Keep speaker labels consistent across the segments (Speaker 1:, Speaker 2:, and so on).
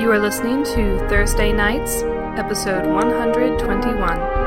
Speaker 1: You are listening to Thursday Nights, episode
Speaker 2: Uh,
Speaker 1: 121.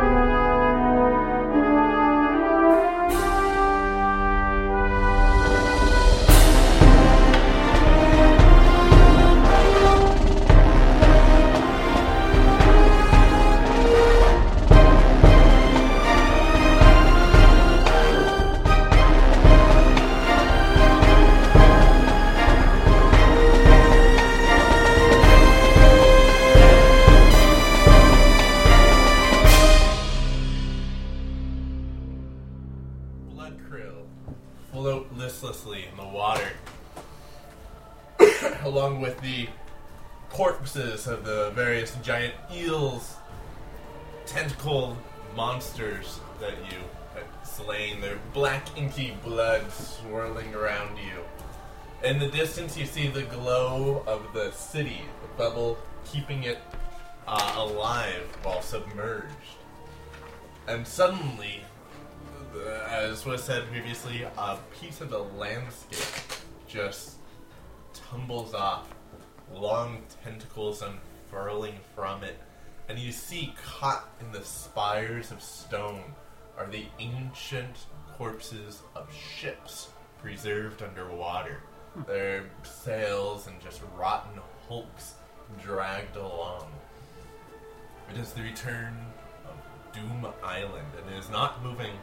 Speaker 3: Blood krill float listlessly in the water, along with the corpses of the various giant eels, tentacled monsters that you have slain, their black inky blood swirling around you. In the distance, you see the glow of the city, the bubble keeping it uh, alive while submerged. And suddenly, uh, as was said previously, a piece of the landscape just tumbles off, long tentacles unfurling from it, and you see caught in the spires of stone are the ancient corpses of ships preserved underwater, their sails and just rotten hulks dragged along. It is the return of Doom Island, and it is not moving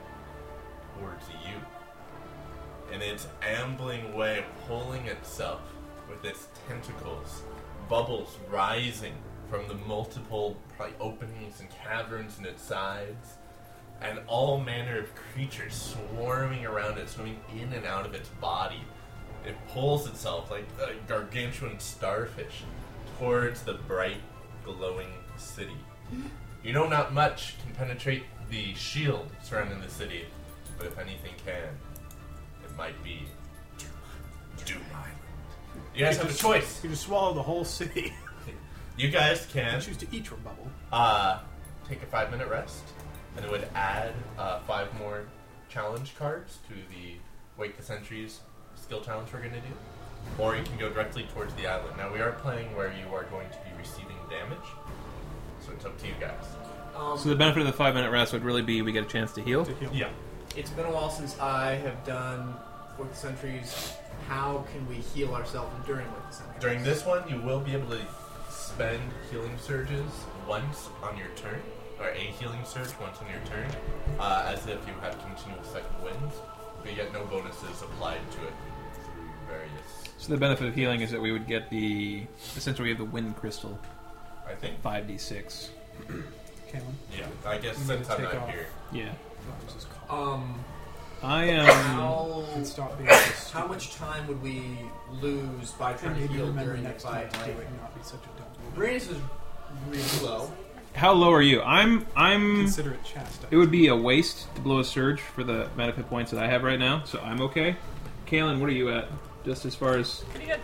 Speaker 3: towards you. In its ambling way, pulling itself with its tentacles, bubbles rising from the multiple pri- openings and caverns in its sides, and all manner of creatures swarming around it, swimming in and out of its body. It pulls itself like a gargantuan starfish towards the bright, glowing city. You know not much can penetrate the shield surrounding the city, but if anything can, it might be Doom Island. You guys have a choice.
Speaker 4: You just swallow the whole city.
Speaker 3: You guys
Speaker 4: I
Speaker 3: can
Speaker 4: choose to eat your bubble.
Speaker 3: uh, take a five minute rest, and it would add uh, five more challenge cards to the Wake the Sentries skill challenge we're going to do. Or you can go directly towards the island. Now, we are playing where you are going to be receiving damage, so it's up to you guys.
Speaker 5: So the benefit of the five minute rest would really be we get a chance to heal.
Speaker 4: To heal.
Speaker 3: Yeah.
Speaker 6: It's been a while since I have done Fourth Centuries. How can we heal ourselves during Fourth Centuries?
Speaker 3: During this one, you will be able to spend healing surges once on your turn, or a healing surge once on your turn, uh, as if you have continual second winds, but yet no bonuses applied to it through various.
Speaker 5: So the benefit of healing is that we would get the essentially we have the wind crystal
Speaker 3: I think.
Speaker 5: five d six.
Speaker 4: Kalen.
Speaker 3: Yeah, I guess
Speaker 4: I'm gonna
Speaker 3: since I'm
Speaker 4: take
Speaker 3: not
Speaker 4: off.
Speaker 3: here.
Speaker 5: Yeah,
Speaker 4: What was this called?
Speaker 6: Um,
Speaker 5: I am.
Speaker 6: how,
Speaker 4: And stop being so
Speaker 6: how much time would we lose by
Speaker 4: I
Speaker 6: trying to
Speaker 4: need to
Speaker 6: heal
Speaker 4: remember
Speaker 6: during the
Speaker 4: next time
Speaker 6: fight?
Speaker 4: to do
Speaker 6: Like,
Speaker 4: it and not be such a dumb boob.
Speaker 6: Brandis is really low.
Speaker 5: How low are you? I'm. I'm.
Speaker 4: Consider it chastised.
Speaker 5: It would be a waste to blow a surge for the amount of hit points that I have right now, so I'm okay. Kalen, what are you at? Just as far as
Speaker 2: Pretty good.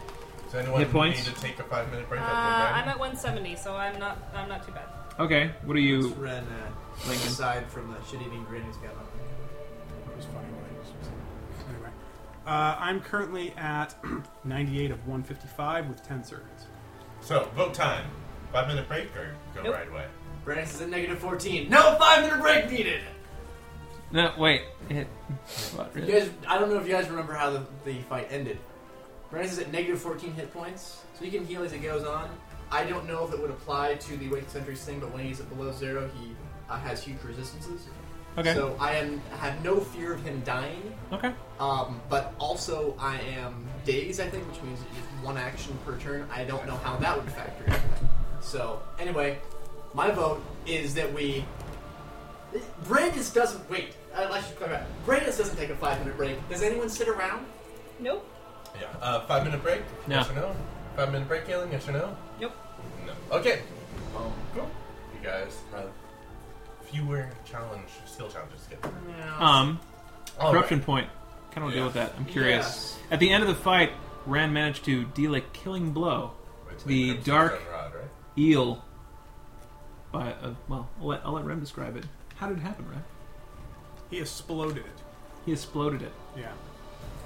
Speaker 3: Does anyone
Speaker 5: Hit points?
Speaker 3: need to take a five minute
Speaker 2: Uh,
Speaker 3: break?
Speaker 2: I'm at 170, so I'm not. I'm not too bad.
Speaker 5: okay. What are
Speaker 6: It's
Speaker 5: you,
Speaker 6: Ren uh,
Speaker 5: Lincoln?
Speaker 6: aside from the shit eating Brandis got on.
Speaker 4: It was funny when I just was- Anyway. Uh, I'm currently at 98 of 155 with 10 surgeons.
Speaker 3: So, vote time. Five minute break or go
Speaker 2: Nope.
Speaker 3: right away?
Speaker 6: Brandis is at negative 14. No five minute break needed!
Speaker 5: No, wait. Hit. What,
Speaker 6: You
Speaker 5: really?
Speaker 6: guys, I don't know if you guys remember how the, the fight ended. Brandis is at negative 14 hit points, so he can heal as it goes on. I don't know if it would apply to the Wake Sentries thing, but when he's at below zero, he uh, has huge resistances.
Speaker 5: Okay.
Speaker 6: So I am have no fear of him dying,
Speaker 5: okay.
Speaker 6: um, but also I am dazed, I think, which means it's just one action per turn. I don't know how that would factor in. So, anyway, my vote is that we. Brandis doesn't. Wait, I I should clarify. Brandis doesn't take a five minute break. Does anyone sit around?
Speaker 2: Nope.
Speaker 3: Yeah. Uh, five minute break?
Speaker 5: No.
Speaker 3: Yes or no? Five minute break, Galen? Yes or no?
Speaker 2: Nope.
Speaker 3: No. Okay. Um, cool. You guys have fewer challenge skill challenges. Good.
Speaker 5: Um,
Speaker 3: All
Speaker 5: corruption
Speaker 3: right.
Speaker 5: point. Kind of want
Speaker 3: Yeah.
Speaker 5: to deal with that. I'm curious.
Speaker 6: Yes.
Speaker 5: At the end of the fight, Rand managed to deal a killing blow
Speaker 3: With
Speaker 5: the
Speaker 3: Crimson
Speaker 5: dark-
Speaker 3: Sun Rod, right?
Speaker 5: eel by a, well I'll let, I'll let rem describe it how did it happen rem
Speaker 4: He exploded it.
Speaker 5: he exploded it
Speaker 4: Yeah.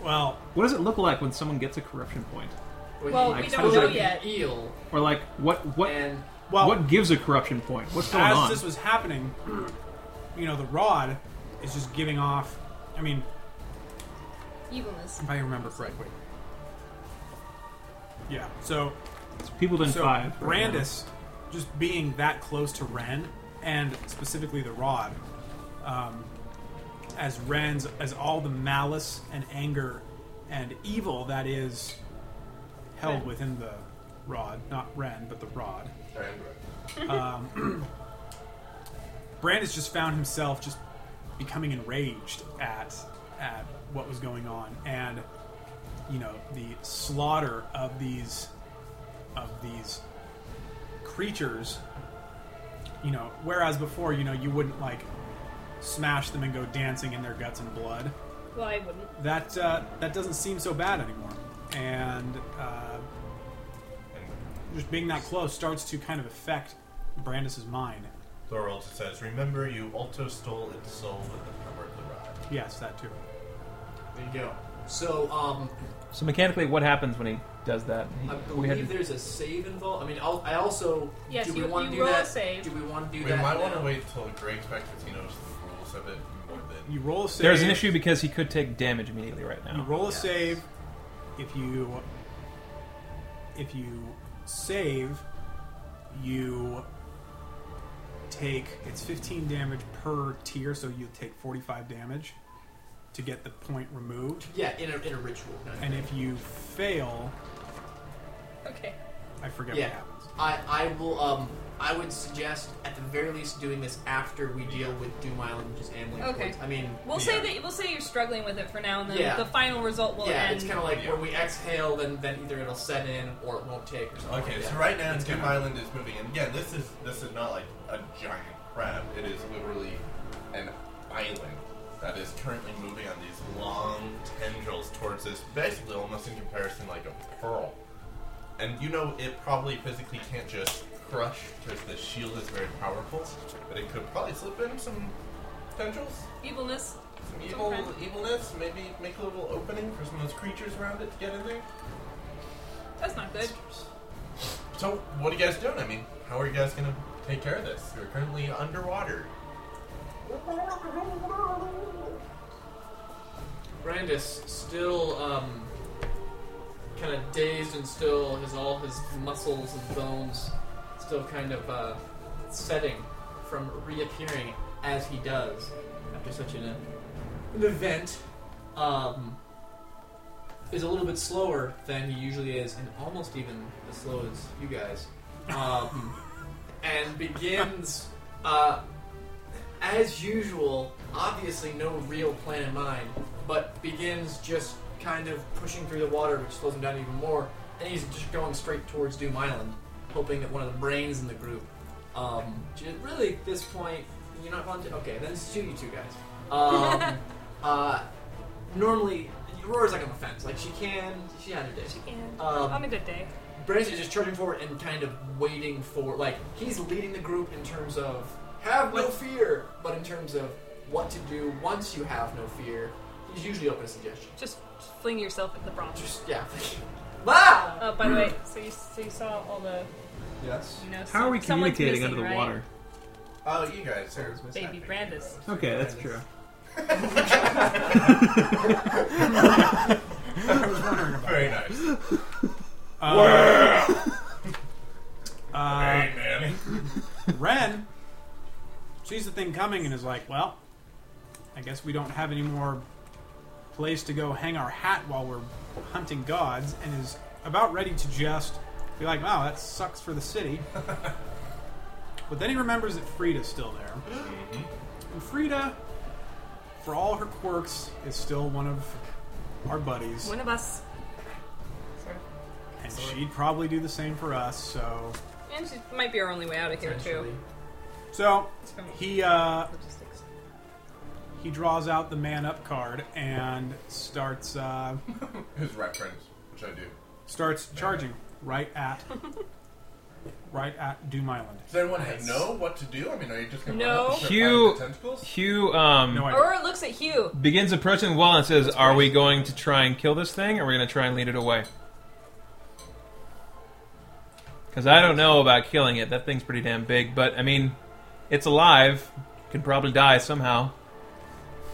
Speaker 4: Well,
Speaker 5: what does it look like when someone gets a corruption point
Speaker 6: When
Speaker 2: Well,
Speaker 6: he
Speaker 2: we
Speaker 5: don't know
Speaker 6: like an
Speaker 2: yet.
Speaker 6: Eel,
Speaker 5: Or like, what what
Speaker 6: and
Speaker 4: Well,
Speaker 5: what gives a corruption point? What's going
Speaker 4: as
Speaker 5: on?
Speaker 4: this was happening, you know, the rod is just giving off. I mean,
Speaker 2: Evilness.
Speaker 4: if I remember correctly. Yeah. So,
Speaker 5: People didn't
Speaker 4: so
Speaker 5: five. right now.
Speaker 4: Brandis, just being that close to Ren, and specifically the rod, um, as Ren's, as all the malice and anger and evil that is held
Speaker 2: Ren.
Speaker 4: within the rod, not Ren, but the rod.
Speaker 3: And
Speaker 4: Brandis just found himself just becoming enraged at at what was going on and you know the slaughter of these of these creatures you know whereas before you know you wouldn't like smash them and go dancing in their guts and blood
Speaker 2: Well, I wouldn't.
Speaker 4: that uh, that doesn't seem so bad anymore and uh, just being that close starts to kind of affect Brandis's mind
Speaker 3: Thor also says, "Remember, you also stole its soul with the power of the rod."
Speaker 4: yes that too
Speaker 6: there you go. So, um,
Speaker 5: So mechanically, what happens when he does that? He-
Speaker 6: I
Speaker 5: we had
Speaker 6: believe there's a save involved. I mean, I'll, I also
Speaker 2: Yes,
Speaker 6: do we
Speaker 2: you-
Speaker 6: want
Speaker 2: you
Speaker 6: to do
Speaker 2: roll a
Speaker 6: that?
Speaker 2: save.
Speaker 6: Do we want to do
Speaker 3: We
Speaker 6: that?
Speaker 3: might want to
Speaker 6: now?
Speaker 3: wait till Greg's Expectantino knows the rules of it more than.
Speaker 4: you roll a save
Speaker 5: there's an issue because he could take damage immediately right now.
Speaker 4: You roll a
Speaker 6: Yes.
Speaker 4: save. If you if you save, you take it's 15 damage per tier, so you take 45 damage to get the point removed.
Speaker 6: Yeah, in a, in a ritual. kind of
Speaker 4: And
Speaker 6: thing.
Speaker 4: if you fail,
Speaker 2: Okay.
Speaker 4: I forget
Speaker 6: yeah,
Speaker 4: what happens.
Speaker 6: I I will um I would suggest at the very least doing this after we deal with Doom Island, which is ambling.
Speaker 2: Okay.
Speaker 6: Towards. I mean,
Speaker 2: We'll
Speaker 6: yeah.
Speaker 2: say that we'll say you're struggling with it for now, and then
Speaker 6: Yeah.
Speaker 2: the final result will
Speaker 6: yeah,
Speaker 2: end.
Speaker 6: it's kind of like
Speaker 3: Yeah.
Speaker 6: when we exhale, then then either it'll set in or it won't take. Or something
Speaker 3: Okay,
Speaker 6: like
Speaker 3: so
Speaker 6: that.
Speaker 3: right now
Speaker 6: It's
Speaker 3: Doom
Speaker 6: kinda-
Speaker 3: Island is moving, and again, this is this is not like a giant crab. It is literally an island that is currently moving on these long tendrils towards this, basically almost in comparison like a pearl. And you know, it probably physically can't just crush because the shield is very powerful, but it could probably slip in some tendrils,
Speaker 2: evilness.
Speaker 3: some evil evilness, maybe make a little opening for some of those creatures around it to get in there.
Speaker 2: That's not good.
Speaker 3: So, what are you guys doing? I mean, how are you guys gonna take care of this? You're currently underwater.
Speaker 6: Brandis still um, kind of dazed and still his all his muscles and bones still kind of uh, setting from reappearing as he does after such an, an event um, is a little bit slower than he usually is and almost even as slow as you guys um, and begins uh, as usual, obviously no real plan in mind, but begins just kind of pushing through the water, which slows him down even more, and he's just going straight towards Doom Island, hoping that one of the brains in the group. Um, j- really, at this point, you're not volunteer. Okay, then it's you, you two guys. Um, uh, normally, Aurora's like on the fence. Like, she can, she had her days.
Speaker 2: And
Speaker 6: Um,
Speaker 2: on a good day.
Speaker 6: Brandis is just charging forward and kind of waiting for, like, he's leading the group in terms of have no fear, but in terms of what to do once you have no fear, he's usually open to suggestions.
Speaker 2: Just fling yourself at the bronze.
Speaker 6: Just, yeah. ah!
Speaker 2: Uh, by the way, so you, so you saw all the
Speaker 6: Yes.
Speaker 2: you know.
Speaker 5: How are we
Speaker 2: someone's
Speaker 5: communicating
Speaker 2: missing,
Speaker 5: under the
Speaker 2: right?
Speaker 5: water?
Speaker 3: Oh, you guys are
Speaker 2: Baby Brandis.
Speaker 5: Okay, that's true.
Speaker 3: very nice.
Speaker 4: Uh,
Speaker 3: Hey, man.
Speaker 4: Ren sees the thing coming and is like, "Well, I guess we don't have any more place to go hang our hat while we're hunting gods," and is about ready to just be like, "Wow, that sucks for the city." but then he remembers that Frida's still there, and Frida, for all her quirks, is still one of our buddies,
Speaker 2: One of us. Sorry.
Speaker 4: and she'd probably do the same for us. So,
Speaker 2: And it might be our only way out of here too.
Speaker 6: Potentially.
Speaker 4: so
Speaker 2: It's from
Speaker 4: he uh,
Speaker 2: logistics.
Speaker 4: he draws out the man up card and starts uh,
Speaker 3: His reference, which I do.
Speaker 4: starts charging right at right at Doom Island.
Speaker 3: Does anyone
Speaker 6: Nice.
Speaker 3: know what to do? I mean, are you just gonna run
Speaker 2: No.
Speaker 3: up and start
Speaker 5: Hugh-
Speaker 3: biting the tentacles?
Speaker 5: Hugh um,
Speaker 4: No idea.
Speaker 2: Aurora looks at Hugh.
Speaker 5: begins approaching the wall and says, "Are we going to try and kill this thing? Or are we going to try and lead it away?" Because I don't know about killing it. That thing's pretty damn big. But, I mean, it's alive. Could probably die somehow.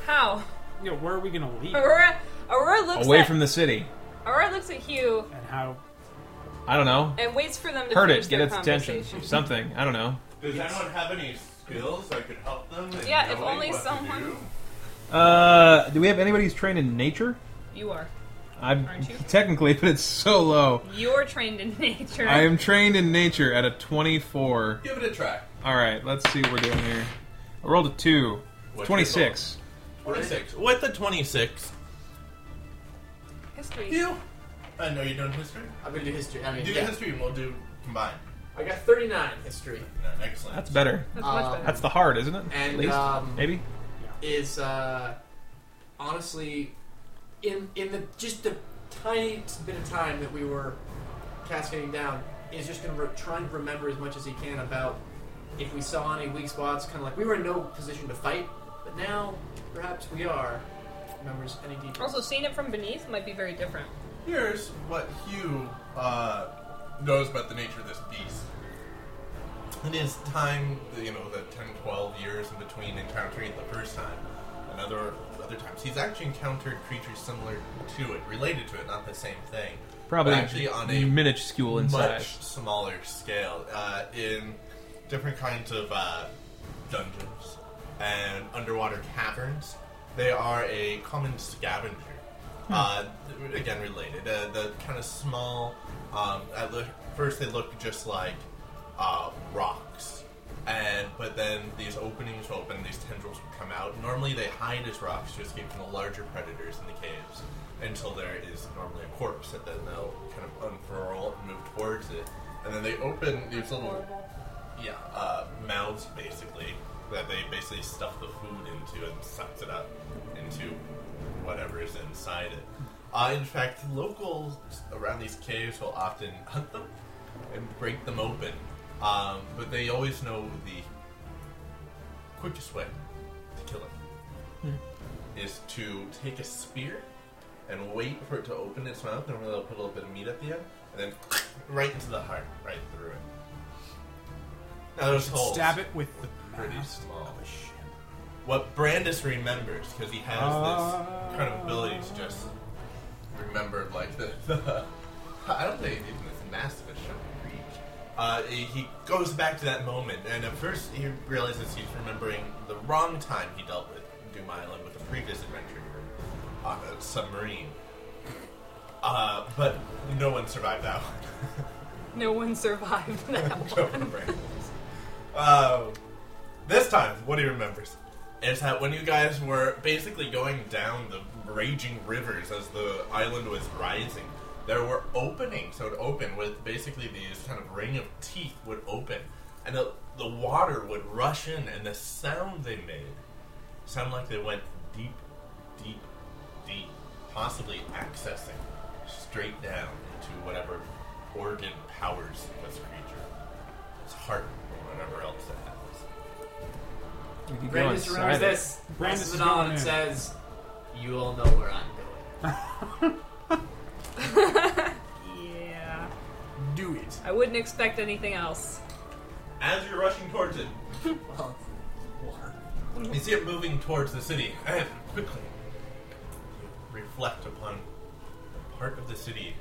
Speaker 2: How?
Speaker 4: Yeah, where are we gonna leave?
Speaker 2: Aurora, Aurora looks
Speaker 5: Away
Speaker 2: at
Speaker 5: from the city.
Speaker 2: Aurora looks at Hugh
Speaker 4: And how?
Speaker 5: I don't know.
Speaker 2: and waits for them to
Speaker 5: Hurt
Speaker 2: finish
Speaker 5: it. Get
Speaker 2: their
Speaker 5: its attention.
Speaker 2: conversation.
Speaker 5: Something. I don't know.
Speaker 3: Does anyone have any skills that could help them? in
Speaker 2: Yeah, if
Speaker 3: knowing
Speaker 2: only
Speaker 3: what to
Speaker 2: someone-
Speaker 3: do?
Speaker 5: Uh, do we have anybody who's trained in nature?
Speaker 2: You are.
Speaker 5: I'm
Speaker 2: Aren't you?
Speaker 5: technically, but it's so low.
Speaker 2: You're trained in nature.
Speaker 5: I am trained in nature at a 24.
Speaker 3: Give it a try.
Speaker 5: All right, let's see what we're doing here. I rolled a two.
Speaker 3: What's
Speaker 5: 26.
Speaker 3: Twenty-six. With the twenty-six,
Speaker 2: History.
Speaker 3: you. Uh, no, you're doing history.
Speaker 6: I'm gonna do history. I mean,
Speaker 3: Do
Speaker 6: yeah.
Speaker 3: history, and we'll do combined.
Speaker 6: I got 39 history.
Speaker 3: No, excellent.
Speaker 5: That's better.
Speaker 2: That's
Speaker 6: Uh,
Speaker 2: much better.
Speaker 5: That's the hard, isn't it? At
Speaker 6: And
Speaker 5: least,
Speaker 6: um,
Speaker 5: maybe.
Speaker 6: is uh, honestly in in the just the tiny bit of time that we were cascading down is just going to re- try and remember as much as he can about if we saw any weak spots. Kind of like we were in no position to fight, but now perhaps we are. Remembers any details?
Speaker 2: Also, seeing it from beneath might be very different.
Speaker 3: Here's what Hugh uh, knows about the nature of this beast. In his time, you know, the 10, 12 years in between encountering it the first time and other, other times, he's actually encountered creatures similar to it, related to it, not the same thing.
Speaker 5: Probably
Speaker 3: but actually on a
Speaker 5: minuscule in
Speaker 3: much
Speaker 5: size.
Speaker 3: smaller scale uh, in different kinds of uh, dungeons and underwater caverns. They are a common scavenger. Uh, again, related. Uh, the kind of small. Um, at le- first, they look just like uh, rocks, and but then these openings will open, these tendrils will come out. Normally, they hide as rocks to escape from the larger predators in the caves until there is normally a corpse, and then they'll kind of unfurl and move towards it. And then they open these little yeah, uh, mouths basically that they basically stuff the food into and sucks it up into whatever is inside it. Uh, in fact, locals around these caves will often hunt them and break them open, um, but they always know the quickest way to kill it is to take a spear and wait for it to open its mouth. Normally, they'll put a little bit of meat at the end, and then right into the heart, right through it. Now there's holes.
Speaker 4: Stab it with the
Speaker 3: Pretty
Speaker 4: mask. Oh,
Speaker 3: small. What Brandis remembers, because he has this kind of ability to just remember, like, the. the I don't think even this massive a shot reach. Uh, he he goes back to that moment, and at first he realizes he's remembering the wrong time he dealt with Doom Island with the previous adventure on a submarine. Uh, but no one survived that one.
Speaker 2: No one survived that
Speaker 3: Go for
Speaker 2: one.
Speaker 3: Brandis. Uh, this time, what he remembers is that when you guys were basically going down the raging rivers as the island was rising, there were openings that would open with basically these kind of ring of teeth would open, and the, the water would rush in, and the sound they made sound like they went deep, deep, deep, possibly accessing straight down into whatever organ powers this creature. It's heart or whatever else that happens.
Speaker 5: You could go
Speaker 6: Brandis
Speaker 5: inside
Speaker 6: remembers
Speaker 5: it.
Speaker 6: this.
Speaker 4: Brandis is
Speaker 6: Brandis it on
Speaker 4: going
Speaker 6: and
Speaker 4: in.
Speaker 6: says, "You all know where I'm going.
Speaker 2: Yeah.
Speaker 6: Do it."
Speaker 2: I wouldn't expect anything else.
Speaker 3: As you're rushing towards it,
Speaker 6: Well, water.
Speaker 3: you see it moving towards the city. And quickly, you reflect upon the part of the city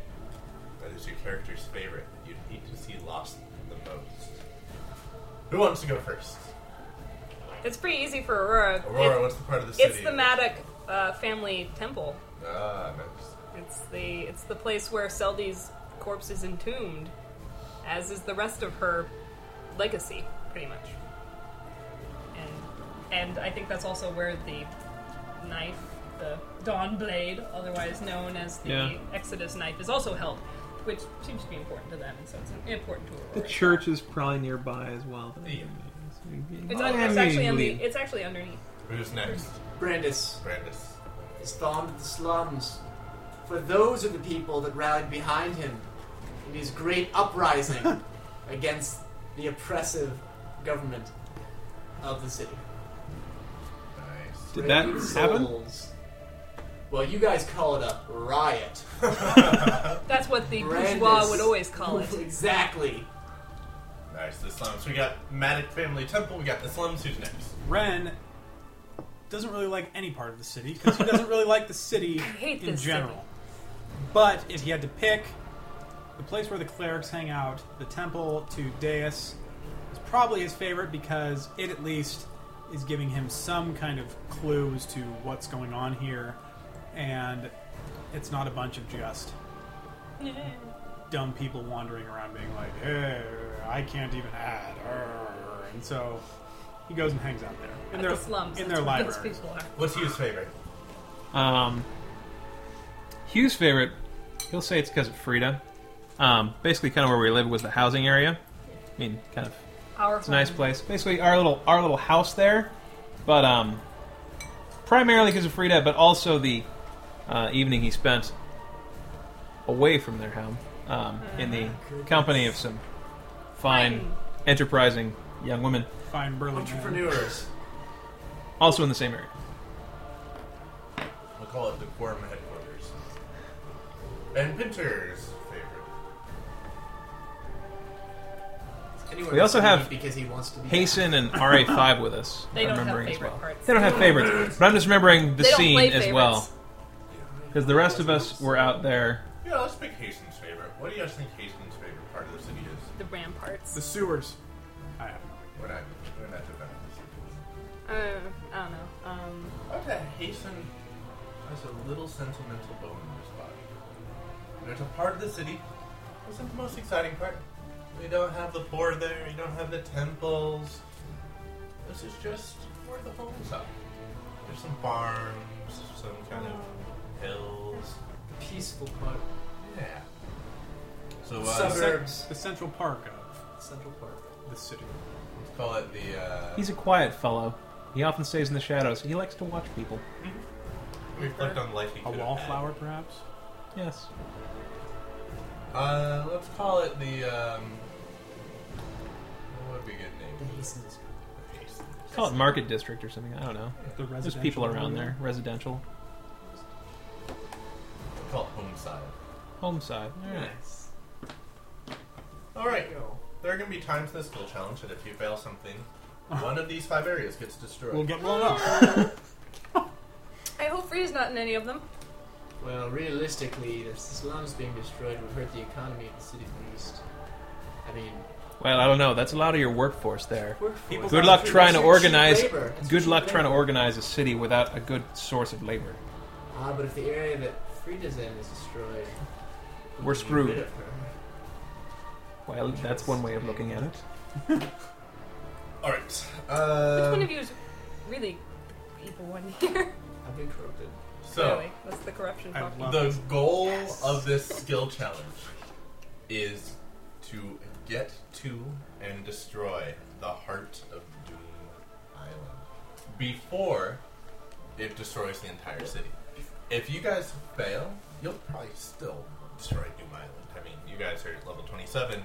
Speaker 3: that is your character's favorite that you'd hate to see lost the most. Who wants to go first?
Speaker 2: It's pretty easy for Aurora.
Speaker 3: Aurora,
Speaker 2: It-
Speaker 3: what's the part of the city?
Speaker 2: it's the Maddock uh, family temple.
Speaker 3: Ah, nice.
Speaker 2: It's the it's the place where Seldy's corpse is entombed, as is the rest of her legacy, pretty much. And and I think that's also where the knife, the Dawn Blade, otherwise known as the
Speaker 5: Yeah.
Speaker 2: Exodus knife, is also held, which seems to be important to them, and so it's important to
Speaker 5: The
Speaker 2: Aurora.
Speaker 5: church is probably nearby as well.
Speaker 3: Yeah.
Speaker 2: It's, un- it's actually on the, it's actually underneath.
Speaker 3: Who's next?
Speaker 6: Brandis
Speaker 3: Brandis.
Speaker 6: is fond of the slums. For those are the people that rallied behind him in his great uprising against the oppressive government of the city.
Speaker 3: Nice.
Speaker 5: Did that
Speaker 6: Brave
Speaker 5: happen?
Speaker 6: souls. Well, you guys call it a riot.
Speaker 2: That's what the
Speaker 6: Brandis
Speaker 2: bourgeois would always call it.
Speaker 6: exactly.
Speaker 3: Alright, so the slums. We got Matic Family Temple, we got the slums. Who's next?
Speaker 4: Ren doesn't really like any part of the city because he doesn't really like the city
Speaker 2: hate
Speaker 4: in
Speaker 2: this
Speaker 4: general. But if he had to pick the place where the clerics hang out, the temple to Deus, is probably his favorite because it at least is giving him some kind of clue as to what's going on here, and it's not a bunch of just dumb people wandering around being like, "Hey, I can't even add," err," and so he goes and hangs out there in
Speaker 2: At
Speaker 4: their
Speaker 2: the slums.
Speaker 4: in
Speaker 2: that's
Speaker 4: their
Speaker 2: where those
Speaker 4: libraries.
Speaker 2: people are.
Speaker 3: What's Hugh's favorite?
Speaker 5: Um, Hugh's favorite, he'll say it's because of Frida. Um, basically, kind of where we live was the housing area. I mean, kind of
Speaker 2: Our
Speaker 5: it's a nice place. Basically, our little our little house there, but um, primarily because of Frida, but also the uh, evening he spent away from their home um, in the
Speaker 2: Oh
Speaker 5: company of some fine,
Speaker 2: Fine.
Speaker 5: enterprising young women,
Speaker 4: Fine Burlington.
Speaker 6: Entrepreneurs.
Speaker 5: also in the same area.
Speaker 3: We'll call it the Quorum Headquarters. And Pinter's favorite.
Speaker 6: Anyway,
Speaker 5: We also have
Speaker 6: because he wants to be
Speaker 5: Payson and RA5 with us. I'm
Speaker 2: They don't have
Speaker 5: remembering as
Speaker 2: favorite
Speaker 5: well.
Speaker 2: parts.
Speaker 5: They don't have favorites, but I'm just remembering the
Speaker 2: They don't
Speaker 5: scene
Speaker 2: play
Speaker 5: as well.
Speaker 2: favorites.
Speaker 5: Because the rest of us were out there.
Speaker 3: Yeah, let's pick Hasten's favorite. What do you guys think Hasten's favorite part of the city is?
Speaker 2: The ramparts.
Speaker 4: The sewers. I have no idea.
Speaker 3: We're not, we're not defending the city.
Speaker 2: Uh, I don't know. Um,
Speaker 3: I would say Hasten has a little sentimental bone in his body. There's a part of the city. It's not the most exciting part. We don't have the poor there. You don't have the temples. This is just where the homes are. There's some farms, some kind of hills.
Speaker 6: peaceful part.
Speaker 3: Yeah. So
Speaker 6: Suburb.
Speaker 3: uh,
Speaker 4: Cen-
Speaker 6: Suburbs.
Speaker 4: the central park of
Speaker 6: Central Park.
Speaker 4: the city.
Speaker 3: let's call it the. Uh,
Speaker 5: He's a quiet fellow. He often stays in the shadows. He likes to watch people.
Speaker 3: reflect on life. he
Speaker 4: A
Speaker 3: could have
Speaker 4: wallflower, perhaps?
Speaker 5: Yes.
Speaker 3: had. Uh, let's call it the. Um, what would be a good
Speaker 6: The
Speaker 3: name?
Speaker 6: Hastings.
Speaker 5: Call it Market District or something. I don't know.
Speaker 4: The
Speaker 5: There's
Speaker 4: residential
Speaker 5: people around
Speaker 4: area?
Speaker 5: there. Residential.
Speaker 3: Call it Homeside.
Speaker 5: Home side. Alright.
Speaker 6: Nice.
Speaker 3: All right.
Speaker 6: Go.
Speaker 3: There are going to be times in this skill challenge that if you fail something, one of these five areas gets destroyed.
Speaker 4: We'll get blown up.
Speaker 2: I hope Freya's not in any of them.
Speaker 6: Well, realistically, the slums being destroyed would hurt the economy of the city the least. I mean,
Speaker 5: Well, I don't know. That's a lot of your workforce there.
Speaker 6: workforce.
Speaker 5: Good luck trying to
Speaker 6: Cheap
Speaker 5: organize.
Speaker 6: labor. That's
Speaker 5: Good
Speaker 6: cheap
Speaker 5: luck trying to
Speaker 6: labor.
Speaker 5: organize a city without a good source of labor.
Speaker 6: Ah, but if the area that Frida's in is destroyed, we
Speaker 5: We're
Speaker 6: can get
Speaker 5: screwed.
Speaker 6: rid of her.
Speaker 5: Well, that's one way of looking at it.
Speaker 3: All right. Uh,
Speaker 2: Which one of you is really the evil one here?
Speaker 6: I've been corrupted.
Speaker 3: So
Speaker 2: Really, that's the corruption
Speaker 4: I
Speaker 2: talking.
Speaker 4: love-
Speaker 3: the goal
Speaker 2: Yes.
Speaker 3: of this skill challenge is to get to and destroy the heart of Doom Island before it destroys the entire city. If you guys fail, you'll probably still destroy Doom Island. I mean, you guys are at level 27,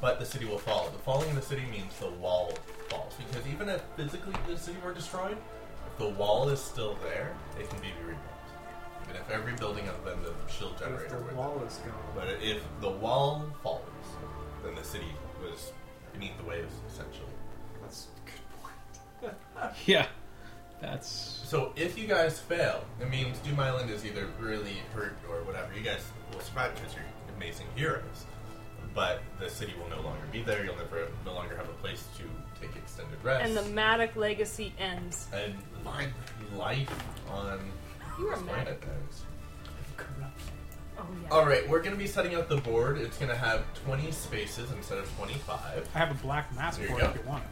Speaker 3: but the city will fall. The falling of the city means the wall falls. Because even if physically the city were destroyed, if the wall is still there, it can be rebuilt. Even if every building other than the shield
Speaker 6: If
Speaker 3: generator
Speaker 6: the
Speaker 3: were there.
Speaker 6: wall is gone,
Speaker 3: But if the wall falls, then the city was beneath the waves, essentially.
Speaker 6: that's
Speaker 5: Yeah. That's.
Speaker 3: So if you guys fail, it means Doom Island is either really hurt or whatever. You guys will survive because you're amazing heroes, but the city will no longer be there. You'll never, no longer have a place to take extended rest.
Speaker 2: And the Matic legacy ends.
Speaker 3: and li- life on
Speaker 2: You are
Speaker 3: this
Speaker 2: mad.
Speaker 3: planet ends.
Speaker 6: corruption.
Speaker 2: Oh yeah.
Speaker 3: All right, we're going to be setting up the board. It's going to have 20 spaces instead of 25.
Speaker 4: I have a black mask
Speaker 3: There you
Speaker 4: for it
Speaker 3: go.
Speaker 4: if you want it.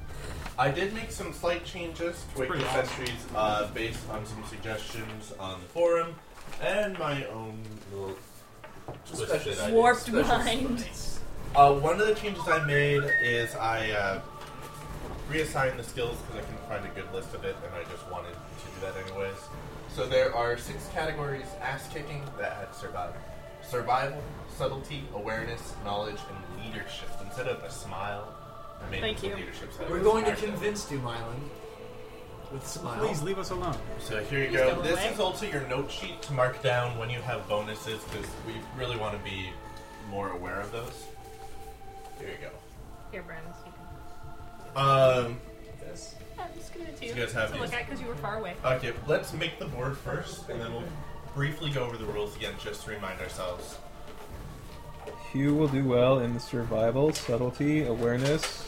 Speaker 3: I did make some slight changes to Wake
Speaker 4: pretty
Speaker 3: the
Speaker 4: awesome.
Speaker 3: Centuries uh, based on some suggestions on the forum and my own little twist
Speaker 6: Special-
Speaker 3: that I did.
Speaker 2: Warped
Speaker 3: Special
Speaker 2: mind.
Speaker 3: slice. Uh, one of the changes I made is I uh, reassigned the skills because I couldn't find a good list of it, and I just wanted to do that anyways. So there are six categories: ass kicking that had survived, survival, subtlety, awareness, knowledge, and leadership. Instead of a smile, I made
Speaker 2: Thank
Speaker 3: the
Speaker 2: you.
Speaker 3: leadership. side
Speaker 6: We're
Speaker 3: of
Speaker 6: going to
Speaker 3: action.
Speaker 6: convince Doom Island with smile.
Speaker 4: Please leave us alone.
Speaker 3: So here you
Speaker 2: Please
Speaker 3: go.
Speaker 2: don't
Speaker 3: This
Speaker 2: away.
Speaker 3: is also your note sheet to mark down when you have bonuses because we really want to be more aware of those. Here you go.
Speaker 2: Here, Brandon, so you can.
Speaker 3: Um,
Speaker 6: This.
Speaker 2: I'm just gonna do
Speaker 3: You guys have
Speaker 2: to look
Speaker 3: these.
Speaker 2: at because you were far away.
Speaker 3: okay, let's make the board first, and then we'll briefly go over the rules again just to remind ourselves.
Speaker 5: Hugh will do well in the survival, subtlety, awareness,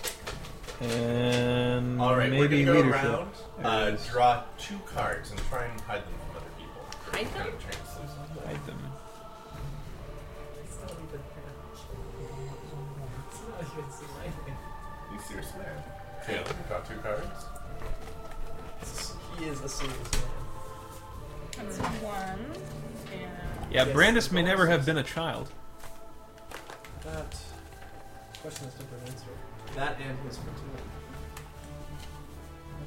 Speaker 5: and
Speaker 3: All right,
Speaker 5: Mm,
Speaker 3: we're
Speaker 5: maybe
Speaker 3: gonna go
Speaker 5: leadership.
Speaker 3: around,
Speaker 5: There
Speaker 3: uh,
Speaker 5: it is.
Speaker 3: draw two cards, and try and hide them from other people.
Speaker 2: Hide
Speaker 3: Kind
Speaker 2: them?
Speaker 3: of translucent.
Speaker 5: Hide them.
Speaker 3: You serious man? Caleb, you draw two cards.
Speaker 6: He is a serious man.
Speaker 2: That's one. And
Speaker 5: Yeah,
Speaker 6: Yes,
Speaker 5: Brandis may never have
Speaker 6: bonuses.
Speaker 5: been a child.
Speaker 6: That question is different answer. That and his fertility.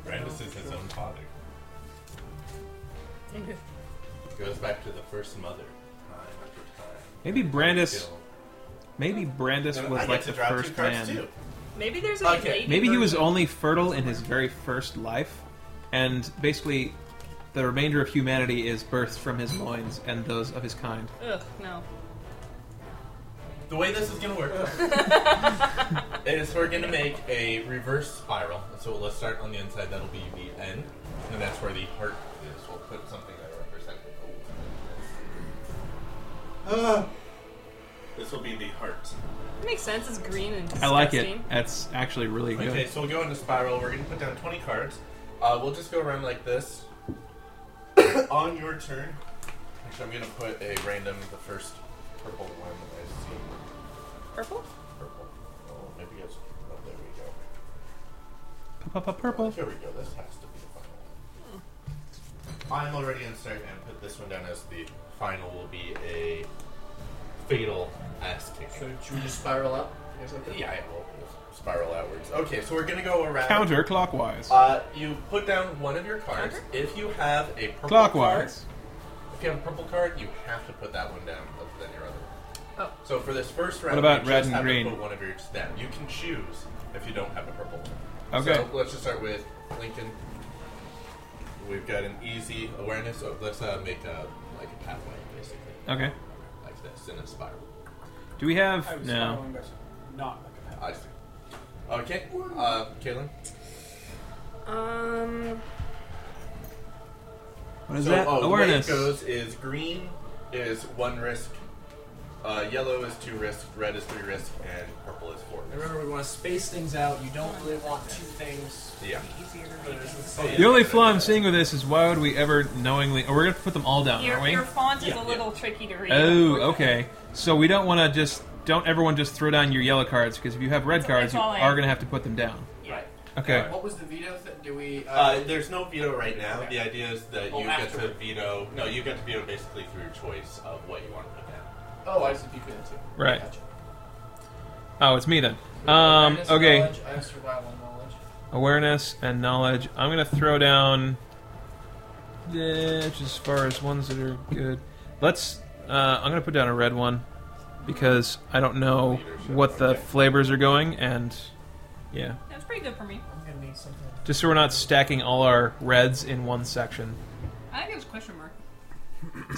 Speaker 3: Brandis is his own father. Goes back to the first mother. Time after time.
Speaker 5: Maybe Brandis.
Speaker 3: Kill.
Speaker 5: Maybe Brandis
Speaker 3: No, no,
Speaker 5: was
Speaker 3: I get
Speaker 5: like
Speaker 3: to
Speaker 5: the
Speaker 3: draw two
Speaker 5: first
Speaker 3: cards,
Speaker 5: man.
Speaker 3: too.
Speaker 2: maybe there's a
Speaker 3: Okay.
Speaker 2: lady.
Speaker 5: Maybe he was
Speaker 2: version.
Speaker 5: only fertile in his very first life, and basically, the remainder of humanity is birthed from his loins and those of his kind.
Speaker 2: Ugh, no.
Speaker 3: The way this is gonna work is we're gonna make a reverse spiral. So let's start on the inside. That'll be the end, and that's where the heart is. We'll put something that represents.
Speaker 6: Uh,
Speaker 3: This will be the heart.
Speaker 2: It makes sense. It's green and
Speaker 5: I
Speaker 2: disgusting.
Speaker 5: like it. That's actually really good.
Speaker 3: Okay, so we'll go into spiral. We're gonna put down 20 cards. Uh, we'll just go around like this. On your turn, actually, I'm gonna put a random, the first purple one I see.
Speaker 2: Purple?
Speaker 3: Purple. Oh, maybe it's. Oh, there we go.
Speaker 5: Purple.
Speaker 3: Here we go. This has to be the final. one. I'm already insert and put this one down as the final. Will be a fatal ass
Speaker 6: so
Speaker 3: kicking.
Speaker 6: should we just spiral up? Or something?
Speaker 3: Yeah, it will spiral outwards. Okay, so we're gonna go around.
Speaker 5: Counterclockwise.
Speaker 3: Uh, you put down one of your cards. If you have a purple
Speaker 5: Clockwise.
Speaker 3: card, if you have a purple card, you have to put that one down other than your other.
Speaker 2: Oh.
Speaker 3: So for this first round,
Speaker 5: about
Speaker 3: you
Speaker 5: red
Speaker 3: just
Speaker 5: and
Speaker 3: have
Speaker 5: green?
Speaker 3: to put one of your down. You can choose if you don't have a purple one.
Speaker 5: Okay.
Speaker 3: So let's just start with Lincoln. We've got an easy awareness. So let's uh, make a like a pathway basically,
Speaker 5: Okay.
Speaker 3: like this in a spiral.
Speaker 5: Do we
Speaker 4: I
Speaker 5: have
Speaker 4: was
Speaker 5: no?
Speaker 4: following by some- Not like a pet.
Speaker 3: I see. Okay, uh, Kaylin.
Speaker 1: Um,
Speaker 5: What is
Speaker 3: so,
Speaker 5: that?
Speaker 3: Oh, the way it
Speaker 5: Awareness.
Speaker 3: goes is green is one risk, uh, yellow is two risks, red is three risks, and purple is four risks.
Speaker 6: Remember, we want to space things out. You don't really want two things.
Speaker 3: Yeah.
Speaker 2: Easier to
Speaker 6: that are
Speaker 2: read.
Speaker 6: just the same.
Speaker 5: The only flaw I'm seeing with this is why would we ever knowingly? Or we're gonna put them all down,
Speaker 2: Your, your
Speaker 5: aren't
Speaker 2: font
Speaker 3: Uh,
Speaker 2: is
Speaker 3: Yeah,
Speaker 2: a
Speaker 3: yeah.
Speaker 2: little tricky to read.
Speaker 5: we? Oh, okay. So we don't want to just don't everyone just throw down your yellow cards because if you have red
Speaker 2: That's what I
Speaker 5: cards, you
Speaker 2: call it.
Speaker 5: are gonna have to put them down.
Speaker 2: Yeah.
Speaker 6: Right.
Speaker 5: Okay.
Speaker 6: What was the veto? Th- do we? Uh,
Speaker 3: Uh, there's no veto right now.
Speaker 6: Okay.
Speaker 3: The idea is that
Speaker 6: Oh,
Speaker 3: you get to
Speaker 6: afterward.
Speaker 3: veto. No, you get to veto basically through your choice of what you want to put down.
Speaker 6: oh, I see. You could too.
Speaker 5: Right.
Speaker 6: Gotcha.
Speaker 5: Oh, it's me then. Um.
Speaker 6: Awareness,
Speaker 5: Okay.
Speaker 6: knowledge, I have survival knowledge.
Speaker 5: Awareness and knowledge. I'm gonna throw down. eh, Just as far as ones that are good. Let's. Uh, I'm gonna put down a red one because I don't know
Speaker 3: Leadership,
Speaker 5: what the
Speaker 3: okay.
Speaker 5: flavors are going and. Yeah.
Speaker 2: That's pretty good for me.
Speaker 6: I'm gonna need something.
Speaker 5: Just so we're not stacking all our reds in one section.
Speaker 2: I think it was question mark.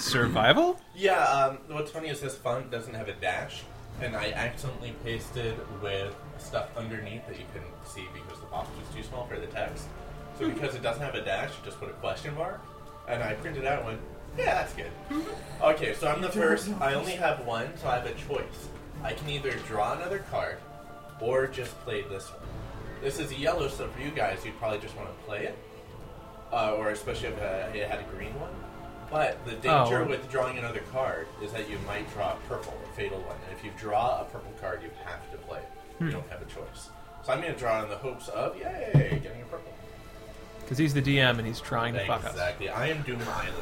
Speaker 5: Survival?
Speaker 3: Yeah, um, what's funny is this font doesn't have a dash, and I accidentally pasted with stuff underneath that you couldn't see because the box was too small for the text. So because it doesn't have a dash, you just put a question mark, and I printed out and went, yeah, that's good. okay, so I'm the first. I only have one, so I have a choice. I can either draw another card, or just play this one. This is yellow, so for you guys, you'd probably just want to play it, uh, or especially if uh, it had a green one. But the danger
Speaker 5: Oh.
Speaker 3: with drawing another card is that you might draw a purple, a fatal one. And if you draw a purple card, you have to play it. You don't have a choice. So I'm going to draw in the hopes of, yay, getting a purple.
Speaker 5: Because he's the DM and he's trying to fuck us.
Speaker 3: Exactly. I am Doom Island.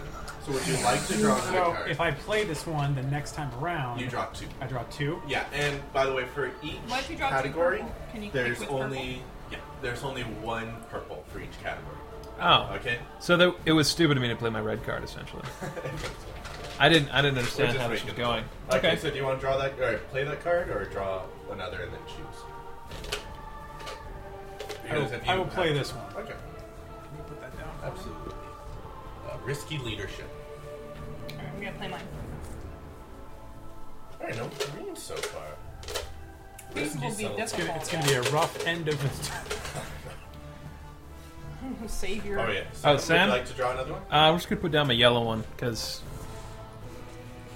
Speaker 3: So would you like to draw another
Speaker 4: So
Speaker 3: card?
Speaker 4: if I play this one the next time around,
Speaker 3: you draw two.
Speaker 4: I draw two.
Speaker 3: Yeah, and by the way, for each
Speaker 2: What if you draw two
Speaker 3: category,
Speaker 2: purple? Can you pick
Speaker 3: there's
Speaker 2: which
Speaker 3: only yeah, there's only one purple for each category.
Speaker 5: Oh,
Speaker 3: Okay.
Speaker 5: so that it was stupid of me to play my red card. Essentially, I didn't. I didn't
Speaker 3: We're
Speaker 5: understand
Speaker 3: just
Speaker 5: how this was
Speaker 3: making-
Speaker 5: going.
Speaker 3: Okay. So do you want to draw that or play that card or draw another and then choose?
Speaker 4: I will,
Speaker 3: Because if
Speaker 4: I
Speaker 3: you
Speaker 4: will play
Speaker 3: have-
Speaker 4: this one.
Speaker 3: Okay.
Speaker 4: Let me put that down.
Speaker 3: Absolutely. Uh, risky leadership.
Speaker 2: Alright, I'm gonna play mine.
Speaker 3: I don't know green so far.
Speaker 2: This will be
Speaker 4: It's gonna,
Speaker 2: difficult.
Speaker 4: it's gonna be a rough end of the.
Speaker 2: Savior.
Speaker 3: Oh yeah.
Speaker 5: Oh, Sam?
Speaker 3: Would you like to draw another one?
Speaker 5: Uh, we're just gonna put down my yellow one because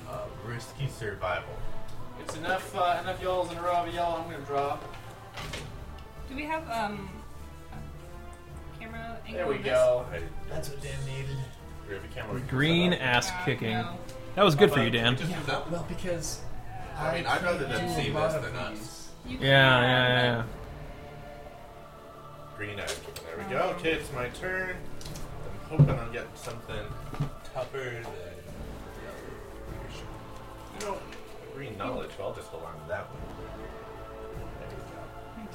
Speaker 3: Uh, risky survival.
Speaker 7: It's enough uh, enough yells in a row of a yell. I'm gonna draw.
Speaker 2: Do we have um a camera angle?
Speaker 7: There we
Speaker 2: on this?
Speaker 7: go.
Speaker 3: I didn't
Speaker 6: That's what Dan needed.
Speaker 3: we have a camera.
Speaker 5: green
Speaker 3: set up.
Speaker 5: ass
Speaker 2: Yeah,
Speaker 5: kicking.
Speaker 2: Uh, no.
Speaker 5: That was good for you, Dan.
Speaker 3: Just do that one.
Speaker 6: Well, because
Speaker 3: I mean, I'd rather them
Speaker 6: do a
Speaker 3: see
Speaker 6: lot
Speaker 3: this
Speaker 6: of
Speaker 3: than
Speaker 6: these.
Speaker 3: us.
Speaker 2: You
Speaker 5: Yeah, yeah, yeah. yeah.
Speaker 3: Green ass kicking. There we go. Okay, it's my turn. I'm hoping I'll get something tougher than. You know, green knowledge. Well, I'll just hold on to that one.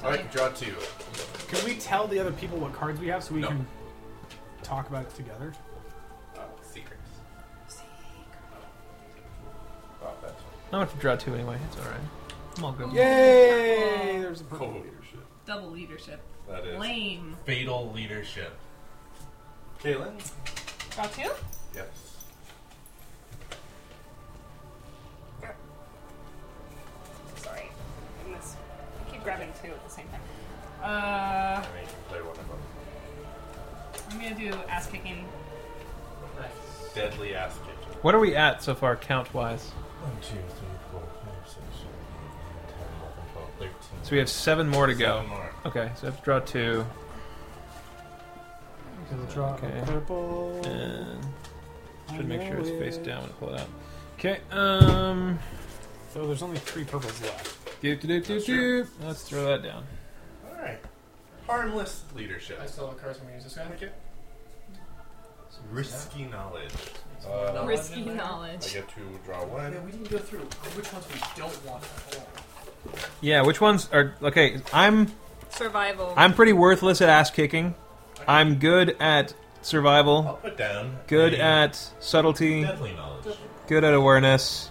Speaker 3: There we
Speaker 2: can
Speaker 3: go. All right, draw two.
Speaker 4: Can we tell the other people what cards we have so we
Speaker 3: No.
Speaker 4: can talk about it together?
Speaker 3: Oh, secrets. Oh, that's
Speaker 5: I'm gonna have to draw two anyway. It's all right. I'm all good.
Speaker 4: Yay! There's a
Speaker 3: cool
Speaker 4: purple.
Speaker 3: leadership.
Speaker 2: Double leadership.
Speaker 3: That is
Speaker 2: Lame.
Speaker 3: fatal leadership. Kaylin.
Speaker 2: Draw two?
Speaker 3: Yes.
Speaker 2: Sorry. I miss- I keep grabbing two at the same time. Uh,
Speaker 3: I mean, you can play one of them.
Speaker 2: I'm gonna do ass kicking.
Speaker 7: Nice.
Speaker 3: Deadly ass kitchen.
Speaker 5: What are we at so far, count wise?
Speaker 3: One, two, three, four, five, six, seven, eight, nine, ten, eleven, twelve, thirteen.
Speaker 5: So we have seven more to go.
Speaker 3: Seven more.
Speaker 5: Okay, so I have to draw two.
Speaker 4: So we'll draw
Speaker 5: Okay. Uh,
Speaker 4: a purple.
Speaker 5: And should make sure it's face
Speaker 4: with-
Speaker 5: down when I pull it out. Okay, um.
Speaker 4: So there's only three purples left.
Speaker 5: Doop, doop, doop,
Speaker 3: That's
Speaker 5: doop,
Speaker 3: true.
Speaker 5: doop. Let's throw that down.
Speaker 3: All right. Harmless leadership.
Speaker 7: I still have a card, so I'm gonna use this guy.
Speaker 3: Okay. Risky knowledge.
Speaker 7: Some
Speaker 3: Uh,
Speaker 7: knowledge
Speaker 2: Risky
Speaker 7: in there.
Speaker 3: I
Speaker 2: knowledge.
Speaker 3: get to draw
Speaker 6: Yeah,
Speaker 3: one.
Speaker 6: we didn't go through which ones we don't want at all.
Speaker 5: Yeah, which ones are okay? I'm
Speaker 2: Survival.
Speaker 5: I'm pretty worthless at ass kicking. I'm good at
Speaker 3: I'll
Speaker 5: survival.
Speaker 3: put down.
Speaker 5: Good
Speaker 3: a
Speaker 5: at subtlety.
Speaker 3: deadly knowledge.
Speaker 5: Good at awareness.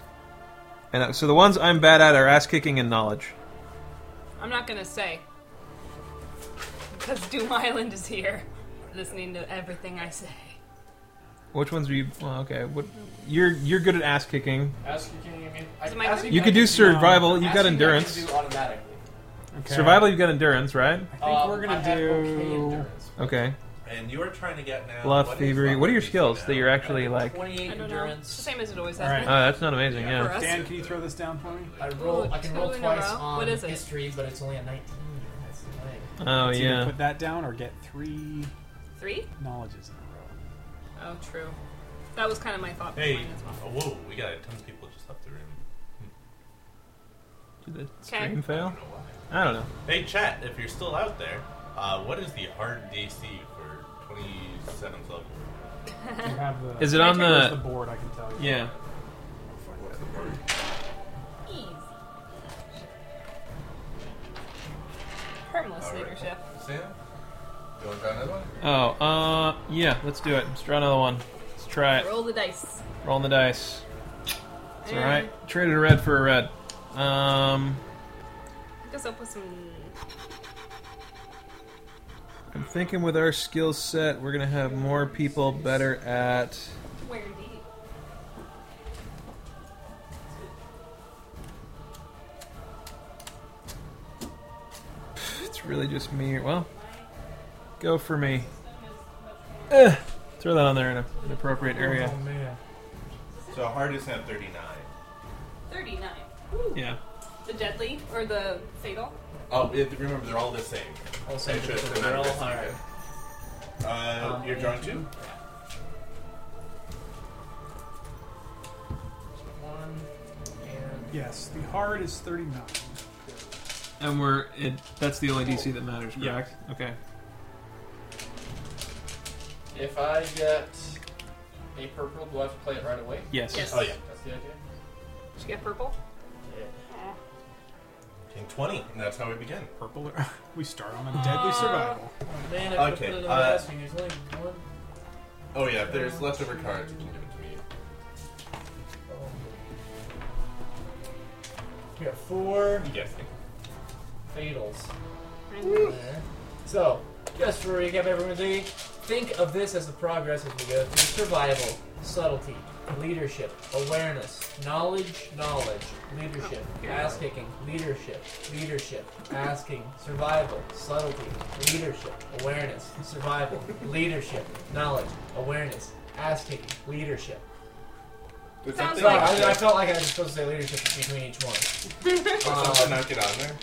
Speaker 5: And uh, so the ones I'm bad at are ass kicking and knowledge.
Speaker 2: I'm not gonna say. Because Doom Island is here, listening to everything I say.
Speaker 5: Which ones are you? Well, okay, what, you're you're good at ass kicking.
Speaker 7: Ask you can you mean? I,
Speaker 2: Is it my
Speaker 7: ask
Speaker 2: turn?
Speaker 5: You
Speaker 7: I
Speaker 5: could
Speaker 7: can
Speaker 5: do survival. You've
Speaker 7: ask
Speaker 5: got
Speaker 7: you I can
Speaker 5: endurance.
Speaker 7: Do automatically.
Speaker 4: Okay.
Speaker 5: Survival. You've got endurance, right?
Speaker 4: I think
Speaker 7: Um,
Speaker 4: we're
Speaker 7: I
Speaker 4: gonna
Speaker 7: have okay
Speaker 4: do.
Speaker 7: endurance.
Speaker 5: Okay.
Speaker 3: And you are trying to get now.
Speaker 5: Bluff,
Speaker 3: what is my
Speaker 5: thievery. What are your
Speaker 3: PC
Speaker 5: skills
Speaker 3: now?
Speaker 5: that you're actually like? Oh,
Speaker 7: 28
Speaker 2: I don't know. It's the
Speaker 7: endurance.
Speaker 2: same as it always
Speaker 4: All
Speaker 2: has
Speaker 4: right.
Speaker 2: been.
Speaker 5: that's not amazing.
Speaker 3: Yeah.
Speaker 2: For
Speaker 5: Yeah.
Speaker 2: us.
Speaker 4: Dan, can you throw this down for me?
Speaker 7: I roll.
Speaker 2: Ooh,
Speaker 7: I can
Speaker 2: two
Speaker 7: roll
Speaker 2: in a
Speaker 7: twice
Speaker 2: row?
Speaker 7: on
Speaker 2: What is it?
Speaker 7: history, but it's only a 19. That's the thing.
Speaker 5: Oh
Speaker 4: Let's either
Speaker 5: yeah.
Speaker 4: Put that down or get three
Speaker 2: Three?
Speaker 4: knowledges in a row.
Speaker 2: Oh, true. That was kind of my thought
Speaker 3: Hey.
Speaker 2: behind as well.
Speaker 3: Oh, whoa, we got a ton of people just left the room.
Speaker 5: Did the
Speaker 2: Okay.
Speaker 5: stream
Speaker 3: I
Speaker 5: fail?
Speaker 3: don't know why.
Speaker 5: I don't know.
Speaker 3: Hey, chat, if you're still out there, uh, what is the hard DC for 27th level?
Speaker 4: You have the.
Speaker 5: Is it on
Speaker 4: where's
Speaker 5: the?
Speaker 4: board? I can tell you.
Speaker 5: Yeah.
Speaker 2: Easy. Harmless
Speaker 3: All right.
Speaker 2: leadership.
Speaker 3: Sam? You want to draw another one?
Speaker 5: Oh. Uh. Yeah. Let's do it. Let's draw another one. Let's try it.
Speaker 2: Roll the dice.
Speaker 5: Rolling the dice. It's all right. Traded a red for a red. Um.
Speaker 2: I guess I'll put some.
Speaker 5: I'm thinking with our skill set, we're gonna have more people better at.
Speaker 2: Where the
Speaker 5: It's really just me. Well, go for me. Ugh. Throw that on there in a, an appropriate area.
Speaker 4: Oh man.
Speaker 3: So hard is at 39.
Speaker 2: 39.
Speaker 5: Yeah.
Speaker 2: The deadly or the fatal?
Speaker 3: Oh, it- remember, they're all the same.
Speaker 6: All same
Speaker 3: Actually,
Speaker 6: thing.
Speaker 3: they're not
Speaker 7: They're all
Speaker 3: risky.
Speaker 7: hard.
Speaker 3: Uh,
Speaker 7: Um,
Speaker 3: you're drawing two?
Speaker 7: One and
Speaker 4: Yes, the hard is 39.
Speaker 5: And we're it. That's the only DC that matters,
Speaker 4: Yeah.
Speaker 5: correct? Okay.
Speaker 7: if I get a purple, do I have to play it right away?
Speaker 5: Yes.
Speaker 2: Yes.
Speaker 3: Oh, yeah.
Speaker 7: That's the idea.
Speaker 2: Should get purple?
Speaker 3: In 20. And that's how we begin.
Speaker 4: Purple. or- we start on a deadly survival.
Speaker 7: Man, I put
Speaker 3: Okay,
Speaker 7: it on
Speaker 3: uh,
Speaker 7: the last one. There's only one.
Speaker 3: Oh, yeah, if there's leftover cards, you can give it to me.
Speaker 7: We got four
Speaker 3: You guessing.
Speaker 7: fatals.
Speaker 2: Right.
Speaker 7: So, just to recap everyone, think of this as the progress as we go through survival, subtlety,
Speaker 8: leadership, awareness, knowledge, knowledge, leadership, ass kicking, leadership, leadership, ass kicking, survival, subtlety, leadership, awareness, survival, leadership, knowledge, awareness, ass kicking, leadership.
Speaker 3: Would
Speaker 2: Sounds
Speaker 3: something,
Speaker 8: No,
Speaker 2: like-
Speaker 3: not
Speaker 8: I, I felt like I was supposed to say leadership between each one.
Speaker 3: would something not get on there?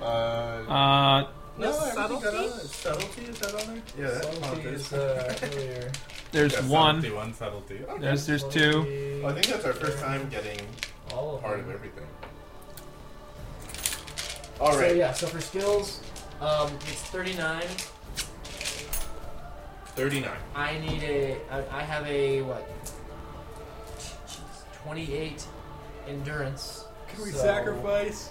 Speaker 3: Uh,
Speaker 5: Uh,
Speaker 3: no,
Speaker 2: No,
Speaker 3: everything got
Speaker 2: subtlety?
Speaker 3: on there. Subtlety is that on there? Yeah, that's
Speaker 8: Subtlety is
Speaker 3: on there.
Speaker 8: uh, earlier.
Speaker 5: there's
Speaker 3: Yeah,
Speaker 5: one.
Speaker 3: Subtlety, one subtlety. Okay.
Speaker 5: There's there's two.
Speaker 3: I think that's our first time getting
Speaker 8: All of
Speaker 3: part
Speaker 8: them.
Speaker 3: of everything. All right,
Speaker 6: So yeah, so for skills, um, it's 39.
Speaker 3: thirty-nine.
Speaker 6: I need a. I, I have a what? 28 endurance.
Speaker 4: Can we
Speaker 6: So-
Speaker 4: sacrifice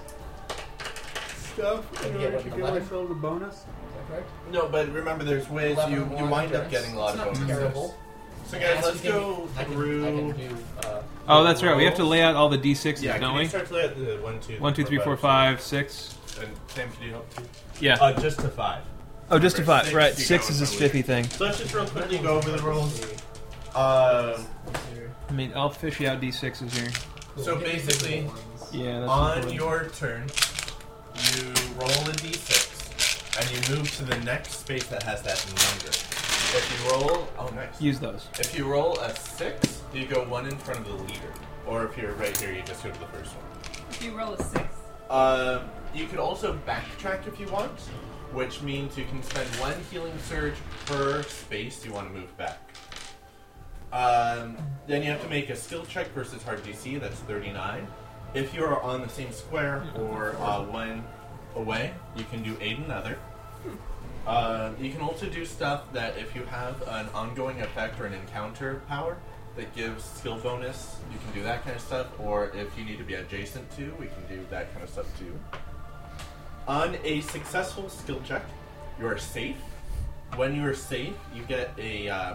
Speaker 4: stuff
Speaker 6: Can
Speaker 4: in
Speaker 6: we
Speaker 4: order
Speaker 6: get
Speaker 4: to
Speaker 6: like
Speaker 4: give
Speaker 6: 11?
Speaker 4: ourselves a bonus?
Speaker 6: Is that correct?
Speaker 3: No, but remember, there's ways you,
Speaker 6: 11
Speaker 3: you
Speaker 6: more
Speaker 3: wind up
Speaker 6: endurance.
Speaker 3: getting a lot
Speaker 6: it's
Speaker 3: of
Speaker 6: not
Speaker 3: bonuses.
Speaker 6: terrible.
Speaker 3: So guys,
Speaker 6: Yes,
Speaker 3: let's
Speaker 6: we can-
Speaker 3: go
Speaker 6: I can,
Speaker 3: through.
Speaker 6: I can do. Uh,
Speaker 5: Oh, that's right. We have to lay out all the d6s,
Speaker 3: yeah,
Speaker 5: don't
Speaker 3: can
Speaker 5: we?
Speaker 3: you start to lay out the one, two,
Speaker 5: One, two, three, four, five, six.
Speaker 3: six. And Sam, could you help too?
Speaker 5: Yeah.
Speaker 3: Uh, just to five.
Speaker 5: oh, just a
Speaker 3: six,
Speaker 5: five. Right.
Speaker 3: you
Speaker 5: Six
Speaker 3: know, I
Speaker 5: is this
Speaker 3: believe.
Speaker 5: spiffy thing.
Speaker 3: So let's just real quickly go over the rules. Um,
Speaker 5: I mean, I'll fish out d6s here.
Speaker 3: so basically,
Speaker 5: Yeah. That's
Speaker 3: on
Speaker 5: important.
Speaker 3: your turn, you roll a d6, and you move to the next space that has that number. If you roll, oh nice.
Speaker 5: Use those.
Speaker 3: If you roll a six, you go one in front of the leader. Or if you're right here, you just go to the first one.
Speaker 2: If you roll a six,
Speaker 3: Um, you could also backtrack if you want, which means you can spend one healing surge per space you want to move back. Um, then you have to make a skill check versus hard DC, that's 39. If you are on the same square or uh, one away, you can do aid another. Um, you can also do stuff that if you have an ongoing effect or an encounter power that gives skill bonus, you can do that kind of stuff. Or if you need to be adjacent to, we can do that kind of stuff too. On a successful skill check, you are safe. When you are safe, you get a uh,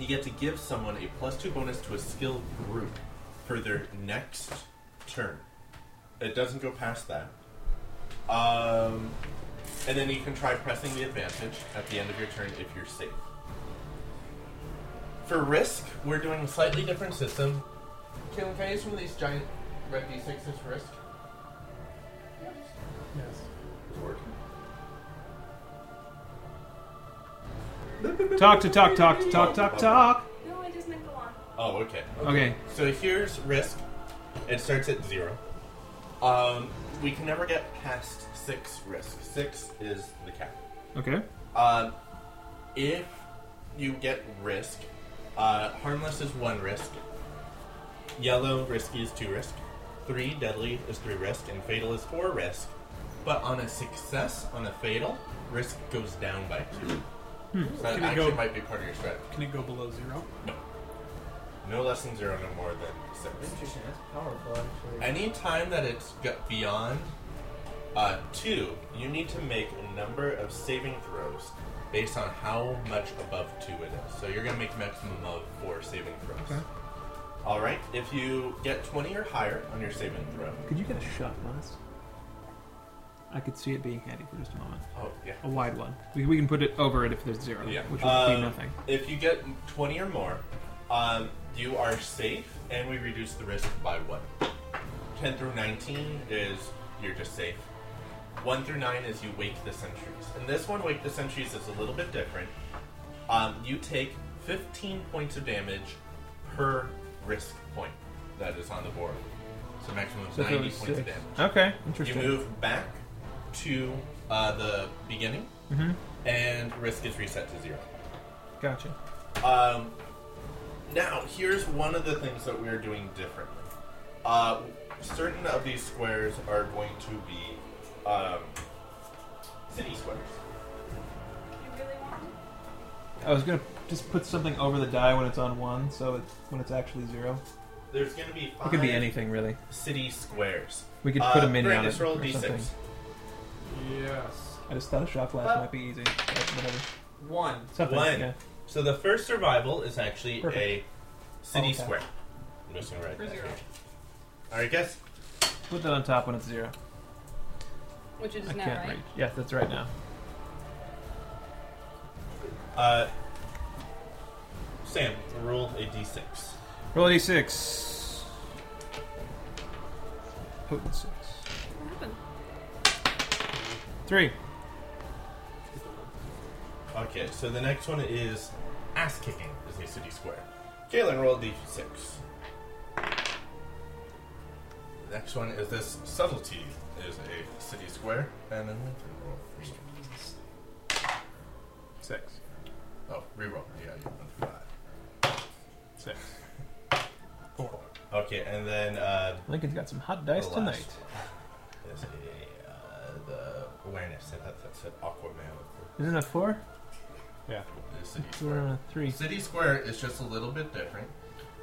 Speaker 3: you get to give someone a plus two bonus to a skill group for their next turn. It doesn't go past that. Um, and then you can try pressing the advantage at the end of your turn if you're safe. For risk, we're doing a slightly different system. Can, can I use one of these giant red d6s for risk?
Speaker 4: Yes.
Speaker 5: Talk to talk talk to talk talk talk.
Speaker 2: no, I just meant go on.
Speaker 3: Oh, okay.
Speaker 5: Okay.
Speaker 3: So here's risk. It starts at zero. Um, we can never get past six risk. Six is the cap.
Speaker 5: Okay.
Speaker 3: Um, if you get risk, uh, harmless is one risk. Yellow risky is two risk. Three deadly is three risk, and fatal is four risk. But on a success, on a fatal, risk goes down by two. So that
Speaker 4: Can it
Speaker 3: actually
Speaker 4: go-
Speaker 3: might be part of your strategy.
Speaker 4: Can it go below zero?
Speaker 3: No less than zero, no more than six.
Speaker 8: Interesting. That's powerful, actually.
Speaker 3: Any time that it's got beyond uh, two, you need to make a number of saving throws based on how much above two it is. So you're going to make a maximum of four saving throws. All right. If you get 20 or higher on your saving throw,
Speaker 5: Could you get a shot, Les? I could see it being handy for just a moment.
Speaker 3: oh yeah,
Speaker 5: A wide one. We, we can put it over it if there's zero,
Speaker 3: yeah,
Speaker 5: which would
Speaker 3: Um,
Speaker 5: be nothing.
Speaker 3: If you get 20 or more, um, you are safe, and we reduce the risk by one. 10 through 19 is you're just safe. 1 through 9 is you wake the sentries. And this one, wake the sentries, is a little bit different. Um, you take 15 points of damage per risk point that is on the board. So maximum of
Speaker 5: So if it
Speaker 3: 90
Speaker 5: was
Speaker 3: points of
Speaker 5: six.
Speaker 3: damage.
Speaker 5: Okay,
Speaker 3: You
Speaker 5: interesting.
Speaker 3: move back to uh, the beginning,
Speaker 5: Mhm.
Speaker 3: and risk is reset to zero.
Speaker 5: Gotcha.
Speaker 3: Um, now, here's one of the things that we're doing differently. Uh, certain of these squares are going to be um, city squares.
Speaker 2: You really want?
Speaker 5: I was gonna just put something over the die when it's on one, so it's when it's actually zero.
Speaker 3: There's going to be five
Speaker 5: It could be anything really.
Speaker 3: city squares.
Speaker 5: We could
Speaker 3: Uh,
Speaker 5: put a minion on
Speaker 3: Brandis,
Speaker 5: it
Speaker 3: roll
Speaker 5: or
Speaker 3: d6.
Speaker 5: something.
Speaker 7: Yes.
Speaker 5: I just thought a shot blast might be easy. but whatever.
Speaker 6: One.
Speaker 5: Something.
Speaker 3: One.
Speaker 5: Yeah.
Speaker 3: So the first survival is actually
Speaker 5: Perfect.
Speaker 3: a city
Speaker 5: Okay.
Speaker 3: square. I'm just going to write
Speaker 2: For
Speaker 3: that
Speaker 2: zero.
Speaker 3: here. All right, guys.
Speaker 5: Put that on top when it's zero.
Speaker 2: Which is
Speaker 5: I
Speaker 2: now
Speaker 5: can't
Speaker 2: right.
Speaker 5: reach. Yeah, that's right now.
Speaker 3: Uh, Sam, roll a d6.
Speaker 5: Roll a d6. Potent six.
Speaker 2: What happened?
Speaker 5: Three.
Speaker 3: Okay, so the next one is ass kicking is a city square. Jalen roll d six. The next one is this subtlety is a city square, and then we can
Speaker 5: Six.
Speaker 3: roll. Oh, reroll. Yeah, you went for that.
Speaker 5: Six.
Speaker 3: Okay, and then uh,
Speaker 5: Lincoln's got some hot dice
Speaker 3: The
Speaker 5: tonight.
Speaker 3: last is a, uh, the awareness. That, that's an Aquaman. with
Speaker 5: Isn't that four?
Speaker 3: the- The city
Speaker 5: We're
Speaker 3: square.
Speaker 5: on a three.
Speaker 3: City Square is just a little bit different.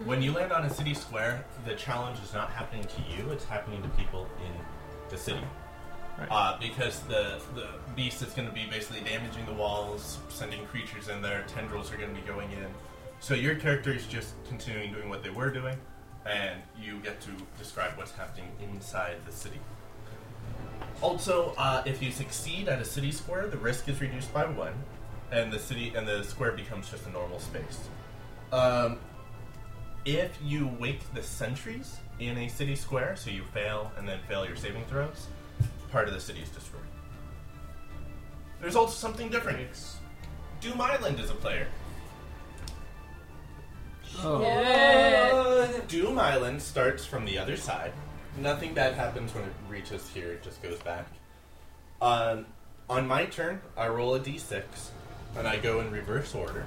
Speaker 3: When you land on a city square, the challenge is not happening to you; it's happening to people in the city.
Speaker 5: Right.
Speaker 3: Uh, because the the beast is going to be basically damaging the walls, sending creatures in there. Tendrils are going to be going in. So your character is just continuing doing what they were doing, and you get to describe what's happening inside the city. Also, uh, if you succeed at a city square, the risk is reduced by one, and the city and the square becomes just a normal space. Um, if you wake the sentries in a city square, so you fail and then fail your saving throws, part of the city is destroyed. There's also something different. Doom Island is a player. Doom Island starts from the other side. Nothing bad happens when it reaches here, it just goes back. Um, on my turn, I roll a d6, and I go in reverse order.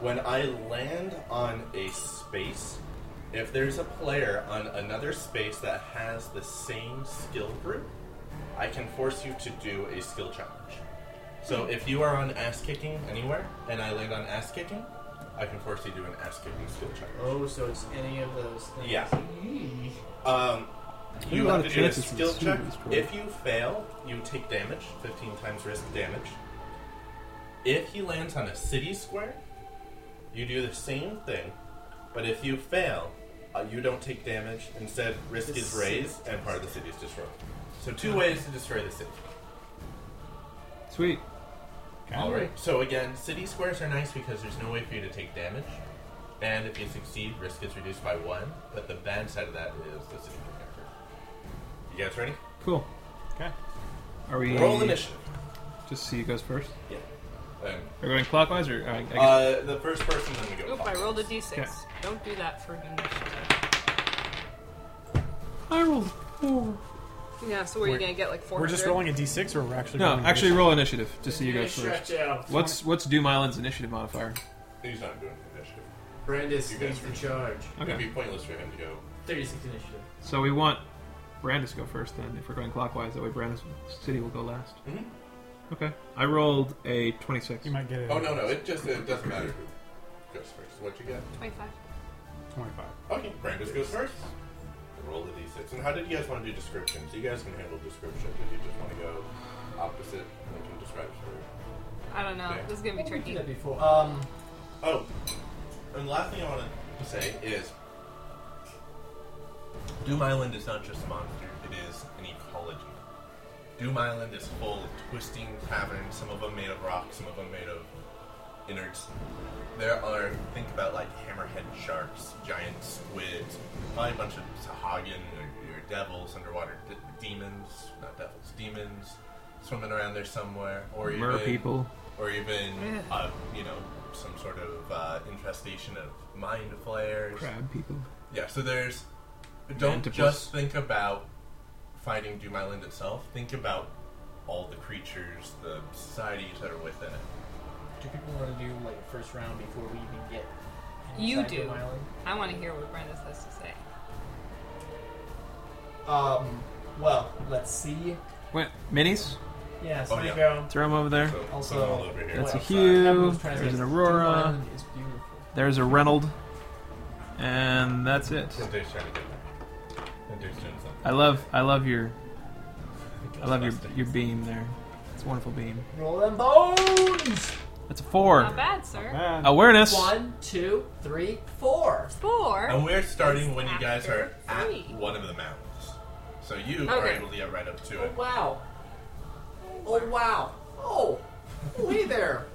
Speaker 3: When I land on a space, if there's a player on another space that has the same skill group, I can force you to do a skill challenge. So if you are on ass kicking anywhere, and I land on ass kicking, I can force you to do an ass kicking skill challenge.
Speaker 8: Oh, so it's any of those things.
Speaker 3: Yeah. Um, you
Speaker 9: a lot of
Speaker 3: have to do a
Speaker 9: chances in
Speaker 3: skill
Speaker 9: this
Speaker 3: check.
Speaker 9: room, it's probably-
Speaker 3: If you fail, you take damage, 15 times risk damage. If he lands on a city square, you do the same thing, but if you fail, uh, you don't take damage. Instead, risk
Speaker 8: The
Speaker 3: is
Speaker 8: city Uh-huh.
Speaker 3: raised and part of the city is destroyed. So, two ways to destroy the city.
Speaker 5: Sweet.
Speaker 8: Hmm.
Speaker 3: All right. So again, city squares are nice because there's no way for you to take damage, and if you succeed, risk is reduced by one. But the bad side of that is the city protector. You guys ready?
Speaker 5: Cool.
Speaker 4: Okay.
Speaker 5: Are we
Speaker 3: Roll initiative.
Speaker 5: Just see who goes first.
Speaker 3: Yeah. Um,
Speaker 5: Are we going clockwise or? I, I guess
Speaker 3: uh, the first person, then we go.
Speaker 2: Oop, I rolled a d6.
Speaker 5: Okay.
Speaker 2: Don't do that for initiative.
Speaker 5: I rolled four.
Speaker 2: Yeah, so what are you going to get, like 400?
Speaker 4: We're just rolling a d6, or we're actually
Speaker 5: No,
Speaker 4: rolling
Speaker 5: actually,
Speaker 4: a
Speaker 5: roll initiative to see who
Speaker 8: Yeah,
Speaker 5: goes
Speaker 8: stretch
Speaker 5: first.
Speaker 8: out.
Speaker 5: What's what's Doom Island's initiative modifier?
Speaker 3: He's not doing initiative.
Speaker 8: Brandis
Speaker 3: You guys
Speaker 8: leads the
Speaker 3: are-
Speaker 8: charge.
Speaker 3: It'd
Speaker 5: Okay.
Speaker 3: be pointless for him to go.
Speaker 8: 36 initiative.
Speaker 5: So we want Brandis to go first then. If we're going clockwise, that way Brandis City will go last.
Speaker 3: Mhm.
Speaker 5: Okay. I rolled a twenty-six.
Speaker 4: You might get it.
Speaker 3: Oh no, no. It just it doesn't matter who goes first. What you got?
Speaker 2: 25.
Speaker 4: 25.
Speaker 3: Okay, Brandis goes first. Roll the d6. And how did you guys want to do descriptions? You guys can handle descriptions. Did you just want to go opposite? Like can describe story.
Speaker 2: I don't know.
Speaker 3: Okay.
Speaker 2: This is going to be tricky.
Speaker 8: That before. Um,
Speaker 3: Oh, and the last thing I want to say is Doom Island is not just a monster, it is an ecology. Doom Island is full of twisting caverns, some of them made of rock, some of them made of innards. There are, think about like hammerhead sharks, giant squids, probably a bunch of Sahagin or, or devils, underwater d- demons, not devils, demons, swimming around there somewhere. Or
Speaker 5: Mer
Speaker 3: even-
Speaker 5: people.
Speaker 3: or even uh, you know some sort of uh, infestation of mind flayers.
Speaker 5: Crab people.
Speaker 3: Yeah, so there's don't
Speaker 5: Mantipus.
Speaker 3: just think about fighting Doom Island itself. Think about all the creatures, the societies that are within it.
Speaker 8: do people want to do like a first round before we even get?
Speaker 2: You
Speaker 8: inside
Speaker 2: do.
Speaker 8: Doom Island?
Speaker 2: I want to hear what Brandis has to say.
Speaker 8: Um. Well, let's see.
Speaker 5: Wait, minis?
Speaker 8: Yeah. So
Speaker 3: Oh,
Speaker 8: there
Speaker 3: yeah.
Speaker 8: you go.
Speaker 5: Throw them over there.
Speaker 3: So
Speaker 8: Also-
Speaker 3: so all over here.
Speaker 5: That's a
Speaker 3: outside.
Speaker 5: Hugh.
Speaker 8: Everyone's trying to
Speaker 5: There's an
Speaker 8: say, Doom
Speaker 5: Aurora.
Speaker 8: Island is beautiful.
Speaker 5: There's a Reynold. And that's it.
Speaker 3: And Dave's trying to get back. And Dave's doing something.
Speaker 5: I love I love your I love your your beam there. It's a wonderful beam.
Speaker 8: Roll them bones.
Speaker 5: That's a four.
Speaker 2: Not bad, sir.
Speaker 4: Bad.
Speaker 5: Awareness.
Speaker 8: One, two, three, four.
Speaker 2: Four.
Speaker 3: And we're starting when you guys are
Speaker 2: After
Speaker 3: at
Speaker 2: three.
Speaker 3: one of the mountains. So you are
Speaker 2: Okay.
Speaker 3: able to get right up to
Speaker 8: Oh
Speaker 3: it.
Speaker 8: wow. Oh wow. Oh. Oh, hey there.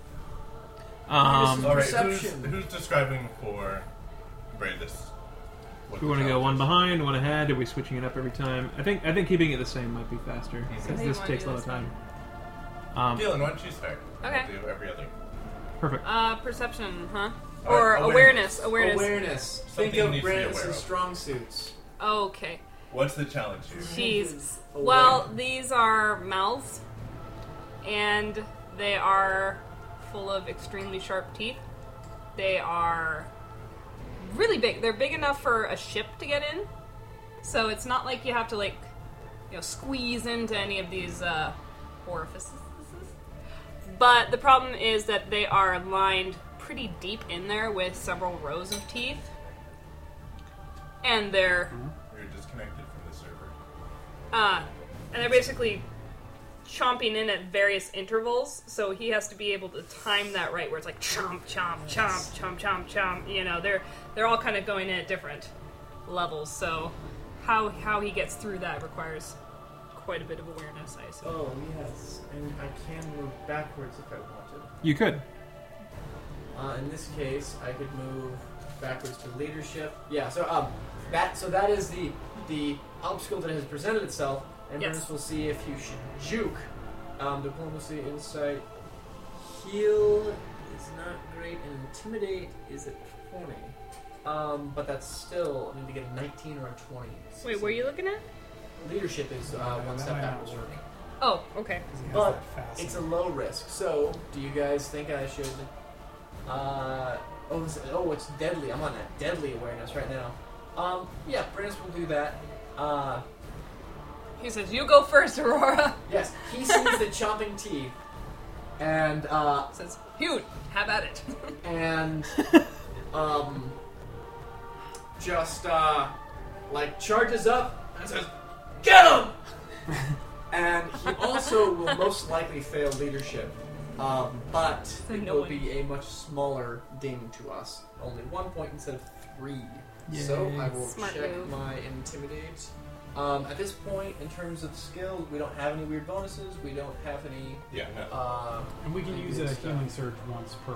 Speaker 5: Um,
Speaker 3: All right, who's,
Speaker 8: Perception.
Speaker 3: who's describing for Brandis. What
Speaker 5: We want to
Speaker 3: the
Speaker 5: go
Speaker 3: hell?
Speaker 5: one behind, one ahead. Are we switching it up every time? I think I think keeping it the same might be faster because
Speaker 2: Okay.
Speaker 5: this
Speaker 2: You wanna
Speaker 5: takes a
Speaker 2: do
Speaker 5: lot of
Speaker 2: this
Speaker 5: time. Um,
Speaker 3: Dylan, why don't you start?
Speaker 2: Okay.
Speaker 3: I'll do every other.
Speaker 5: perfect.
Speaker 2: Uh, perception, huh?
Speaker 3: Uh,
Speaker 2: Or
Speaker 3: awareness.
Speaker 2: awareness. Awareness.
Speaker 6: Awareness.
Speaker 3: Something
Speaker 6: Think
Speaker 3: you
Speaker 6: of
Speaker 3: need to be aware of.
Speaker 6: Brandis' strong suits.
Speaker 2: Okay.
Speaker 3: What's the challenge here?
Speaker 2: Jeez.
Speaker 6: Aware.
Speaker 2: Well, these are mouths, and they are full of extremely sharp teeth. They are really big. They're big enough for a ship to get in, so it's not like you have to like, you know, squeeze into any of these uh, orifices. But the problem is that they are lined pretty deep in there with several rows of teeth, and they're
Speaker 3: You're disconnected from the server.
Speaker 2: uh, and they're basically chomping in at various intervals, so he has to be able to time that right, where it's like chomp, chomp, chomp, chomp, chomp, chomp. You know, they're they're all kind of going in at different levels. So how how he gets through that requires quite a bit of awareness, I assume.
Speaker 8: Oh yes, and I can move backwards if I wanted.
Speaker 5: You could.
Speaker 6: Uh,
Speaker 8: In this case, I could move backwards to leadership.
Speaker 6: Yeah, so um, that so that is the the obstacle that has presented itself, and
Speaker 2: Yes.
Speaker 6: Ernest will see if you should juke. Um, diplomacy, insight, heal is not great, and intimidate is at twenty. Um, but that's still I need to get a nineteen or a twenty.
Speaker 2: Wait, were you looking at?
Speaker 6: Leadership is uh, one step
Speaker 4: That might not
Speaker 6: backwards.
Speaker 4: work.
Speaker 2: Oh, okay.
Speaker 4: 'cause he has
Speaker 6: But
Speaker 4: that fast.
Speaker 6: It's a low risk. So, do you guys think I should? Uh, oh, is it- oh, it's deadly. I'm on that deadly awareness right now. Um, yeah, Brandis will do that. Uh,
Speaker 2: He says, "You go first, Aurora."
Speaker 6: yes, he sees the chomping teeth, and uh,
Speaker 2: Says, "Huge, have at it."
Speaker 6: and um, just uh, like charges up and says, "Get him!" and he also will most likely fail leadership, um, but
Speaker 2: So
Speaker 6: it
Speaker 2: no
Speaker 6: will
Speaker 2: one-
Speaker 6: be a much smaller ding to us. Only one point instead of three. So
Speaker 5: Yay.
Speaker 6: I will
Speaker 2: Smart
Speaker 6: check
Speaker 2: move.
Speaker 6: my intimidate. Um, at this point, in terms of skill, we don't have any weird bonuses. We don't have any.
Speaker 3: Yeah, no.
Speaker 6: Uh,
Speaker 4: and we can use a healing surge once per.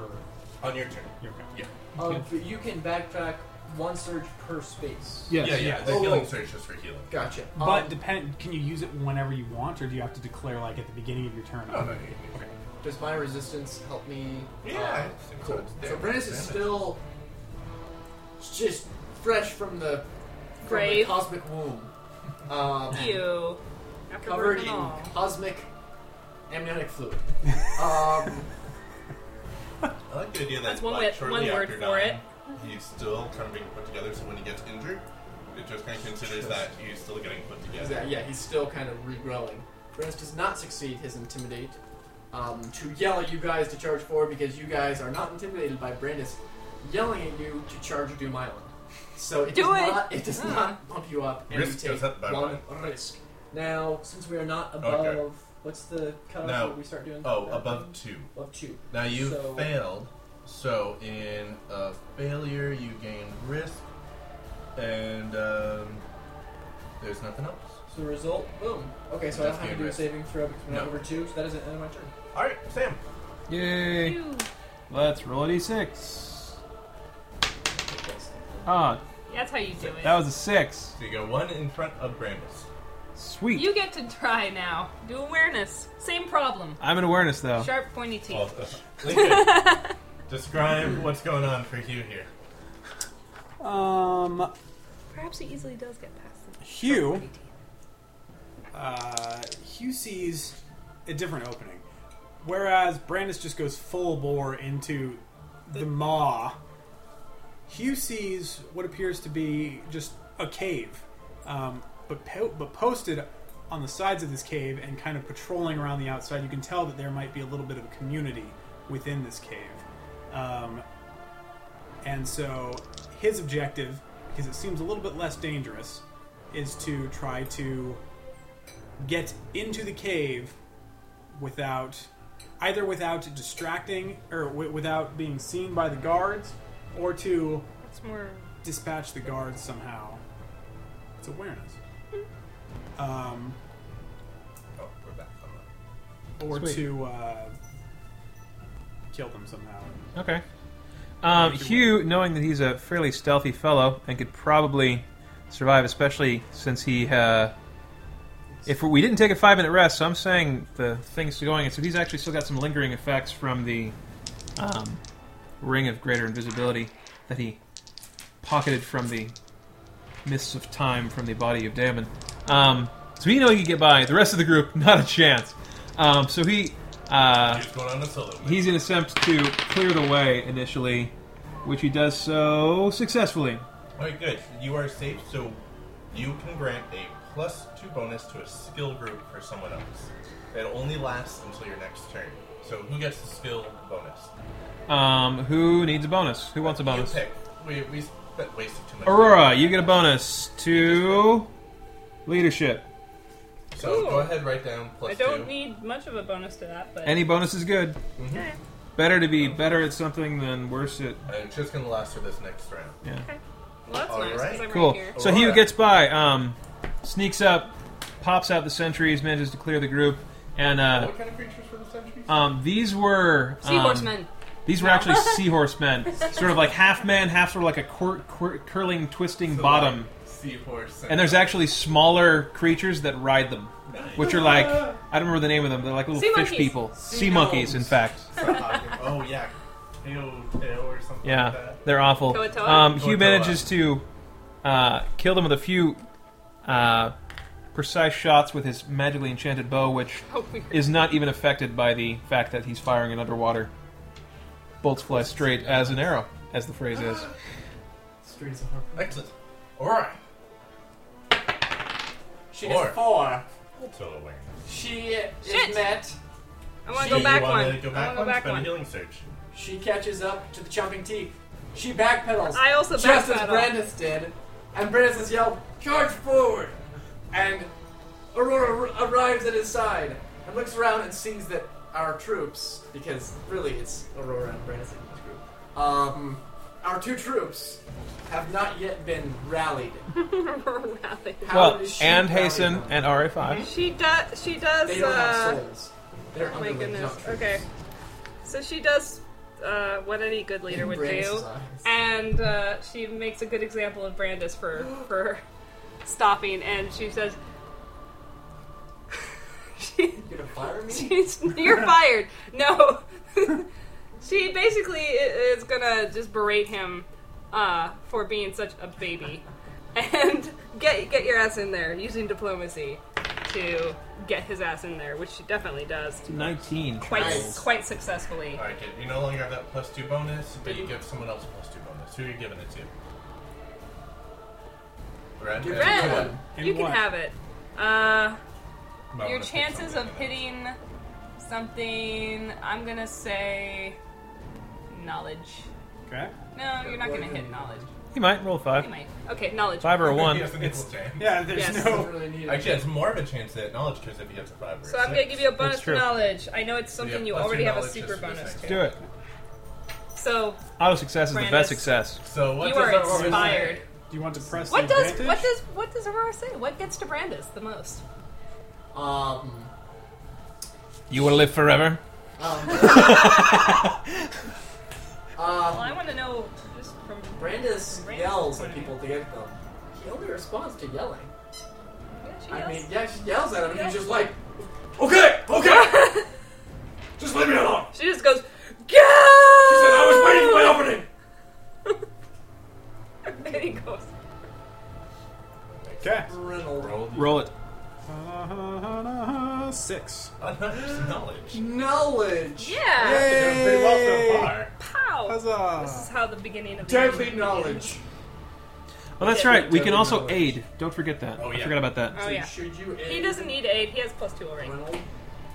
Speaker 3: On your turn.
Speaker 4: Your
Speaker 3: Yeah.
Speaker 6: Oh,
Speaker 5: Okay.
Speaker 6: but you can backtrack one surge per space.
Speaker 5: Yes.
Speaker 3: yeah, yeah. The
Speaker 6: Oh.
Speaker 3: healing search is for healing.
Speaker 6: Gotcha.
Speaker 4: But
Speaker 6: Um,
Speaker 4: depend. Can you use it whenever you want, or do you have to declare like at the beginning of your turn?
Speaker 3: Oh, no, you-
Speaker 6: does my resistance help me?
Speaker 3: Yeah.
Speaker 6: Uh,
Speaker 3: So
Speaker 6: cool.
Speaker 3: it's
Speaker 6: So
Speaker 3: there.
Speaker 6: Brennus is
Speaker 3: Damage.
Speaker 6: still just fresh from the, from the
Speaker 2: Grave.
Speaker 6: cosmic womb. Um,
Speaker 2: You. After
Speaker 6: covered
Speaker 2: working
Speaker 6: in
Speaker 2: all.
Speaker 6: cosmic amniotic fluid. um,
Speaker 3: I like the idea that
Speaker 2: That's one
Speaker 3: like,
Speaker 2: wit-
Speaker 3: shortly
Speaker 2: one word
Speaker 3: after
Speaker 2: for
Speaker 3: dying, he's still kind of being put together. So when he gets injured, it just kind of considers that he's still getting put
Speaker 6: is
Speaker 3: together.
Speaker 6: that- yeah, he's still kind of regrowing. Brennus does not succeed his intimidate. Um, to yell at you guys to charge forward because you guys are not intimidated by Brandis yelling at you to charge Doom Island. So it
Speaker 2: Do
Speaker 6: does
Speaker 2: it!
Speaker 6: not it does
Speaker 2: Ah.
Speaker 6: not bump you up. and
Speaker 3: Risk
Speaker 6: you take
Speaker 3: goes up by
Speaker 6: one risk. Now, since we are not above
Speaker 3: Okay.
Speaker 6: what's the cutoff
Speaker 3: Now-
Speaker 6: that we start doing?
Speaker 3: Oh,
Speaker 6: Uh,
Speaker 3: above two.
Speaker 6: above two.
Speaker 3: Now you
Speaker 6: So-
Speaker 3: failed. So in a failure, you gain risk, and um, there's nothing else.
Speaker 6: So the result, boom. Okay, so
Speaker 3: That's
Speaker 6: I don't have
Speaker 3: good
Speaker 6: to do a
Speaker 3: risk.
Speaker 6: saving throw because we're not
Speaker 3: No.
Speaker 6: over two, so that is the end of my turn.
Speaker 3: All right, Sam.
Speaker 5: Yay!
Speaker 2: You.
Speaker 5: Let's roll a d6. Ah,
Speaker 2: That's how you do it.
Speaker 5: that was a six.
Speaker 3: So you got one in front of Brandis.
Speaker 5: Sweet.
Speaker 2: You get to try now. Do awareness. Same problem.
Speaker 5: I'm in awareness though.
Speaker 2: Sharp pointy
Speaker 3: Well,
Speaker 2: teeth.
Speaker 3: uh, Lincoln, describe what's going on for you here.
Speaker 4: Um,
Speaker 2: Perhaps he easily does get past them.
Speaker 4: Hugh. Uh, Hugh sees a different opening, whereas Brandis just goes full bore into the maw. Hugh sees what appears to be just a cave, um, but po- but posted on the sides of this cave and kind of patrolling around the outside. You can tell that there might be a little bit of a community within this cave, um, and so his objective, because it seems a little bit less dangerous, is to try to get into the cave without either without distracting or w- without being seen by the guards or to
Speaker 2: That's more.
Speaker 4: dispatch the guards somehow it's awareness
Speaker 2: Hmm.
Speaker 4: um,
Speaker 3: Oh, we're back. on
Speaker 4: or
Speaker 5: Sweet.
Speaker 4: to uh, kill them somehow
Speaker 5: Okay. Um, Hugh, knowing that he's a fairly stealthy fellow and could probably survive, especially since he, uh, if we didn't take a five minute rest, so I'm saying the thing's still going, and so he's actually still got some lingering effects from the um, ring of greater invisibility that he pocketed from the mists of time from the body of Damon. Um, so he know he can get by. The rest of the group, not a chance. Um, so he. Uh,
Speaker 3: He's going on a solo. move.
Speaker 5: He's going to attempt to clear the way initially, which he does so successfully.
Speaker 3: All right, good. You are safe, so you can grant a plus two bonus to a skill group for someone else. That only lasts until your next turn. So who gets the skill bonus?
Speaker 5: Um, who needs a bonus? Who wants a bonus?
Speaker 3: You pick. We, we spent wasted too much. time.
Speaker 5: Aurora, you get a bonus to leadership.
Speaker 3: So go ahead, write down plus
Speaker 2: I don't
Speaker 3: Oh, two.
Speaker 2: need much of a bonus to that, but
Speaker 5: Any bonus is good.
Speaker 2: Okay.
Speaker 5: Better to be better at something than worse at.
Speaker 3: And it's just gonna last for this next round.
Speaker 5: Yeah.
Speaker 2: well, that's
Speaker 3: All
Speaker 2: nice because
Speaker 3: right.
Speaker 2: I'm
Speaker 5: Cool.
Speaker 2: right here.
Speaker 5: So Hugh gets by, um, sneaks up, pops out the sentries, manages to clear the group, and uh,
Speaker 3: What kind of creatures were the sentries?
Speaker 5: um, these were um,
Speaker 2: Seahorseman.
Speaker 5: These were actually seahorse men, sort of like half man, half sort of like a quir- quir- curling, twisting
Speaker 3: So,
Speaker 5: bottom.
Speaker 3: like, Seahorse.
Speaker 5: And there's actually smaller creatures that ride them,
Speaker 3: Nice.
Speaker 5: which are like I don't remember the name of them. They're like little
Speaker 2: Sea
Speaker 5: fish
Speaker 2: monkeys.
Speaker 5: people,
Speaker 3: Sea
Speaker 5: sea monkeys, in
Speaker 3: gnomes.
Speaker 5: fact.
Speaker 3: oh yeah, tail, tail or something. Like
Speaker 5: Yeah,
Speaker 3: that.
Speaker 5: they're awful.
Speaker 2: Toa toa?
Speaker 5: Um,
Speaker 3: Toa
Speaker 5: Hugh
Speaker 3: toa.
Speaker 5: manages to uh, kill them with a few uh, precise shots with his magically enchanted bow, which
Speaker 2: Oh, weird.
Speaker 5: is not even affected by the fact that he's firing it underwater. Bolts fly straight as an arrow, as the phrase is.
Speaker 6: Streets of Harper.
Speaker 3: Excellent. All right.
Speaker 7: She
Speaker 3: Four.
Speaker 7: is four.
Speaker 3: Total awareness.
Speaker 7: She
Speaker 2: Shit.
Speaker 7: is met.
Speaker 2: I want
Speaker 3: Gee,
Speaker 2: to go
Speaker 3: you
Speaker 2: back
Speaker 3: wanna
Speaker 2: one.
Speaker 3: Go
Speaker 2: I
Speaker 3: back
Speaker 2: want to go
Speaker 3: one.
Speaker 2: back
Speaker 3: Spend a
Speaker 2: one.
Speaker 3: healing surge.
Speaker 7: She catches up to the chomping teeth. She backpedals.
Speaker 2: I also
Speaker 7: just
Speaker 2: backpedal.
Speaker 7: as Brandis did, and Brandis has yelled, "Charge forward!" And Aurora ar- arrives at his side and looks around and sees that our troops, because really it's Aurora and Brandis in this group, um, our two troops have not yet been rallied.
Speaker 2: Rally.
Speaker 7: How
Speaker 5: Well,
Speaker 7: does she
Speaker 5: and
Speaker 7: rally
Speaker 5: Hasten
Speaker 7: them?
Speaker 5: and RA5.
Speaker 2: She does. She does.
Speaker 7: They don't have
Speaker 2: uh,
Speaker 7: souls. They're
Speaker 2: oh my
Speaker 7: underlings,
Speaker 2: goodness.
Speaker 7: not troops.
Speaker 2: Okay. So she does uh, what any good leader would
Speaker 7: Brandis's
Speaker 2: do,
Speaker 7: eyes.
Speaker 2: and uh, she makes a good example of Brandis for for stopping, and she says. she,
Speaker 7: You gonna fire me?
Speaker 2: she's you're fired. No, she basically i- is gonna just berate him uh, for being such a baby, and get get your ass in there using diplomacy to get his ass in there, which she definitely does
Speaker 5: Nineteen.
Speaker 2: quite
Speaker 7: Nice.
Speaker 2: quite successfully.
Speaker 3: All right, good. You no longer have that plus two bonus, but you give someone else a plus two bonus. Who are you giving it to? Red.
Speaker 7: Give
Speaker 3: and
Speaker 7: it to
Speaker 2: Ren,
Speaker 3: Gwen.
Speaker 7: Gwen.
Speaker 4: And
Speaker 2: you can
Speaker 4: what?
Speaker 2: have it. Uh,
Speaker 3: I'm gonna
Speaker 2: your
Speaker 3: pick
Speaker 2: chances of
Speaker 3: something else.
Speaker 2: hitting something, I'm gonna say knowledge.
Speaker 4: Okay.
Speaker 2: No, you're not gonna hit knowledge.
Speaker 5: He might roll five.
Speaker 2: You might. Okay, knowledge.
Speaker 5: Five or a
Speaker 3: He
Speaker 5: one.
Speaker 3: has an equal chance.
Speaker 4: Yeah, there's
Speaker 2: Yes.
Speaker 4: no.
Speaker 7: Doesn't really need it.
Speaker 3: Actually, it's more of a chance at knowledge because if he gets a five or
Speaker 2: So
Speaker 3: a
Speaker 2: I'm gonna
Speaker 3: six.
Speaker 2: give you a bonus
Speaker 5: That's true.
Speaker 2: for knowledge. I know it's
Speaker 3: Yeah,
Speaker 2: something you
Speaker 3: plus
Speaker 2: already
Speaker 3: your
Speaker 2: have a
Speaker 3: knowledge
Speaker 2: super
Speaker 3: just for the
Speaker 2: bonus
Speaker 3: second.
Speaker 2: to.
Speaker 5: Do it.
Speaker 2: So
Speaker 5: Auto success is the best
Speaker 2: Brandis.
Speaker 5: success.
Speaker 3: So what
Speaker 2: you
Speaker 3: does
Speaker 2: are
Speaker 3: our order
Speaker 2: inspired.
Speaker 3: say?
Speaker 4: Do you want to press
Speaker 2: What
Speaker 4: the
Speaker 2: does
Speaker 4: advantage?
Speaker 2: what does what does Aurora say? What gets to Brandis the most?
Speaker 6: Um,
Speaker 5: You will live forever.
Speaker 2: Well, I want to know just from
Speaker 6: Brandis
Speaker 2: Brandis
Speaker 6: yells
Speaker 2: point
Speaker 6: at
Speaker 2: of view.
Speaker 6: people to get them. He only responds to yelling.
Speaker 2: Yeah, she
Speaker 6: I
Speaker 2: does.
Speaker 6: mean, yeah, she yells at him, and he's just like,
Speaker 7: Okay, okay. Just leave me alone.
Speaker 2: She just goes, go!
Speaker 7: was waiting for my opening.
Speaker 2: And he goes,
Speaker 4: Okay.
Speaker 6: "Riddle."
Speaker 3: Roll the
Speaker 5: Roll it.
Speaker 4: Uh, six.
Speaker 3: unknown knowledge.
Speaker 6: Knowledge.
Speaker 2: yeah,
Speaker 3: Doing pretty well so far.
Speaker 2: pow!
Speaker 4: Huzzah.
Speaker 2: This is how the beginning of the
Speaker 6: Deadly
Speaker 2: end
Speaker 6: knowledge.
Speaker 5: Well, Oh, that's
Speaker 2: Yeah,
Speaker 5: right. We
Speaker 6: don't
Speaker 5: can also
Speaker 6: know it.
Speaker 5: aid. Don't forget that.
Speaker 3: Oh,
Speaker 5: I
Speaker 3: yeah.
Speaker 5: forgot about that.
Speaker 2: begins. Oh yeah,
Speaker 6: Should you aid
Speaker 2: he doesn't need aid. He has plus two already.
Speaker 6: Riddle?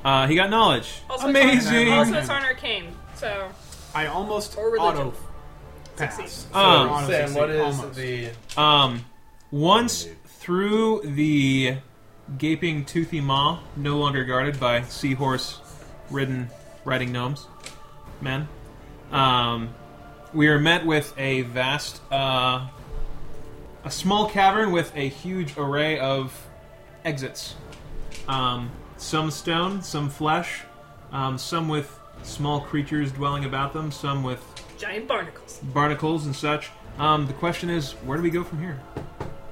Speaker 5: Uh, he got knowledge.
Speaker 2: Also,
Speaker 5: Amazing.
Speaker 2: It's on, also, it's on arcane. So
Speaker 4: I almost
Speaker 2: Or religion.
Speaker 4: auto pass.
Speaker 5: Um,
Speaker 4: Auto
Speaker 3: Sam,
Speaker 4: succeed,
Speaker 3: what is
Speaker 4: almost.
Speaker 3: the
Speaker 5: Um, once through the gaping toothy maw, no longer guarded by seahorse-ridden riding gnomes, men, um, we are met with a vast, uh, a small cavern with a huge array of exits. Um, some stone, some flesh, um, some with small creatures dwelling about them, some with
Speaker 2: Giant barnacles.
Speaker 5: barnacles and such. Um, the question is, where do we go from here?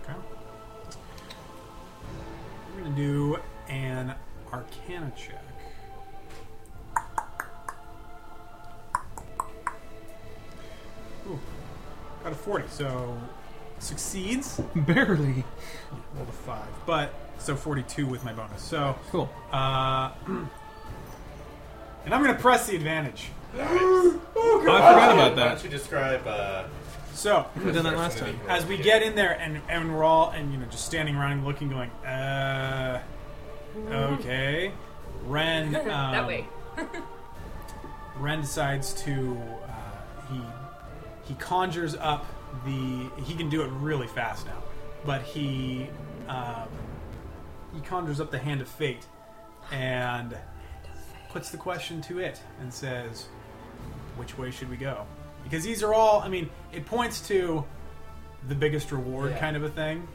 Speaker 4: Okay. We're gonna do an Arcana check. Ooh, got a forty, so succeeds.
Speaker 5: Barely.
Speaker 4: Rolled a five, but so forty-two with my bonus. So,
Speaker 5: Cool.
Speaker 2: Oh,
Speaker 4: uh, and I'm gonna press the advantage.
Speaker 5: Oh, I forgot about
Speaker 3: Why don't
Speaker 5: that.
Speaker 3: you describe? Uh,
Speaker 4: So,
Speaker 5: We done that last time.
Speaker 4: as we get in there and and we're all and you know just standing around and looking going uh okay ren um,
Speaker 2: that way.
Speaker 4: ren decides to uh, he he conjures up the he can do it really fast now but he um, he conjures up the hand of fate and puts the question to it and says which way should we go because these are all i mean it points to the biggest reward
Speaker 8: Yeah.
Speaker 4: kind of a thing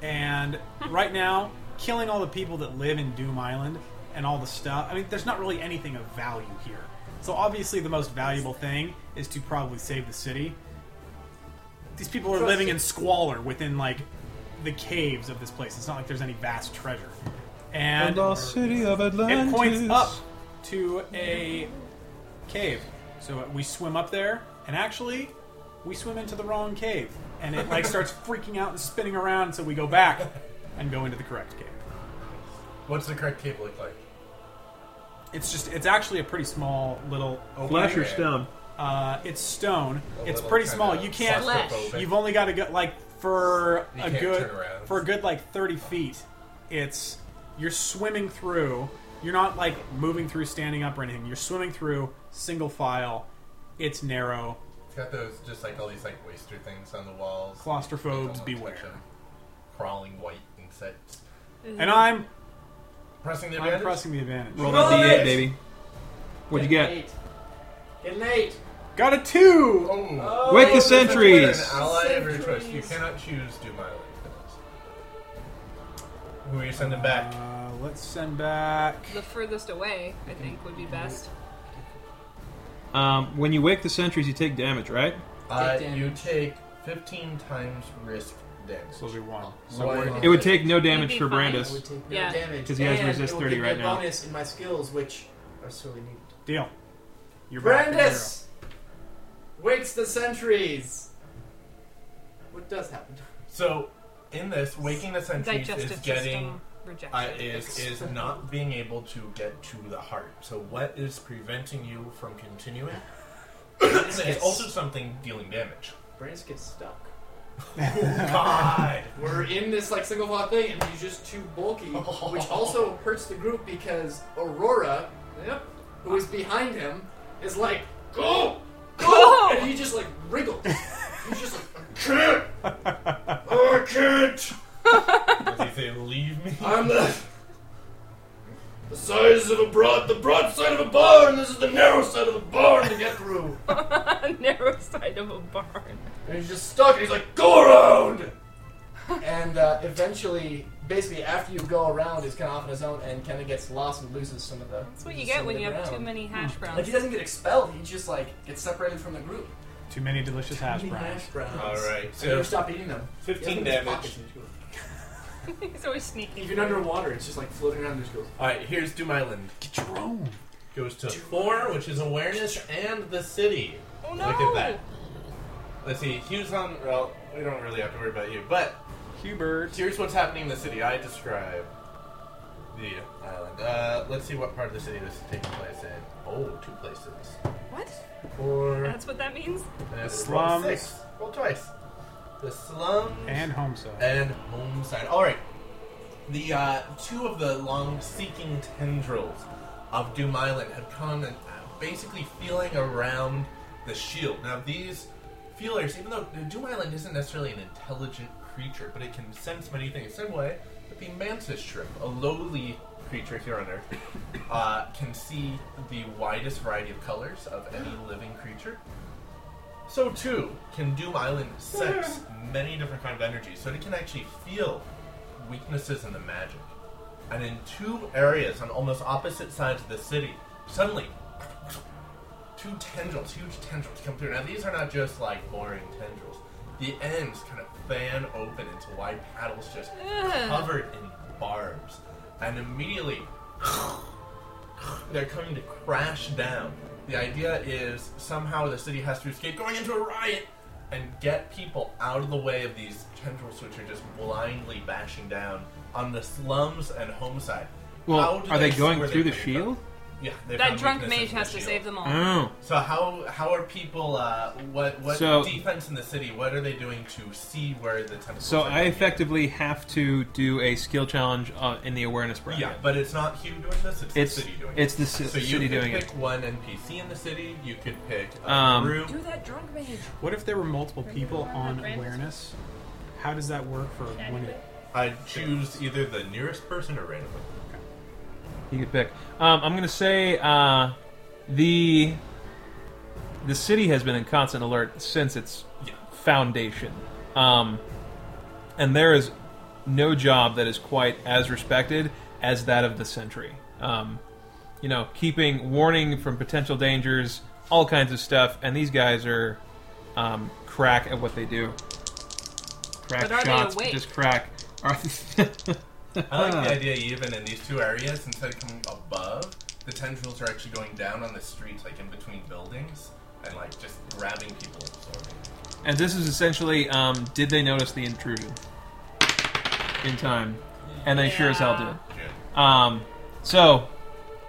Speaker 4: and right now killing all the people that live in doom island and all the stuff i mean there's not really anything of value here so obviously the most valuable thing is to probably save the city these people are living in squalor within like the caves of this place it's not like there's any vast treasure and
Speaker 5: city of Atlantis.
Speaker 4: it points up to a cave. So we swim up there, and actually, we swim into the wrong cave, and it like starts freaking out and spinning around. So we go back and go into the correct cave.
Speaker 3: what's the correct cave look like?
Speaker 4: It's just it's actually a pretty small little.
Speaker 5: Flesh or
Speaker 3: Anyway,
Speaker 5: stone?
Speaker 4: Uh, it's stone.
Speaker 3: a
Speaker 4: It's
Speaker 3: little
Speaker 4: pretty
Speaker 3: kinda
Speaker 4: small. You can't.
Speaker 2: Flesh.
Speaker 3: claustrophobic.
Speaker 4: You've only got to go like for
Speaker 3: You
Speaker 4: a
Speaker 3: can't
Speaker 4: good
Speaker 3: turn around.
Speaker 4: for a good like thirty feet. It's you're swimming through. You're not like moving through, standing up or anything. You're swimming through single file. It's narrow.
Speaker 3: It's got those just like all these like waster things on the walls.
Speaker 4: Claustrophobes
Speaker 3: Almost
Speaker 4: beware.
Speaker 3: like some Crawling white insects.
Speaker 4: And I'm
Speaker 3: Pressing the
Speaker 4: I'm
Speaker 3: advantage.
Speaker 4: pressing the advantage.
Speaker 5: Roll that d8, baby. What'd you get?
Speaker 8: Eight. Get an eight.
Speaker 4: Got a two.
Speaker 3: Oh,
Speaker 5: Wake the
Speaker 3: An
Speaker 5: sentries.
Speaker 3: ally of your choice. You
Speaker 8: Sentries.
Speaker 3: cannot choose Doom Island. Who are you sending back?
Speaker 4: Uh, let's send back.
Speaker 2: The furthest away, I think, would be best.
Speaker 5: Um, when you wake the sentries, you take damage, right?
Speaker 3: Uh,
Speaker 8: damage.
Speaker 3: you take 15 times risk damage.
Speaker 4: So we won.
Speaker 3: So we're-
Speaker 5: It would take no
Speaker 2: You'd
Speaker 5: damage
Speaker 2: be
Speaker 5: for
Speaker 2: fine.
Speaker 8: I
Speaker 5: Brandis.
Speaker 8: would take no
Speaker 2: Yeah.
Speaker 8: damage.
Speaker 5: 'Cause he has
Speaker 8: and
Speaker 5: resist
Speaker 8: it would
Speaker 5: 30
Speaker 8: give me
Speaker 5: right
Speaker 8: a
Speaker 5: now.
Speaker 8: bonus in my skills, which are sorely needed.
Speaker 4: Deal. You're back. at zero.
Speaker 8: Brandis wakes the sentries. What does happen?
Speaker 3: So, in this, waking the sentries is
Speaker 2: Digestive
Speaker 3: getting
Speaker 2: system rejection.
Speaker 3: uh, is is not being able to get to the heart. So, what is preventing you from continuing? it's also something dealing damage. Oh,
Speaker 8: Brandis gets stuck.
Speaker 3: God.
Speaker 8: We're in this like single file thing, and he's just too bulky, which also hurts the group because Aurora, yep, who is behind him, is like, go, go, and he just like wriggles. he's just like, I can't, Oh, I can't.
Speaker 3: Does he say leave me?
Speaker 8: I'm the, the size of a broad, the broad side of a barn. This is the narrow side of a barn to get through.
Speaker 2: narrow side of a barn.
Speaker 8: And he's just stuck. And he's like, go around. and uh, eventually, basically, after you go around, he's kind of off on his own and kind of gets lost and loses some of the.
Speaker 2: That's what you get when you have too many hash browns.
Speaker 6: Like he doesn't get expelled. He just like gets separated from the group.
Speaker 4: Too many delicious hash
Speaker 6: He
Speaker 4: browns.
Speaker 6: hash browns.
Speaker 3: All right.
Speaker 6: I
Speaker 3: So,
Speaker 6: never stop eating them. He has
Speaker 3: 15
Speaker 6: them in his
Speaker 3: damage.
Speaker 6: pockets and just goes-
Speaker 2: He's always sneaky.
Speaker 6: Even underwater, it's just like floating around. Just goes.
Speaker 3: all right. Here's Doom Island.
Speaker 4: Get your own.
Speaker 3: Goes to four, which is awareness and the city.
Speaker 2: Oh no!
Speaker 3: Look at that. Let's see. Hugh's on. Well, we don't really have to worry about you, but
Speaker 4: Hubert.
Speaker 3: Here's what's happening in the city. I describe the island. Uh, let's see what part of the city this is taking place in. Oh, two places.
Speaker 2: What?
Speaker 3: Four.
Speaker 2: That's what that means?
Speaker 3: The
Speaker 4: slums.
Speaker 3: Six. Roll twice. The slums.
Speaker 4: And Homeside.
Speaker 3: and home side. All right. The uh, two of the long seeking tendrils of Doom Island have come and uh, basically feeling around the shield. Now these feelers, even though Doom Island isn't necessarily an intelligent creature, but it can sense many things. Same way that the mantis shrimp, a lowly creature here on Earth, uh, can see the widest variety of colors of any living creature. So too can Doom Island sense many different kind of energies, so it can actually feel weaknesses in the magic. And in two areas on almost opposite sides of the city, suddenly two two tendrils, huge tendrils, come through. Now these are not just like boring tendrils. The ends kind of fan open into wide paddles, just covered in barbs, and immediately they're coming to crash down. The idea is somehow the city has to escape going into a riot and get people out of the way of these tendrils which are just blindly bashing down on the slums and home side. How
Speaker 5: Well,
Speaker 3: do
Speaker 5: are they
Speaker 3: see
Speaker 5: going
Speaker 3: where
Speaker 5: through the
Speaker 3: they're coming from?
Speaker 5: shield?
Speaker 3: Yeah, they
Speaker 2: That
Speaker 3: found
Speaker 2: drunk
Speaker 3: weaknesses
Speaker 2: mage
Speaker 3: in the
Speaker 2: has to
Speaker 3: shield.
Speaker 2: save them all.
Speaker 5: Oh.
Speaker 3: So how how are people? Uh, what what
Speaker 5: So-
Speaker 3: defense in the city? What are they doing to see where the temple?
Speaker 5: So I effectively have to do a skill challenge uh, in the awareness bracket.
Speaker 3: yeah, but it's not Hugh doing this. It's,
Speaker 5: it's
Speaker 3: the city doing
Speaker 5: it's
Speaker 3: it.
Speaker 5: the ci-
Speaker 3: so you
Speaker 5: city
Speaker 3: could
Speaker 5: doing
Speaker 3: pick
Speaker 5: it.
Speaker 3: one NPC in the city. You could pick a
Speaker 5: Um,
Speaker 3: group.
Speaker 2: Do that drunk mage.
Speaker 4: What if there were multiple people on awareness? How does that work for when it?
Speaker 3: I'd choose either the nearest person or randomly.
Speaker 5: You could pick. Um, I'm gonna say uh, the the city has been in constant alert since its
Speaker 3: Yeah.
Speaker 5: foundation, um, and there is no job that is quite as respected as that of the sentry. Um, you know, keeping warning from potential dangers, all kinds of stuff, and these guys are um, crack at what they do. Crack
Speaker 2: But are they
Speaker 5: shots,
Speaker 2: awake?
Speaker 5: just crack. Are
Speaker 3: I like
Speaker 5: Ah.
Speaker 3: the idea even in these two areas, instead of coming above, the tendrils are actually going down on the streets, like in between buildings, and like just grabbing people and absorbing.
Speaker 5: And this is essentially, um, did they notice the intrusion in time? And they sure as hell
Speaker 2: Yeah.
Speaker 5: did.
Speaker 3: Good.
Speaker 5: Um, so,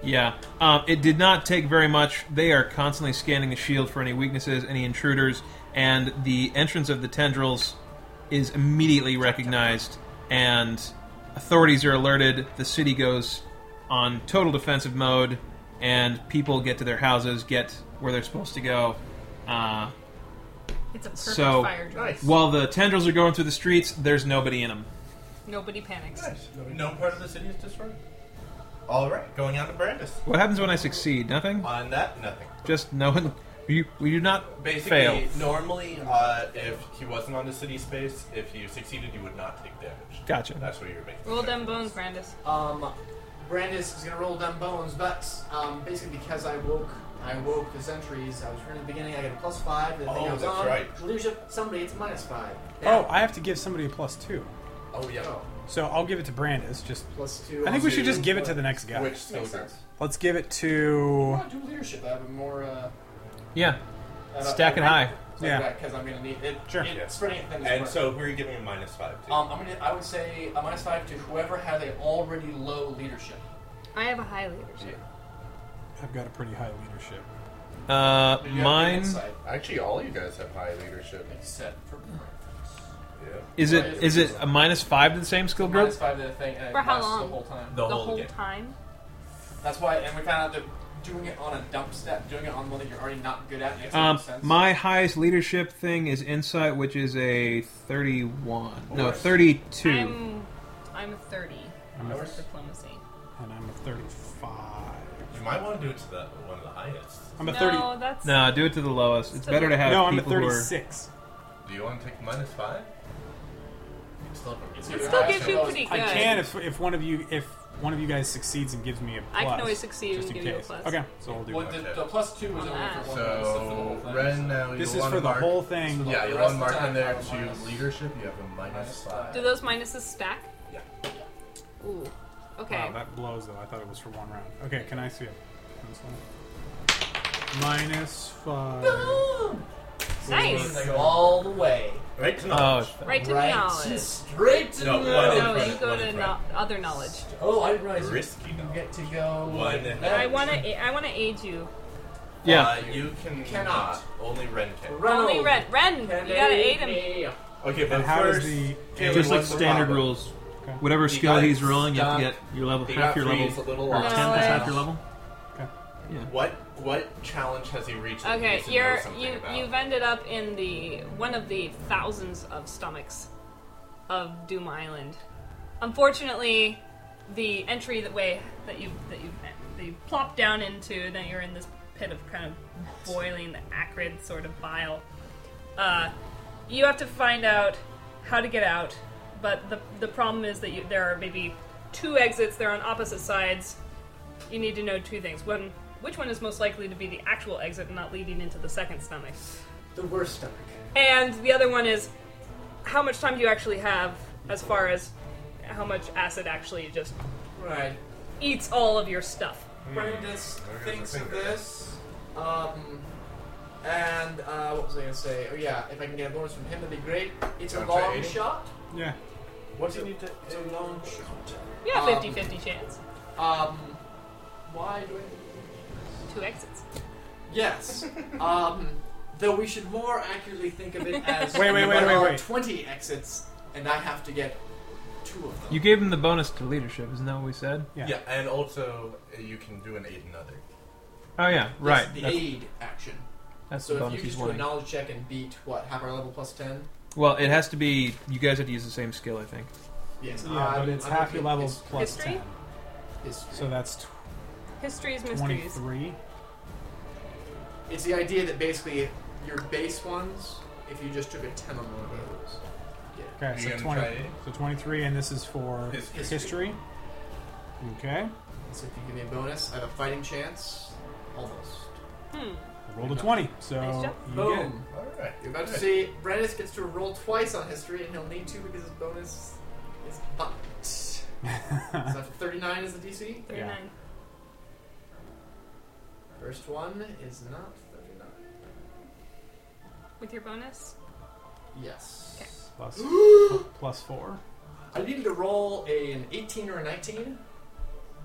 Speaker 5: yeah, um, it did not take very much. They are constantly scanning the shield for any weaknesses, any intruders, and the entrance of the tendrils is immediately recognized, and authorities are alerted. The city goes on total defensive mode, and people get to their houses, get where they're supposed to go. Uh,
Speaker 2: It's a perfect
Speaker 5: So-
Speaker 2: fire drill.
Speaker 3: Nice.
Speaker 5: while the tendrils are going through the streets, there's nobody in them.
Speaker 2: Nobody panics.
Speaker 3: Nice. No part of the city is destroyed. All right, going on to Brandis.
Speaker 5: What happens when I succeed? Nothing.
Speaker 3: On that, nothing.
Speaker 5: Just no one. You, we do not
Speaker 3: Basically,
Speaker 5: fail.
Speaker 3: normally, uh, if he wasn't on the city space, if you succeeded, you would not take damage.
Speaker 5: Gotcha.
Speaker 3: That's what you're making.
Speaker 2: Roll them bones, Brandis.
Speaker 6: Um, Brandis is gonna roll down bones, but um, basically because I woke, I woke the sentries. I was from the beginning. I got a plus five. and I think
Speaker 3: Oh,
Speaker 6: I was
Speaker 3: that's
Speaker 6: on.
Speaker 3: right.
Speaker 6: Leadership, somebody, it's minus five.
Speaker 4: Oh, I have to give somebody a plus two.
Speaker 3: Oh yeah.
Speaker 6: Oh,
Speaker 4: So I'll give it to Brandis. Just
Speaker 6: plus two.
Speaker 4: I think we should just give it to the next guy.
Speaker 3: Which still
Speaker 6: Makes sense.
Speaker 4: Let's give it to.
Speaker 6: I do leadership. I have a more. Uh,
Speaker 5: Yeah.
Speaker 3: uh,
Speaker 5: Stacking high.
Speaker 4: Yeah.
Speaker 6: Because I'm gonna need it.
Speaker 4: Sure.
Speaker 6: It,
Speaker 3: Yeah.
Speaker 6: Spreading it thin is
Speaker 3: And
Speaker 6: worth it.
Speaker 3: so we're giving him minus five too.
Speaker 6: Um, I'm gonna. I would say a minus five to whoever has a already low leadership.
Speaker 2: I have a high leadership.
Speaker 4: I've got a pretty high leadership.
Speaker 5: Uh,
Speaker 6: You have
Speaker 5: mine
Speaker 6: insight,
Speaker 3: Actually, all you guys have high leadership.
Speaker 6: Except for
Speaker 3: Yeah.
Speaker 5: is it is it a minus five to the same skill group?
Speaker 6: minus five to the thing. And it
Speaker 2: For how
Speaker 6: lasts
Speaker 2: long?
Speaker 6: The whole time.
Speaker 3: The,
Speaker 2: The
Speaker 3: whole,
Speaker 2: whole
Speaker 3: game.
Speaker 2: time.
Speaker 6: That's why. And we found out that doing it on a dump step, doing it on one that you're already not good at, makes no
Speaker 5: Um,
Speaker 6: sense.
Speaker 5: my highest leadership thing is insight, which is a thirty-one. No,
Speaker 3: Alright.
Speaker 5: thirty-two.
Speaker 2: I'm I'm a thirty.
Speaker 4: I'm a,
Speaker 2: Diplomacy.
Speaker 4: and I'm a 35.
Speaker 3: You might want to do it to the one of the highest.
Speaker 4: I'm a
Speaker 2: no,
Speaker 4: 30.
Speaker 2: that's
Speaker 5: No, do it to the lowest. It's better to have
Speaker 4: No, I'm a
Speaker 5: people who are.
Speaker 4: 36.
Speaker 3: Do you want to take minus five? You still have a-
Speaker 6: It's
Speaker 2: It
Speaker 6: your
Speaker 2: still
Speaker 6: highest
Speaker 2: gives
Speaker 6: or
Speaker 2: you
Speaker 6: lowest.
Speaker 2: pretty good.
Speaker 4: I can if, if one of you if one of you guys succeeds and gives me a plus.
Speaker 2: I can always succeed
Speaker 4: just
Speaker 2: and
Speaker 4: in
Speaker 2: give you a
Speaker 4: case.
Speaker 2: plus.
Speaker 4: Okay, so I'll do
Speaker 6: Well,
Speaker 4: that.
Speaker 6: the, the plus two was
Speaker 2: On
Speaker 6: only
Speaker 2: that.
Speaker 6: for one. person, for the whole
Speaker 3: So
Speaker 6: thing.
Speaker 3: Ren now you
Speaker 4: This is
Speaker 3: want
Speaker 4: for
Speaker 3: to
Speaker 4: the
Speaker 3: mark,
Speaker 4: whole
Speaker 3: Yeah,
Speaker 4: thing.
Speaker 6: The
Speaker 3: you
Speaker 6: rest
Speaker 3: want to
Speaker 6: of
Speaker 3: mark
Speaker 6: the
Speaker 3: in there
Speaker 6: time,
Speaker 3: to
Speaker 6: minus-
Speaker 3: leadership. You have a minus
Speaker 6: minus
Speaker 3: five.
Speaker 2: Do those minuses stack?
Speaker 3: Yeah.
Speaker 2: Ooh. Okay.
Speaker 4: Wow, that blows though. I thought it was for one round. Okay, can I see it? On this one? Minus five.
Speaker 2: nice.
Speaker 8: Like all the way.
Speaker 3: Right to
Speaker 5: Oh,
Speaker 3: knowledge.
Speaker 5: it's fine.
Speaker 2: Right to
Speaker 8: right
Speaker 2: knowledge.
Speaker 8: straight to
Speaker 3: No,
Speaker 8: knowledge.
Speaker 3: one in
Speaker 2: No,
Speaker 3: front
Speaker 2: you
Speaker 3: of-
Speaker 2: go
Speaker 3: one in
Speaker 2: to no-
Speaker 3: front.
Speaker 2: other knowledge.
Speaker 8: Oh, I didn't realize you
Speaker 3: Risky knowledge.
Speaker 8: get to go.
Speaker 3: One.
Speaker 8: like
Speaker 2: I
Speaker 8: that.
Speaker 2: want to. I want to aid you.
Speaker 5: Yeah.
Speaker 3: Uh, you can
Speaker 6: Cannot.
Speaker 3: Only Ren can.
Speaker 6: Ronald,
Speaker 2: Only Ren. Ren,
Speaker 6: can
Speaker 2: you gotta
Speaker 6: they
Speaker 2: aid him.
Speaker 6: be-
Speaker 3: Okay, but
Speaker 4: And how does
Speaker 3: first,
Speaker 4: the
Speaker 3: Caleb,
Speaker 5: Just like
Speaker 3: what's the
Speaker 5: standard
Speaker 3: problem?
Speaker 5: rules.
Speaker 4: Okay.
Speaker 5: Whatever
Speaker 3: He
Speaker 5: skill
Speaker 3: got
Speaker 5: he's rolling, you have to get
Speaker 3: stuck.
Speaker 5: your level
Speaker 3: He
Speaker 5: half
Speaker 3: got
Speaker 5: your
Speaker 3: freeze
Speaker 5: level.
Speaker 3: a little
Speaker 5: Or
Speaker 3: off.
Speaker 5: ten
Speaker 2: Knowledge.
Speaker 5: is half your level.
Speaker 4: Okay.
Speaker 5: Yeah.
Speaker 3: What what challenge has he reached? that he
Speaker 2: Okay,
Speaker 3: needs to know
Speaker 2: you're
Speaker 3: something
Speaker 2: you
Speaker 3: about?
Speaker 2: you've ended up in the one of the thousands of stomachs of Doom Island. Unfortunately, the entry that way that you that you that you plop down into, then you're in this pit of kind of boiling, acrid sort of bile. Uh, you have to find out how to get out, but the the problem is that you, there are maybe two exits. They're on opposite sides. You need to know two things: one, which one is most likely to be the actual exit and not leading into the second stomach.
Speaker 6: The worst stomach.
Speaker 2: And the other one is how much time do you actually have as far as how much acid actually just
Speaker 6: Right.
Speaker 2: eats all of your stuff.
Speaker 6: Brandis
Speaker 3: There goes the
Speaker 6: thinks of
Speaker 3: finger.
Speaker 6: this. Um, and uh, what was I gonna say? Oh yeah, if I can get a bonus from him, that'd be great. It's a
Speaker 3: Don't try
Speaker 6: long
Speaker 3: eighty.
Speaker 6: shot.
Speaker 2: Uh,
Speaker 4: Yeah.
Speaker 6: What do you need to? It's a long shot.
Speaker 2: You have
Speaker 6: Um,
Speaker 2: 50 50 chance.
Speaker 6: Um, why do I?
Speaker 2: Two exits.
Speaker 6: Yes. um, though we should more accurately think of it as
Speaker 4: Wait, wait, wait,
Speaker 6: there
Speaker 4: wait,
Speaker 6: are
Speaker 4: wait.
Speaker 6: twenty exits, and I have to get two of them.
Speaker 5: You gave him the bonus to leadership, isn't that what we said?
Speaker 4: Yeah.
Speaker 3: Yeah, and also uh, you can do an aid another.
Speaker 5: Oh yeah,
Speaker 6: That's
Speaker 5: right.
Speaker 6: The
Speaker 5: That's,
Speaker 6: aid action.
Speaker 5: that's the
Speaker 6: So if
Speaker 5: bonus
Speaker 6: you
Speaker 5: he's
Speaker 6: just do a
Speaker 5: wanting.
Speaker 6: knowledge check and beat what half our level plus ten.
Speaker 5: Well, it has to be. You guys have to use the same skill, I think.
Speaker 6: Yes.
Speaker 4: Yeah,
Speaker 6: I'm-
Speaker 4: but it's
Speaker 6: Um, I'm
Speaker 4: half your
Speaker 6: looking-
Speaker 4: level
Speaker 6: it's
Speaker 4: plus
Speaker 2: history?
Speaker 4: 10.
Speaker 6: history.
Speaker 4: So that's
Speaker 2: Histories, mysteries.
Speaker 4: 23.
Speaker 6: It's the idea that basically your base ones, if you just took a 10 on one of those.
Speaker 4: Okay,
Speaker 3: You
Speaker 4: so
Speaker 3: gonna
Speaker 4: 20.
Speaker 3: try it?
Speaker 4: So 23, and this is for
Speaker 3: History.
Speaker 4: history. Okay.
Speaker 6: So if you give me a bonus, I have a fighting chance. Almost.
Speaker 2: Hmm.
Speaker 4: Rolled a 20. So
Speaker 2: Nice job.
Speaker 4: you get it.
Speaker 6: Boom.
Speaker 3: All right,
Speaker 6: You're about to see Brandis gets to roll twice on history, and he'll need to because his bonus is bumped. so that's 39 is the DC.
Speaker 2: 39.
Speaker 6: First one is not 39.
Speaker 2: With your bonus?
Speaker 6: Yes.
Speaker 4: Plus, plus 4.
Speaker 6: I needed to roll a, an 18 or a 19. It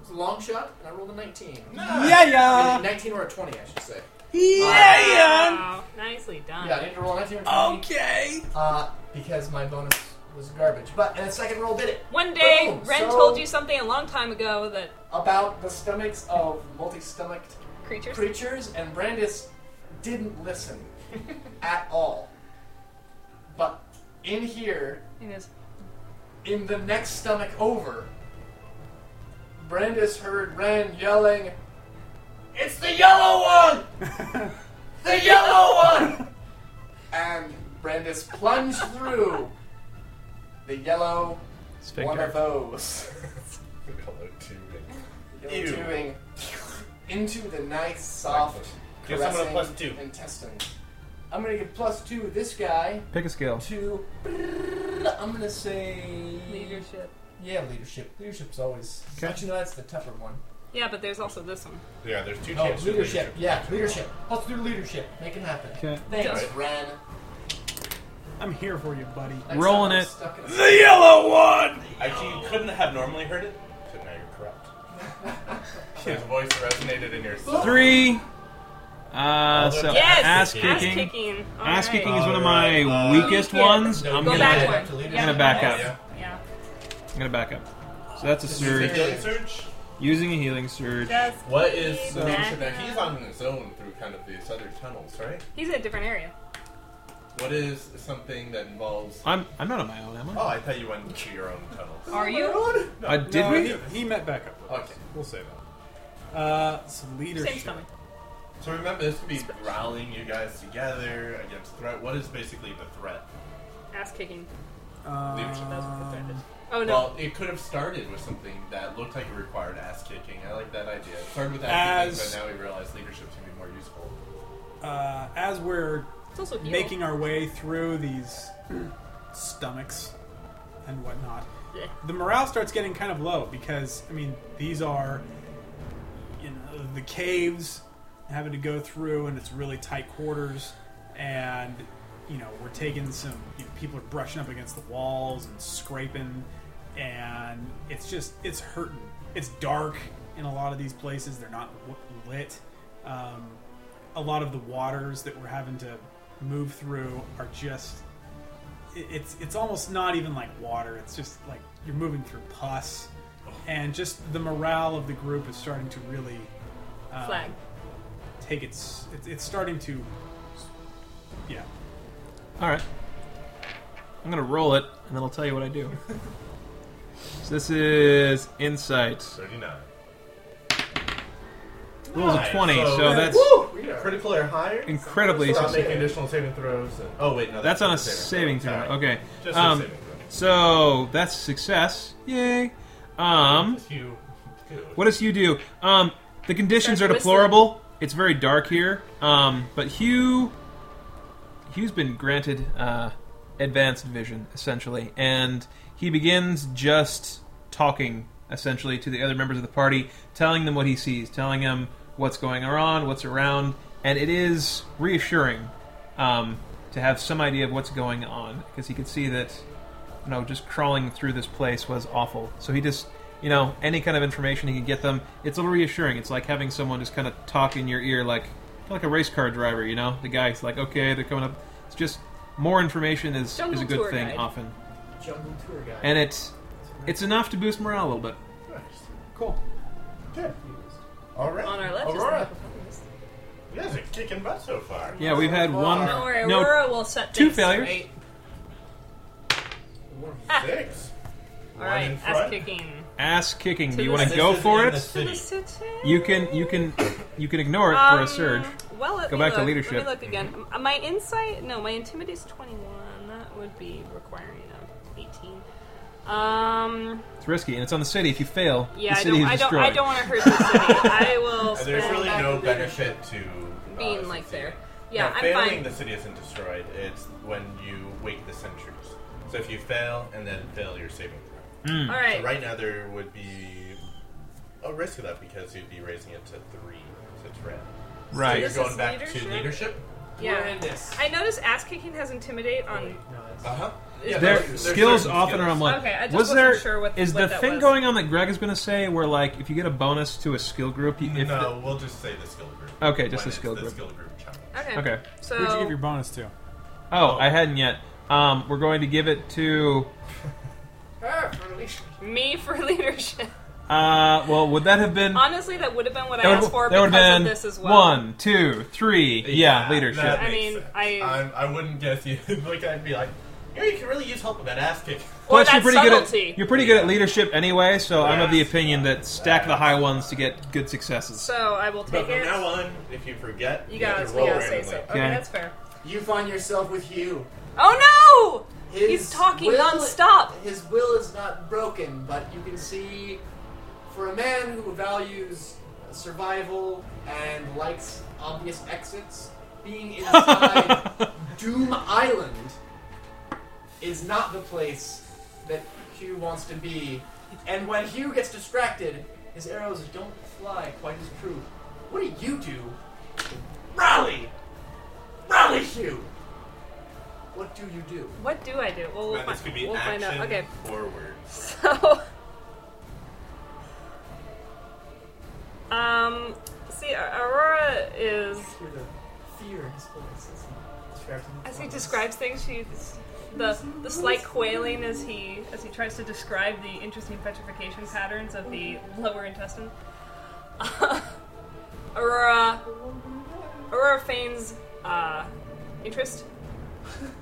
Speaker 6: was a long shot, and I rolled a 19.
Speaker 4: Yeah,
Speaker 6: I
Speaker 4: yeah.
Speaker 6: mean, 19 or a 20, I should say.
Speaker 2: Wow. Nicely done.
Speaker 6: Yeah, I need to roll a 19 or 20.
Speaker 4: Okay.
Speaker 6: Uh, because my bonus was garbage. But and the second roll did it.
Speaker 2: One day,
Speaker 6: Boom.
Speaker 2: Ren
Speaker 6: Oh, So-
Speaker 2: told you something a long time ago that
Speaker 6: About the stomachs of multi-stomached
Speaker 2: creatures.
Speaker 6: creatures, and Brandis didn't listen at all. But in here,
Speaker 2: It is.
Speaker 6: in the next stomach over, Brandis heard Ren yelling, It's the yellow one! the yellow one! And Brandis plunged through the yellow one of those.
Speaker 3: Hello, two rings.
Speaker 6: You're
Speaker 3: Ew.
Speaker 6: doing into the nice, soft,
Speaker 3: Give someone a
Speaker 6: caressing
Speaker 3: plus two.
Speaker 6: intestines. I'm gonna give plus two this guy
Speaker 5: Pick a skill.
Speaker 6: to. I'm gonna say
Speaker 2: Leadership.
Speaker 8: Yeah, leadership. Leadership's always.
Speaker 5: Okay.
Speaker 8: Actually, no, that's the tougher one.
Speaker 2: Yeah, but there's also this one.
Speaker 3: Yeah, there's two
Speaker 8: Oh,
Speaker 3: chances.
Speaker 8: leadership. Yeah, leadership. Let's do leadership. Make it happen.
Speaker 5: Okay.
Speaker 6: Thanks,
Speaker 3: Alright.
Speaker 6: Ren.
Speaker 4: I'm here for you, buddy.
Speaker 6: Next
Speaker 5: Rolling
Speaker 6: time I'm
Speaker 5: it.
Speaker 6: stuck in a-
Speaker 3: The yellow one! Actually, you couldn't have normally heard it, so now you're corrupt. His voice resonated in your soul.
Speaker 5: Three. Uh, so
Speaker 2: Yes!
Speaker 5: ass
Speaker 2: Ass
Speaker 5: kicking.
Speaker 2: kicking. All
Speaker 5: Ass
Speaker 2: right.
Speaker 5: kicking is one of my
Speaker 3: Alright. Uh,
Speaker 5: weakest ones.
Speaker 8: No,
Speaker 5: I'm
Speaker 8: go
Speaker 5: gonna,
Speaker 2: back
Speaker 5: I'm
Speaker 2: one.
Speaker 8: back to leadership.
Speaker 2: Yeah.
Speaker 5: gonna back
Speaker 2: Yeah.
Speaker 5: up.
Speaker 2: Yeah.
Speaker 5: I'm gonna back up. So that's a surge.
Speaker 3: Healing surge?
Speaker 5: Using a healing surge.
Speaker 2: Just
Speaker 3: What is
Speaker 2: leave
Speaker 3: so
Speaker 2: that
Speaker 3: now he's
Speaker 2: alone.
Speaker 3: on his own through kind of these other tunnels, right?
Speaker 2: He's in a different area.
Speaker 3: What is something that involves
Speaker 5: I'm I'm not on my own, am I?
Speaker 3: Oh, I thought you went to your own tunnels.
Speaker 2: Are you?
Speaker 3: No,
Speaker 5: Uh, did
Speaker 4: No,
Speaker 5: we?
Speaker 4: He, he met back up with us.
Speaker 3: Okay.
Speaker 4: We'll say that. Uh, it's
Speaker 2: Same
Speaker 4: leadership.
Speaker 2: stomach.
Speaker 3: So remember this could be rallying you guys together against threat. What is basically the threat?
Speaker 2: Ass kicking.
Speaker 3: Leadership,
Speaker 2: That's what the
Speaker 4: Um,
Speaker 2: threat is. Oh no.
Speaker 3: Well, it could have started with something that looked like it required ass kicking. I like that idea. It started with ass
Speaker 4: As-
Speaker 3: kicking, but now we realize leadership can be more useful.
Speaker 4: uh, as we're
Speaker 2: it's also heal.
Speaker 4: making our way through these stomachs and whatnot,
Speaker 2: Yeah.
Speaker 4: the morale starts getting kind of low because I mean these are you know the caves having to go through and it's really tight quarters and you know we're taking some you know, people are brushing up against the walls and scraping and it's just it's hurting it's dark in a lot of these places they're not w- lit um, a lot of the waters that we're having to move through are just it- it's it's almost not even like water. It's just like you're moving through pus, and just the morale of the group is starting to really
Speaker 3: uh,
Speaker 4: um,
Speaker 2: Flag.
Speaker 4: Take its it's, it's starting to yeah.
Speaker 5: All right. I'm gonna roll it, and then I'll tell you what I do. so this is insight.
Speaker 3: Thirty-nine.
Speaker 5: Rolls a
Speaker 3: Nice.
Speaker 5: twenty,
Speaker 3: So
Speaker 5: so
Speaker 3: that's-
Speaker 5: that's
Speaker 6: Woo! We are.
Speaker 3: Critical or higher?
Speaker 5: incredibly.
Speaker 3: Stop making additional saving throws. And, oh wait, no,
Speaker 5: That's on a
Speaker 3: saving
Speaker 5: saving throw.
Speaker 3: Sorry.
Speaker 5: Okay.
Speaker 3: Just
Speaker 5: Um,
Speaker 3: a saving throw.
Speaker 5: So that's success. Yay. Um.
Speaker 3: If you,
Speaker 5: What does you do? Um, The conditions are
Speaker 2: Starts whistling.
Speaker 5: deplorable. It's very dark here. Um, but Hugh, Hugh's been granted uh, advanced vision essentially, and he begins just talking essentially to the other members of the party, telling them what he sees, telling them what's going on, what's around, and it is reassuring um, to have some idea of what's going on because he could see that you know, just crawling through this place was awful. So he just, you know, any kind of information he could get them, it's a little reassuring. It's like having someone just kind of talk in your ear, like like a race car driver. You know, the guy's like, okay, they're coming up. It's just more information is is
Speaker 2: Jungle
Speaker 5: a good
Speaker 2: tour
Speaker 5: thing
Speaker 2: guide.
Speaker 5: often,
Speaker 6: Jungle tour guide.
Speaker 5: and it's it's enough to boost morale a little bit.
Speaker 4: Cool.
Speaker 3: Good. All right.
Speaker 2: On our left
Speaker 3: Aurora,
Speaker 2: is the
Speaker 3: you guys are kicking butt so far.
Speaker 5: Yeah, we've had one,
Speaker 2: Don't worry,
Speaker 5: no,
Speaker 2: Aurora will set
Speaker 5: two
Speaker 2: things
Speaker 5: failures.
Speaker 2: straight.
Speaker 3: Six. One
Speaker 2: Ah. All right,
Speaker 3: in
Speaker 2: ass
Speaker 3: front.
Speaker 2: kicking.
Speaker 5: ass kicking.
Speaker 2: To
Speaker 5: Do you
Speaker 2: the
Speaker 5: want to
Speaker 2: city.
Speaker 5: go for
Speaker 8: In the
Speaker 5: it?
Speaker 2: To the
Speaker 8: city.
Speaker 2: city.
Speaker 5: You can you can you can ignore it for
Speaker 2: Um,
Speaker 5: a surge.
Speaker 2: Well, let
Speaker 5: Go
Speaker 2: me
Speaker 5: back to
Speaker 2: look.
Speaker 5: leadership.
Speaker 2: Let me look again. Uh, My insight, no, my intimidate is twenty-one. That would be requiring a eighteen. Um,
Speaker 5: It's risky, and it's on the city. If you fail, the
Speaker 2: yeah, I
Speaker 5: city
Speaker 2: don't,
Speaker 5: is
Speaker 2: I don't,
Speaker 5: destroyed.
Speaker 2: I don't want to hurt the city. I will
Speaker 3: And Uh, there's
Speaker 2: spend
Speaker 3: really
Speaker 2: back
Speaker 3: no
Speaker 2: to leadership
Speaker 3: benefit to uh,
Speaker 2: being like there.
Speaker 3: succeeding.
Speaker 2: Yeah,
Speaker 3: Now,
Speaker 2: I'm
Speaker 3: failing
Speaker 2: fine.
Speaker 3: the city isn't destroyed. It's when you wait the centuries. So if you fail and then fail your saving throw.
Speaker 2: All
Speaker 3: So
Speaker 2: right,
Speaker 3: right now there would be a risk of that because you'd be raising it to three. So it's red. So
Speaker 5: Right.
Speaker 3: you're
Speaker 2: This
Speaker 3: going
Speaker 2: is
Speaker 3: back
Speaker 2: leadership?
Speaker 3: to leadership.
Speaker 6: We're in
Speaker 2: yeah.
Speaker 6: this.
Speaker 2: I notice ass kicking has intimidate on.
Speaker 3: Uh huh.
Speaker 5: Their skills often are on one.
Speaker 2: Okay, I just
Speaker 5: was
Speaker 2: wasn't
Speaker 5: there,
Speaker 2: sure what-
Speaker 5: is
Speaker 2: what
Speaker 5: the
Speaker 2: that
Speaker 5: thing
Speaker 2: was.
Speaker 5: going on that Greg is going to say where like if you get a bonus to a skill group, you, if
Speaker 3: No, we'll just say the skill group.
Speaker 5: Okay, just
Speaker 3: when
Speaker 5: the skill
Speaker 3: it's
Speaker 5: group.
Speaker 3: The skill group challenge.
Speaker 2: Okay.
Speaker 5: the, okay.
Speaker 2: So
Speaker 4: Who'd you give your bonus to?
Speaker 5: Oh, I hadn't yet. Um, we're going to give it to.
Speaker 2: me for leadership.
Speaker 5: Uh, well, would that have been?
Speaker 2: Honestly, that would have been what I
Speaker 5: that
Speaker 2: asked for
Speaker 5: that
Speaker 2: because
Speaker 5: been
Speaker 2: of this as well.
Speaker 5: one, two, three. Yeah, leadership.
Speaker 3: that
Speaker 2: I
Speaker 3: makes
Speaker 2: mean,
Speaker 3: sense.
Speaker 2: I-
Speaker 3: I'm- I wouldn't guess you. like I'd be like, yeah, you can really use help with that ass kick.
Speaker 2: Or
Speaker 5: Plus,
Speaker 2: that
Speaker 5: you're pretty good
Speaker 2: subtlety.
Speaker 5: at you're pretty good at leadership anyway. So I'm of the
Speaker 3: Yes.
Speaker 5: opinion that stack the high ones to get good successes.
Speaker 2: So I will
Speaker 3: But
Speaker 2: take
Speaker 3: from
Speaker 2: it.
Speaker 3: now on, if you forget,
Speaker 2: you
Speaker 3: have
Speaker 2: guys,
Speaker 3: to
Speaker 2: you
Speaker 3: roll
Speaker 2: gotta say
Speaker 3: randomly.
Speaker 2: so. Okay,
Speaker 5: Okay.
Speaker 2: that's fair.
Speaker 6: You find yourself with Hugh.
Speaker 2: Oh no!
Speaker 6: His
Speaker 2: He's talking
Speaker 6: will-
Speaker 2: nonstop.
Speaker 6: His will is not broken, but you can see for a man who values survival and likes obvious exits, being inside Doom Island is not the place that Hugh wants to be. And when Hugh gets distracted, his arrows don't fly quite as true. What do you do? Rally! Rally, Hugh! What do you do?
Speaker 2: What do I do? Well, we'll,
Speaker 3: Now, this
Speaker 2: find-
Speaker 3: could be
Speaker 2: we'll
Speaker 3: action
Speaker 2: find out. Okay,
Speaker 3: forward.
Speaker 2: so. um, see, Aurora is.
Speaker 6: hear the fear in his voice as he describes him.
Speaker 2: As he describes things, she the the slight quailing as he as he tries to describe the interesting petrification patterns of the lower intestine. Aurora Aurora feigns uh, interest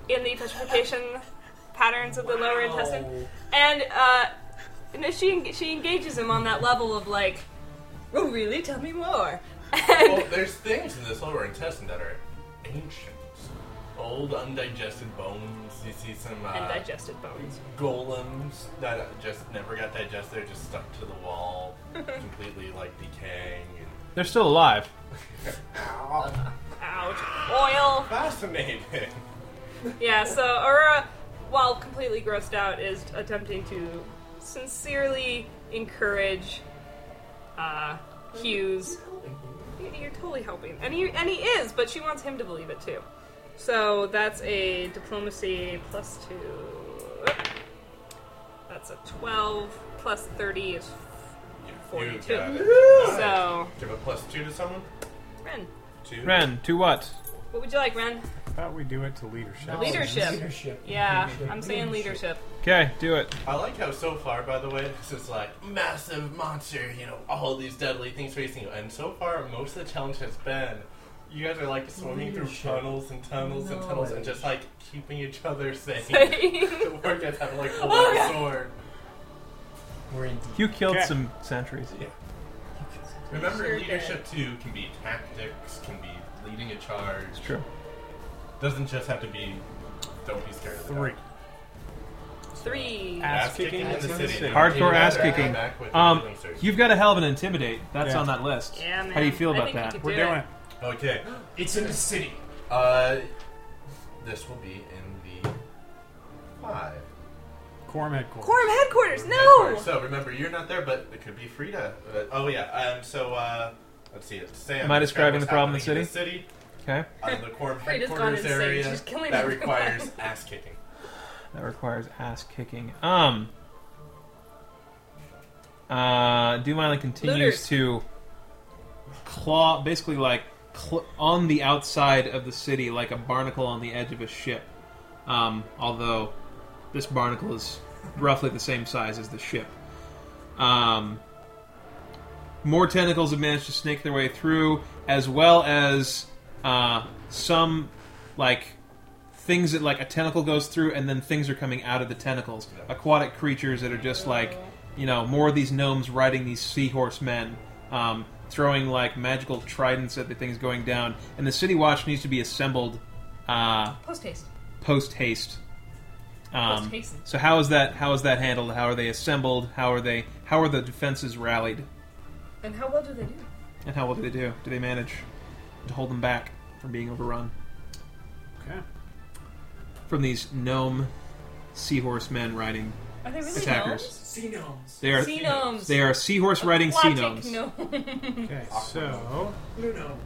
Speaker 2: in the petrification patterns of the lower intestine, and uh, and then she en- she engages him on that level of like, oh really? Tell me more. And
Speaker 3: well, there's things in this lower intestine that are ancient, old undigested bones. You see some
Speaker 2: and
Speaker 3: uh,
Speaker 2: digested bones.
Speaker 3: golems that just never got digested. They're just stuck to the wall, completely like decaying. And
Speaker 5: They're still alive.
Speaker 2: Ouch. Oil.
Speaker 3: fascinating.
Speaker 2: Yeah, so Aurora, while completely grossed out, is attempting to sincerely encourage uh, Hughes. Y- You're totally helping. And he, and he is, but she wants him to believe it too. So that's a diplomacy plus two. That's a 12 plus 30 is
Speaker 3: You, you
Speaker 2: 42.
Speaker 3: got it.
Speaker 2: So,
Speaker 3: Give a plus two to someone.
Speaker 2: Ren,
Speaker 3: Two.
Speaker 5: Ren, to what?
Speaker 2: what would you like, Ren?
Speaker 4: I thought we do it to leadership.
Speaker 8: Knowledge,
Speaker 2: Leadership.
Speaker 8: Leadership.
Speaker 2: Yeah, I'm saying leadership.
Speaker 5: Okay, do it.
Speaker 3: I like how so far, by the way, this is like massive monster, you know, all these deadly things facing you. And so far, most of the challenge has been you guys are like swimming through
Speaker 8: Leadership.
Speaker 3: tunnels and tunnels and tunnels and
Speaker 8: Knowledge.
Speaker 3: just like keeping each other safe.
Speaker 2: Saying-
Speaker 3: the work guys have like holding
Speaker 2: Oh,
Speaker 3: a
Speaker 2: God.
Speaker 3: sword.
Speaker 8: We're in deep.
Speaker 5: Hugh killed
Speaker 4: Okay.
Speaker 5: some sentries.
Speaker 3: Remember,
Speaker 2: Sure
Speaker 3: leadership too can be tactics, can be leading a charge.
Speaker 5: It's true.
Speaker 3: Doesn't just have to be. Don't be scared of the
Speaker 4: Three.
Speaker 3: dark.
Speaker 2: Three.
Speaker 4: Ass kicking
Speaker 3: in the city.
Speaker 5: Hardcore ass
Speaker 3: Back-
Speaker 5: kicking.
Speaker 3: back with
Speaker 5: Um,
Speaker 3: the research.
Speaker 5: you've got a hell of an intimidate. That's
Speaker 4: Yeah.
Speaker 5: on that list.
Speaker 2: Yeah, man.
Speaker 5: How do you feel
Speaker 2: I
Speaker 5: about
Speaker 2: think we
Speaker 5: that?
Speaker 2: could
Speaker 4: We're
Speaker 2: do
Speaker 4: doing
Speaker 2: it.
Speaker 4: it.
Speaker 3: Okay.
Speaker 7: It's in the city.
Speaker 3: Uh, this will be in the five.
Speaker 4: Quorum headquarters.
Speaker 2: Quorum headquarters.
Speaker 3: Sorry,
Speaker 2: No.
Speaker 3: So remember, you're not there, but it could be Frida. Uh, oh yeah. Um. So uh, let's see. Sam.
Speaker 5: Am I describing the problem in the
Speaker 3: The city.
Speaker 5: Okay.
Speaker 3: Uh, the core
Speaker 2: Frida's gone
Speaker 3: headquarters
Speaker 2: insane.
Speaker 3: area
Speaker 2: She's killing
Speaker 3: that
Speaker 2: everyone.
Speaker 3: requires ass kicking.
Speaker 5: That requires ass kicking. Um. Uh, Doom Island continues
Speaker 2: Looters.
Speaker 5: to claw, basically like cl- on the outside of the city, like a barnacle on the edge of a ship. Um, although this barnacle is roughly the same size as the ship. Um, more tentacles have managed to snake their way through, as well as uh, some like things that like a tentacle goes through, and then things are coming out of the tentacles. Aquatic creatures that are just like you know more of these gnomes riding these seahorse men, um, throwing like magical tridents at the things going down. And the city watch needs to be assembled uh,
Speaker 2: Post haste.
Speaker 5: post haste. Um,
Speaker 2: Post-haste.
Speaker 5: So how is that? How is that handled? How are they assembled? How are they? How are the defenses rallied?
Speaker 2: And how well do they do?
Speaker 5: And how well do they do? Do they manage to hold them back from being overrun
Speaker 4: Okay.
Speaker 5: from these gnome seahorse men riding
Speaker 2: Are they really
Speaker 5: attackers?
Speaker 7: Sea gnomes.
Speaker 5: They are
Speaker 2: Sea gnomes.
Speaker 5: they are seahorse riding sea
Speaker 2: Aquatic
Speaker 5: gnomes.
Speaker 2: gnome.
Speaker 4: Okay. So
Speaker 7: Blue gnome.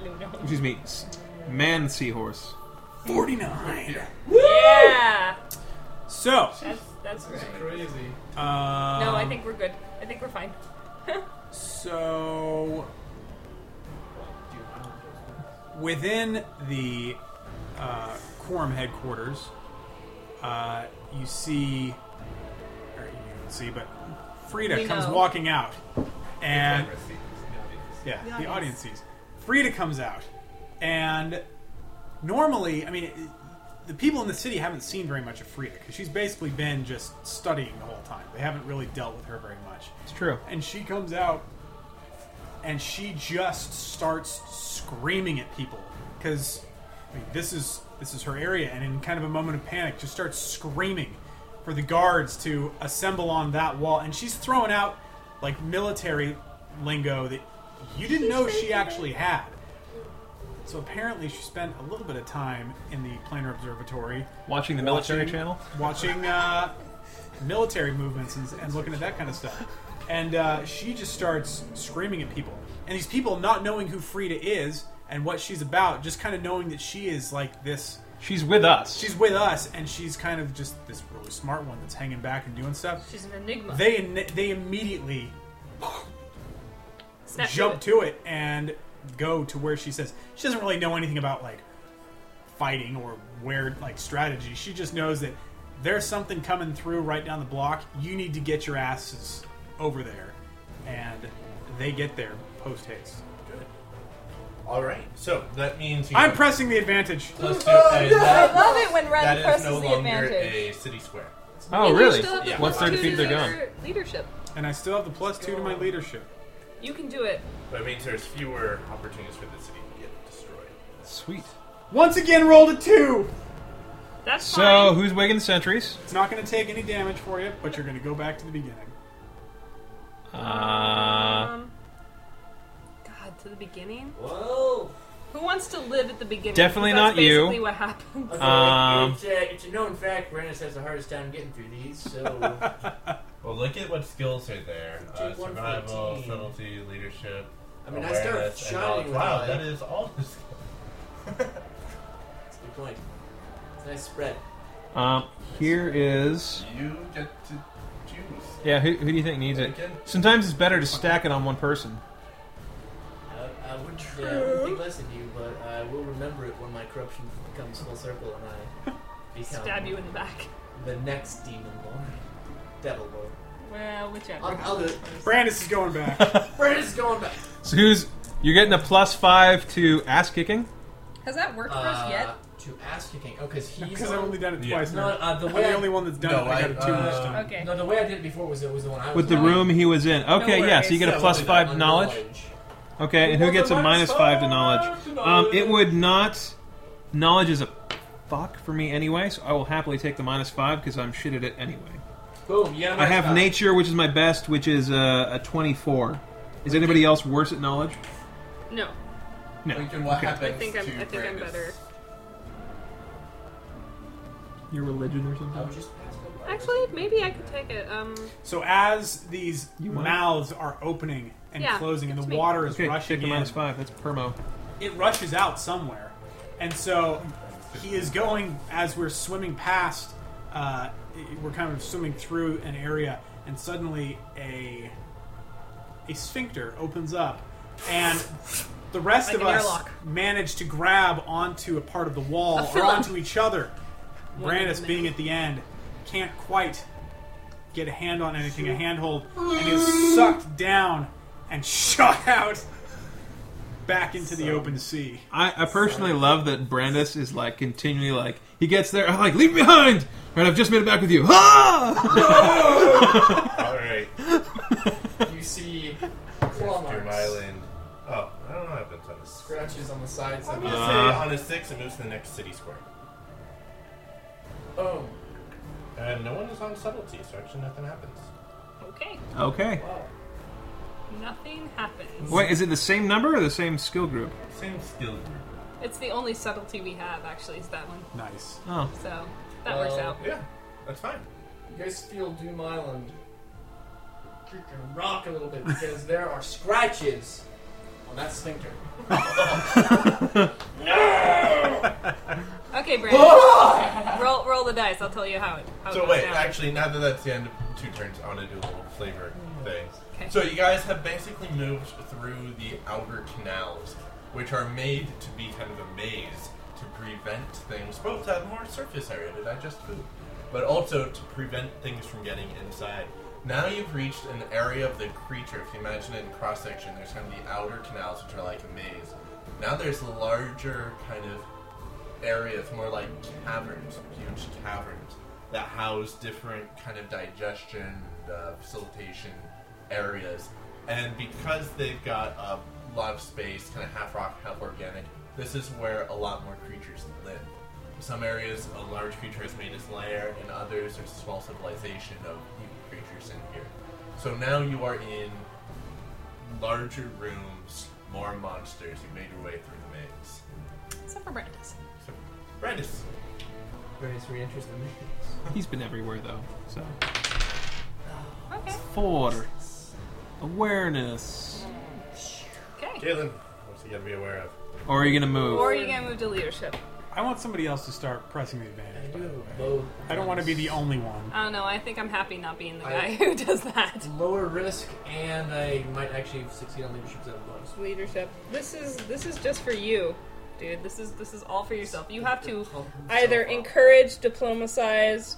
Speaker 2: Blue gnome.
Speaker 5: Excuse me, s- man seahorse.
Speaker 4: forty-nine.
Speaker 2: Yeah.
Speaker 4: So
Speaker 2: That's that's right.
Speaker 7: Crazy.
Speaker 4: um,
Speaker 2: No, I think we're good. I think we're fine.
Speaker 4: So, within the uh, Quorum headquarters, uh, you see, or you don't see, but Frida
Speaker 2: We
Speaker 4: comes
Speaker 2: know.
Speaker 4: walking out, and yeah,
Speaker 2: The
Speaker 4: the,
Speaker 2: audience.
Speaker 4: audience sees. Frida comes out, and normally, I mean, it, the people in the city haven't seen very much of Frida because she's basically been just studying the whole time. They haven't really dealt with her very much
Speaker 5: It's true.
Speaker 4: and she comes out and she just starts screaming at people because I mean, this is this is her area and in kind of a moment of panic just starts screaming for the guards to assemble on that wall and she's throwing out like military lingo that you didn't know she actually had so apparently she spent a little bit of time in the planar observatory
Speaker 5: Watching the military
Speaker 4: watching-
Speaker 5: channel.
Speaker 4: watching uh, military movements and, and looking at that kind of stuff. And uh, she just starts screaming at people. And these people, not knowing who Frida is and what she's about, just kind of knowing that she is like this.
Speaker 5: She's with us.
Speaker 4: She's with us, and she's kind of just this really smart one that's hanging back and doing stuff.
Speaker 2: She's an enigma.
Speaker 4: They they immediately
Speaker 2: Snap
Speaker 4: jump to it and go to where she says she doesn't really know anything about like fighting or where like strategy. She just knows that there's something coming through right down the block. You need to get your asses over there, and they get there post haste.
Speaker 3: All right. So that means you
Speaker 4: I'm pressing the advantage.
Speaker 3: Plus two.
Speaker 2: Oh,
Speaker 3: and
Speaker 2: I
Speaker 3: that,
Speaker 2: love it when Ren
Speaker 3: that is
Speaker 2: presses
Speaker 3: no
Speaker 2: the
Speaker 3: longer
Speaker 2: advantage.
Speaker 3: a city square.
Speaker 5: oh,
Speaker 2: And you
Speaker 5: really?
Speaker 2: still have the
Speaker 5: Once they're
Speaker 2: plus two
Speaker 5: defeated, they're
Speaker 2: to
Speaker 5: gone.
Speaker 2: your Leadership.
Speaker 4: And I still have the plus two to my leadership.
Speaker 2: You can do it.
Speaker 3: But it means there's fewer opportunities for the city to get destroyed.
Speaker 5: Sweet.
Speaker 4: Once again, rolled a two.
Speaker 2: That's
Speaker 5: So
Speaker 2: fine.
Speaker 5: who's waking the sentries?
Speaker 4: It's not going to take any damage for you, but you're going to go back to the beginning.
Speaker 5: Uh,
Speaker 2: Um, God, to the beginning.
Speaker 8: Whoa!
Speaker 2: Who wants to live at the beginning?
Speaker 5: Definitely
Speaker 2: 'Cause that's
Speaker 5: not you.
Speaker 2: Basically, what happens.
Speaker 8: Okay,
Speaker 5: Um,
Speaker 8: it's, uh, it's a known fact Renus has the hardest time getting through these, so
Speaker 3: Well, look at what skills are there: uh,
Speaker 8: Take one
Speaker 3: survival,
Speaker 8: fourteen.
Speaker 3: subtlety, leadership.
Speaker 8: I mean, I
Speaker 3: awareness,
Speaker 8: start
Speaker 3: and
Speaker 8: shining
Speaker 3: knowledge.
Speaker 8: with
Speaker 3: Wow,
Speaker 8: my-
Speaker 3: that is all the skills.
Speaker 8: that's a good point. It's a nice spread.
Speaker 5: um, here is.
Speaker 3: You get to choose.
Speaker 5: Yeah, who, who do you think needs it?
Speaker 3: Again?
Speaker 5: Sometimes it's better to stack it on one person.
Speaker 8: I, I wouldn't, uh, I wouldn't think less of you, but I will remember it when my corruption comes full circle and I become
Speaker 2: Stab you in the back.
Speaker 8: the next demon lord, devil lord.
Speaker 2: Well, whichever.
Speaker 8: I'll, I'll do it.
Speaker 4: Brandis is going back.
Speaker 8: Renus is going back.
Speaker 5: So who's you're getting a plus five to ass kicking?
Speaker 2: Has that worked for us
Speaker 8: Uh,
Speaker 2: yet?
Speaker 8: to ass kicking. Oh, because he's
Speaker 4: Because I've only done it
Speaker 3: Yeah.
Speaker 4: twice
Speaker 8: no,
Speaker 4: now.
Speaker 8: uh, the
Speaker 4: I'm
Speaker 8: way
Speaker 4: the
Speaker 8: I-
Speaker 4: only one that's done
Speaker 3: No,
Speaker 4: it. I
Speaker 3: I-
Speaker 4: got a two
Speaker 3: uh,
Speaker 4: this time.
Speaker 2: Okay.
Speaker 8: No, the way I did it before was it was the one I was
Speaker 5: With the
Speaker 8: in.
Speaker 5: room he was in. Okay, yeah, so you get a
Speaker 3: worries.
Speaker 5: plus
Speaker 3: Yeah, we'll do
Speaker 5: five
Speaker 3: that.
Speaker 5: to knowledge. Okay, and who gets a minus five to knowledge? Um, it would not. Knowledge is a fuck for me anyway, so I will happily take the minus five because I'm shit at it anyway.
Speaker 8: Boom, you got a
Speaker 5: I have
Speaker 8: mascot.
Speaker 5: nature, which is my best, which is uh, a 24. Is anybody else worse at knowledge?
Speaker 2: No.
Speaker 5: No.
Speaker 3: Lincoln, what
Speaker 5: Okay.
Speaker 3: happens
Speaker 2: I think I'm.
Speaker 3: to
Speaker 2: I think I'm
Speaker 3: Brandis?
Speaker 2: better.
Speaker 5: Your religion or
Speaker 8: I
Speaker 5: something?
Speaker 8: was just passed over.
Speaker 2: Actually, maybe I could take it. Um.
Speaker 4: So as these
Speaker 5: You what?
Speaker 4: mouths are opening and
Speaker 2: Yeah,
Speaker 4: closing, and the
Speaker 2: it's me.
Speaker 4: water is
Speaker 5: Okay,
Speaker 4: rushing
Speaker 5: take the
Speaker 4: in,
Speaker 5: minus five. That's permo.
Speaker 4: it rushes out somewhere, and so he is going as we're swimming past. Uh, we're kind of swimming through an area, and suddenly a a sphincter opens up, and the rest
Speaker 2: Like
Speaker 4: of
Speaker 2: an
Speaker 4: us
Speaker 2: airlock.
Speaker 4: manage to grab onto a part of the wall
Speaker 2: A
Speaker 4: or
Speaker 2: filler.
Speaker 4: onto each other. Brandis,
Speaker 2: minute.
Speaker 4: being at the end, can't quite get a hand on anything, a handhold, and is sucked down and shot out back into the open sea.
Speaker 5: I, I personally love that Brandis is like continually like he gets there. I'm like, leave me behind. All right, I've just made it back with you. Ah!
Speaker 3: All right,
Speaker 6: You see claw
Speaker 3: Doom
Speaker 6: marks,
Speaker 3: Island. Oh, I don't know what happens on this.
Speaker 6: scratches on the sides
Speaker 3: I'm
Speaker 6: of
Speaker 3: gonna
Speaker 6: it.
Speaker 3: say on a six, it moves to the next city square.
Speaker 6: Oh,
Speaker 3: And no one is on subtlety, so actually nothing happens.
Speaker 2: Okay.
Speaker 5: okay.
Speaker 2: Nothing happens.
Speaker 5: Wait, is it the same number or the same skill group?
Speaker 3: Same skill group.
Speaker 2: It's the only subtlety we have. Actually, is that one.
Speaker 4: Nice.
Speaker 5: Oh,
Speaker 2: So that works
Speaker 6: Well,
Speaker 2: out.
Speaker 3: Yeah, that's fine.
Speaker 6: you guys feel Doom Island freaking rock a little bit because there are scratches on that sphincter.
Speaker 2: Okay, Brandon. roll, roll the dice. I'll tell you how it. How it
Speaker 3: So
Speaker 2: goes
Speaker 3: wait,
Speaker 2: down.
Speaker 3: actually, now that that's the end of two turns, I want to do a little flavor thing.
Speaker 2: Okay.
Speaker 3: So you guys have basically moved through the outer canals, which are made to be kind of a maze to prevent things, both to have more surface area to digest food, but also to prevent things from getting inside. Now you've reached an area of the creature. If you imagine it in cross section, there's kind of the outer canals, which are like a maze. Now there's larger kind of areas, more like caverns, huge caverns that house different kind of digestion, uh, facilitation areas. And because they've got a lot of space, kind of half rock, half organic, this is where a lot more creatures live. In some areas, a large creature has made its lair, and others, there's a small civilization of evil creatures in here. So now you are in larger rooms, more monsters. You made your way through the maze.
Speaker 2: Except for Brandis.
Speaker 3: So, Brandis.
Speaker 8: Various re-enters the maze.
Speaker 5: he's been everywhere though. So
Speaker 2: Okay.
Speaker 5: four awareness.
Speaker 2: Okay.
Speaker 3: Jalen, what's he got to be aware of?
Speaker 5: Or are you gonna move?
Speaker 2: Or you gonna move to leadership?
Speaker 4: I want somebody else to start pressing the advantage.
Speaker 8: I do both.
Speaker 4: I don't want to be the only one.
Speaker 2: I don't know. Oh, I think I'm happy not being the
Speaker 8: I-
Speaker 2: guy who does that.
Speaker 8: Lower risk, and I might actually succeed on leadership seven bonus.
Speaker 2: Leadership. This is this is just for you, dude. This is this is all for yourself. You have to either encourage, diplomatize,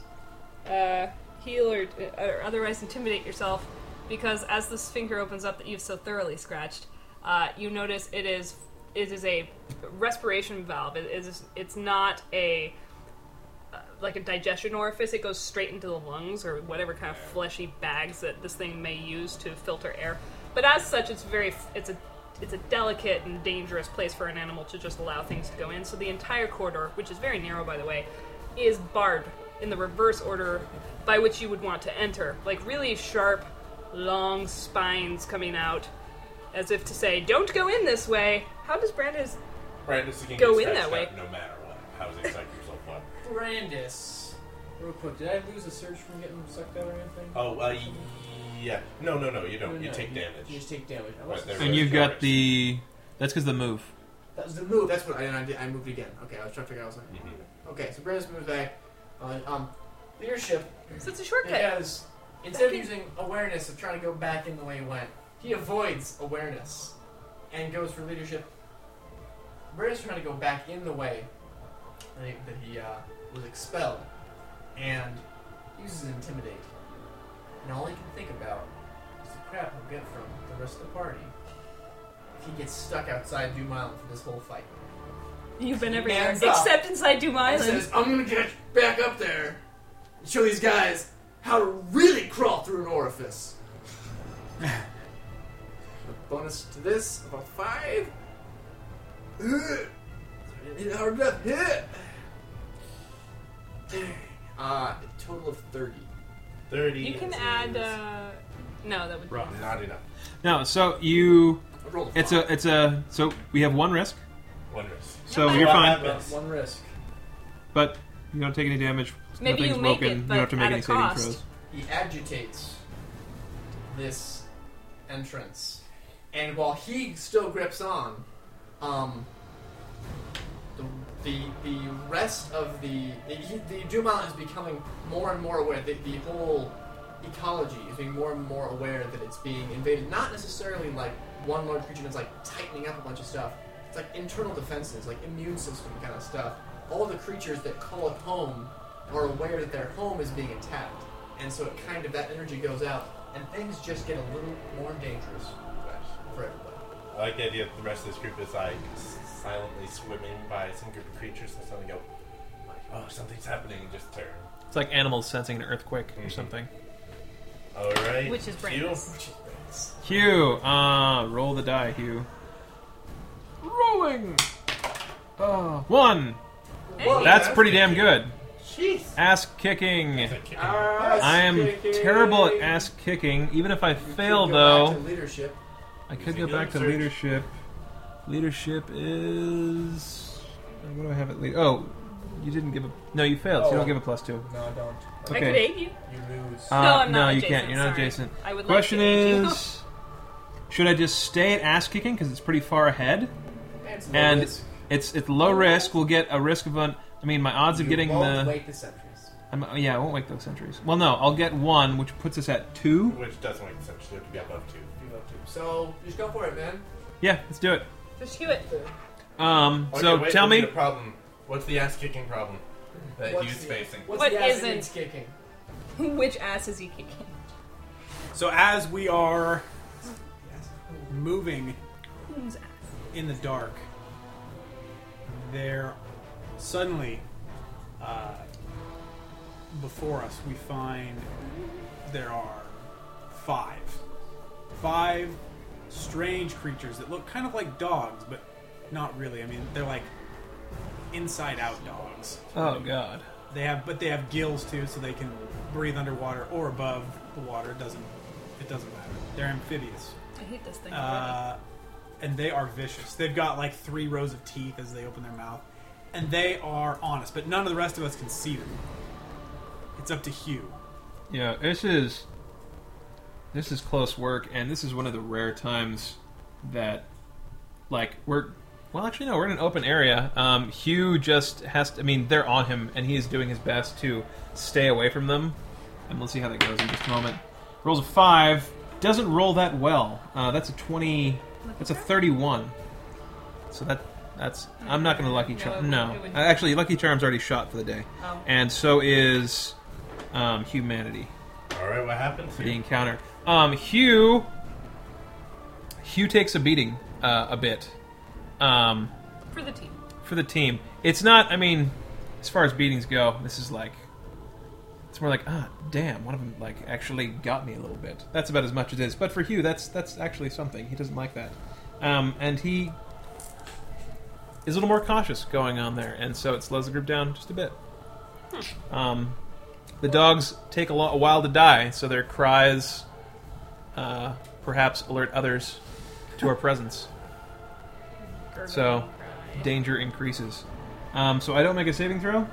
Speaker 2: uh, heal, or, or otherwise intimidate yourself, because as the sphincter opens up that you've so thoroughly scratched, uh, you notice it is it is a respiration valve. It is it's not a uh, like a digestion orifice. It goes straight into the lungs or whatever kind of fleshy bags that this thing may use to filter air. But as such, it's very it's a it's a delicate and dangerous place for an animal to just allow things to go in. So the entire corridor, which is very narrow by the way, is barred in the reverse order by which you would want to enter. Like really sharp, long spines coming out, as if to say, "Don't go in this way." How does Brandis?
Speaker 3: Brandis again
Speaker 2: Go
Speaker 3: gets
Speaker 2: in
Speaker 3: scratched
Speaker 2: that way.
Speaker 3: out No matter what, how does it suck yourself up?
Speaker 6: Brandis. Real quick, did I lose a surge from getting sucked out or anything?
Speaker 3: Oh, uh, yeah. No, no, no. You don't.
Speaker 6: No,
Speaker 3: you
Speaker 6: no,
Speaker 3: take
Speaker 6: You
Speaker 3: damage.
Speaker 6: just take damage. I
Speaker 3: Right
Speaker 6: lost a
Speaker 3: there.
Speaker 6: surge.
Speaker 5: and you've got the. That's because the move.
Speaker 6: That was the move. Mm-hmm. That's what I, I did. I moved again. Okay, I was trying to figure out. I was like,
Speaker 3: Mhm.
Speaker 6: okay, so Brandis moves back. On um, leadership.
Speaker 2: So it's a
Speaker 6: It
Speaker 2: shortcut.
Speaker 6: has instead of using awareness of trying to go back in the way he went, he avoids awareness and goes for leadership. Brandis trying to go back in the way that he, that he uh, was expelled and uses intimidate. And all he can think about is the crap he'll get from the rest of the party if he gets stuck outside Doom Island for this whole fight.
Speaker 2: You've been everywhere
Speaker 6: Hands up.
Speaker 2: except inside Doom
Speaker 6: And
Speaker 2: Island.
Speaker 6: says, I'm gonna get back up there and show these guys how to really crawl through an orifice. Bonus to this, about five. Ugh. Hit hard enough. Hit. Uh, a total of 30.
Speaker 3: 30.
Speaker 2: You can
Speaker 3: is-
Speaker 2: add. Uh, no, that would.
Speaker 4: Rough.
Speaker 3: Not enough.
Speaker 5: No, so you.
Speaker 6: I rolled a
Speaker 5: It's
Speaker 6: five.
Speaker 5: a. It's a. So we have one risk.
Speaker 3: Wondrous.
Speaker 5: So
Speaker 2: Nobody-
Speaker 5: you're
Speaker 3: Five
Speaker 5: fine,
Speaker 3: minutes.
Speaker 6: One risk.
Speaker 5: but you don't take any damage.
Speaker 2: Maybe you
Speaker 5: Nothing's
Speaker 2: make
Speaker 5: broken.
Speaker 2: it,
Speaker 5: you
Speaker 2: but
Speaker 5: don't have to make
Speaker 2: at a
Speaker 5: any saving
Speaker 2: cost.
Speaker 5: throws.
Speaker 6: He agitates this entrance. And while he still grips on, um, the, the, the rest of the. The, he- the Dumont is becoming more and more aware. The, the whole ecology is being more and more aware that it's being invaded. Not necessarily like one large creature that's like tightening up a bunch of stuff. It's like internal defenses, like immune system kind of stuff. All the creatures that call it home are aware that their home is being attacked, and so it kind of that energy goes out, and things just get a little more dangerous for everybody.
Speaker 3: I like the idea that the rest of this group is like s- silently swimming by some group of creatures and suddenly go, like, oh, something's happening, and just turn.
Speaker 5: It's like animals sensing an earthquake or
Speaker 3: Mhm.
Speaker 5: something.
Speaker 3: Alright.
Speaker 2: Which is
Speaker 3: you.
Speaker 2: Brandon's.
Speaker 5: Hugh, uh, roll the die, Hugh. Rolling. Uh, one.
Speaker 2: Hey,
Speaker 5: That's pretty damn good.
Speaker 3: Jeez.
Speaker 5: Ass kicking.
Speaker 6: Ah.
Speaker 7: Ass
Speaker 5: I am
Speaker 7: kicking.
Speaker 5: terrible at ass kicking. Even if I fail,
Speaker 6: Could go
Speaker 5: though,
Speaker 6: back to leadership.
Speaker 5: I could
Speaker 3: You
Speaker 5: go
Speaker 3: can
Speaker 5: back to
Speaker 3: search.
Speaker 5: leadership. Leadership is. What do I have at lead? Oh, you didn't give a. No, you failed. So you
Speaker 8: Oh.
Speaker 5: don't give a plus two.
Speaker 8: No, I don't.
Speaker 2: I could
Speaker 5: Okay.
Speaker 2: aid you.
Speaker 8: You lose.
Speaker 5: Uh,
Speaker 2: no, I'm not.
Speaker 5: no, you
Speaker 2: adjacent,
Speaker 5: can't. You're not
Speaker 2: sorry.
Speaker 5: adjacent.
Speaker 2: I would.
Speaker 5: Question
Speaker 2: like to aid you.
Speaker 5: is, should I just stay at ass kicking because it's pretty far ahead?
Speaker 6: That's
Speaker 5: and
Speaker 6: risk.
Speaker 5: it's it's low risk. We'll get a risk of an. I mean, my odds of
Speaker 6: You
Speaker 5: getting
Speaker 6: won't
Speaker 5: the.
Speaker 6: wait the sentries.
Speaker 5: I'm, yeah, I won't wake those sentries. Well, no, I'll get one, which puts us at two.
Speaker 3: Which doesn't make sense. You have to be above two.
Speaker 6: You have to. So just go for it, man.
Speaker 5: Yeah, let's do it.
Speaker 2: Just do it.
Speaker 5: Um,
Speaker 3: Okay,
Speaker 5: so
Speaker 3: wait,
Speaker 5: tell
Speaker 3: we
Speaker 5: me,
Speaker 3: need a problem. What's the ass kicking problem that
Speaker 6: What's
Speaker 3: you's
Speaker 6: the-
Speaker 3: facing?
Speaker 6: What's
Speaker 2: What
Speaker 6: the acid
Speaker 2: isn't?
Speaker 6: it's kicking?
Speaker 2: Which ass is he kicking?
Speaker 4: So as we are moving
Speaker 2: Whose ass?
Speaker 4: in the dark, there suddenly, uh, before us, we find there are five. Five strange creatures that look kind of like dogs, but not really. I mean, they're like inside out dogs.
Speaker 5: Oh God.
Speaker 4: They have, but they have gills too, so they can breathe underwater or above the water. It doesn't, it doesn't matter. They're amphibious.
Speaker 2: I hate this thing. already.
Speaker 4: Uh, and they are vicious. They've got like three rows of teeth as they open their mouth, and they are honest. But none of the rest of us can see them. It's up to Hugh.
Speaker 5: Yeah, this is this is close work, and this is one of the rare times that like we're well, actually no, we're in an open area. Um, Hugh just has to. I mean, they're on him, and he is doing his best to stay away from them. And we'll see how that goes in just a moment. Rolls a five. Doesn't roll that well. Uh, that's a twenty. That's a thirty-one. So that that's. I'm not going to lucky
Speaker 2: No, it
Speaker 5: charm.
Speaker 2: would-
Speaker 5: No,
Speaker 2: it would-
Speaker 5: actually, lucky charm's already shot for the day,
Speaker 2: Oh.
Speaker 5: and so is um, humanity
Speaker 3: Alright, what happens?
Speaker 5: the encounter. Um, Hugh. Hugh takes a beating uh, a bit um,
Speaker 2: for the team.
Speaker 5: for the team. It's not. I mean, as far as beatings go, this is like. It's more like ah, damn. One of them like actually got me a little bit. That's about as much as it is. But for Hugh, that's that's actually something. He doesn't like that, um, and he is a little more cautious going on there, and so it slows the group down just a bit. Um, the dogs take a, lo- a while to die, so their cries uh, perhaps alert others to our presence.
Speaker 2: Gurgling
Speaker 5: So,
Speaker 2: cry.
Speaker 5: Danger increases. Um, so I don't make a saving throw.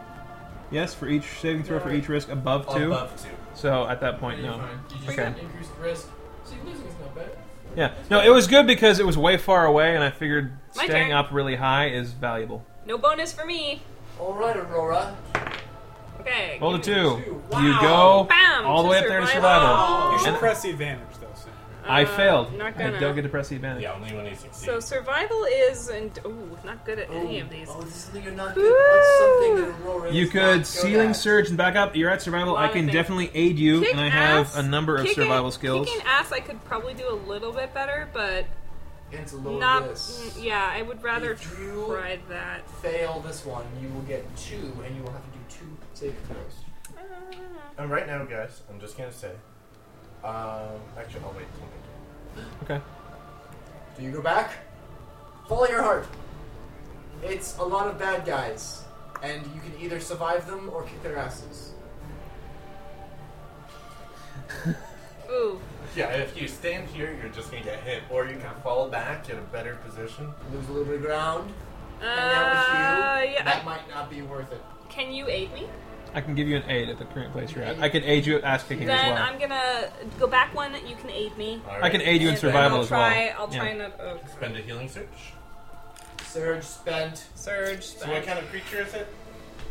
Speaker 5: Yes, for each saving throw for each risk above two.
Speaker 3: Above two.
Speaker 5: So at that point,
Speaker 6: Yeah, you're
Speaker 5: no.
Speaker 6: fine. You just
Speaker 5: Okay.
Speaker 6: got increased risk. See, losing is not bad.
Speaker 5: Yeah, no. It was good because it was way far away, and I figured
Speaker 2: My
Speaker 5: staying
Speaker 2: turn.
Speaker 5: up really high is valuable.
Speaker 2: No bonus for me.
Speaker 6: All right, Aurora.
Speaker 2: Okay.
Speaker 5: Roll a
Speaker 2: give me-
Speaker 5: two.
Speaker 6: Wow.
Speaker 5: You go
Speaker 2: Bam,
Speaker 5: all the
Speaker 2: to
Speaker 5: way up there to
Speaker 2: survival. Oh,
Speaker 5: survival.
Speaker 4: You should
Speaker 5: And-
Speaker 4: press the advantage though. So.
Speaker 5: I
Speaker 2: Uh,
Speaker 5: failed.
Speaker 2: not
Speaker 5: I
Speaker 2: gonna.
Speaker 5: don't get to press the advantage.
Speaker 3: Yeah, only when he succeeds.
Speaker 2: So survival is and ooh, not good at any of these.
Speaker 6: Oh, this is the- you're not good. What's something that Aurora
Speaker 5: You
Speaker 6: is not
Speaker 5: could
Speaker 6: good
Speaker 5: ceiling
Speaker 6: at?
Speaker 5: surge and back up. You're at survival.
Speaker 2: Lot
Speaker 5: I
Speaker 2: of
Speaker 5: can
Speaker 2: things.
Speaker 5: definitely aid you,
Speaker 2: Kick
Speaker 5: and I have
Speaker 2: ass,
Speaker 5: a number of
Speaker 2: kicking-
Speaker 5: survival skills.
Speaker 2: Kicking ass, I could probably do a little bit better, but
Speaker 6: And it's a low
Speaker 2: not.
Speaker 6: risk.
Speaker 2: mm, Yeah, I would rather
Speaker 6: Oh, If you-
Speaker 2: try that.
Speaker 6: Fail this one, you will get two, and you will have to do two saving throws.
Speaker 3: And Um, right now, guys, I'm just gonna say. Um, actually, I'll wait. till later.
Speaker 5: Okay.
Speaker 6: Do you go back? Follow your heart. It's a lot of bad guys, and you can either survive them or kick their asses.
Speaker 2: Ooh.
Speaker 3: Yeah, if you stand here, you're just gonna get hit, or you can fall back in a better position.
Speaker 6: Lose a little bit of ground,
Speaker 2: Uh,
Speaker 6: and that was you.
Speaker 2: yeah.
Speaker 6: That might not be worth it.
Speaker 2: Can you aid me?
Speaker 5: I can give you an aid at the current place you're at. I can aid you at ass kicking as
Speaker 2: Then
Speaker 5: well.
Speaker 2: I'm gonna go back one. You can aid me.
Speaker 3: All
Speaker 5: I can
Speaker 3: right.
Speaker 5: aid you in
Speaker 2: And
Speaker 5: survival
Speaker 2: I'll
Speaker 5: as
Speaker 2: try,
Speaker 5: well.
Speaker 2: I'll
Speaker 5: Yeah.
Speaker 2: try not. Oh,
Speaker 3: Spend a healing search.
Speaker 6: Surge spent.
Speaker 2: surge.
Speaker 3: So what
Speaker 2: spike.
Speaker 3: kind of creature is it?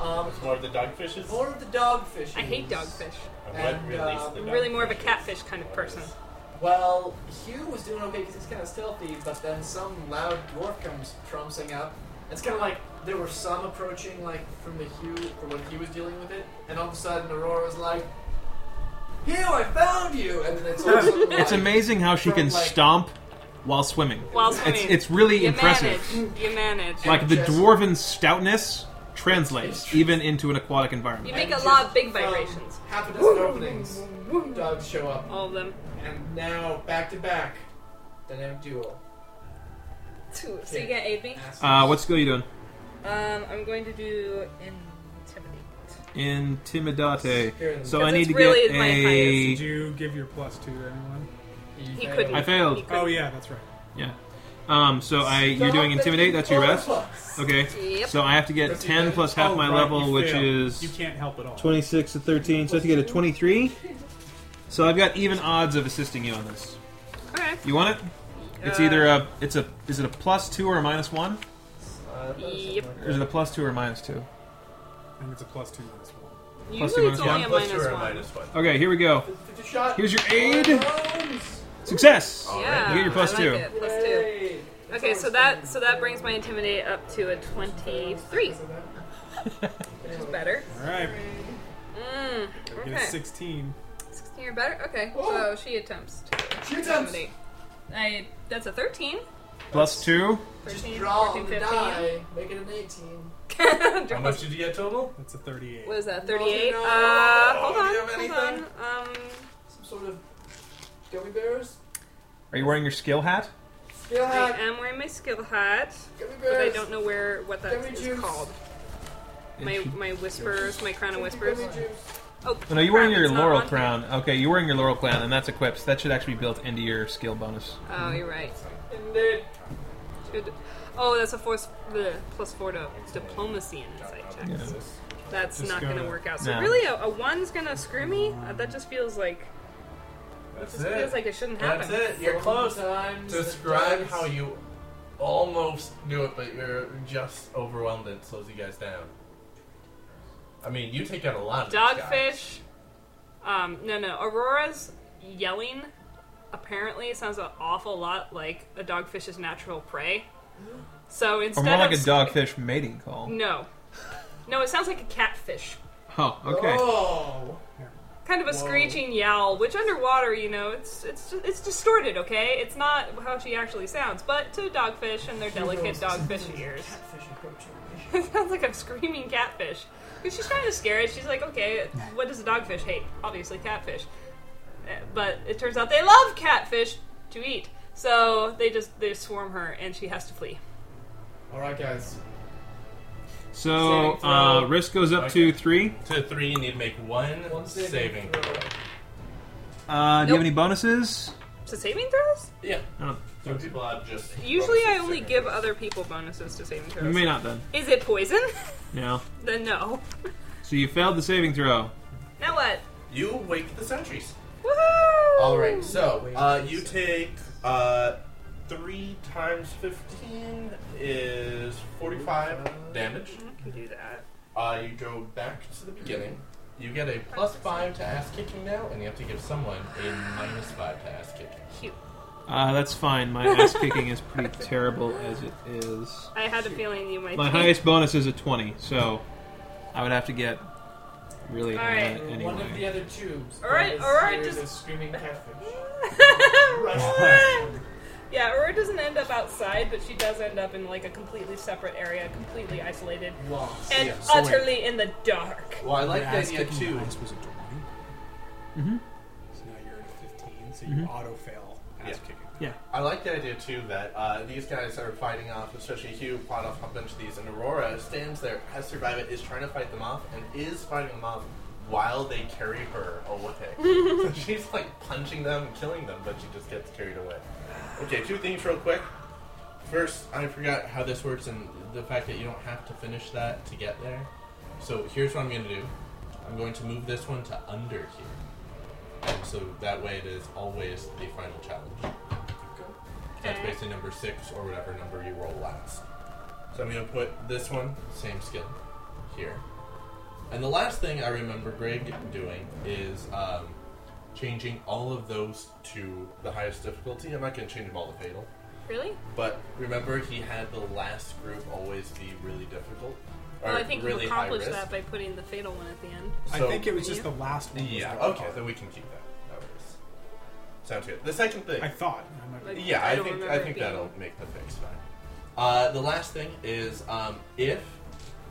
Speaker 6: Um,
Speaker 3: It's more of the dogfishes.
Speaker 6: more of the dogfish.
Speaker 2: I hate dogfish.
Speaker 3: And
Speaker 6: And,
Speaker 3: what
Speaker 6: uh,
Speaker 3: released the
Speaker 2: I'm really more of a
Speaker 3: dogfishes?
Speaker 2: catfish kind of person.
Speaker 6: Well, Hugh was doing okay because he's kind of stealthy, but then some loud dwarf comes trouncing up. It's kind of like there were some approaching, like from the Hugh from when he was dealing with it, and all of a sudden Aurora's like, "Hugh, I found you!" And then it's all of a sudden,
Speaker 5: It's
Speaker 6: like,
Speaker 5: amazing how she
Speaker 6: From,
Speaker 5: can
Speaker 6: like-
Speaker 5: stomp while swimming.
Speaker 2: While
Speaker 5: It's
Speaker 2: swimming.
Speaker 5: it's really
Speaker 2: you
Speaker 5: impressive.
Speaker 2: manage. You manage.
Speaker 5: Like the
Speaker 6: Just-
Speaker 5: dwarven stoutness translates even into an aquatic
Speaker 2: you
Speaker 5: environment.
Speaker 2: make a
Speaker 6: just
Speaker 2: lot of big
Speaker 6: from
Speaker 2: vibrations.
Speaker 6: Half a dozen openings, dogs show up,
Speaker 2: All of them.
Speaker 6: and now back to back, dynamic duo.
Speaker 2: Two. So you gonna aid me?
Speaker 5: Uh, what skill are you doing?
Speaker 2: Um, I'm going to do intimidate.
Speaker 5: Intimidate. So I
Speaker 2: 'Cause
Speaker 5: need
Speaker 2: it's
Speaker 5: to
Speaker 2: really
Speaker 5: get
Speaker 2: my
Speaker 5: a.
Speaker 4: Did you give your plus two to anyone?
Speaker 2: He couldn't.
Speaker 5: I failed.
Speaker 2: He couldn't.
Speaker 4: Oh yeah, that's right.
Speaker 5: Yeah. Um. So I you're doing intimidate. That's your best.
Speaker 3: Oh,
Speaker 5: Okay.
Speaker 2: Yep.
Speaker 5: So I have to get
Speaker 6: That's your
Speaker 5: ten
Speaker 6: best.
Speaker 5: plus half
Speaker 4: Oh,
Speaker 5: my
Speaker 4: right,
Speaker 5: level,
Speaker 4: you
Speaker 5: which
Speaker 4: failed. you
Speaker 5: is
Speaker 4: can't help at all.
Speaker 5: twenty six to thirteen. So I have to get a twenty three. So I've got even odds of assisting you on this.
Speaker 2: Okay.
Speaker 5: You want it? It's
Speaker 2: Uh,
Speaker 5: either uh, a it's a is it a plus two or a minus one?
Speaker 2: Yep.
Speaker 5: Or is it a plus two or a minus two?
Speaker 4: And it's a plus two minus one.
Speaker 5: Plus
Speaker 2: Usually
Speaker 5: or
Speaker 2: it's
Speaker 5: minus
Speaker 2: only
Speaker 3: One
Speaker 2: a
Speaker 3: plus two
Speaker 2: minus
Speaker 3: or
Speaker 2: one.
Speaker 3: a minus one.
Speaker 5: Okay, here we go.
Speaker 6: Fifty shot.
Speaker 5: Here's your aid. Success.
Speaker 2: Yeah.
Speaker 5: You get your plus
Speaker 2: I like
Speaker 5: two.
Speaker 2: it, plus two. Okay, so that so that brings my intimidate up to a twenty-three, which is better.
Speaker 4: All right,
Speaker 2: Mm,
Speaker 4: get a
Speaker 2: okay,
Speaker 4: sixteen.
Speaker 2: sixteen or better. Okay, so she attempts to
Speaker 6: She Oh! attempts.
Speaker 2: intimidate. I that's a thirteen.
Speaker 5: Plus two.
Speaker 2: 13,
Speaker 6: Draw on
Speaker 2: 14,
Speaker 6: the
Speaker 2: 15.
Speaker 6: die. Make it an eighteen.
Speaker 3: How much did you get total?
Speaker 4: That's a thirty-eight.
Speaker 2: What is that? Thirty-eight.
Speaker 6: No,
Speaker 2: Uh,
Speaker 6: no.
Speaker 2: hold
Speaker 3: Do
Speaker 2: on,
Speaker 3: you have
Speaker 2: hold on.
Speaker 3: anything?
Speaker 2: Um,
Speaker 6: Some sort of gummy bears.
Speaker 5: Are you wearing your skill hat?
Speaker 6: Feel
Speaker 2: I
Speaker 6: hack.
Speaker 2: am wearing my skill hat,
Speaker 6: Gummy
Speaker 2: but I
Speaker 6: bears.
Speaker 2: don't know where what that
Speaker 6: Gummy
Speaker 2: is
Speaker 6: juice.
Speaker 2: called. My my whispers, my crown of whispers.
Speaker 6: Gummy juice.
Speaker 2: Oh,
Speaker 5: Oh, no, you're wearing
Speaker 2: crap,
Speaker 5: your
Speaker 2: it's not
Speaker 5: laurel
Speaker 2: on here.
Speaker 5: crown. Okay, you're wearing your laurel crown, and that's equipped. That should actually be built into your skill bonus.
Speaker 2: Oh, you're right.
Speaker 6: Indeed.
Speaker 2: Good. Oh, that's a force the plus four to diplomacy and insight checks.
Speaker 5: Yeah.
Speaker 2: That's
Speaker 4: Just
Speaker 2: not going to
Speaker 4: gotta-
Speaker 2: work out. So
Speaker 5: No.
Speaker 2: really, a, a one's going to screw me. Uh, that just feels like
Speaker 3: That's
Speaker 2: just feels
Speaker 3: it.
Speaker 2: like it shouldn't happen.
Speaker 3: That's it. You're close.
Speaker 6: Sometimes
Speaker 3: Describe
Speaker 6: it
Speaker 3: how you almost knew it, but you're just overwhelmed and it slows you guys down. I mean, you take out a lot of these guys.
Speaker 2: Dogfish. Um, no, no. Aurora's yelling. Apparently, sounds an awful lot like a dogfish's natural prey. So
Speaker 5: Or
Speaker 2: instead
Speaker 5: more like
Speaker 2: of
Speaker 5: a dogfish mating call.
Speaker 2: no, no, it sounds like a catfish.
Speaker 5: Oh, okay.
Speaker 6: Oh.
Speaker 2: kind of a screeching yowl, which underwater, you know, it's it's it's distorted. Okay, it's not how she actually sounds, but to a dogfish and their delicate dogfish ears, it sounds like a screaming catfish. Because she's kind of scared. She's like, okay, what does a dogfish hate? Obviously, catfish. Uh, But it turns out they love catfish to eat, so they just they swarm her, and she has to flee.
Speaker 6: All right, guys.
Speaker 5: So
Speaker 2: Saving throw.
Speaker 5: uh, risk goes up to three.
Speaker 3: To three, you need to make one,
Speaker 6: One saving
Speaker 3: saving.
Speaker 6: throw.
Speaker 5: Uh, do you have
Speaker 2: Nope.
Speaker 5: any bonuses?
Speaker 2: So saving throws?
Speaker 3: Yeah.
Speaker 5: No,
Speaker 3: Some people have just.
Speaker 2: Usually, I
Speaker 3: bonuses
Speaker 2: only
Speaker 3: saving
Speaker 2: give
Speaker 3: throws.
Speaker 2: other people bonuses to saving
Speaker 5: you
Speaker 2: throws.
Speaker 5: may not then.
Speaker 2: Is it poison?
Speaker 5: No.
Speaker 2: then no.
Speaker 5: So you failed the saving throw.
Speaker 2: Now what?
Speaker 3: You wake the sentries.
Speaker 2: Woohoo!
Speaker 3: All right, so uh, you take uh, three times fifteen is forty-five damage.
Speaker 2: I can do that.
Speaker 3: Uh, you go back to the beginning. You get a plus five to ass kicking now, and you have to give someone a minus five to ass kicking.
Speaker 2: Cute.
Speaker 5: Uh, that's fine. My ass kicking is pretty terrible as it is.
Speaker 2: I had a feeling you might.
Speaker 5: My
Speaker 2: be-
Speaker 5: highest bonus is a twenty, so I would have to get really high
Speaker 2: Alright.
Speaker 6: One of the
Speaker 5: anyway.
Speaker 6: other tubes.
Speaker 2: All
Speaker 6: that
Speaker 2: right,
Speaker 6: is
Speaker 2: all right,
Speaker 6: seared
Speaker 2: just-
Speaker 6: with screaming catfish.
Speaker 2: yeah, Aurora doesn't end up outside, but she does end up in like a completely separate area, completely isolated
Speaker 6: Lost.
Speaker 2: and
Speaker 3: Yeah,
Speaker 4: so wait.
Speaker 2: utterly in the dark.
Speaker 3: Well, I like
Speaker 4: Your
Speaker 3: the
Speaker 4: ass
Speaker 3: idea
Speaker 4: kicking
Speaker 3: too.
Speaker 4: bonus was a 20.
Speaker 5: Mhm.
Speaker 4: Mm-hmm. So now you're at a 15, so you auto fail
Speaker 3: Yeah.
Speaker 5: ass kicking.
Speaker 3: I like the idea too that uh, these guys are fighting off, especially Hugh fought off a bunch of these, and Aurora stands there, has survived it, is trying to fight them off, and is fighting them off while they carry her away. so she's like punching them and killing them, but she just gets carried away. Okay, two things real quick. First, I forgot how this works and the fact that you don't have to finish that to get there. So here's what I'm going to do I'm going to move this one to under here. And so that way it is always the final challenge. That's
Speaker 2: Okay.
Speaker 3: basically number six or whatever number you roll last. So I'm gonna put this one, same skill, here. And the last thing I remember Greg doing is um, changing all of those to the highest difficulty. I'm not gonna change them all to fatal,
Speaker 2: Really?
Speaker 3: but remember he had the last group always be really difficult. Or
Speaker 2: Well, I think
Speaker 3: really
Speaker 2: you
Speaker 3: high
Speaker 2: accomplished
Speaker 3: risk.
Speaker 2: that by putting the fatal one at the end.
Speaker 4: I
Speaker 3: So-
Speaker 4: think it was just the last one. was
Speaker 3: Yeah.
Speaker 4: the hard
Speaker 3: Okay,
Speaker 4: part.
Speaker 3: then we can keep that. That works. Sounds good. The second thing.
Speaker 4: I thought. I might be-
Speaker 2: Like,
Speaker 3: Yeah, I,
Speaker 2: don't
Speaker 3: think I
Speaker 2: remember it
Speaker 3: think
Speaker 2: being-
Speaker 3: that'll make the fix fine. Uh, the last thing is um, if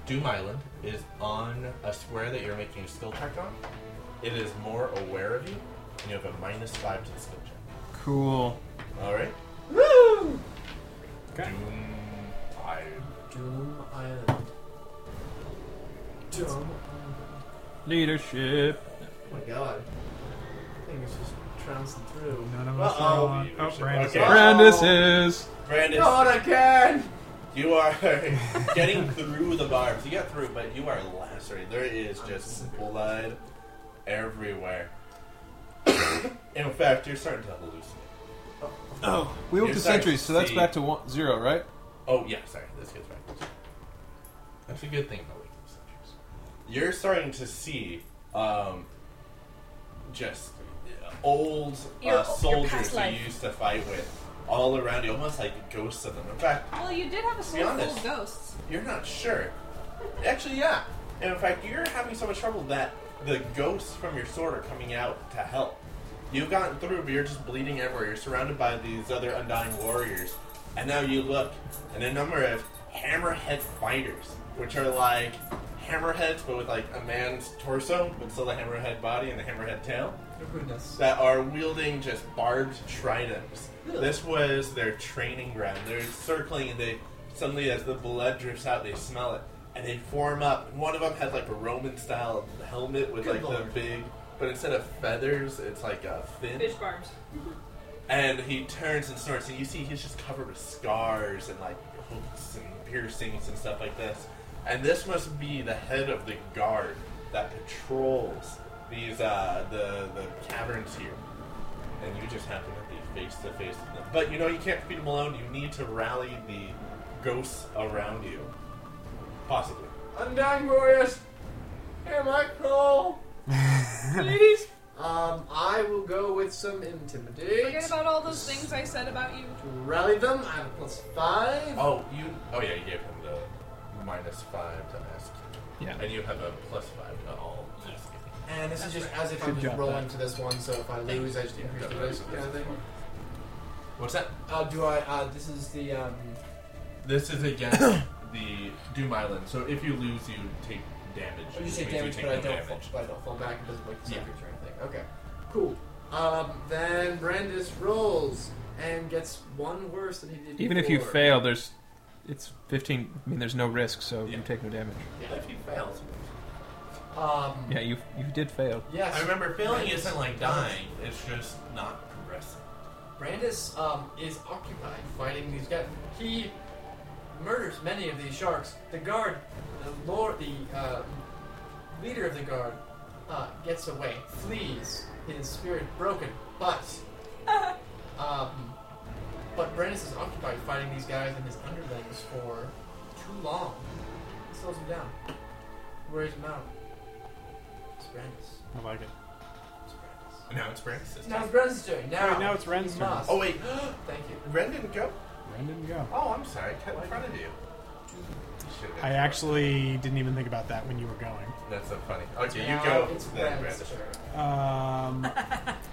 Speaker 3: Doom Island is on a square that you're making a skill check on, it is more aware of you, and you have a minus five to the skill check.
Speaker 5: Cool.
Speaker 3: All right.
Speaker 4: Okay.
Speaker 3: Doom Island.
Speaker 8: Doom Island. Doom.
Speaker 5: Leadership.
Speaker 6: Oh my god.
Speaker 8: Thing is just trouncing through.
Speaker 4: None of us are on. Oh, Brandon's
Speaker 3: Okay.
Speaker 4: on.
Speaker 5: Brandis is.
Speaker 3: Brandis,
Speaker 8: Not again!
Speaker 3: you are getting through the barbs. You got through, but you are lacerated. There is just blood everywhere. In fact, you're starting to hallucinate.
Speaker 5: Oh, we went
Speaker 3: You're
Speaker 5: to
Speaker 3: starting
Speaker 5: centuries,
Speaker 3: to
Speaker 5: so that's
Speaker 3: see-
Speaker 5: back to one, zero, right?
Speaker 3: Oh yeah, sorry, this gets right. That's a good thing about waking up centuries. You're starting to see um, just uh, old
Speaker 2: Your-
Speaker 3: uh,
Speaker 2: your
Speaker 3: soldiers
Speaker 2: past
Speaker 3: you
Speaker 2: life.
Speaker 3: used to fight with all around you, almost like ghosts of them. In fact,
Speaker 2: Well, you did have a
Speaker 3: Be
Speaker 2: slew full
Speaker 3: honest.
Speaker 2: of ghosts.
Speaker 3: you're not sure. Actually, yeah. And in fact, you're having so much trouble that the ghosts from your sword are coming out to help. You've gotten through, but you're just bleeding everywhere. You're surrounded by these other undying warriors. And now you look, and a number of hammerhead fighters, which are like hammerheads, but with like a man's torso, but still the hammerhead body and the hammerhead tail that are wielding just barbed tridents. This was their training ground. They're circling and they suddenly, as the blood drips out, they smell it and they form up. One of them has like a Roman style helmet with like the big, but instead of feathers, it's like a fin.
Speaker 2: Fish barbs.
Speaker 3: And he turns and snorts, and you see he's just covered with scars and like hooks and piercings and stuff like this. And this must be the head of the guard that patrols these uh, the the caverns here. And you just happen to be face to face with them. But you know you can't feed them alone. You need to rally the ghosts around you, possibly.
Speaker 6: Undying warriors! Here, Michael!
Speaker 2: Ladies,
Speaker 6: Um, I will go with some intimidate.
Speaker 2: forget about all those things I said about you.
Speaker 6: To rally them, I have a plus five.
Speaker 3: Oh, you. Oh yeah, you gave him the minus five to ask,
Speaker 5: Yeah.
Speaker 3: and you have a plus five to all. Ask.
Speaker 6: And this is just as if I'm
Speaker 5: Good
Speaker 6: just
Speaker 5: job,
Speaker 6: rolling
Speaker 5: Pat.
Speaker 6: to this one, so if I lose, I just
Speaker 3: Yeah,
Speaker 6: increase the
Speaker 3: don't
Speaker 6: risk
Speaker 3: worry.
Speaker 6: kind of thing.
Speaker 3: What's that?
Speaker 6: Uh, do I, uh, this is the, um,
Speaker 3: This is against the Doom Island, so if you lose, you take damage.
Speaker 6: you
Speaker 3: which
Speaker 6: take
Speaker 3: means
Speaker 6: damage, but I
Speaker 3: no
Speaker 6: don't, fall, but I don't fall back, it doesn't break the
Speaker 3: Yeah.
Speaker 6: secret or anything. Okay, cool. Um, then Brandis rolls and gets one worse than he did
Speaker 5: Even if you
Speaker 6: before.
Speaker 5: fail, there's it's 15. I mean, there's no risk, so
Speaker 3: Yeah.
Speaker 5: you take no damage.
Speaker 6: Yeah.
Speaker 3: If you fail,
Speaker 6: Um,
Speaker 5: Yeah, you you did fail.
Speaker 6: yes.
Speaker 3: I remember failing isn't like dying; it's just not progressing.
Speaker 6: Brandis um, is occupied fighting these guys. He murders many of these sharks. The guard, the lord, the uh, leader of the guard, uh, gets away, flees, his spirit broken. But, um, but Brandis is occupied fighting these guys and his underlings for too long. It slows him down, wears him out. It's Brandis.
Speaker 4: I like it.
Speaker 6: It's Brandis.
Speaker 3: And now it's Brandis'
Speaker 6: Now it's Brandis' turn. Now,
Speaker 4: Wait, now it's Ren's
Speaker 6: he
Speaker 4: turn.
Speaker 6: must.
Speaker 3: Oh wait,
Speaker 6: Thank you.
Speaker 3: Ren didn't go.
Speaker 4: Ren didn't go.
Speaker 3: Oh, I'm sorry. I cut in front of you. You should've been-
Speaker 4: I actually didn't even think about that when you were going.
Speaker 3: That's so funny. Okay, you
Speaker 6: Now
Speaker 3: go.
Speaker 6: It's
Speaker 3: then
Speaker 6: Brandis'
Speaker 3: Brandis.
Speaker 6: turn.
Speaker 4: Um,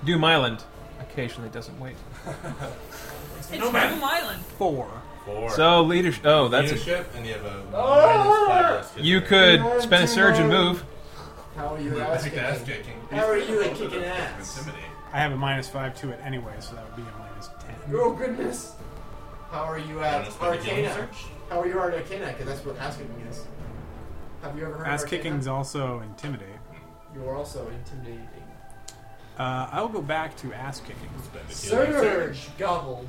Speaker 5: Doom Island occasionally doesn't wait.
Speaker 2: It's Doom Island.
Speaker 4: four.
Speaker 3: Four.
Speaker 5: So leadership. Oh, that's a,
Speaker 3: leadership, and you have a
Speaker 6: Oh!
Speaker 3: minus five. less 'cause
Speaker 5: you
Speaker 3: you're-
Speaker 5: could spend a surge and move.
Speaker 6: How are you
Speaker 3: Move back to ass
Speaker 6: asking?
Speaker 3: kicking.
Speaker 6: How are you at
Speaker 3: Both of
Speaker 6: kicking
Speaker 3: them
Speaker 6: ass?
Speaker 3: Intimidate.
Speaker 4: I have a minus five to it anyway, so that would be a minus ten.
Speaker 6: Oh goodness. How are you at
Speaker 3: Bonus with the
Speaker 6: Arcana?
Speaker 3: healing
Speaker 6: How are you at Arcana? Because that's what ass kicking is. Have you ever heard
Speaker 4: Ass
Speaker 6: of Arcana?
Speaker 4: kicking's also intimidate.
Speaker 6: You are also intimidating.
Speaker 4: Uh, I'll go back to ass kicking.
Speaker 3: Spend a healing surge.
Speaker 6: Surge gobbled.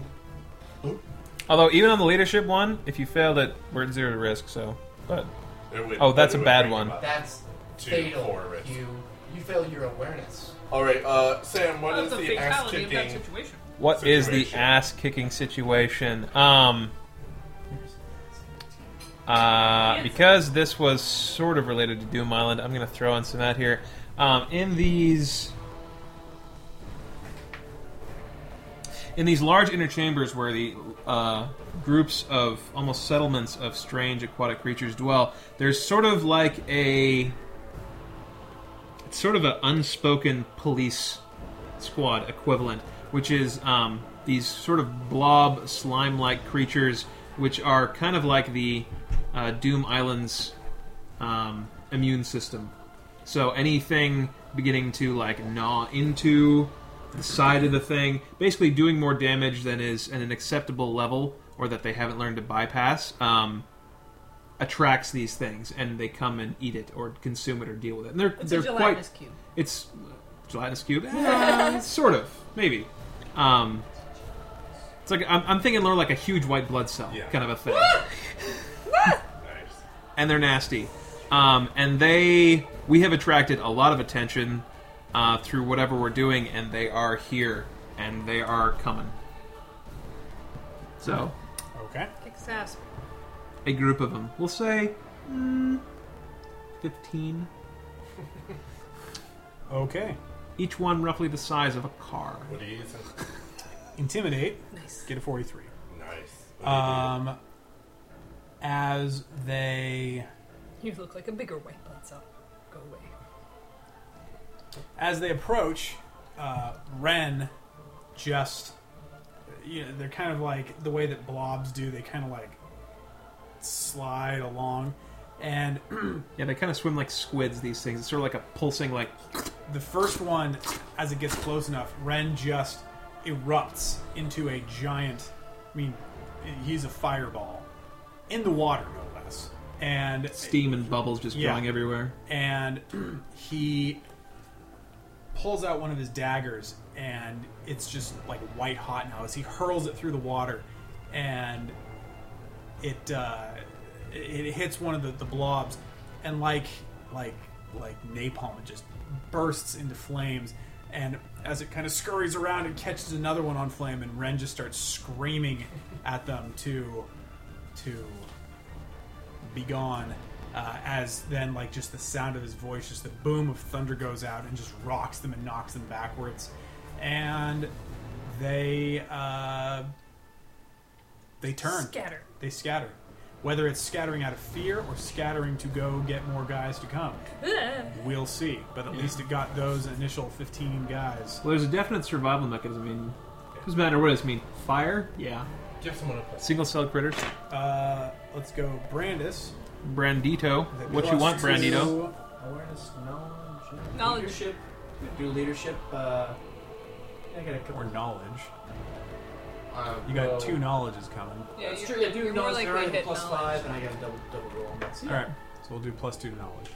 Speaker 5: Although even on the leadership one, if you fail it, we're at zero risk. So, but
Speaker 3: It would-
Speaker 5: Oh, that's
Speaker 3: it
Speaker 5: a
Speaker 3: would
Speaker 5: bad
Speaker 3: bring
Speaker 5: one.
Speaker 3: him up
Speaker 6: That's
Speaker 3: to
Speaker 6: fatal.
Speaker 3: horror risk.
Speaker 6: You you fail your awareness.
Speaker 3: All right, uh, Sam, what
Speaker 2: That's
Speaker 3: is
Speaker 2: the
Speaker 3: the ass
Speaker 2: fatality of that
Speaker 3: kicking?
Speaker 2: situation.
Speaker 5: What is the
Speaker 3: situation.
Speaker 5: ass kicking situation? Um, uh, because this was sort of related to Doom Island, I'm going to throw in some at here. Um, in these, in these large inner chambers where the uh, groups of almost settlements of strange aquatic creatures dwell, there's sort of like a, it's sort of an unspoken police squad equivalent, which is um, these sort of blob slime like creatures, which are kind of like the uh, Doom Island's um, immune system. So anything beginning to like gnaw into the side of the thing, basically doing more damage than is at an acceptable level or that they haven't learned to bypass. Um, attracts these things and they come and eat it or consume it or deal with it. And they're
Speaker 9: It's
Speaker 5: they're
Speaker 9: a
Speaker 5: quite
Speaker 9: gelatinous cube.
Speaker 5: it's gelatinous cube, Eh, sort of, maybe. Um, it's like I'm, I'm thinking more like a huge white blood cell
Speaker 3: Yeah.
Speaker 5: kind of a thing,
Speaker 3: Nice.
Speaker 5: and they're nasty. Um, and they, we have attracted a lot of attention uh, through whatever we're doing, and they are here and they are coming. So,
Speaker 4: Okay.
Speaker 2: Kicks ass.
Speaker 5: a group of them, we'll say, mm, fifteen.
Speaker 4: Okay.
Speaker 5: Each one roughly the size of a car.
Speaker 3: What do you use?
Speaker 4: Intimidate.
Speaker 9: Nice.
Speaker 4: Get a forty-three.
Speaker 3: Nice. What do you do?
Speaker 4: Um, as they
Speaker 2: You look like a bigger white blood cell. Go away.
Speaker 4: as they approach, uh, Ren just you know they're kind of like the way that blobs do. They kind of like slide along, and
Speaker 5: Yeah, they kind of swim like squids. These things. It's sort of like a pulsing, like
Speaker 4: the first one, as it gets close enough, Ren just erupts into a giant. I mean, he's a fireball in the water, no less. And
Speaker 5: steam and bubbles just
Speaker 4: Yeah.
Speaker 5: going everywhere.
Speaker 4: and he pulls out one of his daggers and it's just like white hot now as he hurls it through the water and it uh, it it hits one of the, the blobs and like like like napalm it just bursts into flames and as it kind of scurries around it catches another one on flame and Ren just starts screaming at them to to be gone uh, as then like just the sound of his voice just the boom of thunder goes out and just rocks them and knocks them backwards and they uh, they turn
Speaker 9: Scatter.
Speaker 4: they scatter whether it's scattering out of fear or scattering to go get more guys to come we'll see but at least it got those initial 15 guys
Speaker 5: Well, there's a definite survival mechanism. I mean, doesn't matter what it's mean. Fire, yeah.
Speaker 3: Give someone a plus.
Speaker 5: Single cell critters.
Speaker 4: uh, let's go brandis
Speaker 5: Brandito. What you
Speaker 4: Plus
Speaker 5: want, Brandito?
Speaker 4: two-
Speaker 6: Awareness, knowledge,
Speaker 2: Knowledge.
Speaker 6: leadership. Do leadership. Uh, I got a couple.
Speaker 4: or knowledge
Speaker 6: Uh,
Speaker 4: you got
Speaker 6: well,
Speaker 4: two knowledges coming
Speaker 2: Yeah,
Speaker 6: That's
Speaker 2: you're-
Speaker 6: true. Yeah, do
Speaker 2: you're more
Speaker 6: knowledge.
Speaker 2: likely
Speaker 6: They're
Speaker 2: to
Speaker 6: already
Speaker 2: hit
Speaker 6: plus
Speaker 2: knowledge.
Speaker 6: five, and I got a double double roll on that. So,
Speaker 4: All right, so we'll do plus two to knowledge.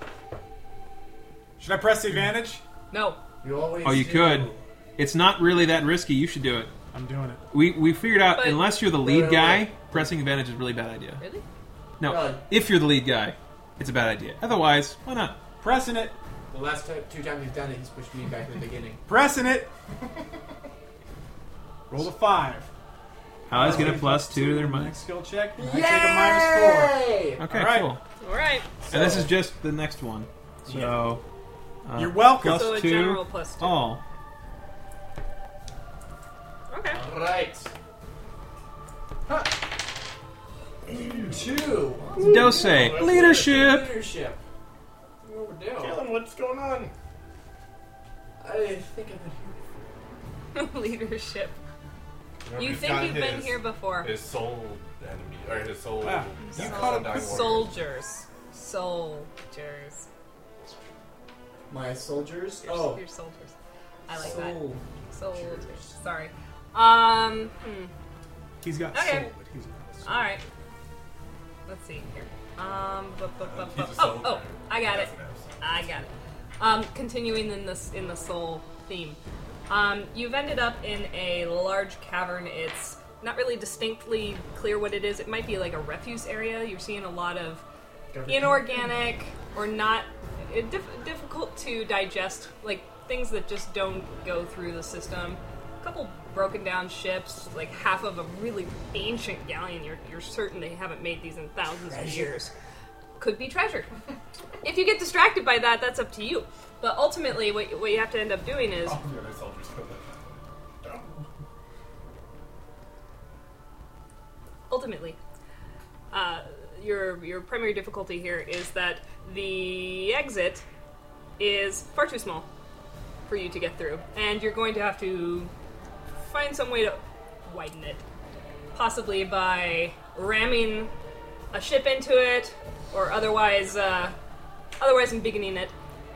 Speaker 4: Should I press the advantage?
Speaker 2: No.
Speaker 6: You always.
Speaker 5: Oh, you
Speaker 6: do.
Speaker 5: could. It's not really that risky. You should do it.
Speaker 4: I'm doing it.
Speaker 5: We we figured out
Speaker 2: But- uh,
Speaker 5: unless you're the
Speaker 6: Wait,
Speaker 5: lead
Speaker 6: wait,
Speaker 5: guy,
Speaker 6: wait.
Speaker 5: pressing advantage is a really bad idea.
Speaker 2: Really?
Speaker 5: No,
Speaker 6: Really?
Speaker 5: if you're the lead guy, it's a bad idea. Otherwise, why not?
Speaker 4: Pressing it.
Speaker 6: The last ti- two times he's done it, he's pushed me back to the beginning.
Speaker 4: Pressing it. Roll a five.
Speaker 5: Allies get a plus two to their
Speaker 4: my
Speaker 5: money.
Speaker 4: next skill check. and I take a minus four.
Speaker 5: Okay,
Speaker 4: All right.
Speaker 5: cool.
Speaker 2: All right.
Speaker 5: and this is just the next one. So uh,
Speaker 4: You're welcome.
Speaker 5: Plus
Speaker 2: so a
Speaker 5: two. Oh.
Speaker 2: general plus two.
Speaker 5: all.
Speaker 2: Okay.
Speaker 6: All right. Huh. Two.
Speaker 5: Dose leadership.
Speaker 6: Leadership. What we're doing?
Speaker 3: what's going on?
Speaker 6: I think I've been here.
Speaker 2: Leadership.
Speaker 3: Remember,
Speaker 2: You
Speaker 3: he's
Speaker 2: think
Speaker 3: got
Speaker 2: you've been
Speaker 3: his-
Speaker 2: here before.
Speaker 3: His soul enemy, or his soul.
Speaker 4: Wow.
Speaker 3: Soul
Speaker 4: caught
Speaker 3: dying warrior.
Speaker 2: Soldiers. Soldiers.
Speaker 6: My soldiers.
Speaker 2: You're,
Speaker 6: Oh,
Speaker 2: you're soldiers. I like that.
Speaker 6: Sold.
Speaker 2: Sold. Sorry. Um. Hmm.
Speaker 4: He's got
Speaker 2: Okay.
Speaker 4: soul, but he's not. soul.
Speaker 2: All right. Let's see here. Um. bu- bu- bu- bu-
Speaker 3: He's a
Speaker 2: oh,
Speaker 3: soul
Speaker 2: oh,
Speaker 3: man.
Speaker 2: I got it.
Speaker 3: That's an absent.
Speaker 2: I got it. Um, continuing in this in the soul theme, um, you've ended up in a large cavern. It's not really distinctly clear what it is. It might be like a refuse area. You're seeing a lot of inorganic or not eh, dif- difficult to digest, like things that just don't go through the system. A couple broken down ships, like half of a really ancient galleon. You're, you're certain they haven't made these in thousands of years. Could be treasure if you get distracted by that, that's up to you. But ultimately, what, what you have to end up doing is
Speaker 3: Oh, yeah, my soldier's coming.
Speaker 2: ultimately, uh, your your primary difficulty here is that the exit is far too small for you to get through, and you're going to have to find some way to widen it, possibly by ramming a ship into it, or otherwise uh, otherwise embiggening it.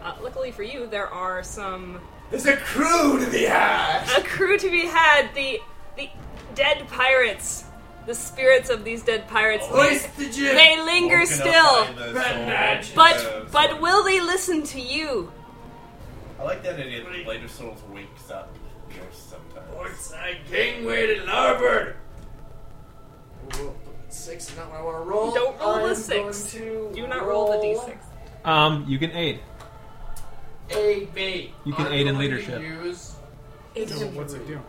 Speaker 2: Uh, luckily for you, there are some
Speaker 6: There's a crew to be had.
Speaker 2: a crew to be had. The the dead pirates, the spirits of these dead pirates, they,
Speaker 6: Hoist the jib.
Speaker 2: they linger
Speaker 3: Woken up
Speaker 2: still.
Speaker 3: by the
Speaker 6: Bad
Speaker 3: soul. Uh,
Speaker 6: magic.
Speaker 2: But but will they listen to you?
Speaker 3: I like that idea that later souls wakes up you know, sometimes.
Speaker 6: Portside gangway to larboard. Roll- Six is not what I want to roll.
Speaker 2: Don't roll the
Speaker 6: I'm
Speaker 2: six.
Speaker 6: going to
Speaker 2: Do not roll the
Speaker 6: roll
Speaker 2: d6.
Speaker 5: Um, you can aid.
Speaker 6: A B.
Speaker 5: You can
Speaker 8: I'm
Speaker 5: aid in
Speaker 8: going to
Speaker 5: leadership.
Speaker 8: Use
Speaker 2: It,
Speaker 4: So what's it do?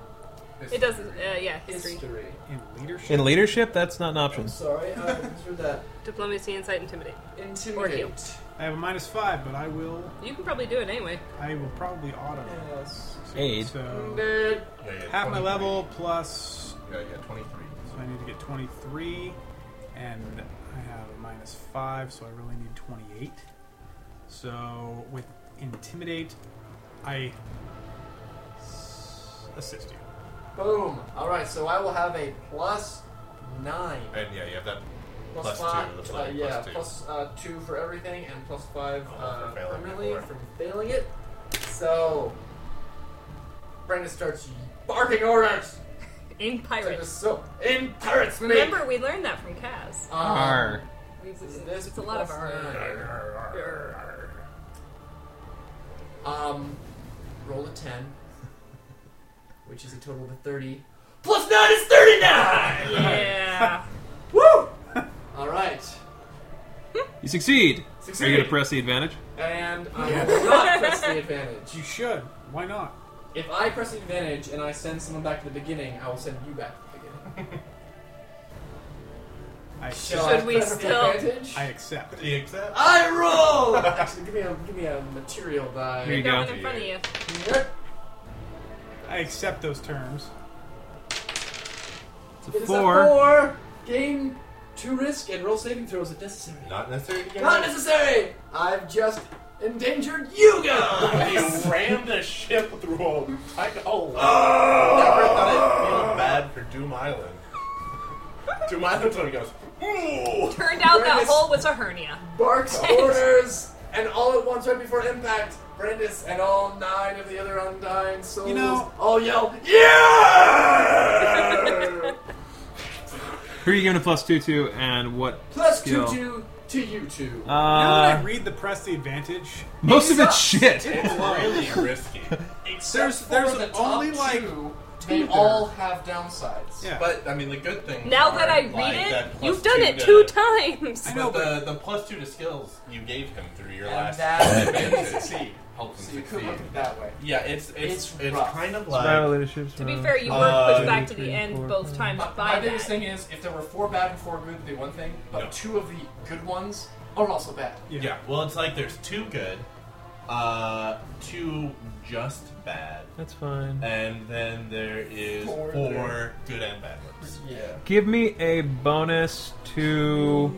Speaker 2: it doesn't. Uh, yeah, history,
Speaker 6: history.
Speaker 4: In leadership?
Speaker 5: In leadership, that's not an
Speaker 6: I'm
Speaker 5: option.
Speaker 6: sorry, I threw that.
Speaker 2: diplomacy, insight, intimidate. heal.
Speaker 6: Intimidate.
Speaker 4: I have a minus five, but I will.
Speaker 2: You can probably do it anyway.
Speaker 4: I will probably auto.
Speaker 6: Yes.
Speaker 5: Aid.
Speaker 4: So
Speaker 6: Intimidate.
Speaker 3: Yeah, yeah,
Speaker 4: half
Speaker 3: 23.
Speaker 4: my level plus.
Speaker 3: Yeah, yeah, 23.
Speaker 4: So I need to get 23, and I have a minus five, so I really need 28. So with intimidate, I s- assist you.
Speaker 6: Boom. All right, so I will have a plus nine.
Speaker 3: And yeah, you have that
Speaker 6: Plus
Speaker 3: Plus
Speaker 6: five,
Speaker 3: two, that's
Speaker 6: uh,
Speaker 3: like
Speaker 6: yeah,
Speaker 3: plus two.
Speaker 6: plus, uh, two for everything, and plus five
Speaker 3: Oh,
Speaker 6: uh,
Speaker 3: for failing
Speaker 6: permanently
Speaker 3: before.
Speaker 6: from failing it. So, Brandon starts barking orders
Speaker 2: In
Speaker 6: to the
Speaker 2: pirates.
Speaker 6: so in pirates. mate!
Speaker 2: Remember, we learned that from Kaz.
Speaker 6: Um,
Speaker 5: R.
Speaker 2: We've-
Speaker 6: is this
Speaker 2: It's a lot of
Speaker 6: plus
Speaker 2: our.
Speaker 6: Um, roll a ten, which is a total of a thirty. Plus nine is thirty-nine.
Speaker 2: Yeah.
Speaker 6: Woo! All right,
Speaker 5: You succeed.
Speaker 6: Succeed.
Speaker 5: Are you going to press the advantage?
Speaker 6: and I will not press the advantage.
Speaker 4: You should. Why not?
Speaker 6: If I press the advantage and I send someone back to the beginning, I will send you back to the beginning.
Speaker 4: I
Speaker 6: Shall
Speaker 2: Should
Speaker 6: I
Speaker 2: we
Speaker 6: press the
Speaker 2: still-
Speaker 6: advantage?
Speaker 4: I accept.
Speaker 3: Do you accept?
Speaker 6: I roll. Actually, give me a give me a material
Speaker 5: Here
Speaker 6: die.
Speaker 5: you
Speaker 2: That
Speaker 5: go.
Speaker 2: one in front of you.
Speaker 4: I accept those terms.
Speaker 5: It's a
Speaker 6: It is
Speaker 5: four.
Speaker 6: a four. Gain two risk and roll saving throws if necessary.
Speaker 3: Not necessary to get
Speaker 6: Not
Speaker 3: it?
Speaker 6: necessary. I've just endangered you guys.
Speaker 3: You rammed a ship through a tight hole. Never thought I'd feel bad for Doom Island. Doom Island totally goes, ooh!
Speaker 2: Turned out that
Speaker 6: Brandis-
Speaker 2: hole was a hernia.
Speaker 6: Barks orders, and all at once, right before impact, Brandis and all nine of the other undying souls
Speaker 4: You know-
Speaker 6: all yell, "Yeah!"
Speaker 5: Who are you giving a plus two to, and what?
Speaker 6: Plus two
Speaker 5: skill?
Speaker 6: two to you two.
Speaker 4: now that I
Speaker 5: Uh,
Speaker 4: read the press the advantage,
Speaker 5: most of it's
Speaker 6: sucks.
Speaker 3: It's
Speaker 5: shit.
Speaker 3: really risky.
Speaker 4: there's there's only like
Speaker 6: two,
Speaker 4: two
Speaker 6: they
Speaker 4: there.
Speaker 6: all have downsides.
Speaker 4: yeah.
Speaker 3: But, I mean, the good thing
Speaker 2: Now that I read it, you've done it two times.
Speaker 4: I
Speaker 3: I
Speaker 4: know,
Speaker 3: know, the, the plus two to skills you gave him through your
Speaker 6: And
Speaker 3: last
Speaker 6: that
Speaker 3: advantage
Speaker 6: succeed.
Speaker 3: helped
Speaker 6: So
Speaker 3: him
Speaker 6: you could look at
Speaker 3: succeed.
Speaker 6: it that way.
Speaker 3: Yeah, it's it's
Speaker 6: It's
Speaker 3: it's,
Speaker 6: rough.
Speaker 3: kind of like
Speaker 5: leadership.
Speaker 2: To be fair, you were
Speaker 3: Uh,
Speaker 2: pushed back to the
Speaker 5: three,
Speaker 2: end
Speaker 5: four,
Speaker 2: both
Speaker 5: five.
Speaker 2: times
Speaker 6: My,
Speaker 2: by
Speaker 6: my biggest
Speaker 2: that.
Speaker 6: thing is if there were four bad and four good, it'd be one thing. But
Speaker 3: No.
Speaker 6: two of the good ones are also bad.
Speaker 4: yeah.
Speaker 3: yeah. Well, it's like there's two good, uh, two just bad,
Speaker 5: That's fine.
Speaker 3: and then there is
Speaker 6: Four
Speaker 3: four, good and bad ones.
Speaker 6: Yeah.
Speaker 5: Give me a bonus to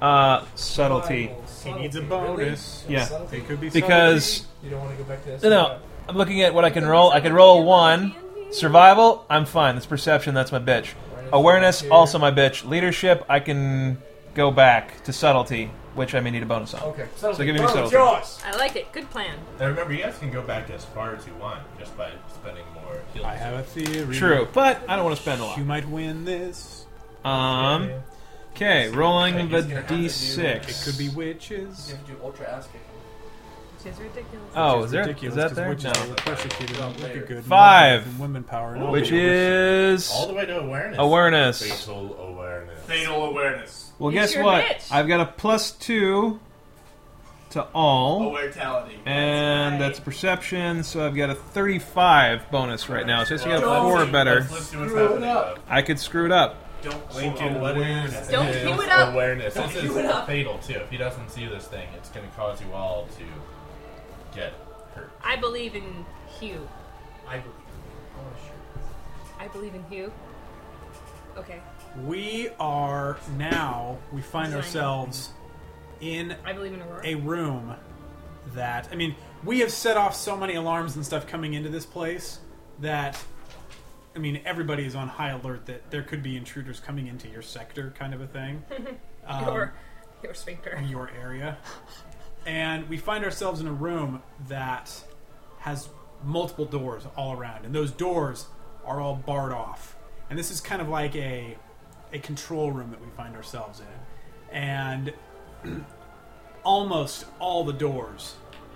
Speaker 5: uh, subtlety.
Speaker 4: He needs a bonus.
Speaker 5: Yeah.
Speaker 4: They could be
Speaker 5: Because
Speaker 8: You don't want to go back to this.
Speaker 5: no, no, I'm looking at what I can roll. I can roll one. Survival, I'm fine. That's perception. That's my bitch. Awareness, also my bitch. Leadership, I can go back to subtlety. which I may need a bonus on.
Speaker 8: Okay. Settle
Speaker 5: So give me a
Speaker 8: Settle
Speaker 5: settle.
Speaker 8: it.
Speaker 4: Yours.
Speaker 2: I like it. Good plan.
Speaker 3: And remember, you guys can go back as far as you want just by spending more healing.
Speaker 4: I have a theory.
Speaker 5: True, but I don't want to spend a lot.
Speaker 4: You might win this.
Speaker 5: Um. Okay, rolling the
Speaker 8: He's gonna have to do-
Speaker 5: d6.
Speaker 4: It could be witches.
Speaker 8: You have to do ultra ass kicking.
Speaker 2: Which is ridiculous.
Speaker 5: Oh,
Speaker 4: It's
Speaker 5: is there? Is
Speaker 4: ridiculous
Speaker 5: that
Speaker 4: 'cause
Speaker 5: there?
Speaker 4: Witches
Speaker 5: No.
Speaker 4: were persecuted. and look at good
Speaker 5: Five.
Speaker 4: and Women power. and all
Speaker 5: Which
Speaker 4: that.
Speaker 5: is
Speaker 3: All the way to awareness.
Speaker 5: awareness.
Speaker 3: Fatal awareness.
Speaker 7: Fatal awareness.
Speaker 5: Well,
Speaker 2: You
Speaker 5: guess
Speaker 2: sure
Speaker 5: what?
Speaker 2: bitch.
Speaker 5: I've got a plus two to all,
Speaker 7: Awaretality.
Speaker 5: and that's perception. So I've got a 35 bonus right now. So I just got a
Speaker 3: Well,
Speaker 5: four or better.
Speaker 3: Let's, let's see what's
Speaker 8: Screw it
Speaker 3: happening.
Speaker 8: up.
Speaker 5: I could screw it up.
Speaker 7: Don't
Speaker 3: Lincoln, what is
Speaker 2: Don't
Speaker 3: his
Speaker 2: do it up.
Speaker 3: awareness? This
Speaker 8: do
Speaker 3: is
Speaker 8: it up.
Speaker 3: fatal too. If he doesn't see this thing, it's going to cause you all to get hurt.
Speaker 2: I believe in Hugh.
Speaker 8: I believe. I want a shirt.
Speaker 2: I believe in Hugh. Okay.
Speaker 4: We are now. We find
Speaker 2: Design.
Speaker 4: ourselves in
Speaker 2: I believe in Aurora.
Speaker 4: a room that I mean, we have set off so many alarms and stuff coming into this place that I mean, everybody is on high alert that there could be intruders coming into your sector, kind of a thing, um,
Speaker 2: your, your sphincter.
Speaker 4: in your area. And we find ourselves in a room that has multiple doors all around, and those doors are all barred off. And this is kind of like a a control room that we find ourselves in. And almost all the doors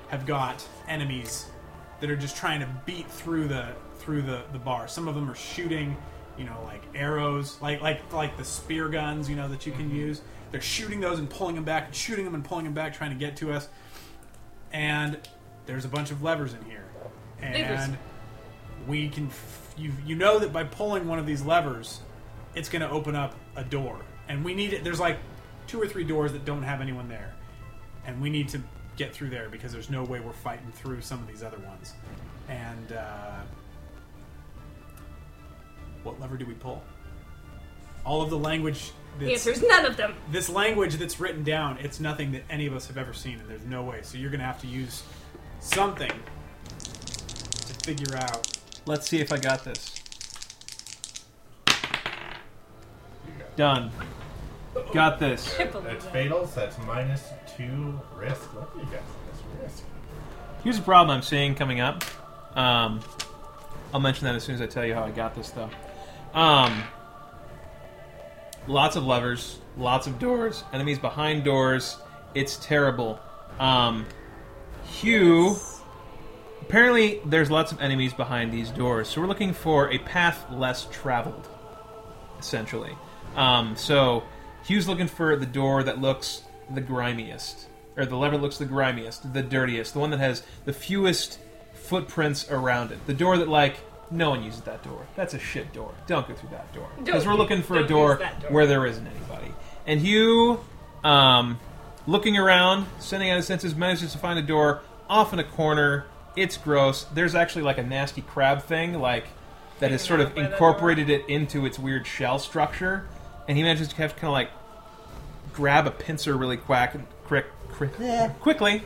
Speaker 4: have got enemies that are just trying to beat through the through the, the bar. Some of them are shooting, you know, like arrows, like like like the spear guns, you know, that you can use. They're shooting those and pulling them back, and shooting them and pulling them back, trying to get to us. And there's a bunch of levers in here, and
Speaker 2: Levers.
Speaker 4: we can f- you you know that by pulling one of these levers, it's going to open up a door, and we need it. There's like two or three doors that don't have anyone there and we need to get through there because there's no way we're fighting through some of these other ones. And uh, what lever do we pull? All of the language.
Speaker 2: The
Speaker 4: That's,
Speaker 2: answer is none of them.
Speaker 4: this language that's written down, it's nothing that any of us have ever seen, and there's no way. So you're going to have to use something to figure out.
Speaker 5: Let's see if I got this. Done. Got this.
Speaker 2: I believe
Speaker 3: It's
Speaker 2: it.
Speaker 3: fatal, so that's minus two risk. What do you guys in this risk?
Speaker 5: Here's a problem I'm seeing coming up. Um, I'll mention that as soon as I tell you how I got this, though. Um, lots of levers, lots of doors, enemies behind doors. It's terrible. Um, Hugh. Apparently, there's lots of enemies behind these doors, so we're looking for a path less traveled, essentially. Um, so Hugh's looking for the door that looks the grimiest, or the lever looks the grimiest, the dirtiest, the one that has the fewest footprints around it. The door that, like, no one uses that door. That's a shit door. Don't go through that door. Because
Speaker 2: Don't-
Speaker 5: we're looking for a
Speaker 2: don't
Speaker 5: door,
Speaker 2: use that door.
Speaker 5: where there isn't anybody. And Hugh, um, looking around, sending out his senses, manages to find a door off in a corner. It's gross. There's actually like a nasty crab thing, like that has sort of
Speaker 2: Hanging out by that
Speaker 5: incorporated it into its weird shell structure. And he manages to kind of like grab a pincer really quack and quick, quick, quickly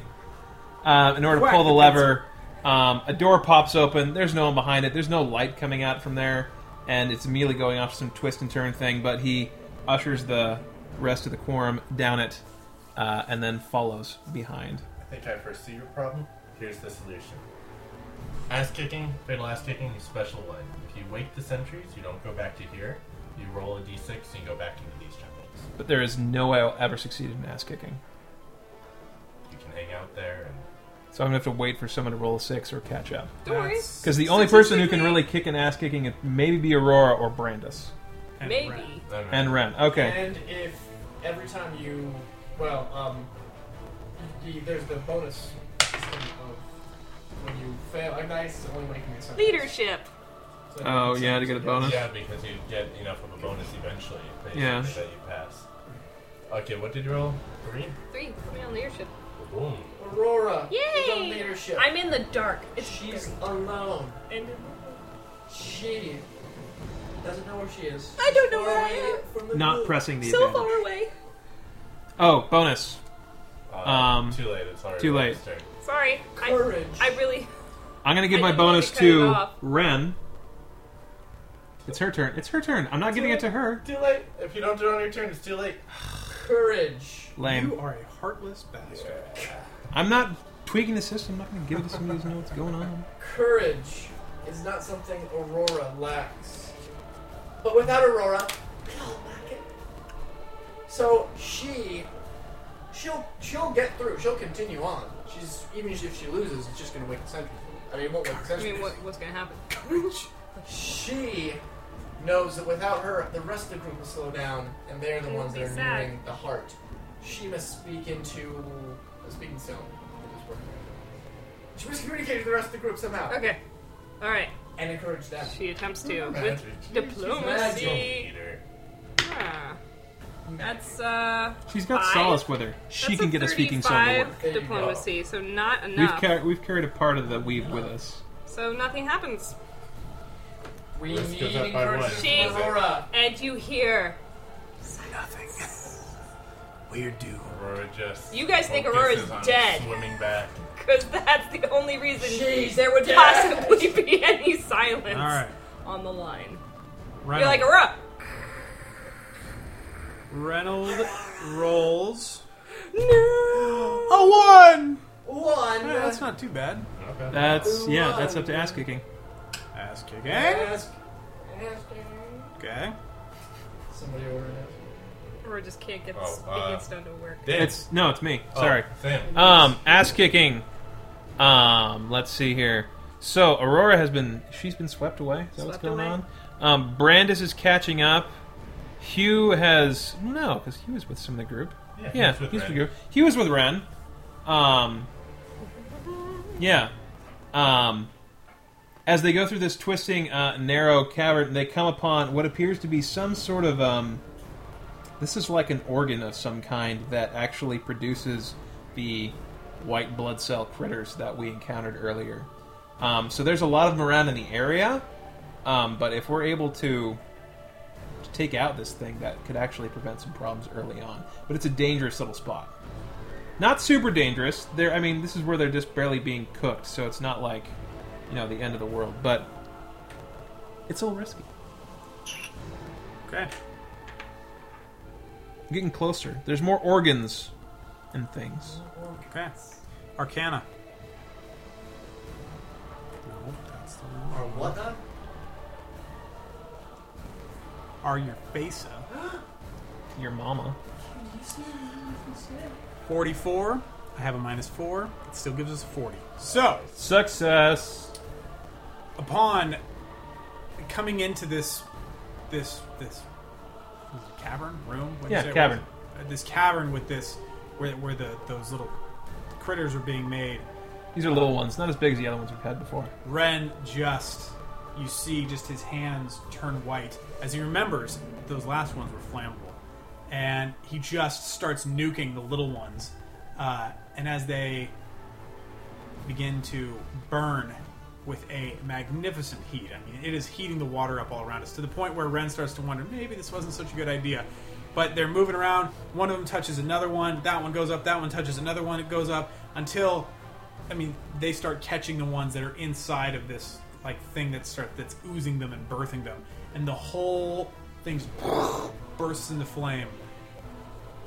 Speaker 5: um, in order to
Speaker 4: Whack
Speaker 5: pull the
Speaker 4: the
Speaker 5: lever. Um, a door pops open. There's no one behind it. There's no light coming out from there, and it's immediately going off some twist and turn thing. But he ushers the rest of the quorum down it, uh, and then follows behind.
Speaker 3: I think I foresee your problem. Here's the solution. Ass kicking, fatal ass kicking, is special one. If you wake the sentries, you don't go back to here. You roll a d6 and you go back into these chapels.
Speaker 5: But there is no way I'll ever succeed in ass kicking.
Speaker 3: You can hang out there and
Speaker 5: So I'm gonna have to wait for someone to roll a six or catch up.
Speaker 2: Don't worry.
Speaker 4: That's-
Speaker 5: Because the only person who can really kick an ass kicking is maybe be Aurora or Brandis
Speaker 4: and Ren.
Speaker 2: Maybe.
Speaker 5: and Ren. Okay,
Speaker 6: And if every time you, well, um, the, there's the bonus system of when you fail. I'm nice, only when you can get something.
Speaker 2: Leadership.
Speaker 6: So
Speaker 5: Oh, yeah, to get a bonus.
Speaker 3: Yeah, because you get enough of a bonus eventually basically,
Speaker 5: Yeah.
Speaker 3: that you pass. Okay, what did you roll? Three?
Speaker 2: Three. Put me on leadership.
Speaker 3: Boom.
Speaker 6: Aurora is on
Speaker 2: Yay!
Speaker 6: leadership.
Speaker 2: I'm in the dark. It's
Speaker 6: She's
Speaker 2: very-
Speaker 6: alone.
Speaker 2: and
Speaker 6: She doesn't know where she is.
Speaker 2: I don't know
Speaker 6: Far
Speaker 2: where I
Speaker 6: away
Speaker 2: am.
Speaker 6: from the
Speaker 5: not
Speaker 6: group.
Speaker 5: pressing the
Speaker 2: So
Speaker 5: advantage.
Speaker 2: far away.
Speaker 5: Oh, bonus.
Speaker 3: Uh,
Speaker 5: Um,
Speaker 3: too late, it's already
Speaker 5: too
Speaker 3: Ren's
Speaker 5: late.
Speaker 3: turn.
Speaker 2: Sorry. I,
Speaker 6: Courage.
Speaker 2: I really.
Speaker 5: I'm gonna give
Speaker 2: I
Speaker 5: my
Speaker 2: didn't mean
Speaker 5: bonus
Speaker 2: to cut it
Speaker 5: to
Speaker 2: off.
Speaker 5: Ren. It's her turn. It's her turn. I'm not giving it to her.
Speaker 3: Too late. If you don't do it on your turn, it's too late.
Speaker 7: courage.
Speaker 5: Lame.
Speaker 4: You are a heartless bastard.
Speaker 5: I'm not tweaking the system. I'm not going to give it to somebody who doesn't know what's going on.
Speaker 7: Courage is not something Aurora lacks. But without Aurora, we all lack it. So she she'll she'll get through, she'll continue on. She's even if she loses, it's just gonna wake the sentry. I mean it won't wake the
Speaker 2: I
Speaker 7: sentry.
Speaker 2: mean, what, what's gonna happen?
Speaker 7: She knows that without her, the rest of the group will slow down, and they're the
Speaker 2: It'll
Speaker 7: ones that
Speaker 2: be
Speaker 7: are
Speaker 2: sad.
Speaker 7: nearing the heart. She must speak into a speaking stone. It is working. She must communicate to the rest of the group somehow
Speaker 2: Okay. All right.
Speaker 7: and encourage them.
Speaker 2: She attempts to with
Speaker 3: Magic.
Speaker 2: diplomacy.
Speaker 3: Peter.
Speaker 2: Huh. That's uh.
Speaker 5: She's got
Speaker 2: Five?
Speaker 5: solace with her. She
Speaker 2: that's
Speaker 5: can get a speaking stone to
Speaker 2: 35
Speaker 5: work.
Speaker 7: There you go.
Speaker 2: Diplomacy, so not
Speaker 5: We've,
Speaker 2: enough.
Speaker 5: car- we've carried a part of the weave with us.
Speaker 2: so nothing happens.
Speaker 7: We
Speaker 3: Let's
Speaker 7: need
Speaker 3: go that by
Speaker 7: encourage
Speaker 3: one.
Speaker 2: She
Speaker 7: Aurora.
Speaker 2: and you hear.
Speaker 6: We're due.
Speaker 3: Aurora just.
Speaker 2: You guys think
Speaker 3: focuses
Speaker 2: Aurora's
Speaker 3: on
Speaker 2: dead.
Speaker 3: Swimming back.
Speaker 2: Because that's the only reason
Speaker 7: She's
Speaker 2: there would
Speaker 7: dead.
Speaker 2: possibly be any silence
Speaker 4: All right.
Speaker 2: on the line.
Speaker 4: Reynolds.
Speaker 2: You're like, Aurora,
Speaker 4: Reynolds rolls.
Speaker 2: no!
Speaker 4: A one.
Speaker 7: One.
Speaker 4: Yeah, that's not too bad.
Speaker 3: Okay.
Speaker 5: That's, yeah, that's up to ass kicking.
Speaker 4: Ass kicking.
Speaker 7: Ask-
Speaker 4: Okay.
Speaker 7: Somebody order it.
Speaker 2: Aurora just can't get the
Speaker 3: Oh,
Speaker 2: speaking
Speaker 3: uh,
Speaker 2: stone to work.
Speaker 3: Dan.
Speaker 5: It's, no, it's me.
Speaker 3: Oh,
Speaker 5: Sorry.
Speaker 3: Sam.
Speaker 5: Um, ass kicking. Um, let's see here. So Aurora has been she's been swept away. Is that what's
Speaker 2: Swept
Speaker 5: going
Speaker 2: away.
Speaker 5: on? Um, Brandis is catching up. Hugh has no, because Hugh was with some of the group.
Speaker 3: Yeah, he
Speaker 5: yeah,
Speaker 3: was with
Speaker 5: he's
Speaker 3: Ren.
Speaker 5: with group. He was with Ren. Um, yeah. Um, as they go through this twisting, uh, narrow cavern, they come upon what appears to be some sort of um, this is like an organ of some kind that actually produces the white blood cell critters that we encountered earlier. Um, so there's a lot of them around in the area, um, but if we're able to, to take out this thing, that could actually prevent some problems early on. But it's a dangerous little spot. Not super dangerous. They're, I mean, this is where they're just barely being cooked, so it's not like, you know, the end of the world. But it's a little risky.
Speaker 4: Okay.
Speaker 5: I'm getting closer. There's more organs and things.
Speaker 4: Okay. Arcana. No, that's the one.
Speaker 6: Or what? the-
Speaker 4: Are your face up?
Speaker 5: Your mama.
Speaker 4: 44. I have a minus four. It still gives us a 40. So,
Speaker 5: Success.
Speaker 4: upon coming into this, this, this what is it, cavern room. What'd you
Speaker 5: Yeah,
Speaker 4: say it
Speaker 5: cavern.
Speaker 4: was? Uh, This cavern with this, where where the those little critters are being made.
Speaker 5: These are little ones, not as big as the other ones we've had before.
Speaker 4: Ren just you see just his hands turn white as he remembers those last ones were flammable, and he just starts nuking the little ones, uh, and as they begin to burn with a magnificent heat. I mean, it is heating the water up all around us to the point where Ren starts to wonder maybe this wasn't such a good idea. But they're moving around. One of them touches another one. That one goes up. That one touches another one. It goes up until, I mean, they start catching the ones that are inside of this like thing that start that's oozing them and birthing them, and the whole thing's bursts into flame.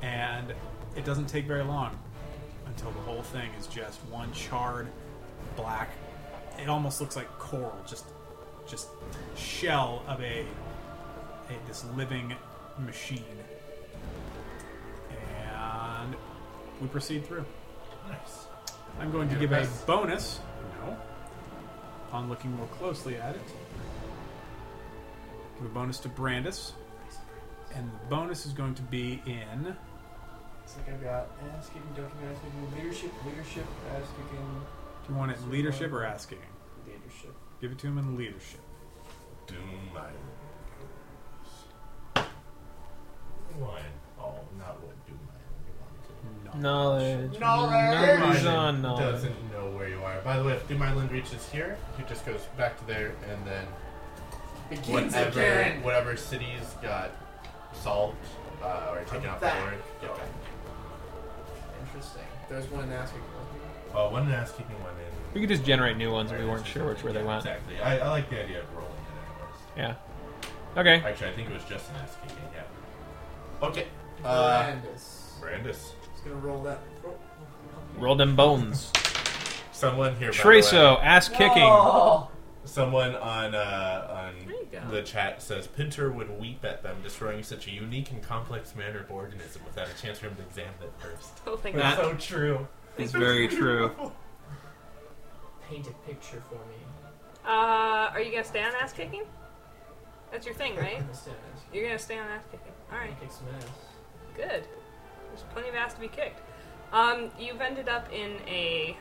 Speaker 4: And it doesn't take very long until the whole thing is just one charred black. It almost looks like coral, just just shell of a, a this living machine. And we proceed through.
Speaker 3: Nice.
Speaker 4: I'm going to
Speaker 3: Get a
Speaker 4: give a
Speaker 3: pass?
Speaker 4: bonus. No. Upon looking more closely at it, give a bonus to Brandis, and the bonus is going to be in.
Speaker 6: It's like I've got ass kicking, ducking, ass kicking, leadership, leadership, ass kicking,
Speaker 4: Do you want it in leadership or ass kicking?
Speaker 6: leadership.
Speaker 4: Give it to him in leadership.
Speaker 3: Doom Island. One. Oh, not what Doom Island
Speaker 4: No.
Speaker 5: Knowledge.
Speaker 7: Knowledge.
Speaker 5: Knowledge
Speaker 3: you
Speaker 5: on uh,
Speaker 3: want.
Speaker 5: knowledge.
Speaker 3: doesn't know where you are. By the way, if Doom Island reaches here, he just goes back to there and then
Speaker 7: Begins
Speaker 3: whatever,
Speaker 7: again.
Speaker 3: whatever cities got solved uh, or taken off the
Speaker 7: Back.
Speaker 3: board. Get back.
Speaker 7: Interesting. There's one asking.
Speaker 3: Oh, one in ass kicking, one in.
Speaker 5: We could just generate new ones if we weren't sure which way
Speaker 3: Yeah,
Speaker 5: they went.
Speaker 3: Exactly. I, I like the idea of rolling it anyways.
Speaker 5: Yeah. Okay.
Speaker 3: Actually, I think it was just an ass kicking, yeah. Okay.
Speaker 5: Uh,
Speaker 6: Brandis.
Speaker 3: Brandis.
Speaker 6: Just gonna roll that.
Speaker 5: roll them bones.
Speaker 3: Someone here. by the way.
Speaker 5: Traso, ass kicking.
Speaker 8: Oh,
Speaker 3: Someone on uh,
Speaker 2: There you go.
Speaker 3: on the chat says Pinter would weep at them destroying such a unique and complex manner of organism without a chance for him to examine it first.
Speaker 2: Whole thing.
Speaker 5: That-
Speaker 3: so true.
Speaker 5: It's very true.
Speaker 8: paint a picture for me.
Speaker 2: Uh, are you gonna stay on ass kicking? That's your thing, right?
Speaker 8: I'm gonna stand ass.
Speaker 2: You're gonna stay on ass kicking. All
Speaker 8: I'm
Speaker 2: right,
Speaker 8: gonna kick some ass.
Speaker 2: good. There's plenty of ass to be kicked. Um, you've ended up in a,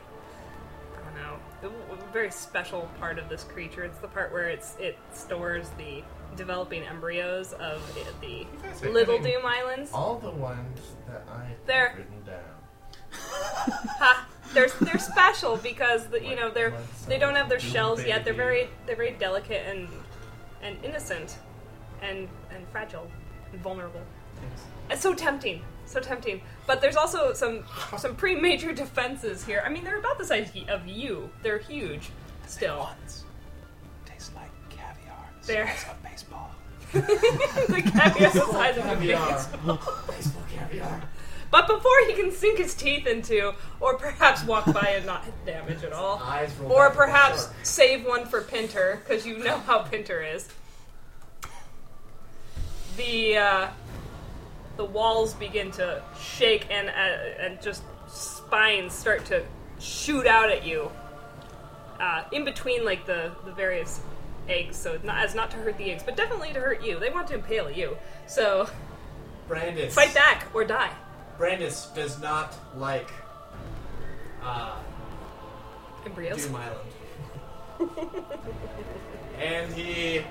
Speaker 2: I don't know, a w- very special part of this creature. It's the part where it's it stores the developing embryos of i- the
Speaker 3: guys are
Speaker 2: Little
Speaker 3: kidding.
Speaker 2: Doom Islands.
Speaker 3: All the ones that I
Speaker 2: There.
Speaker 3: written down.
Speaker 2: Ha! They're they're special because the, you know they're they don't have their shells yet. They're very they're very delicate and and innocent and and fragile and vulnerable. It's so tempting, so tempting. But there's also some some pretty major defenses here. I mean, they're about the size y- of you. They're huge, still.
Speaker 5: Tastes like caviar.
Speaker 2: There.
Speaker 5: Smells like baseball.
Speaker 2: the caviar is the size of a
Speaker 8: Caviar.
Speaker 2: baseball.
Speaker 8: Baseball caviar.
Speaker 2: But before he can sink his teeth into, or perhaps walk by and not damage at all,
Speaker 6: Eyes roll.
Speaker 2: Or
Speaker 6: back for
Speaker 2: perhaps
Speaker 6: sure.
Speaker 2: save one for Pinter, because you know how Pinter is. The uh, the walls begin to shake, and uh, and just spines start to shoot out at you. Uh, in between, like the the various eggs, so it's not as not to hurt the eggs, but definitely to hurt you. They want to impale you, so
Speaker 6: Brandis.
Speaker 2: fight back or die.
Speaker 6: Brandis does not like uh,
Speaker 2: Embryos.
Speaker 6: Doom Island. and he,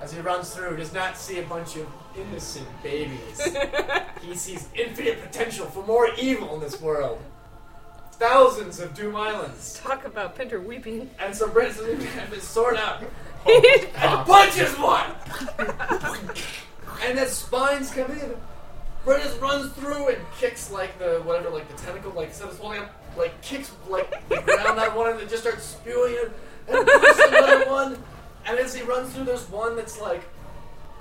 Speaker 6: as he runs through, does not see a bunch of innocent babies. he sees infinite potential for more evil in this world. Thousands of Doom Islands.
Speaker 2: Talk about Pinter weeping.
Speaker 6: And so Brandis doesn't even have his sword out.
Speaker 2: Pinter
Speaker 6: punches one! and as spines come in, Brennus runs through and kicks like the whatever, like the tentacle, like instead of holding up, like kicks like the ground at one and it just starts spewing it and pushes another one. And as he runs through, there's one that's like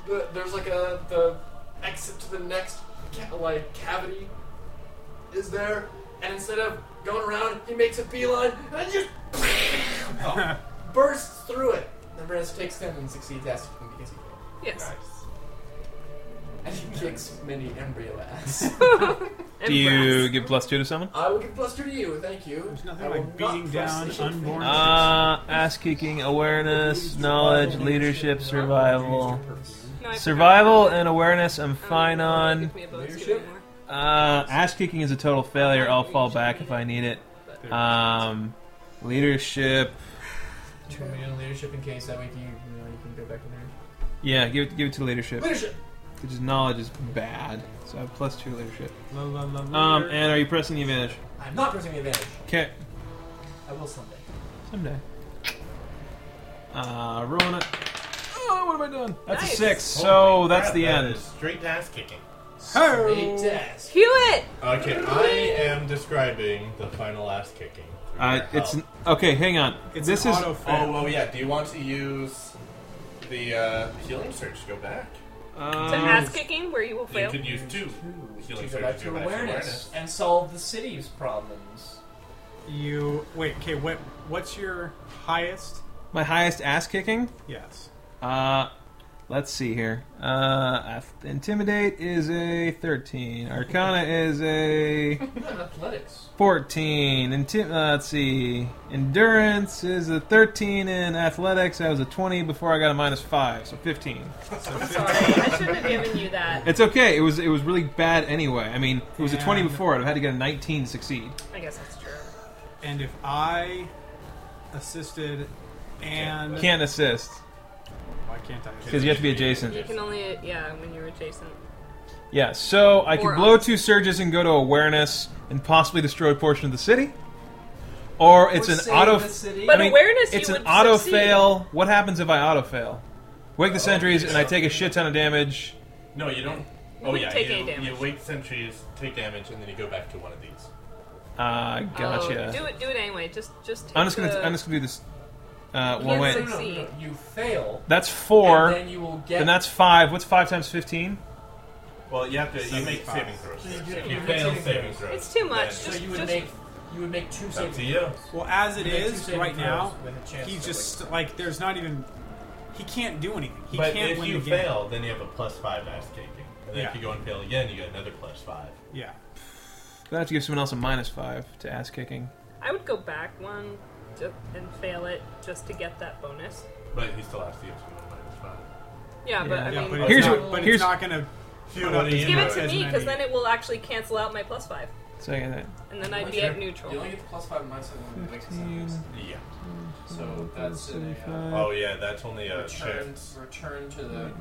Speaker 6: the, there's like a the exit to the next ca- like cavity is there, and instead of going around, he makes a beeline and just bursts through it. Then Brennus takes them and succeeds asking because he failed.
Speaker 2: yes.
Speaker 6: And he kicks many embryo ass.
Speaker 5: Do you give plus two to someone?
Speaker 6: I will give plus two to you, thank you.
Speaker 4: There's nothing
Speaker 6: I will
Speaker 4: like beating
Speaker 6: not
Speaker 4: down
Speaker 6: frustrate you.
Speaker 4: unborn.
Speaker 5: Uh, ass kicking, awareness, knowledge, leadership, survival.
Speaker 2: No, I forgot.
Speaker 5: Survival and awareness, I'm fine
Speaker 2: Um,
Speaker 5: on.
Speaker 2: give me a bonus
Speaker 6: Leadership?
Speaker 2: anymore.
Speaker 5: Uh, ass kicking is a total failure. I'll fall back if I need it. Um, leadership.
Speaker 8: Do you want me to do leadership in case that way you, you know you can go back in there?
Speaker 5: Yeah, give it, give it to leadership.
Speaker 6: Leadership!
Speaker 5: Which is knowledge is bad. So I have plus two leadership.
Speaker 4: La, la, la, la.
Speaker 5: Um, and are you pressing the advantage?
Speaker 8: I'm not pressing the advantage.
Speaker 5: Okay.
Speaker 8: I will someday.
Speaker 5: Someday. Uh, rolling it. Oh, what have I done? That's a
Speaker 2: Nice.
Speaker 5: six, so
Speaker 3: Holy
Speaker 5: that's
Speaker 3: crap,
Speaker 5: the
Speaker 3: that
Speaker 5: end.
Speaker 3: is Straight ass kicking.
Speaker 6: Eight deaths.
Speaker 2: Hewitt!
Speaker 3: Okay, I am describing the final ass kicking. through
Speaker 5: Uh,
Speaker 3: your
Speaker 5: it's
Speaker 3: help.
Speaker 5: an, okay. Hang on.
Speaker 4: It's
Speaker 5: this
Speaker 4: an
Speaker 5: is
Speaker 4: auto
Speaker 3: Oh
Speaker 4: fail.
Speaker 3: well, yeah. Do you want to use the uh, healing surge to go back?
Speaker 2: To
Speaker 5: um,
Speaker 2: ass kicking, where you will fail.
Speaker 3: You could use two healing
Speaker 8: To
Speaker 3: surge
Speaker 8: go back to awareness and solve the city's problems.
Speaker 4: You wait. Okay, what what's your highest?
Speaker 5: my highest ass kicking.
Speaker 4: Yes.
Speaker 5: Uh, let's see here. Uh, ath- intimidate is a thirteen. Arcana is a
Speaker 8: Not athletics.
Speaker 5: fourteen. Inti- uh, let's see. Endurance is a thirteen. In athletics, I was a twenty before I got a minus five, so fifteen.
Speaker 2: I'm sorry, I shouldn't have given you that.
Speaker 5: It's okay. It was it was really bad anyway. I mean, it was a twenty
Speaker 4: And-
Speaker 5: before. I had to get a nineteen to succeed.
Speaker 2: I guess that's true.
Speaker 4: And if I assisted, and
Speaker 5: Can't assist
Speaker 4: why can't I?
Speaker 5: because
Speaker 4: Assist?
Speaker 5: you have to be adjacent.
Speaker 2: You can only, yeah, when you're adjacent.
Speaker 5: Yeah, so I
Speaker 2: Or
Speaker 5: can blow
Speaker 2: us.
Speaker 5: two surges and go to awareness and possibly destroy a portion of the city. Or it's
Speaker 8: Or
Speaker 5: an
Speaker 8: save
Speaker 5: auto.
Speaker 8: the city.
Speaker 2: But awareness, you
Speaker 5: It's
Speaker 2: would
Speaker 5: an auto
Speaker 2: succeed.
Speaker 5: fail. What happens if I auto fail? Wake the sentries and I take a shit ton of damage.
Speaker 3: No, you don't.
Speaker 2: You
Speaker 3: Oh
Speaker 2: would
Speaker 3: yeah,
Speaker 2: take
Speaker 3: you,
Speaker 2: eight damage.
Speaker 3: you wait sentries, take damage, and then you go back to one of these.
Speaker 5: Uh,
Speaker 2: Oh,
Speaker 5: gotcha.
Speaker 2: do it, do it anyway. Just, just. Take
Speaker 5: I'm just gonna.
Speaker 2: the-
Speaker 5: I'm just gonna do this. Uh,
Speaker 2: No,
Speaker 5: well,
Speaker 2: no,
Speaker 5: wait.
Speaker 8: No, no, no,
Speaker 2: Succeed.
Speaker 8: You fail.
Speaker 5: That's four.
Speaker 8: and
Speaker 5: Then,
Speaker 8: then you will get.
Speaker 5: that's five. What's five times fifteen?
Speaker 3: Well, you have to. You make
Speaker 4: 75.
Speaker 3: saving throws. first. If you
Speaker 8: Yeah.
Speaker 3: fail
Speaker 8: Saving
Speaker 3: saving
Speaker 8: throws.
Speaker 3: throws,
Speaker 2: It's too much.
Speaker 3: then
Speaker 8: So
Speaker 2: Just-
Speaker 8: you would
Speaker 2: just-
Speaker 8: make you would make two
Speaker 3: It's up to
Speaker 8: saving.
Speaker 3: you.
Speaker 4: Well, as it
Speaker 8: You make two
Speaker 4: is
Speaker 8: saving
Speaker 4: right
Speaker 8: throws
Speaker 4: now,
Speaker 8: with a chance
Speaker 4: he's
Speaker 8: to,
Speaker 4: just like there's not even he can't do anything. He
Speaker 3: but
Speaker 4: can't
Speaker 3: if
Speaker 4: win
Speaker 3: you
Speaker 4: the game.
Speaker 3: fail, then you have a plus five ass kicking. And then
Speaker 4: Yeah.
Speaker 3: if you go and fail again, you get another plus five.
Speaker 4: Yeah.
Speaker 5: Gonna have to give someone else a minus five to ass kicking.
Speaker 2: I would go back one ju- and fail it just to get that bonus.
Speaker 3: But he still has to give someone a minus five.
Speaker 2: Yeah, but I
Speaker 4: yeah,
Speaker 2: mean,
Speaker 4: but
Speaker 3: Here's
Speaker 4: it's not,
Speaker 5: what-
Speaker 4: but
Speaker 5: here's-
Speaker 4: it's not gonna.
Speaker 3: Phew,
Speaker 4: But
Speaker 3: what do
Speaker 4: just
Speaker 3: you
Speaker 2: give
Speaker 3: know?
Speaker 2: it to
Speaker 4: as
Speaker 2: me because
Speaker 4: many.
Speaker 2: then it will actually cancel out my plus five,
Speaker 5: So yeah, that-
Speaker 2: and then I'd be at neutral.
Speaker 7: You only get the plus five minus seven when you make a
Speaker 5: 15.
Speaker 7: sentence.
Speaker 3: Yeah.
Speaker 7: So that's in a uh,
Speaker 3: Oh yeah, that's only a
Speaker 7: return,
Speaker 3: shift.
Speaker 7: return to the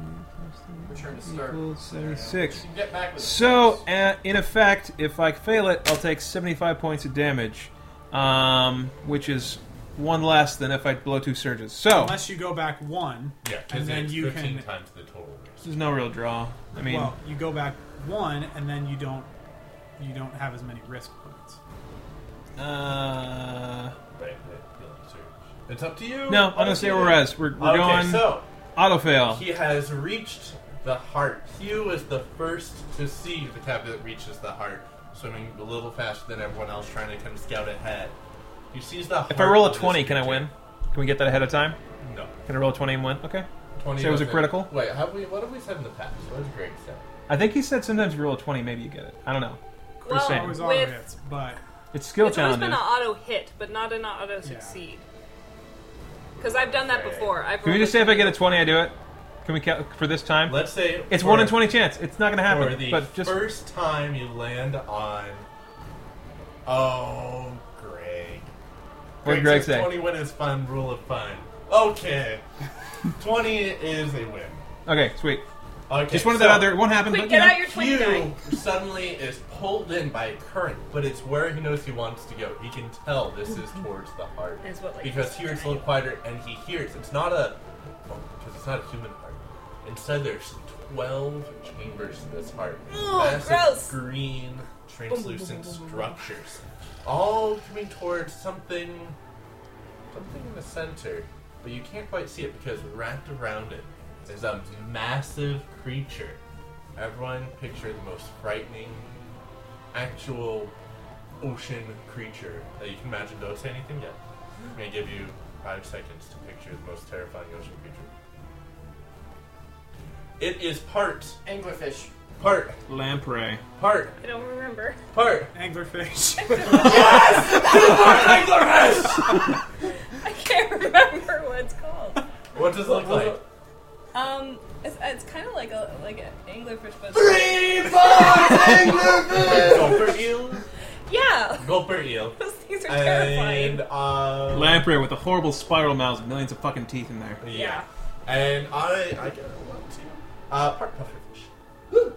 Speaker 7: return to start.
Speaker 5: equals
Speaker 7: scenario.
Speaker 5: 76.
Speaker 7: You can get back with it.
Speaker 5: So, uh, in effect, if I fail it, I'll take 75 points of damage, um, which is one less than if I blow two surges. So,
Speaker 4: Unless you go back one,
Speaker 3: Yeah, 'cause
Speaker 4: and then
Speaker 3: it's
Speaker 4: you
Speaker 3: 15
Speaker 4: can.
Speaker 3: times the total. risk.
Speaker 5: there's no real draw. I mean,
Speaker 4: well, you go back one, and then you don't you don't have as many risk points.
Speaker 5: uh,
Speaker 3: Right, that feeling surge. It's up to you.
Speaker 5: no, I'm gonna say we're res. We're, we're
Speaker 3: okay,
Speaker 5: going
Speaker 3: so
Speaker 5: auto fail.
Speaker 3: he has reached the heart. Hugh is the first to see the tablet that reaches the heart, swimming a little faster than everyone else, trying to kind of scout ahead. He sees the. Heart
Speaker 5: If I roll
Speaker 3: of
Speaker 5: a
Speaker 3: this
Speaker 5: 20, can I win? Can we get that ahead of time?
Speaker 3: creature. No.
Speaker 5: Can I roll a 20 and win? Okay.
Speaker 3: Twenty.
Speaker 5: Say it was a
Speaker 3: doesn't-
Speaker 5: critical?
Speaker 3: Wait, have we? What have we said in the past? What did Greg say?
Speaker 5: I think he said sometimes you roll a 20, maybe you get it. I don't know.
Speaker 2: well,
Speaker 5: saying.
Speaker 4: Always
Speaker 2: with,
Speaker 4: auto hits, but
Speaker 5: It's skill
Speaker 2: it's always
Speaker 5: challenges.
Speaker 2: been an auto hit, but not an auto succeed. Because I've done that
Speaker 3: Okay.
Speaker 2: before. I've
Speaker 5: Can we
Speaker 2: rolled
Speaker 5: just say if I get a 20, I do it? Can we count for this time?
Speaker 3: Let's say
Speaker 5: it's
Speaker 3: for-
Speaker 5: 1 in 20 chance. It's not gonna
Speaker 3: For
Speaker 5: happen.
Speaker 3: the
Speaker 5: But just
Speaker 3: first time you land on. Oh, Greg.
Speaker 5: what did Greg
Speaker 3: says
Speaker 5: say?
Speaker 3: Twenty win is fun. Rule of fun. Okay. Twenty is a win.
Speaker 5: Okay, sweet.
Speaker 3: Okay,
Speaker 5: Just wanted
Speaker 3: so
Speaker 5: that other. It won't happen.
Speaker 2: Quick,
Speaker 5: but,
Speaker 2: get
Speaker 5: you know.
Speaker 2: out your twin die.
Speaker 3: Hugh suddenly is pulled in by a current, but it's where he knows he wants to go. He can tell this is towards the heart
Speaker 2: Mm-hmm. Is what, like,
Speaker 3: because here it's a little quieter, and he hears it's not a because it's not a human heart. Instead, there's twelve chambers in this heart,
Speaker 2: Ooh,
Speaker 3: massive
Speaker 2: gross.
Speaker 3: green translucent structures, all coming towards something something in the center, but you can't quite see it because wrapped around it is a massive creature. Everyone picture the most frightening, actual ocean creature that you can imagine. Don't say anything yet. I'm gonna give you five seconds to picture the most terrifying ocean creature. It is part,
Speaker 7: Anglerfish.
Speaker 3: part,
Speaker 5: Lamprey.
Speaker 3: part,
Speaker 2: I don't remember.
Speaker 3: part.
Speaker 4: anglerfish.
Speaker 2: I can't remember what it's called.
Speaker 3: What does it look like?
Speaker 2: Um, it's, it's kind of like a like an anglerfish, but
Speaker 3: Gulper eel.
Speaker 2: yeah,
Speaker 3: Gulper eel.
Speaker 2: those things are terrifying.
Speaker 3: And uh,
Speaker 5: Lamprey with a horrible spiral mouth, with millions of fucking teeth in there.
Speaker 3: Yeah. And I, I get a lot too. Uh, part pufferfish.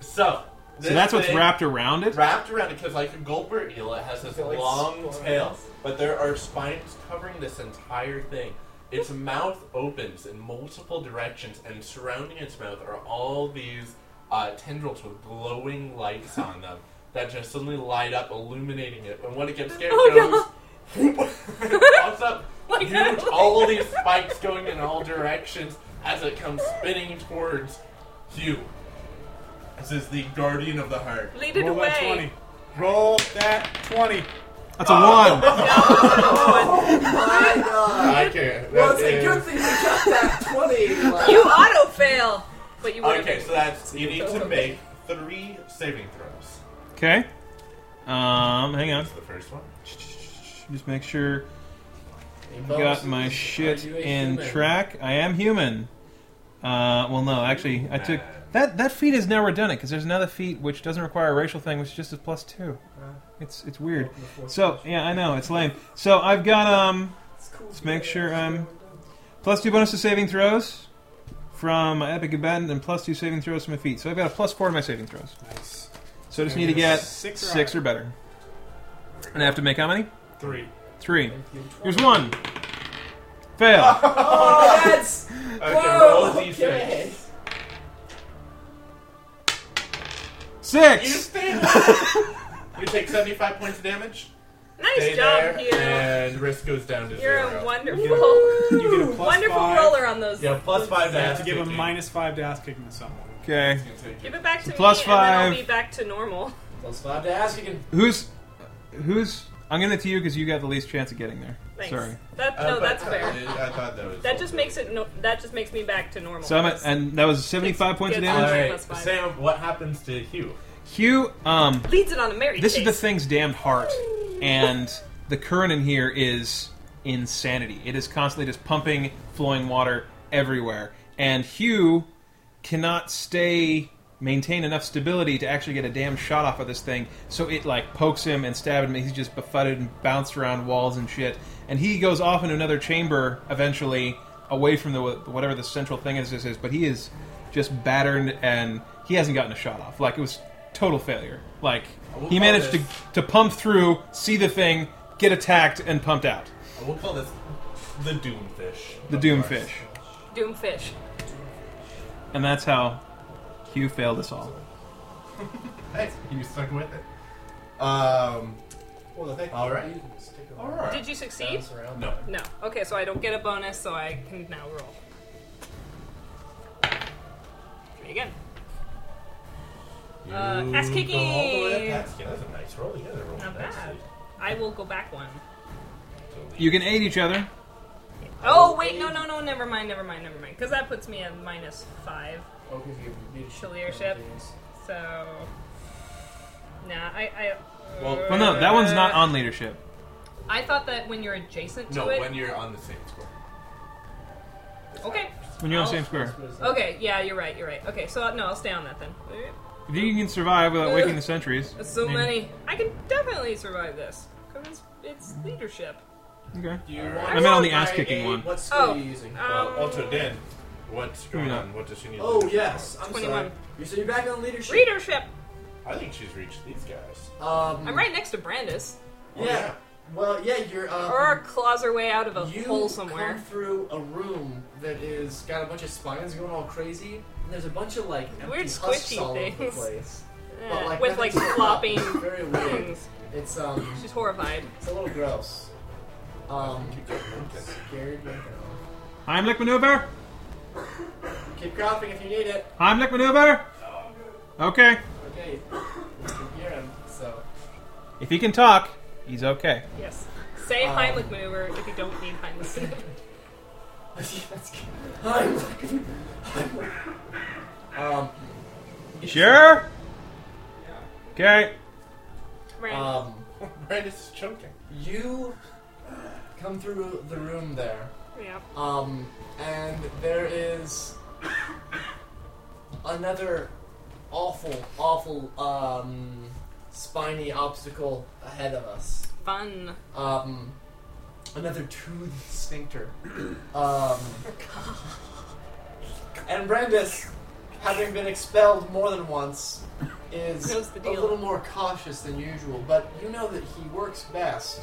Speaker 3: so.
Speaker 5: So that's what's
Speaker 3: thing-
Speaker 5: wrapped around it.
Speaker 3: Wrapped around it because, like a Goldberg eel, it has this
Speaker 7: like
Speaker 3: long
Speaker 7: spines.
Speaker 3: tail, but there are spines covering this entire thing. Its mouth opens in multiple directions, and surrounding its mouth are all these uh, tendrils with glowing lights on them that just suddenly light up, illuminating it. And when it gets scared, it
Speaker 2: Oh,
Speaker 3: goes. pops up
Speaker 2: Like,
Speaker 3: huge, all these spikes going in all directions as it comes spinning towards Hugh. This is the guardian of the heart.
Speaker 2: Lead it
Speaker 4: Roll that
Speaker 2: away.
Speaker 4: twenty. Roll that twenty.
Speaker 5: That's a one.
Speaker 6: My God.
Speaker 3: I can't.
Speaker 6: Well,
Speaker 3: That
Speaker 6: it's a
Speaker 3: is-
Speaker 6: good thing we got that 20. Like,
Speaker 2: You auto fail, but you would've
Speaker 3: Okay,
Speaker 2: been-
Speaker 3: so that's you need to make three saving throws.
Speaker 5: Okay. Um, hang on.
Speaker 3: That's the first one.
Speaker 5: Just make sure
Speaker 8: You
Speaker 5: I got my shit in track. I am human. Uh, well, no, actually, I took that. That feat is now redundant because there's another feat which doesn't require a racial thing, which just is plus two. It's it's weird. So yeah, I know it's lame. So I've got um. Let's make sure I'm plus two bonus to saving throws from my epic event and plus two saving throws from my feet. So I've got a plus four to my saving throws.
Speaker 4: Nice.
Speaker 5: So I just need to get
Speaker 4: Six or
Speaker 5: six or better. And I have to make how many?
Speaker 4: Three.
Speaker 5: Three. Here's one. Fail.
Speaker 3: Oh.
Speaker 6: that's.
Speaker 3: Okay, roll a
Speaker 6: Whoa,
Speaker 3: d6.
Speaker 6: okay.
Speaker 3: You
Speaker 5: Six.
Speaker 3: stand. you take seventy-five points of damage.
Speaker 2: nice
Speaker 3: Stay
Speaker 2: job,
Speaker 3: there,
Speaker 2: Hugh.
Speaker 3: and risk goes down to
Speaker 2: You're
Speaker 3: zero.
Speaker 2: a wonderful,
Speaker 4: You get a plus
Speaker 2: wonderful
Speaker 4: five.
Speaker 2: roller on those.
Speaker 3: yeah, plus five.
Speaker 4: I have to
Speaker 3: ass
Speaker 4: give a
Speaker 3: kicking.
Speaker 4: minus five to ass kicking to someone.
Speaker 5: Okay.
Speaker 3: You can take
Speaker 2: Give
Speaker 3: it.
Speaker 2: it back to
Speaker 5: Plus
Speaker 2: me, and then
Speaker 5: five.
Speaker 2: I'll be back to normal.
Speaker 8: Plus five to ask again.
Speaker 5: Who's who's? I'm gonna to you because you got the least chance of getting there.
Speaker 2: Thanks.
Speaker 5: Sorry.
Speaker 2: That,
Speaker 3: Uh,
Speaker 2: no,
Speaker 3: but
Speaker 2: that's
Speaker 3: I
Speaker 2: fair.
Speaker 3: did- I thought that was.
Speaker 2: That just makes it. No, that just makes me back to normal.
Speaker 5: So I'm at, and that was 75 points of
Speaker 2: Yes.
Speaker 5: damage.
Speaker 2: Alright, plus five.
Speaker 3: Sam, what happens to Hugh?
Speaker 5: Hugh, um,
Speaker 2: Leads it on a merry
Speaker 5: this is the
Speaker 2: chase.
Speaker 5: thing's damned heart, and the current in here is insanity. It is constantly just pumping, flowing water everywhere, and Hugh cannot stay maintain enough stability to actually get a damn shot off of this thing. So it like pokes him and stabs him. And he's just befuddled and bounced around walls and shit, and he goes off into another chamber eventually, away from the whatever the central thing is. This is, but he is just battered and he hasn't gotten a shot off. Like it was total failure. Like
Speaker 3: will
Speaker 5: he
Speaker 3: call
Speaker 5: managed to
Speaker 3: this-
Speaker 5: to pump through, see the thing, get attacked, and pumped out.
Speaker 3: We'll call this the Doomfish.
Speaker 5: The
Speaker 3: Of
Speaker 5: Doomfish,
Speaker 3: course.
Speaker 2: Doomfish.
Speaker 5: and that's how Hugh failed us all.
Speaker 3: Hey, you stuck with it. Um, All right. all right.
Speaker 2: Did you succeed?
Speaker 3: No.
Speaker 2: No. Okay, so I don't get a bonus, so I can now roll. Try again. Uh, ass
Speaker 3: You go all the way up
Speaker 2: kicking.
Speaker 3: past- Yeah, that's a nice roll. You guys are rolling
Speaker 2: Not
Speaker 3: nicely.
Speaker 2: bad. I will go back one.
Speaker 3: So
Speaker 5: You can aid each other.
Speaker 2: Oh wait, no, no, no, never mind, never mind, never mind. Because that puts me at minus five.
Speaker 8: Oh, because you have leadership.
Speaker 2: Leadership. So, nah, I, I.
Speaker 3: Well-
Speaker 5: Well, no, that one's not on leadership.
Speaker 2: I thought that when you're adjacent to
Speaker 3: No,
Speaker 2: it.
Speaker 3: when you're on the same score.
Speaker 2: okay.
Speaker 5: When you're on the same
Speaker 2: I'll-
Speaker 5: square,
Speaker 2: Okay, yeah, you're right, you're right. Okay, so no, I'll stay on that then.
Speaker 5: if you can survive without waking the sentries,
Speaker 2: That's so
Speaker 5: I mean,
Speaker 2: many. I can definitely survive this because it's, it's leadership.
Speaker 5: Okay.
Speaker 6: Do you
Speaker 3: All
Speaker 6: want
Speaker 3: right.
Speaker 5: I meant on the ass kicking one.
Speaker 6: What skill
Speaker 2: Oh,
Speaker 6: are you using?
Speaker 3: Well,
Speaker 2: um,
Speaker 3: also, Dan, what's going
Speaker 5: Yeah.
Speaker 3: on? What does she need?
Speaker 6: Oh
Speaker 3: to do?
Speaker 6: yes, I'm
Speaker 2: 21.
Speaker 6: sorry. You- So you're back on leadership.
Speaker 2: leadership.
Speaker 3: I think she's reached these guys. Oh,
Speaker 6: Um,
Speaker 2: I'm right next to Brandis,
Speaker 6: Yeah. Well, yeah, you're. Uh,
Speaker 2: or claws our way out of a
Speaker 6: you
Speaker 2: hole somewhere.
Speaker 6: come through a room that is got a bunch of spines going all crazy, and there's a bunch of like empty
Speaker 2: Weird
Speaker 6: husks
Speaker 2: squishy
Speaker 6: all over the
Speaker 2: things.
Speaker 6: place.
Speaker 2: Eh,
Speaker 6: But, like,
Speaker 2: with like
Speaker 6: nothing's up.
Speaker 2: flopping
Speaker 6: Very weird.
Speaker 2: things.
Speaker 6: It's um,
Speaker 2: She's horrified.
Speaker 6: it's a little gross. Um,
Speaker 3: Okay.
Speaker 6: scared. you know.
Speaker 5: Heimlich maneuver.
Speaker 6: Keep coughing if you need it.
Speaker 5: Heimlich maneuver. Okay.
Speaker 6: Okay, you can hear him. So
Speaker 5: If he can talk, he's okay.
Speaker 2: Yes. Say
Speaker 6: Um,
Speaker 2: Heimlich maneuver if you don't need Heimlich maneuver.
Speaker 6: that's good. I'm fucking- I'm- um,
Speaker 5: You sure? Okay.
Speaker 2: Right.
Speaker 6: um,
Speaker 3: Brandis is choking.
Speaker 6: you come through the room there.
Speaker 2: yeah.
Speaker 6: Um, and there is another awful, awful, um, spiny obstacle ahead of us.
Speaker 2: Fun.
Speaker 6: Um, another toothed sphincter. Um, and Brandis, having been expelled more than once, is
Speaker 2: Knows the
Speaker 6: a
Speaker 2: deal.
Speaker 6: little more cautious than usual, but you know that he works best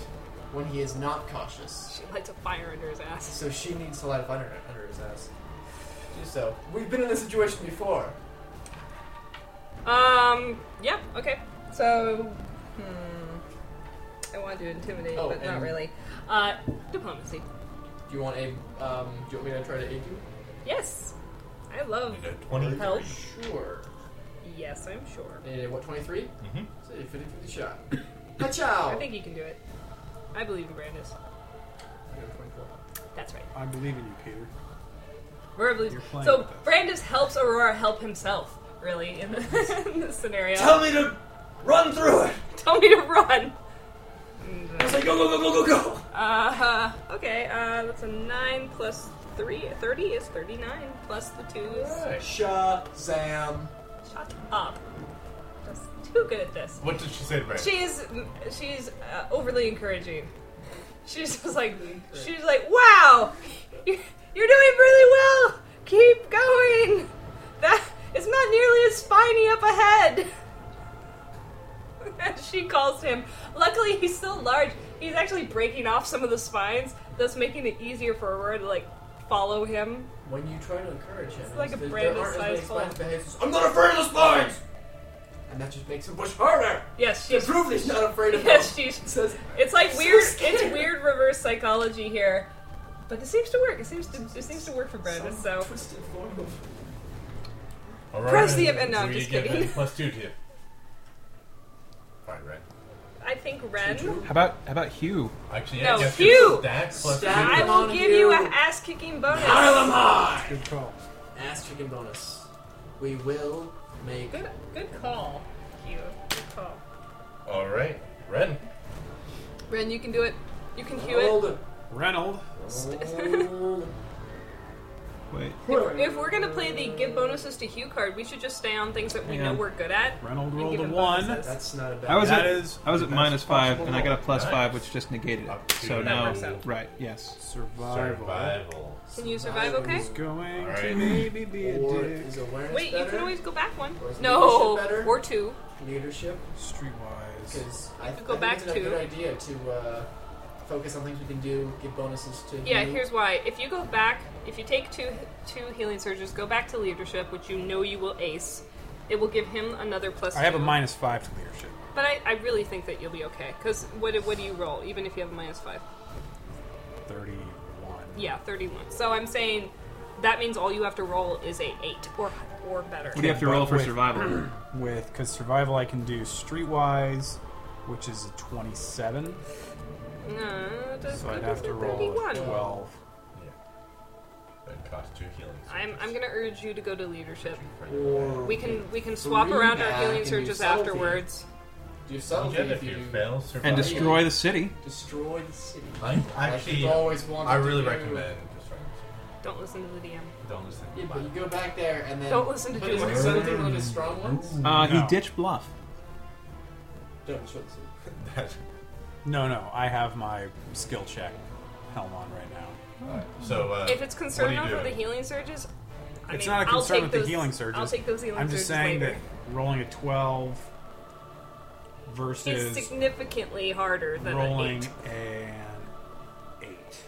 Speaker 6: when he is not cautious.
Speaker 2: She lights a fire under his ass.
Speaker 6: So she needs to light a fire under his ass. Do so. We've been in this situation before.
Speaker 2: Um. Yeah. Okay. So. Hmm. I want to intimidate,
Speaker 6: Oh,
Speaker 2: but not
Speaker 6: and-
Speaker 2: really. Uh, diplomacy.
Speaker 6: Do you want a? Um, do you want me to try to aid you?
Speaker 2: Yes. I love.
Speaker 3: You got 20.
Speaker 2: Help.
Speaker 6: Sure.
Speaker 2: Yes, I'm sure.
Speaker 6: And what? Twenty
Speaker 3: Mhm.
Speaker 6: So you fifty fifty shot.
Speaker 2: I
Speaker 6: Pachow.
Speaker 2: think you can do it. I believe in Brandis.
Speaker 6: I got a 24.
Speaker 2: That's right.
Speaker 4: I believe in you, Peter.
Speaker 2: Aurora believes.
Speaker 4: You're playing
Speaker 2: So
Speaker 4: with us.
Speaker 2: Brandis helps Aurora help himself. Really, in, the, in this scenario.
Speaker 6: Tell me to run through it.
Speaker 2: Tell me to run.
Speaker 6: I was like, go, go, go, go, go, go.
Speaker 2: Uh, okay, uh, that's a 9 plus 3. 30 is 39, plus the 2 is.
Speaker 3: Alright.
Speaker 6: Shazam!
Speaker 2: Shut up. Just too good at this.
Speaker 3: What did she say, Brandis?
Speaker 2: She's, she's uh, overly encouraging. She's just like, she's like, wow, you're doing really well. Keep going. That it's not nearly as spiny up ahead. And she calls him. Luckily, he's still large. He's actually breaking off some of the spines, thus making it easier for Aurora to like follow him.
Speaker 6: When you try to encourage him,
Speaker 2: It's like a
Speaker 6: there- there
Speaker 2: brand new
Speaker 6: aren't as many
Speaker 2: size
Speaker 6: spines
Speaker 2: hole.
Speaker 6: behind us. I'm not afraid of the spines. And that just makes him push harder
Speaker 2: Yes,
Speaker 6: to
Speaker 2: she's
Speaker 6: prove that he's not afraid of
Speaker 2: yes,
Speaker 6: them.
Speaker 2: she's
Speaker 6: He says,
Speaker 2: It's like
Speaker 6: So
Speaker 2: weird.
Speaker 6: scared.
Speaker 2: it's weird reverse psychology here, but it seems to work. It seems to it seems to work for Brandon.
Speaker 6: "Some
Speaker 2: So
Speaker 6: twisted form of
Speaker 3: Aurora,
Speaker 2: Press the event- no, I'm
Speaker 3: were
Speaker 2: just
Speaker 3: you given
Speaker 2: kidding.
Speaker 3: Plus two to you. Fine, right?
Speaker 2: I think Ren.
Speaker 5: How about how about Hugh?
Speaker 3: Actually,
Speaker 2: No,
Speaker 3: I guess
Speaker 2: Hugh!
Speaker 3: it's Stack plus
Speaker 6: Stack.
Speaker 3: two.
Speaker 2: I
Speaker 6: Come
Speaker 2: will
Speaker 6: on,
Speaker 2: give
Speaker 6: you.
Speaker 2: you an ass kicking bonus.
Speaker 6: Pile them high!
Speaker 4: Good call.
Speaker 6: Ass chicken bonus. We will make.
Speaker 2: Good, good call, Hugh. Good call.
Speaker 3: All right, Ren.
Speaker 2: Ren, you can do it. You can Hugh it.
Speaker 6: Hold it.
Speaker 4: Reynold.
Speaker 6: Hold it.
Speaker 5: Wait.
Speaker 2: If we're gonna play the give bonuses to Hugh card, we should just stay on things that we
Speaker 5: Hang
Speaker 2: know
Speaker 5: on.
Speaker 2: we're good at.
Speaker 4: Reynold
Speaker 2: and
Speaker 4: rolled
Speaker 2: give
Speaker 4: a
Speaker 2: him
Speaker 4: one.
Speaker 2: bonuses.
Speaker 6: That's not a bad.
Speaker 5: I was
Speaker 4: That
Speaker 5: at,
Speaker 4: is
Speaker 5: I was at
Speaker 4: the
Speaker 5: minus
Speaker 4: best
Speaker 5: five,
Speaker 4: possible
Speaker 5: and I got a plus
Speaker 3: roll.
Speaker 5: five, which just negated
Speaker 3: Up
Speaker 5: it.
Speaker 3: to
Speaker 5: So
Speaker 3: That
Speaker 5: now,
Speaker 2: works out.
Speaker 5: right? Yes.
Speaker 4: Survival.
Speaker 3: Survival.
Speaker 2: Can you survive? Okay.
Speaker 4: Is going
Speaker 3: All
Speaker 4: to
Speaker 3: right.
Speaker 4: maybe be a
Speaker 6: Or
Speaker 4: dick.
Speaker 6: is awareness
Speaker 2: Wait,
Speaker 6: better?
Speaker 2: you can always go back one.
Speaker 6: Or is
Speaker 2: No,
Speaker 6: leadership better?
Speaker 2: or two.
Speaker 6: leadership.
Speaker 4: Streetwise.
Speaker 6: Because I think
Speaker 2: go back
Speaker 6: it's a
Speaker 2: to-
Speaker 6: good idea to uh, focus on things we can do, give bonuses to.
Speaker 2: Yeah,
Speaker 6: you.
Speaker 2: here's why. If you go back, if you take two two healing surges, go back to leadership, which you know you will ace. It will give him another plus.
Speaker 4: I have a
Speaker 2: two.
Speaker 4: minus five to leadership.
Speaker 2: but I, I really think that you'll be okay. Because what do- what do you roll? Even if you have a minus five,
Speaker 4: Thirty-one.
Speaker 2: yeah, thirty-one. So I'm saying that means all you have to roll is a eight or or better.
Speaker 5: What do you have to roll for
Speaker 4: Wait.
Speaker 5: survival?
Speaker 4: With because survival I can do streetwise, which is a twenty-seven.
Speaker 2: No, it does-
Speaker 4: So I'd
Speaker 2: it
Speaker 4: have
Speaker 2: does
Speaker 4: to
Speaker 2: a
Speaker 4: roll a
Speaker 2: 31.
Speaker 4: twelve.
Speaker 3: That cost two healing.
Speaker 2: I'm I'm gonna urge you to go to leadership.
Speaker 6: Or
Speaker 2: We
Speaker 6: we
Speaker 2: can we can swap
Speaker 6: Three
Speaker 2: around our
Speaker 6: back
Speaker 2: healing
Speaker 6: and do
Speaker 2: surges
Speaker 6: subtlety.
Speaker 2: afterwards.
Speaker 6: do subtlety
Speaker 3: if you fail, survive.
Speaker 5: and destroy the city.
Speaker 6: destroy the city.
Speaker 3: I
Speaker 6: Like
Speaker 3: actually,
Speaker 6: you've always wanted
Speaker 3: I really
Speaker 6: to do.
Speaker 3: recommend destroying the
Speaker 2: Don't listen to the DM.
Speaker 3: city. Don't listen.
Speaker 6: Yeah, but you go back there and then.
Speaker 2: Don't listen to
Speaker 6: But
Speaker 2: Jim.
Speaker 6: isn't subtlety
Speaker 3: Mm.
Speaker 6: one of his strong ones?
Speaker 4: No.
Speaker 5: Uh, He ditched Bluff.
Speaker 6: Don't destroy the city.
Speaker 3: That-
Speaker 4: No, no, I have my skill check helm on right now.
Speaker 3: so uh,
Speaker 2: If it's concern
Speaker 3: what are you
Speaker 2: over the
Speaker 3: doing?
Speaker 2: healing surges, I
Speaker 4: it's
Speaker 2: mean,
Speaker 4: not a
Speaker 2: I'll
Speaker 4: concern
Speaker 2: take
Speaker 4: with
Speaker 2: those,
Speaker 4: the healing surges.
Speaker 2: I'll take those healing
Speaker 4: I'm
Speaker 2: surges
Speaker 4: just saying
Speaker 2: later.
Speaker 4: that rolling a twelve
Speaker 2: it's
Speaker 4: versus
Speaker 2: significantly harder than
Speaker 4: rolling
Speaker 2: An eight.
Speaker 4: an eight.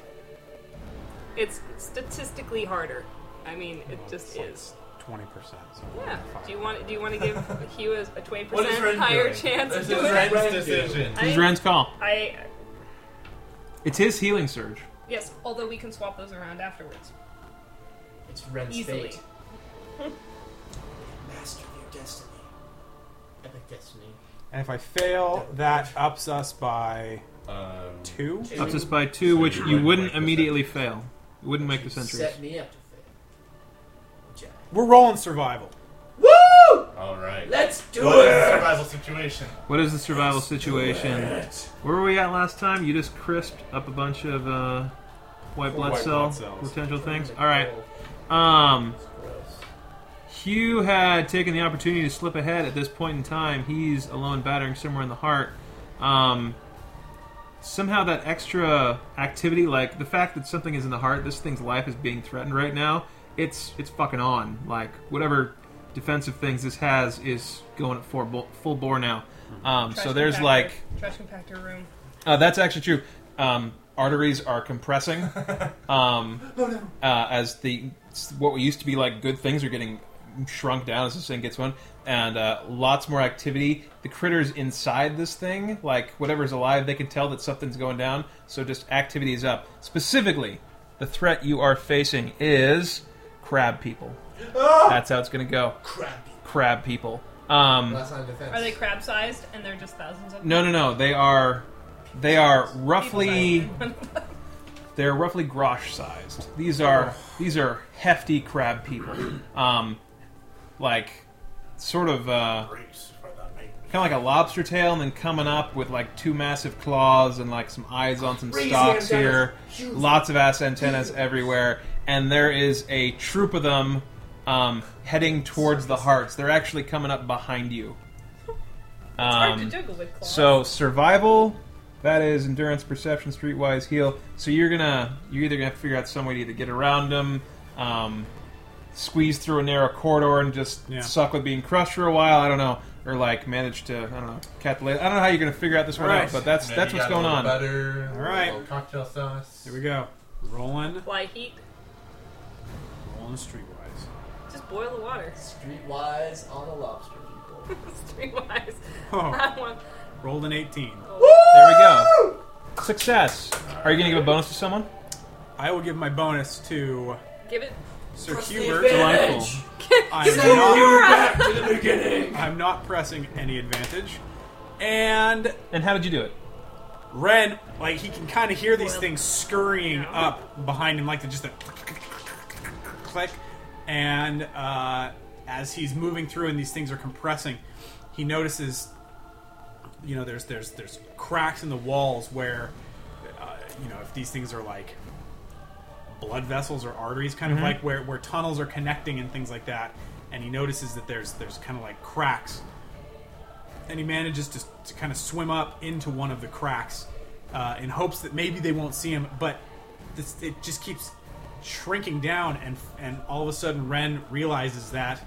Speaker 2: It's statistically harder. I mean, it just is.
Speaker 4: Twenty percent.
Speaker 2: Yeah. Do you want do you want to give Hugh a twenty
Speaker 3: What is
Speaker 2: percent
Speaker 3: Ren
Speaker 2: higher
Speaker 3: doing?
Speaker 2: chance of
Speaker 3: This
Speaker 2: doing
Speaker 3: is
Speaker 2: it?
Speaker 3: Ren's
Speaker 6: Ren doing?
Speaker 3: decision.
Speaker 5: This is
Speaker 2: I-
Speaker 5: Ren's call.
Speaker 2: I
Speaker 5: It's his healing surge.
Speaker 2: yes. Although we can swap those around afterwards.
Speaker 6: It's Ren's
Speaker 2: Easily.
Speaker 6: fate. Master of your destiny. Epic destiny.
Speaker 4: And if I fail, that ups us by
Speaker 3: Um,
Speaker 4: two.
Speaker 5: Ups us by two,
Speaker 3: So
Speaker 5: which
Speaker 3: you
Speaker 5: you
Speaker 3: wouldn't
Speaker 5: wouldn't
Speaker 3: make the
Speaker 5: immediately fail. You wouldn't make the centuries.
Speaker 6: Set me up to fail. Jack.
Speaker 4: We're rolling survival.
Speaker 6: Woo!
Speaker 3: all right.
Speaker 6: Let's do
Speaker 3: What is the
Speaker 6: it!
Speaker 3: survival situation?
Speaker 5: What is the survival situation? Where were we at last time? You just crisped up a bunch of uh, white, blood,
Speaker 4: White
Speaker 5: cell
Speaker 4: blood cells.
Speaker 5: potential things. All right. Um, Hugh had taken the opportunity to slip ahead at this point in time. He's alone battering somewhere in the heart. Um, somehow that extra activity, like the fact that something is in the heart, this thing's life is being threatened right now. It's it's fucking on. Like whatever defensive things this has is going at full, bo- full bore now. Um, so there's like
Speaker 2: trash compactor room.
Speaker 5: uh, that's actually true. Um, arteries are compressing um, uh, as the what used to be like good things are getting shrunk down as this thing gets one, and uh, lots more activity. The critters inside this thing, like whatever's alive, they can tell that something's going down. So just activity is up. Specifically, the threat you are facing is crab people. That's how it's going to go.
Speaker 6: Crap.
Speaker 5: Ah! Crab people. Um,
Speaker 6: That's not defense.
Speaker 2: Are they crab sized and they're just thousands of them?
Speaker 5: no, no, no. They are they are
Speaker 2: People
Speaker 5: roughly they're roughly grosh sized. These
Speaker 2: Oh.
Speaker 5: are these are hefty crab people. Um, like sort of uh, kind of like a lobster tail, and then coming up with like two massive claws and like some eyes on some
Speaker 6: Crazy
Speaker 5: stalks here.
Speaker 6: antennas. Huge.
Speaker 5: Lots of ass antennas everywhere, and there is a troop of them um, heading towards the hearts. They're actually coming up behind you.
Speaker 2: Hard to
Speaker 5: Um,
Speaker 2: juggle with claws.
Speaker 5: so survival, that is endurance, perception, streetwise, heal. So you're gonna you're either gonna have to figure out some way to either get around them, um, squeeze through a narrow corridor and just
Speaker 4: Yeah.
Speaker 5: suck with being crushed for a while. I don't know, or like manage to I don't know cat the lid. I don't know how you're gonna figure out this one
Speaker 4: Alright.
Speaker 5: out, but that's
Speaker 3: Maybe
Speaker 5: that's
Speaker 3: you
Speaker 5: what's
Speaker 3: got a
Speaker 5: going
Speaker 3: little
Speaker 5: on.
Speaker 3: Butter.
Speaker 4: All right.
Speaker 3: a little cocktail sauce.
Speaker 4: Here we go. Rolling,
Speaker 2: apply heat.
Speaker 4: rolling streetwise.
Speaker 2: Just boil the water.
Speaker 6: Streetwise on the lobster people.
Speaker 2: Streetwise.
Speaker 4: Oh,
Speaker 2: That one.
Speaker 4: rolled an eighteen.
Speaker 2: Oh.
Speaker 5: There we go. Success. Are you gonna give a bonus to someone?
Speaker 4: I will give my bonus to
Speaker 2: Give it
Speaker 4: Sir
Speaker 7: Press the
Speaker 4: Hubert,
Speaker 7: advantage.
Speaker 5: Delightful.
Speaker 4: I'm
Speaker 7: Send you
Speaker 4: not,
Speaker 7: back to the beginning.
Speaker 4: I'm not pressing any advantage. And
Speaker 5: And how did you do it?
Speaker 4: Ren, like he can kind of hear these things scurrying up behind him, like the, just a click. And uh, as he's moving through, and these things are compressing, he notices, you know, there's there's there's cracks in the walls where, uh, you know, if these things are like blood vessels or arteries, kind of like where where tunnels are connecting and things like that. And he notices that there's there's kind of like cracks and he manages to, to kind of swim up into one of the cracks uh, in hopes that maybe they won't see him. But this, it just keeps shrinking down, and and all of a sudden Ren realizes that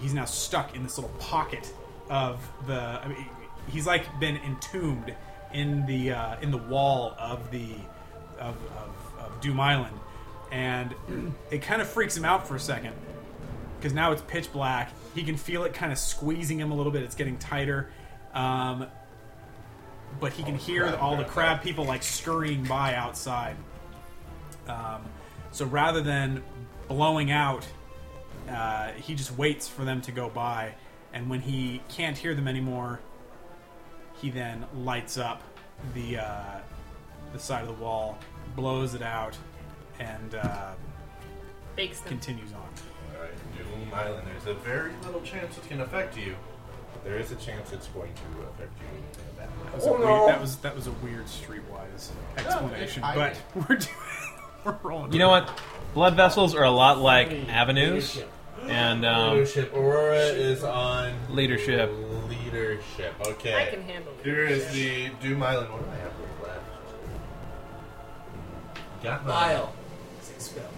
Speaker 4: he's now stuck in this little pocket of the. I mean, he's like been entombed in the uh, in the wall of the of, of, of Doom Island, and it kind of freaks him out for a second because now it's pitch black. He can feel it kind of squeezing him a little bit. It's getting tighter. Um, but he can hear all the crab people like scurrying by outside. Um, so rather than blowing out, uh, he just waits for them to go by. And when he can't hear them anymore, he then lights up the uh, the side of the wall, blows it out, and uh,
Speaker 2: Bakes them.
Speaker 4: continues on.
Speaker 3: Alright, Doom Island, there's a very little chance it can affect you. but There is a chance it's going to affect you in a bad way.
Speaker 4: That was, a weird, that was that was a weird streetwise explanation,
Speaker 6: I-
Speaker 4: but we're doing, we're rolling.
Speaker 5: You know what? Blood vessels are a lot like
Speaker 8: Leadership.
Speaker 5: avenues and um,
Speaker 3: Leadership. Aurora is on
Speaker 5: leadership.
Speaker 3: leadership. Okay.
Speaker 2: I can handle it.
Speaker 3: Here is the Doom Island. What do I have left? Got my
Speaker 6: Bile is expelled.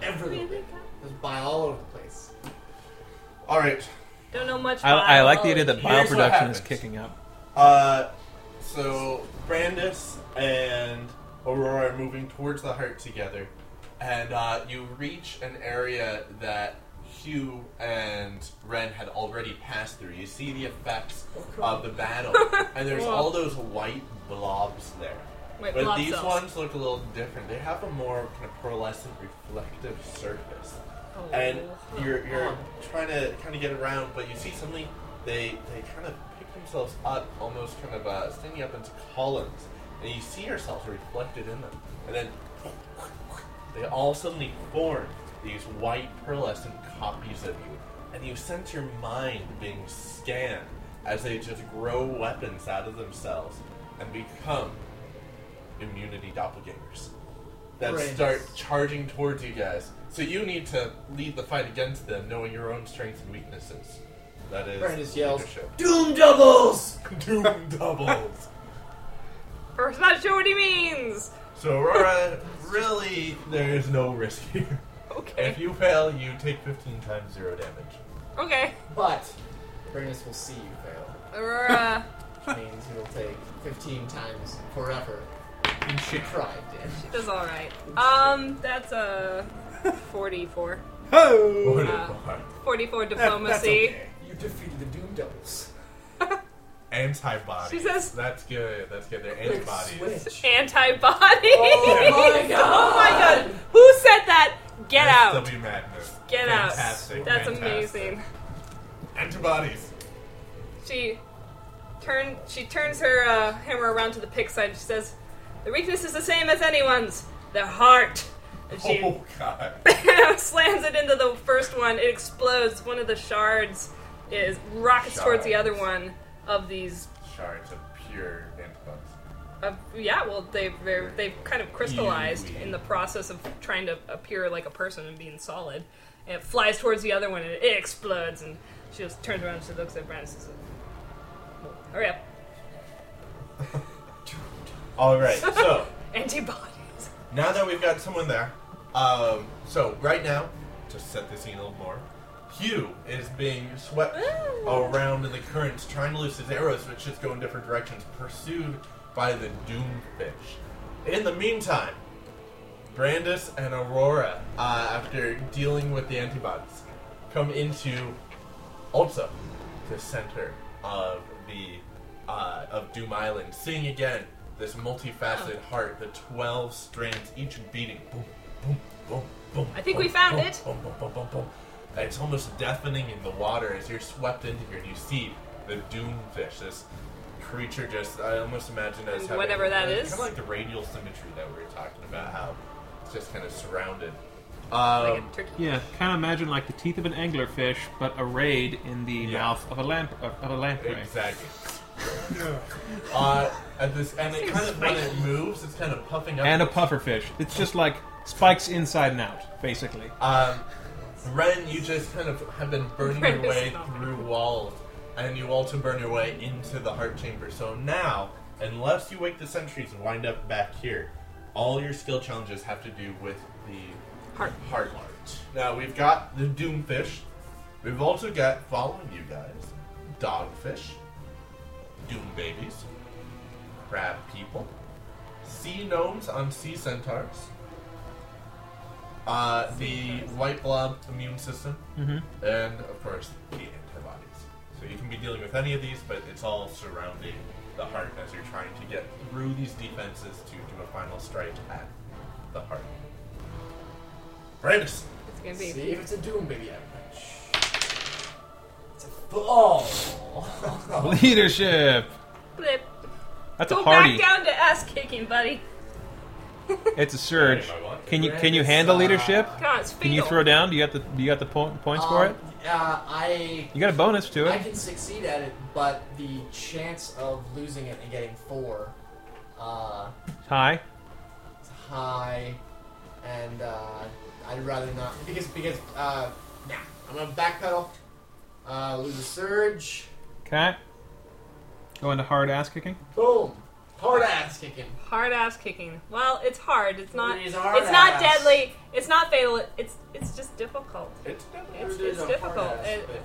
Speaker 6: Everywhere. There's bile all over the place.
Speaker 3: All right.
Speaker 2: Don't know much.
Speaker 5: I, I like the idea
Speaker 2: biology.
Speaker 5: that
Speaker 3: Here's what
Speaker 5: bioproduction is
Speaker 3: happens.
Speaker 5: kicking up.
Speaker 3: Uh, so Brandis and Aurora are moving towards the heart together, and uh, you reach an area that Hugh and Ren had already passed through. You see the effects
Speaker 2: Oh,
Speaker 3: of the battle, and there's all those white blobs there.
Speaker 2: White
Speaker 3: but
Speaker 2: blob
Speaker 3: these
Speaker 2: cells.
Speaker 3: ones look a little different. They have a more kind of pearlescent, reflective surface
Speaker 2: Oh.
Speaker 3: and you're you're trying to kind of get around, but you see suddenly they they kind of pick themselves up, almost kind of uh, standing up into columns, and you see yourselves reflected in them, and then they all suddenly form these white pearlescent copies of you, and you sense your mind being scanned as they just grow weapons out of themselves and become immunity doppelgangers that
Speaker 6: Brains.
Speaker 3: start charging towards you guys. So you need to lead the fight against them, knowing your own strengths and weaknesses. That is
Speaker 6: Brandis yells,
Speaker 3: leadership.
Speaker 6: Doom doubles!
Speaker 3: Doom doubles.
Speaker 2: First, not sure what he means.
Speaker 3: So Aurora, really, there is no risk here.
Speaker 2: Okay.
Speaker 3: If you fail, you take 15 times zero damage.
Speaker 2: Okay.
Speaker 6: But Brandis will see you fail.
Speaker 2: Aurora.
Speaker 6: Which means he'll take 15 times forever.
Speaker 4: And shit.
Speaker 6: Pride damage.
Speaker 2: She does all right. Um, that's a forty-four.
Speaker 4: Ho!
Speaker 3: What a
Speaker 2: Uh,
Speaker 3: bar.
Speaker 2: Forty-four
Speaker 4: Oh! That's
Speaker 2: diplomacy.
Speaker 4: okay.
Speaker 6: You defeated the Doom doubles.
Speaker 3: Antibodies.
Speaker 2: She says-
Speaker 3: That's good. That's good. They're
Speaker 6: Quick
Speaker 3: antibodies.
Speaker 6: switch.
Speaker 2: Antibody.
Speaker 6: Oh my
Speaker 2: Oh my
Speaker 6: god!
Speaker 2: god. Who said that? Get out.
Speaker 3: SW madness.
Speaker 2: Get
Speaker 3: Fantastic,
Speaker 2: out. That's
Speaker 3: fantastic.
Speaker 2: amazing.
Speaker 3: Antibodies.
Speaker 2: She turn she turns her uh, hammer around to the pig side. and She says, "The weakness is the same as anyone's. Their heart." And she
Speaker 3: Oh god.
Speaker 2: slams it into the first one. It explodes. One of the shards is rockets towards the other
Speaker 3: Shards.
Speaker 2: one of these.
Speaker 3: Shards of pure antibodies.
Speaker 2: Of, yeah, well, they've they're, they've kind of crystallized
Speaker 3: Ew.
Speaker 2: in the process of trying to appear like a person and being solid. And it flies towards the other one and it explodes. And she just turns around and she looks at Brandon and says, "Well, "Hurry up,
Speaker 3: All right. So.
Speaker 2: antibodies."
Speaker 3: Now that we've got someone there, um, so right now, to set the scene a little more, Hugh is being swept
Speaker 2: Ooh.
Speaker 3: around in the currents, trying to loose his arrows, which just go in different directions, pursued by the Doomfish. In the meantime, Brandis and Aurora, uh, after dealing with the antibodies, come into also the center of the uh, of Doom Island, seeing again
Speaker 2: Oh.
Speaker 3: this multifaceted heart, the twelve strands, each beating boom, boom, boom, boom,
Speaker 2: I think
Speaker 3: boom,
Speaker 2: we found
Speaker 3: boom,
Speaker 2: it.
Speaker 3: Boom, boom, boom, boom, boom. It's almost deafening in the water as you're swept into here and you see the doomfish, this creature just, I almost imagine as
Speaker 2: And
Speaker 3: having,
Speaker 2: whatever that is.
Speaker 3: Kind of like the radial symmetry that we were talking about, how it's just kind of surrounded.
Speaker 2: like
Speaker 3: Um,
Speaker 2: a turkey.
Speaker 5: Yeah, kind of imagine like the teeth of an anglerfish, but arrayed in the
Speaker 3: Yeah.
Speaker 5: mouth of a lamp of of a lamprey.
Speaker 3: exactly. Uh, at this, and it
Speaker 2: Seems
Speaker 3: kind of, when it
Speaker 2: spicy.
Speaker 3: moves, it's kind of puffing up.
Speaker 5: And a pufferfish. It's just like spikes inside and out, basically.
Speaker 3: Um, Ren, you just kind of have been burning
Speaker 2: Ren
Speaker 3: your
Speaker 2: is
Speaker 3: way
Speaker 2: not.
Speaker 3: through walls, and you also burn your way into the heart chamber. So now, unless you wake the sentries and wind up back here, all your skill challenges have to do with the
Speaker 2: Heart.
Speaker 3: heart. Now we've got the doomfish. We've also got following you guys, dogfish, doom babies, crab people, sea gnomes on sea centaurs, uh, the white blob immune system, and of course the antibodies. So you can be dealing with any of these, but it's all surrounding the heart as you're trying to get through these defenses to do a final strike at the heart. Bravis,
Speaker 2: It's gonna
Speaker 6: See
Speaker 2: be.
Speaker 6: if it's a doom baby average. It's a ball.
Speaker 5: Oh, Leadership.
Speaker 2: Blip.
Speaker 5: That's
Speaker 2: Go
Speaker 5: a party.
Speaker 2: back down to ass kicking, buddy.
Speaker 5: It's a surge.
Speaker 3: If I want to.
Speaker 5: Can you can you handle leadership?
Speaker 2: God, it's
Speaker 5: Can you
Speaker 2: fatal.
Speaker 5: throw down? Do you got the do you got the po- points for
Speaker 2: Um,
Speaker 5: it?
Speaker 6: Um, Yeah, I
Speaker 5: You got a bonus to
Speaker 6: I
Speaker 5: it.
Speaker 6: can succeed at it, but the chance of losing it and getting four uh,
Speaker 5: Hi.
Speaker 6: is high, and uh, I'd rather not because because uh, nah, I'm gonna backpedal, uh, lose a surge,
Speaker 5: Okay. Go into hard ass kicking.
Speaker 6: boom, hard ass kicking.
Speaker 2: Hard ass kicking. Well, it's hard. It's not.
Speaker 6: It is hard
Speaker 2: it's not
Speaker 6: ass.
Speaker 2: deadly. It's not fatal. It's it's just difficult.
Speaker 3: It's
Speaker 2: It's,
Speaker 6: It is
Speaker 2: it's
Speaker 6: a hard
Speaker 2: difficult.
Speaker 6: ass,
Speaker 2: It-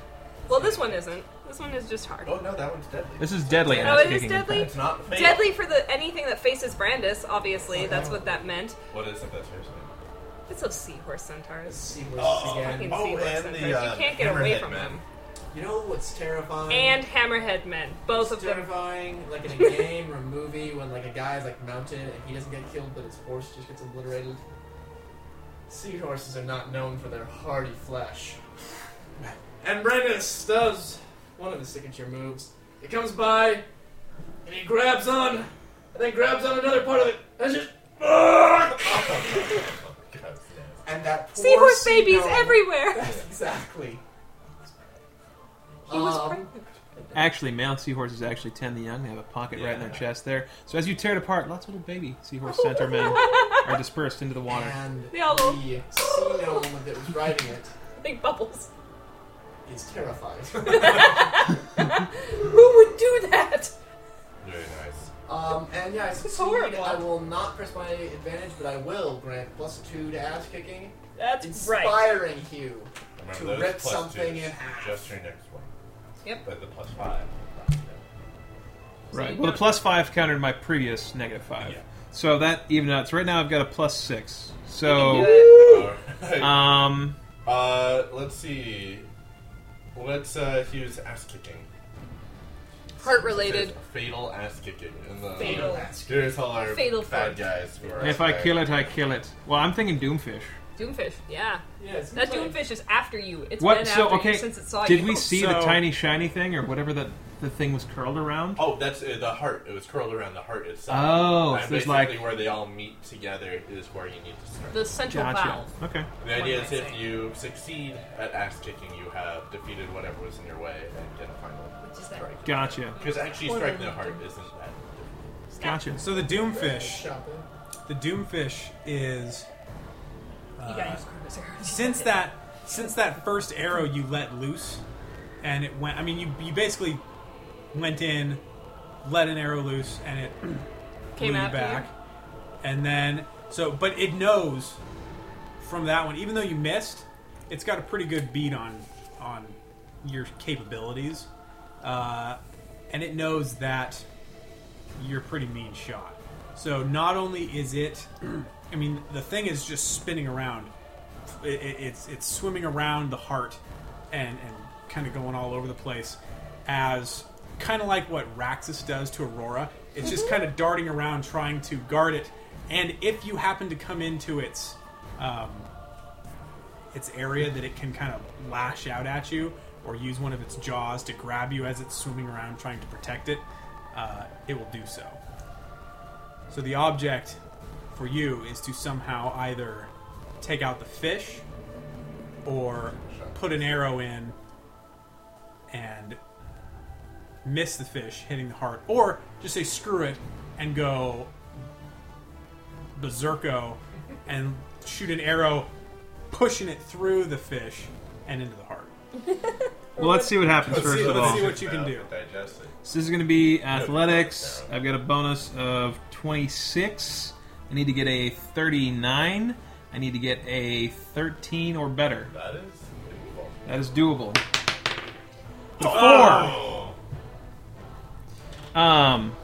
Speaker 2: well, this one isn't. This one is just hard.
Speaker 3: Oh no, that one's deadly.
Speaker 5: This is deadly
Speaker 6: Oh,
Speaker 5: ass
Speaker 2: it is
Speaker 5: kicking. in
Speaker 2: deadly?
Speaker 5: fact.
Speaker 3: It's not fatal.
Speaker 2: Deadly for the anything that faces Brandis. Obviously, that's what that meant.
Speaker 3: What is it that's yours? man?
Speaker 2: It's those seahorse centaurs.
Speaker 6: See what's
Speaker 2: Fucking
Speaker 6: again.
Speaker 3: oh,
Speaker 2: seahorse
Speaker 3: and
Speaker 2: centaurs.
Speaker 3: the, uh,
Speaker 2: you can't get away
Speaker 3: hammerhead
Speaker 2: from
Speaker 3: men.
Speaker 2: them.
Speaker 6: You know what's terrifying?
Speaker 2: And hammerhead men, both of
Speaker 6: It's
Speaker 2: them.
Speaker 6: terrifying, like in a game or a movie, when like a guy's like mounted and he doesn't get killed, but his horse just gets obliterated. Seahorses are not known for their hardy flesh.
Speaker 7: And Brandis does one of his signature moves. He comes by and he grabs on, and then grabs on another part of it. And just
Speaker 3: God,
Speaker 6: And that poor
Speaker 2: Seahorse
Speaker 6: sea
Speaker 2: babies
Speaker 6: gnome-
Speaker 2: everywhere.
Speaker 6: That's exactly.
Speaker 2: He was
Speaker 6: Um,
Speaker 2: pregnant.
Speaker 5: Actually, male seahorses actually tend the young. They have a pocket right in their
Speaker 3: Yeah.
Speaker 5: chest there. So as you tear it apart, lots of little baby seahorse center men are dispersed into the water.
Speaker 6: And the
Speaker 2: They all go-
Speaker 6: sea gnome that was riding it
Speaker 2: Big bubbles.
Speaker 6: is terrified.
Speaker 2: Who would do that?
Speaker 3: Very nice.
Speaker 6: Um, and yeah, I succeed.
Speaker 2: horrible.
Speaker 6: I will not press my advantage, but I will grant plus two to ass kicking.
Speaker 2: That's right.
Speaker 6: Inspiring you.
Speaker 3: Remember
Speaker 6: To
Speaker 3: those
Speaker 6: rip
Speaker 3: plus
Speaker 6: something
Speaker 3: twos,
Speaker 6: in half.
Speaker 3: Just your next one.
Speaker 2: Yep.
Speaker 3: But the plus five.
Speaker 5: Right.
Speaker 2: you
Speaker 5: Well, the
Speaker 2: got-
Speaker 5: plus five countered my previous negative five.
Speaker 3: Yeah.
Speaker 5: So that even out. So right now I've got a plus six.
Speaker 2: You can
Speaker 5: So
Speaker 2: do
Speaker 3: Alright.
Speaker 5: um,
Speaker 3: Uh, let's see. What's uh, Hugh's ass kicking?
Speaker 2: it. Heart
Speaker 3: It
Speaker 2: related.
Speaker 3: says Fatal ass kicking. In the
Speaker 2: Fatal ass
Speaker 3: Here's all our
Speaker 2: Fatal
Speaker 3: bad
Speaker 2: front.
Speaker 3: guys. Who are
Speaker 5: if I kill it, I kill it. Well, I'm thinking Doomfish.
Speaker 2: Doomfish. Yeah.
Speaker 6: Yeah, it's
Speaker 2: That doomfish is after you. It's
Speaker 5: What?
Speaker 2: been
Speaker 5: So
Speaker 2: after
Speaker 5: okay.
Speaker 2: you since it saw
Speaker 5: Did
Speaker 2: you.
Speaker 5: we see the
Speaker 4: So-
Speaker 5: tiny shiny thing or whatever that the thing was curled around?
Speaker 3: Oh, that's uh, the heart. It was curled around the heart itself.
Speaker 5: Oh,
Speaker 3: And
Speaker 5: so there's
Speaker 3: basically
Speaker 5: like-
Speaker 3: where they all meet together is where you need to start.
Speaker 2: the central
Speaker 5: Gotcha.
Speaker 2: valve?
Speaker 5: Okay.
Speaker 3: The idea
Speaker 2: What
Speaker 3: is
Speaker 2: did I
Speaker 3: if
Speaker 2: say?
Speaker 3: you succeed at ass kicking, you have defeated whatever was in your way and get a final
Speaker 2: Which is that?
Speaker 3: strike.
Speaker 5: Gotcha.
Speaker 3: Because actually
Speaker 2: Or
Speaker 3: striking
Speaker 2: the-
Speaker 3: the heart isn't that.
Speaker 5: Gotcha.
Speaker 4: So the doomfish,
Speaker 6: Shop it.
Speaker 4: the doomfish is
Speaker 2: You gotta use Carver's
Speaker 5: Uh,
Speaker 2: arrow.
Speaker 4: since that since that first arrow you let loose, and it went. I mean, you you basically went in, let an arrow loose, and it
Speaker 2: came
Speaker 4: blew
Speaker 2: out
Speaker 4: back. And then so, but it knows from that one. Even though you missed, it's got a pretty good beat on on your capabilities, uh, and it knows that you're a pretty mean shot. So not only is it, I mean, the thing is just spinning around. It, it, it's it's swimming around the heart, and and kind of going all over the place, as kind of like what Raxus does to Aurora. It's just kind of darting around trying to guard it, and if you happen to come into its um, its area that it can kind of lash out at you or use one of its jaws to grab you as it's swimming around trying to protect it, uh, it will do so. So the object for you is to somehow either take out the fish or put an arrow in and miss the fish hitting the heart, or just say screw it and go berserko and shoot an arrow pushing it through the fish and into the heart.
Speaker 5: Well, let's see what happens first
Speaker 4: see-
Speaker 5: of
Speaker 4: let's
Speaker 5: all.
Speaker 4: see what you can do.
Speaker 3: Digest it.
Speaker 5: So this is going to be athletics. I've got a bonus of 26. I need to get a 39. I need to get a 13 or better.
Speaker 3: That is doable.
Speaker 5: That is doable.
Speaker 3: Oh!
Speaker 5: Four. Um,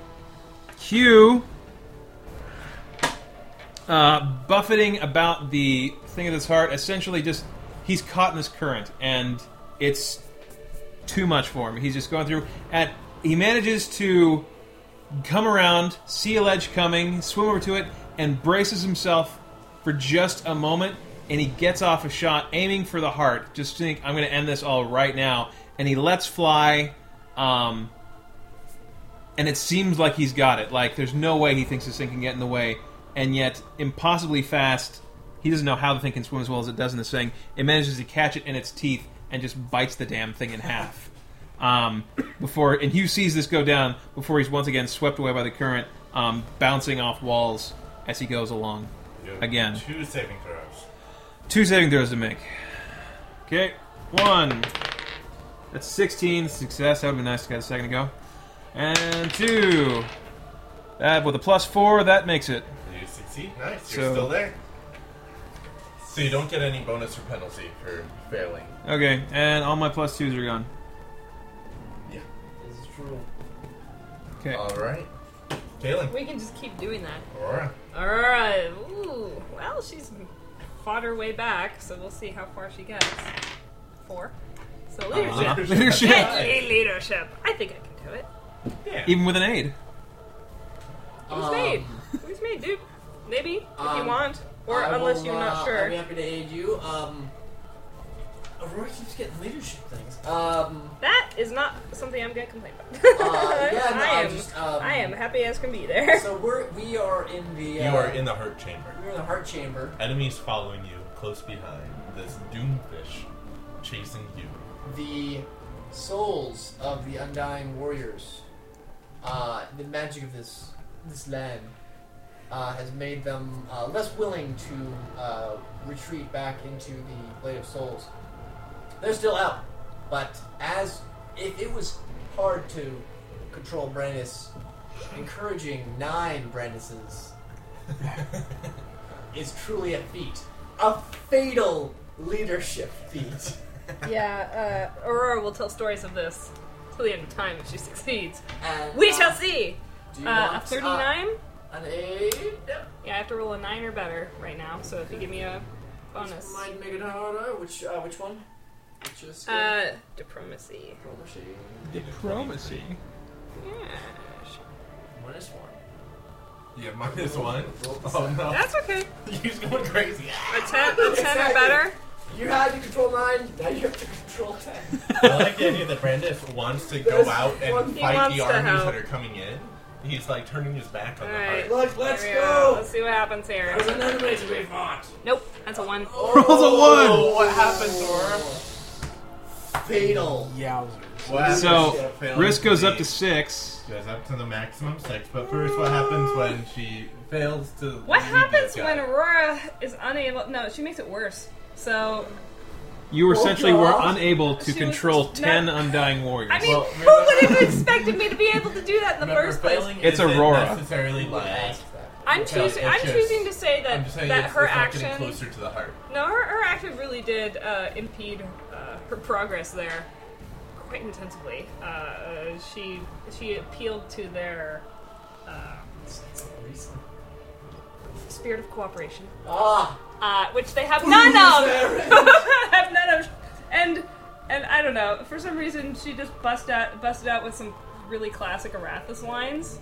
Speaker 5: Q. Uh, buffeting about the thing of his heart, essentially just he's caught in this current, and it's too much for him. He's just going through. At he manages to come around, see a ledge coming, swim over to it, and braces himself for just a moment. And he gets off a shot, aiming for the heart. Just think, I'm going to end this all right now. And he lets fly. Um, and it seems like he's got it. Like there's no way he thinks this thing can get in the way, and yet impossibly fast. He doesn't know how the thing can swim as well as it does in this thing. It manages to catch it in its teeth and just bites the damn thing in half. Um, before and Hugh sees this go down before he's once again swept away by the current, um, bouncing off walls as he goes along.
Speaker 3: You have
Speaker 5: Again.
Speaker 3: Two saving throws.
Speaker 5: Two saving throws to make. Okay, one. That's 16. Success. That would have been nice to get a second ago. And two. That with a plus four, that makes it.
Speaker 3: You succeed. Nice. You're
Speaker 5: So-
Speaker 3: still there. So you don't get any bonus or penalty for failing.
Speaker 5: Okay, and all my plus twos are gone.
Speaker 8: This is true.
Speaker 5: Okay.
Speaker 3: All right. Kaylin.
Speaker 2: We can just keep doing that.
Speaker 3: Aurora.
Speaker 2: Alright. Ooh. Well, she's fought her way back, so we'll see how far she gets. Four. So leadership.
Speaker 5: Uh-huh. Leadership.
Speaker 2: Yay, leadership. I think I can do it.
Speaker 3: Yeah.
Speaker 5: Even with an aid.
Speaker 2: Who's
Speaker 6: Um,
Speaker 2: made? Who's made, dude? Maybe if you
Speaker 6: um,
Speaker 2: want, or
Speaker 6: I
Speaker 2: unless
Speaker 6: will,
Speaker 2: you're not
Speaker 6: uh,
Speaker 2: sure.
Speaker 6: I'll be happy to aid you. Um, Aurora keeps getting leadership things. Um,
Speaker 2: That is not something I'm gonna complain about.
Speaker 6: Uh, yeah, no,
Speaker 2: I
Speaker 6: I
Speaker 2: am.
Speaker 6: just, um,
Speaker 2: I am happy as can be there.
Speaker 6: so we're we are in the uh,
Speaker 3: You are in the heart chamber.
Speaker 6: we're in the heart chamber.
Speaker 3: Enemies following you close behind. This doomfish chasing you.
Speaker 6: The souls of the undying warriors, uh, the magic of this this land, uh, has made them uh, less willing to uh, retreat back into the blade of souls. They're still out, but as if it was hard to control Brandis, encouraging nine Brandises is truly a feat, a fatal leadership feat.
Speaker 2: yeah, uh, Aurora will tell stories of this till the end of time if she succeeds.
Speaker 6: And,
Speaker 2: We
Speaker 6: uh,
Speaker 2: shall see.
Speaker 6: Do you
Speaker 2: Uh, a
Speaker 6: want,
Speaker 2: thirty-nine.
Speaker 6: Uh, an eight?
Speaker 2: Yeah, I have to roll a nine or better right now. So if you give me a bonus,
Speaker 6: Might make it harder. Which uh, which one? Which is uh,
Speaker 2: uh, diplomacy.
Speaker 5: Diplomacy.
Speaker 2: Yeah,
Speaker 6: minus one.
Speaker 3: You have minus one.
Speaker 6: Roll the
Speaker 3: Oh no.
Speaker 2: that's okay.
Speaker 3: He's going crazy.
Speaker 2: A ten, a ten or better.
Speaker 6: You had to control nine. Now you have to control ten.
Speaker 3: I like the idea that Brandis wants to go
Speaker 6: There's
Speaker 3: out
Speaker 6: one-
Speaker 3: and
Speaker 2: He
Speaker 3: fight
Speaker 2: wants
Speaker 3: the
Speaker 2: to
Speaker 3: armies
Speaker 2: help.
Speaker 3: that are coming in. He's like turning his back on
Speaker 2: All
Speaker 3: the
Speaker 2: right.
Speaker 3: heart.
Speaker 6: Look, let's
Speaker 2: There we go.
Speaker 6: go.
Speaker 2: Let's see what happens here.
Speaker 6: There's an enemy to be fought.
Speaker 2: Nope, that's a one.
Speaker 6: Oh,
Speaker 5: Rolls a one.
Speaker 3: what happened to her?
Speaker 6: Fatal.
Speaker 4: Yowzers.
Speaker 3: Wow.
Speaker 5: So risk goes up to six.
Speaker 3: goes up to the maximum six. But first, what happens when she fails to?
Speaker 2: What
Speaker 3: lead
Speaker 2: happens
Speaker 3: this guy?
Speaker 2: when Aurora is unable? No, she makes it worse. So
Speaker 5: You were essentially were
Speaker 6: God.
Speaker 5: unable to
Speaker 2: She was
Speaker 5: control
Speaker 2: not-
Speaker 5: ten undying warriors.
Speaker 2: I mean,
Speaker 3: Well,
Speaker 2: who would have expected me to be able to do that in the
Speaker 3: Remember,
Speaker 2: first place?
Speaker 3: failing
Speaker 5: It's
Speaker 3: isn't
Speaker 5: Aurora.
Speaker 3: Necessarily like.
Speaker 2: I'm choosing. I'm
Speaker 3: it's just-
Speaker 2: choosing to say
Speaker 3: I'm
Speaker 2: that
Speaker 3: just saying
Speaker 2: that
Speaker 3: it's,
Speaker 2: her
Speaker 3: it's not getting
Speaker 2: action.
Speaker 3: closer to the heart.
Speaker 2: No, her, her action really did uh, impede uh, her progress there quite intensively. Uh, she she appealed to their uh, spirit of cooperation,
Speaker 6: Ah,
Speaker 2: uh, which they have none of. have none of, and and I don't know. For some reason, she just bust out busted out with some really classic Arathis lines.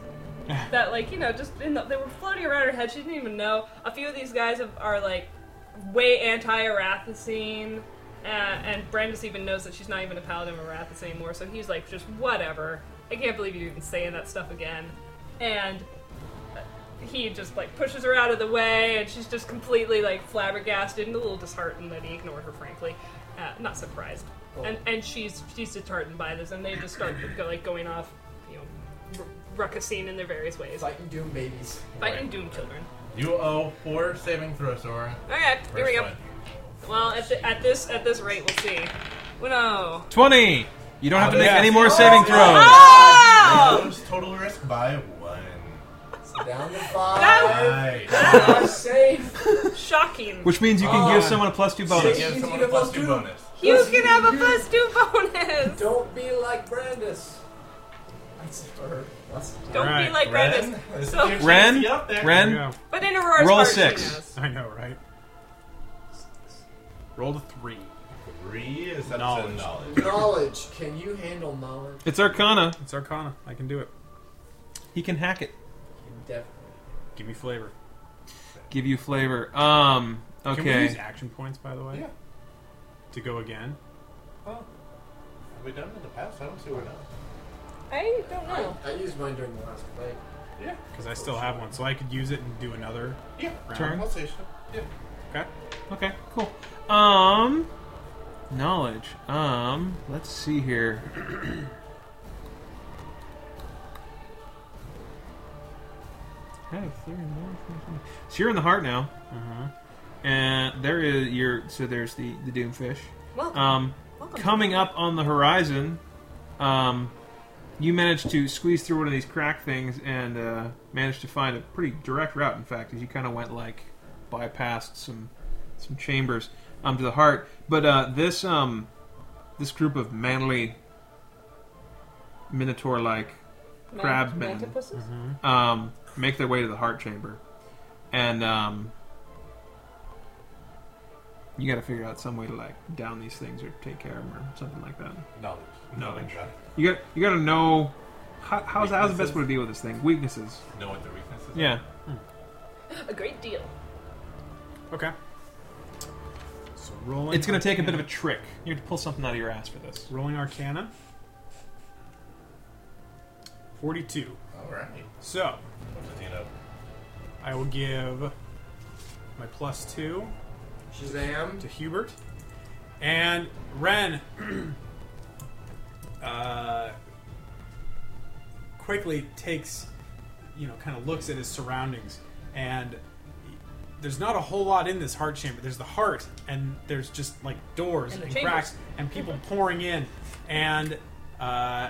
Speaker 2: that like you know just in the, they were floating around her head. She didn't even know. A few of these guys have, are like way anti-Arathasine, uh, and Brandis even knows that she's not even a paladin of Arathas anymore. So he's like, just whatever. I can't believe you're even saying that stuff again. And he just like pushes her out of the way, and she's just completely like flabbergasted and a little disheartened that he ignored her. Frankly, uh, not surprised.
Speaker 6: Oh.
Speaker 2: And and she's she's disheartened by this, and they just start go, like going off, you know, r- ruckusing in their various ways,
Speaker 6: Fighting Doom babies.
Speaker 2: fighting doom children.
Speaker 3: You owe four saving throws, Sora.
Speaker 2: Okay, here
Speaker 3: First
Speaker 2: we go.
Speaker 3: one.
Speaker 2: Well, at, the, at this at this rate, we'll see. Well, no.
Speaker 5: Twenty. You don't have to make
Speaker 3: Yeah.
Speaker 5: any more saving throws.
Speaker 2: Ah! Oh!
Speaker 3: Reduce total risk by one.
Speaker 8: Down to five.
Speaker 2: That
Speaker 3: Nice.
Speaker 8: That's safe.
Speaker 2: was shocking.
Speaker 5: Which means you can
Speaker 4: Ah.
Speaker 5: give someone a plus two bonus.
Speaker 3: Give someone a plus two bonus.
Speaker 2: You can have a plus two bonus. Don't,
Speaker 8: Don't be like Brandis.
Speaker 6: That's for her. That's
Speaker 2: be
Speaker 4: Alright,
Speaker 2: like Brandis.
Speaker 3: This is
Speaker 2: So-
Speaker 3: your chance
Speaker 5: Ren?
Speaker 3: to get up there.
Speaker 4: There
Speaker 5: Ren,
Speaker 4: you go.
Speaker 2: But in Aurora's
Speaker 5: Roll a
Speaker 2: part, she
Speaker 5: six.
Speaker 2: knows.
Speaker 4: I know, right? Rolled a three.
Speaker 3: Three is that's
Speaker 4: Knowledge.
Speaker 3: knowledge. knowledge.
Speaker 6: knowledge. Can you handle knowledge?
Speaker 5: it's Arcana.
Speaker 4: It's Arcana. I can do it.
Speaker 5: He can hack it.
Speaker 8: Def-
Speaker 4: Give me flavor.
Speaker 5: Give you flavor. Um.
Speaker 4: Can we use
Speaker 5: Okay.
Speaker 4: action points, by the way?
Speaker 3: Yeah.
Speaker 4: To go again?
Speaker 3: We've done it in the past. I don't see where not.
Speaker 2: I don't know.
Speaker 6: I used mine during the last fight.
Speaker 3: Yeah.
Speaker 4: Because I still have one, so I could use it and do another.
Speaker 3: Yeah.
Speaker 4: Round.
Speaker 5: Turn.
Speaker 3: I'll say so. Yeah.
Speaker 4: Okay.
Speaker 5: Okay. Cool. Um. Knowledge. Um. Let's see here. Have three more. So you're in the heart now,
Speaker 4: Uh-huh.
Speaker 5: and there is your. So there's the the doomfish.
Speaker 2: Welcome.
Speaker 5: Um.
Speaker 2: Welcome.
Speaker 5: coming up on the horizon, um, you manage to squeeze through one of these crack things and uh, manage to find a pretty direct route. In fact, as you kind of went like bypassed some some chambers um, to the heart. But uh, this um, this group of manly minotaur-like
Speaker 2: Man-
Speaker 5: crab men.
Speaker 2: mantipuses?
Speaker 5: um, make their way to the heart chamber, and um, you got to figure out some way to like down these things or take care of them or something like that.
Speaker 3: Knowledge.
Speaker 5: Knowledge.
Speaker 3: Got it.
Speaker 5: You got you got to know how, how's how's the best way to deal with this thing. Weaknesses.
Speaker 3: Know what their weaknesses are.
Speaker 5: Yeah. Mm-hmm.
Speaker 2: A great deal.
Speaker 4: Okay. So rolling.
Speaker 5: It's going to take a bit of a
Speaker 4: Arcana.
Speaker 5: trick. You have to pull something out of your ass for this.
Speaker 4: Rolling Arcana. 42.
Speaker 3: All right.
Speaker 4: So,
Speaker 3: What does he know?
Speaker 4: I will give my plus two
Speaker 6: Shazam.
Speaker 4: to Hubert. And Ren uh, quickly takes, you know, kind of looks at his surroundings. And there's not a whole lot in this heart chamber. There's the heart, and there's just like doors
Speaker 2: And
Speaker 4: and,
Speaker 2: the
Speaker 4: cracks and people pouring in. And uh,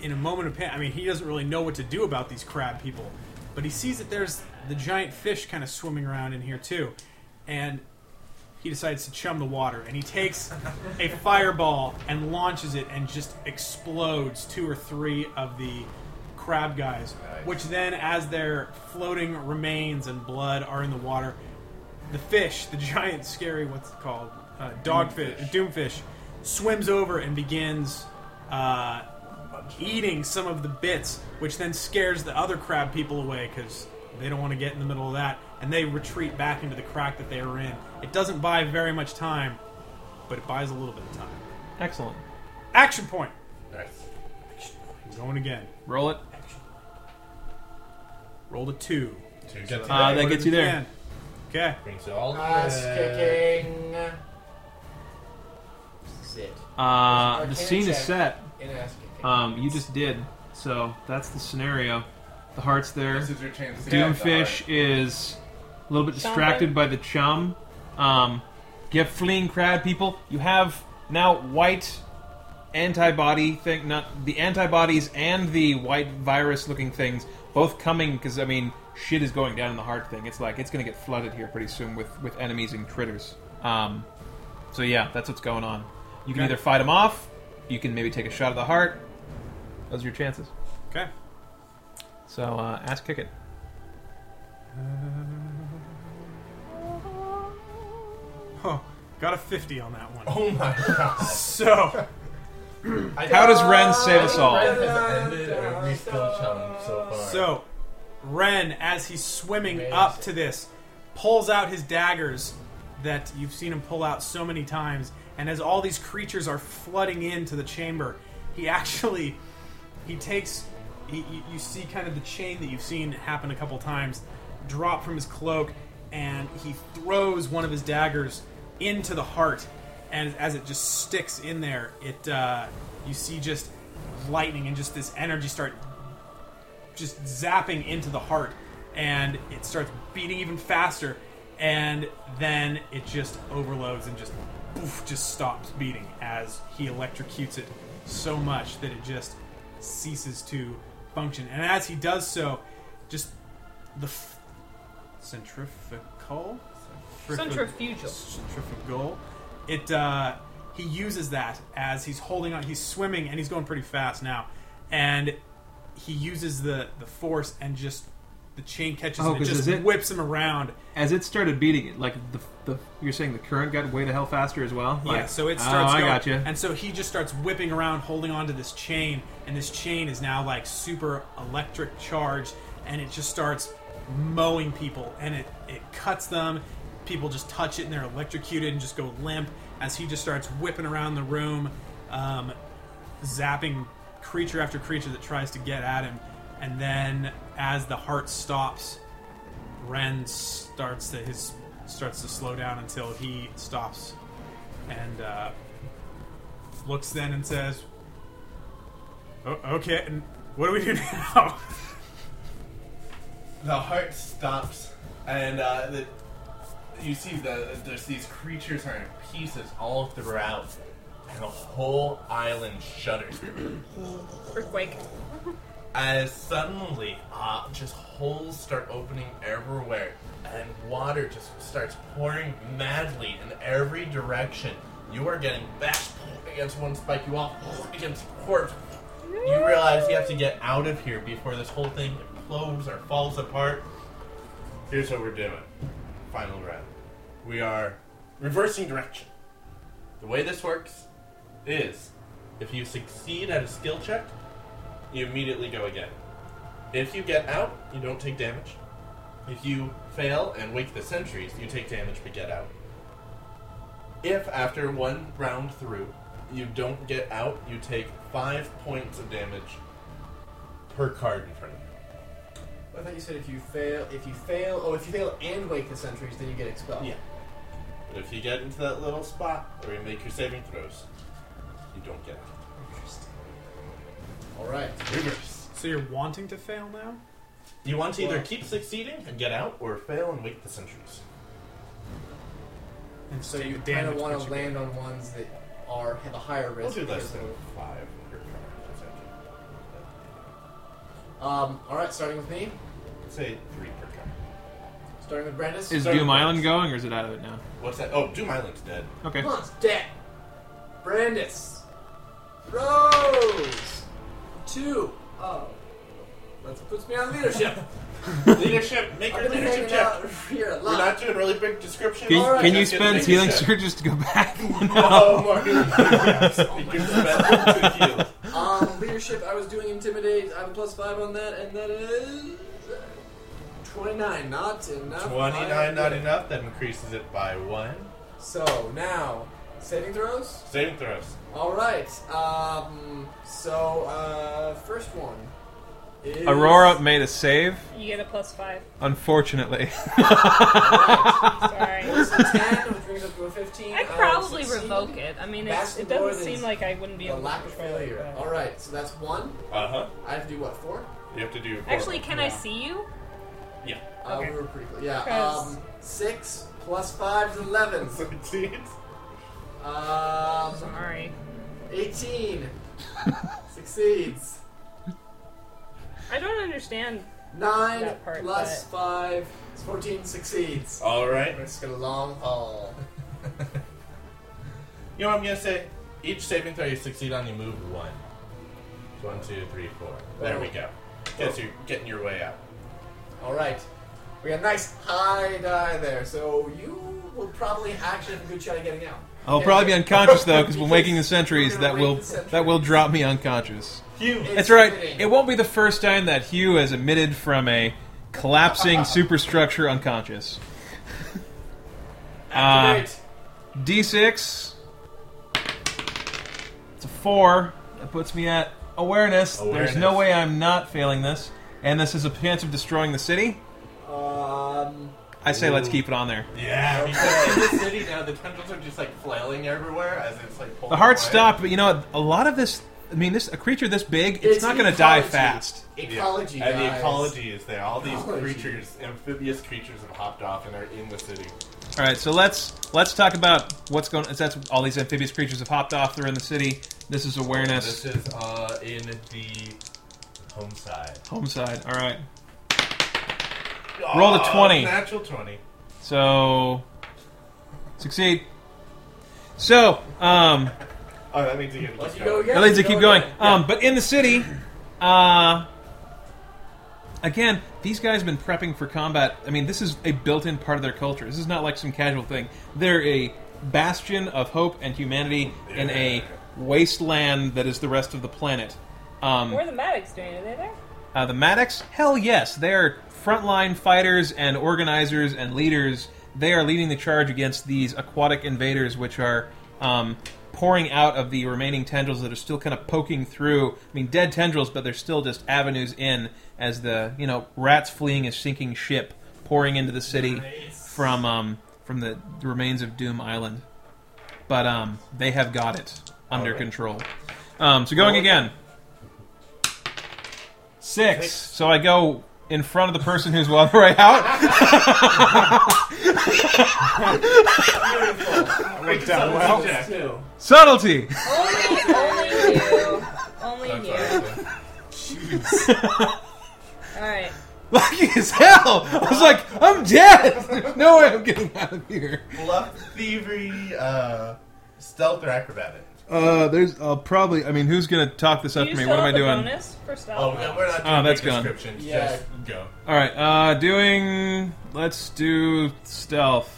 Speaker 4: in a moment of panic, I mean, he doesn't really know what to do about these crab people, but he sees that there's the giant fish kind of swimming around in here too, and he decides to chum the water, and he takes a fireball and launches it, and just explodes two or three of the crab guys,
Speaker 3: Nice.
Speaker 4: which then, as their floating remains and blood are in the water, the fish, the giant, scary, what's it called? Uh, dogfish, doomfish, swims over and begins uh, eating some of the bits, which then scares the other crab people away because they don't want to get in the middle of that, and they retreat back into the crack that they were in. It doesn't buy very much time, but it buys a little bit of time.
Speaker 5: Excellent.
Speaker 4: Action point.
Speaker 3: Nice.
Speaker 4: I'm going again.
Speaker 5: Roll it.
Speaker 4: Roll a two.
Speaker 3: Two gets
Speaker 5: Uh,
Speaker 3: you
Speaker 5: that
Speaker 3: there.
Speaker 5: gets you there.
Speaker 4: Again. Okay.
Speaker 3: Brings you all the
Speaker 6: Ass
Speaker 3: way.
Speaker 6: kicking.
Speaker 8: Sit.
Speaker 5: Uh,
Speaker 8: Arcana
Speaker 5: the scene is
Speaker 8: check.
Speaker 5: set.
Speaker 8: In ass kicking.
Speaker 3: Uh,
Speaker 5: Um, you just did. So that's the scenario. The heart's there.
Speaker 3: This is your chance to get
Speaker 5: Doomfish is a little bit distracted by the chum. Um, get fleeing crab people. You have now white antibody thing, not the antibodies and the white virus-looking things both coming because I mean shit is going down in the heart thing. It's like it's gonna get flooded here pretty soon with with enemies and critters. Um, so yeah, that's what's going on. You can
Speaker 4: Okay.
Speaker 5: either fight them off, you can maybe take a shot at the heart. Those are your chances.
Speaker 4: Okay.
Speaker 5: So uh, ass kick it.
Speaker 4: Oh, got a 50 on that one.
Speaker 3: Oh my god.
Speaker 4: So,
Speaker 5: How does Ren save us all?
Speaker 3: Ren has ended, and we still challenge so far.
Speaker 4: so Ren, as he's swimming
Speaker 8: Amazing.
Speaker 4: up to this, pulls out his daggers that you've seen him pull out so many times, and as all these creatures are flooding into the chamber, he actually he takes he, you, you see kind of the chain that you've seen happen a couple times drop from his cloak and he throws one of his daggers into the heart and as it just sticks in there it uh, you see just lightning and just this energy start just zapping into the heart and it starts beating even faster and then it just overloads and just poof, just stops beating as he electrocutes it so much that it just ceases to function and as he does so just the f- centrifugal
Speaker 2: Centrifugal.
Speaker 4: centrifugal it uh, he uses that as he's holding on he's swimming and he's going pretty fast now and he uses the the force and just the chain catches
Speaker 5: Oh,
Speaker 4: him and
Speaker 5: 'cause
Speaker 4: just
Speaker 5: is it-
Speaker 4: whips him around
Speaker 5: As it started beating it, like the, the you're saying the current got way the hell faster as well. Like,
Speaker 4: yeah, so it starts.
Speaker 5: Oh,
Speaker 4: going,
Speaker 5: I got you.
Speaker 4: And so he just starts whipping around, holding onto this chain, and this chain is now like super electric charged, and it just starts mowing people, and it it cuts them. People just touch it, and they're electrocuted and just go limp as he just starts whipping around the room, um, zapping creature after creature that tries to get at him. And then, as the heart stops, Ren starts to his starts to slow down until he stops and uh, looks then and says, "O- "Okay, and what do we do now?"
Speaker 3: The heart stops, and uh, the, you see the there's these creatures are in pieces all throughout, and the whole island shudders
Speaker 2: Earthquake.
Speaker 3: as suddenly uh, just holes start opening everywhere, and water just starts pouring madly in every direction. You are getting bashed against one spike, you all against the corpse. You realize you have to get out of here before this whole thing implodes or falls apart. Here's what we're doing. Final round. We are reversing direction. The way this works is if you succeed at a skill check, you immediately go again. If you get out, you don't take damage. If you fail and wake the sentries, you take damage but get out. If after one round through, you don't get out, you take five points of damage per card in front of you.
Speaker 6: I thought you said if you fail, if you fail, oh, if you fail and wake the sentries, then you get expelled.
Speaker 3: Yeah. But if you get into that little spot where you make your saving throws, you don't get out.
Speaker 6: All right.
Speaker 3: Reverse.
Speaker 4: so you're wanting to fail now?
Speaker 3: You want to either
Speaker 6: Well-
Speaker 3: keep succeeding and get out, or fail and wake the sentries.
Speaker 4: And
Speaker 6: So
Speaker 4: take
Speaker 6: you
Speaker 4: the
Speaker 6: kind of
Speaker 4: damage
Speaker 6: want
Speaker 4: that
Speaker 6: to
Speaker 4: you
Speaker 6: land
Speaker 4: get.
Speaker 6: on ones that are have a higher
Speaker 3: We'll
Speaker 6: risk.
Speaker 3: do less
Speaker 6: because
Speaker 3: than
Speaker 6: of-
Speaker 3: five per card. is that-
Speaker 6: Um. All right. Starting with me.
Speaker 3: Say three per card.
Speaker 6: Starting with Brandis.
Speaker 5: Is
Speaker 3: Sorry.
Speaker 5: Doom Island going, or is it out of it now?
Speaker 3: What's that? Oh, Doom Island's dead.
Speaker 5: Okay.
Speaker 6: Come on, it's dead. Brandis. Rose. Two. Oh. That puts me on leadership.
Speaker 3: leadership, make your
Speaker 6: I've been
Speaker 3: leadership
Speaker 6: hanging
Speaker 3: check.
Speaker 6: out here a
Speaker 3: We're
Speaker 6: lot.
Speaker 3: not doing really big description.
Speaker 5: Can,
Speaker 6: Alright,
Speaker 5: can you
Speaker 3: Just get
Speaker 5: spend
Speaker 3: the
Speaker 5: healing
Speaker 3: leadership.
Speaker 5: surges to go back?
Speaker 3: Oh, Mark. You can spend it to heal.
Speaker 6: Um, leadership, I was doing intimidate. I have a plus five on that, and that is uh, twenty-nine. Not enough.
Speaker 3: 29
Speaker 6: I-
Speaker 3: not enough, that increases it by one.
Speaker 6: So now, saving throws.
Speaker 3: Saving throws.
Speaker 6: All right. Um. So, uh, first one. Is
Speaker 5: Aurora made a save.
Speaker 2: You get a plus five.
Speaker 5: Unfortunately,
Speaker 2: Sorry. Oh,
Speaker 6: It's a ten, which brings up to a fifteen. Uh,
Speaker 2: I
Speaker 6: will
Speaker 2: probably
Speaker 6: succeed.
Speaker 2: revoke it. I mean,
Speaker 6: That's
Speaker 2: it's, it
Speaker 6: the more
Speaker 2: doesn't
Speaker 6: than-
Speaker 2: seem like I wouldn't be
Speaker 6: The
Speaker 2: able
Speaker 6: lack
Speaker 2: to
Speaker 6: of failure. All right. So that's one.
Speaker 3: Uh huh.
Speaker 6: I have to do what four?
Speaker 3: You have to do. four.
Speaker 2: Actually, can I see you?
Speaker 3: Yeah.
Speaker 6: Uh,
Speaker 2: Okay.
Speaker 6: We were pretty close. Yeah.
Speaker 2: 'Cause-
Speaker 6: Um, six plus five is eleven.
Speaker 3: Succeeds.
Speaker 6: Um,
Speaker 2: Sorry.
Speaker 6: 18 succeeds.
Speaker 2: I don't understand.
Speaker 6: 9
Speaker 2: That part,
Speaker 6: plus 5 is 14 succeeds.
Speaker 3: All right.
Speaker 6: It's got a long haul.
Speaker 3: You know what I'm gonna say? Each saving throw you succeed on, you move one. One, two, three, four. There we go. Guess you're getting your way out.
Speaker 6: Alright. We got a nice high die there, so you will probably actually have a good shot at getting out.
Speaker 5: I'll probably be unconscious though, because when waking the sentries, that will that will drop me unconscious.
Speaker 3: Phew.
Speaker 5: That's right.
Speaker 6: Intimidating.
Speaker 5: It won't be the first time that Hugh has emitted from a collapsing superstructure unconscious. Uh, D6. It's a four. That puts me at awareness. There's no
Speaker 3: Awareness.
Speaker 5: way I'm not failing this. And this is a chance of destroying the city.
Speaker 6: Um,
Speaker 5: I say let's keep it on there.
Speaker 3: Yeah, because in the city now the tendrils are just like flailing everywhere as it's like pulling
Speaker 5: The heart
Speaker 3: away.
Speaker 5: stopped, but you know what? A lot of this. I mean, this a creature this big, it's, not
Speaker 6: an
Speaker 5: going to die
Speaker 6: ecology.
Speaker 5: fast.
Speaker 6: Ecology,
Speaker 3: And the
Speaker 6: guys.
Speaker 3: ecology is there. All these
Speaker 6: Ecology.
Speaker 3: creatures, amphibious creatures, have hopped off and are in the city.
Speaker 5: All right, so let's let's talk about what's going. That's all these amphibious creatures have hopped off. They're in the city. This is awareness.
Speaker 3: This is uh, in the home side.
Speaker 5: Home side. All right. Roll the
Speaker 3: Ah,
Speaker 5: 20.
Speaker 3: Natural 20.
Speaker 5: So succeed. So um,
Speaker 3: Oh, that means you get to
Speaker 7: Let's
Speaker 3: keep
Speaker 7: go
Speaker 3: going.
Speaker 7: again.
Speaker 5: that leads to
Speaker 7: Go
Speaker 5: keep going.
Speaker 7: again.
Speaker 5: Um, but in the city, uh, again, these guys have been prepping for combat. I mean, this is a built-in part of their culture. This is not like some casual thing. They're a bastion of hope and humanity in a wasteland that is the rest of the planet. Um,
Speaker 2: Where are the Maddox doing? Are they there?
Speaker 5: Uh, the Maddox? Hell yes. They are frontline fighters and organizers and leaders. They are leading the charge against these aquatic invaders, which are um, pouring out of the remaining tendrils that are still kind of poking through. I mean, dead tendrils, but they're still just avenues in as the, you know, rats fleeing a sinking ship pouring into the city from um, from the remains of Doom Island. But um, they have got it under
Speaker 3: Alright.
Speaker 5: control. Um, so going again. Six. So I go in front of the person who's well right out.
Speaker 3: Break down well. Jack.
Speaker 6: Two.
Speaker 5: Subtlety.
Speaker 2: Only, only you.
Speaker 3: I'm
Speaker 2: Only
Speaker 3: sorry.
Speaker 2: you.
Speaker 3: but-
Speaker 2: All right.
Speaker 5: Lucky as hell. I was like, I'm dead. There's no way I'm getting out of here.
Speaker 3: Bluff, thievery, uh, stealth, or acrobatic.
Speaker 5: Uh, there's uh, probably. I mean, who's gonna talk this up
Speaker 2: Do
Speaker 5: for
Speaker 2: you
Speaker 5: me? What am
Speaker 2: still
Speaker 5: I
Speaker 2: have the
Speaker 5: doing?
Speaker 2: Bonus for
Speaker 3: Oh,
Speaker 2: stealth?
Speaker 3: no, we're not
Speaker 5: Oh,
Speaker 3: doing
Speaker 5: that's
Speaker 3: big
Speaker 5: gone.
Speaker 3: descriptions.
Speaker 6: Yeah.
Speaker 3: Just go.
Speaker 5: All right. Uh, doing. Let's do stealth.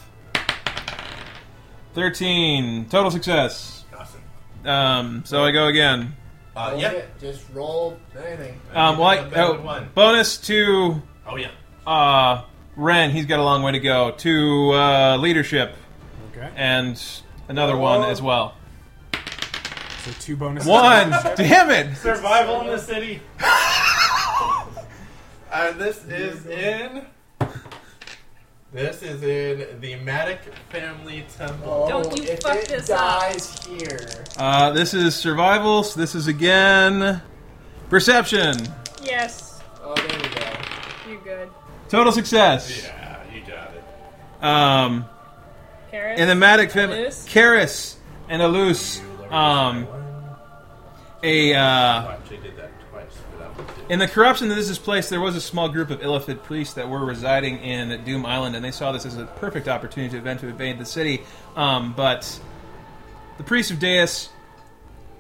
Speaker 5: Thirteen total success.
Speaker 3: Awesome.
Speaker 5: Um, so I go again.
Speaker 3: Uh,
Speaker 6: Roll
Speaker 3: yeah.
Speaker 6: it. Just roll anything.
Speaker 5: Um, well, I,
Speaker 3: Better than
Speaker 5: oh,
Speaker 3: one.
Speaker 5: bonus to
Speaker 3: Oh, yeah.
Speaker 5: uh, Ren. He's got a long way to go. To uh, leadership
Speaker 4: Okay.
Speaker 5: and another one as well.
Speaker 4: So two bonuses.
Speaker 5: One. Damn it.
Speaker 3: Survival in the city. and this is in. This is in the Matic family temple.
Speaker 2: Don't you
Speaker 6: if
Speaker 2: fuck
Speaker 6: it
Speaker 2: this up.
Speaker 6: dies here.
Speaker 5: Uh, this is survival. So this is again perception.
Speaker 2: Yes,
Speaker 6: Oh, there we go.
Speaker 2: you're good.
Speaker 5: Total success.
Speaker 3: Yeah, you got it.
Speaker 5: Um,
Speaker 2: Carrots.
Speaker 5: and the Matic family,
Speaker 2: Alois?
Speaker 5: Karis and Alus. Um, a
Speaker 3: Oh,
Speaker 5: uh,
Speaker 3: I actually did that twice, but that was
Speaker 5: In the corruption that this is placed, there was a small group of illithid priests that were residing in Doom Island, and they saw this as a perfect opportunity to event to invade the city. Um, but the priests of Deus,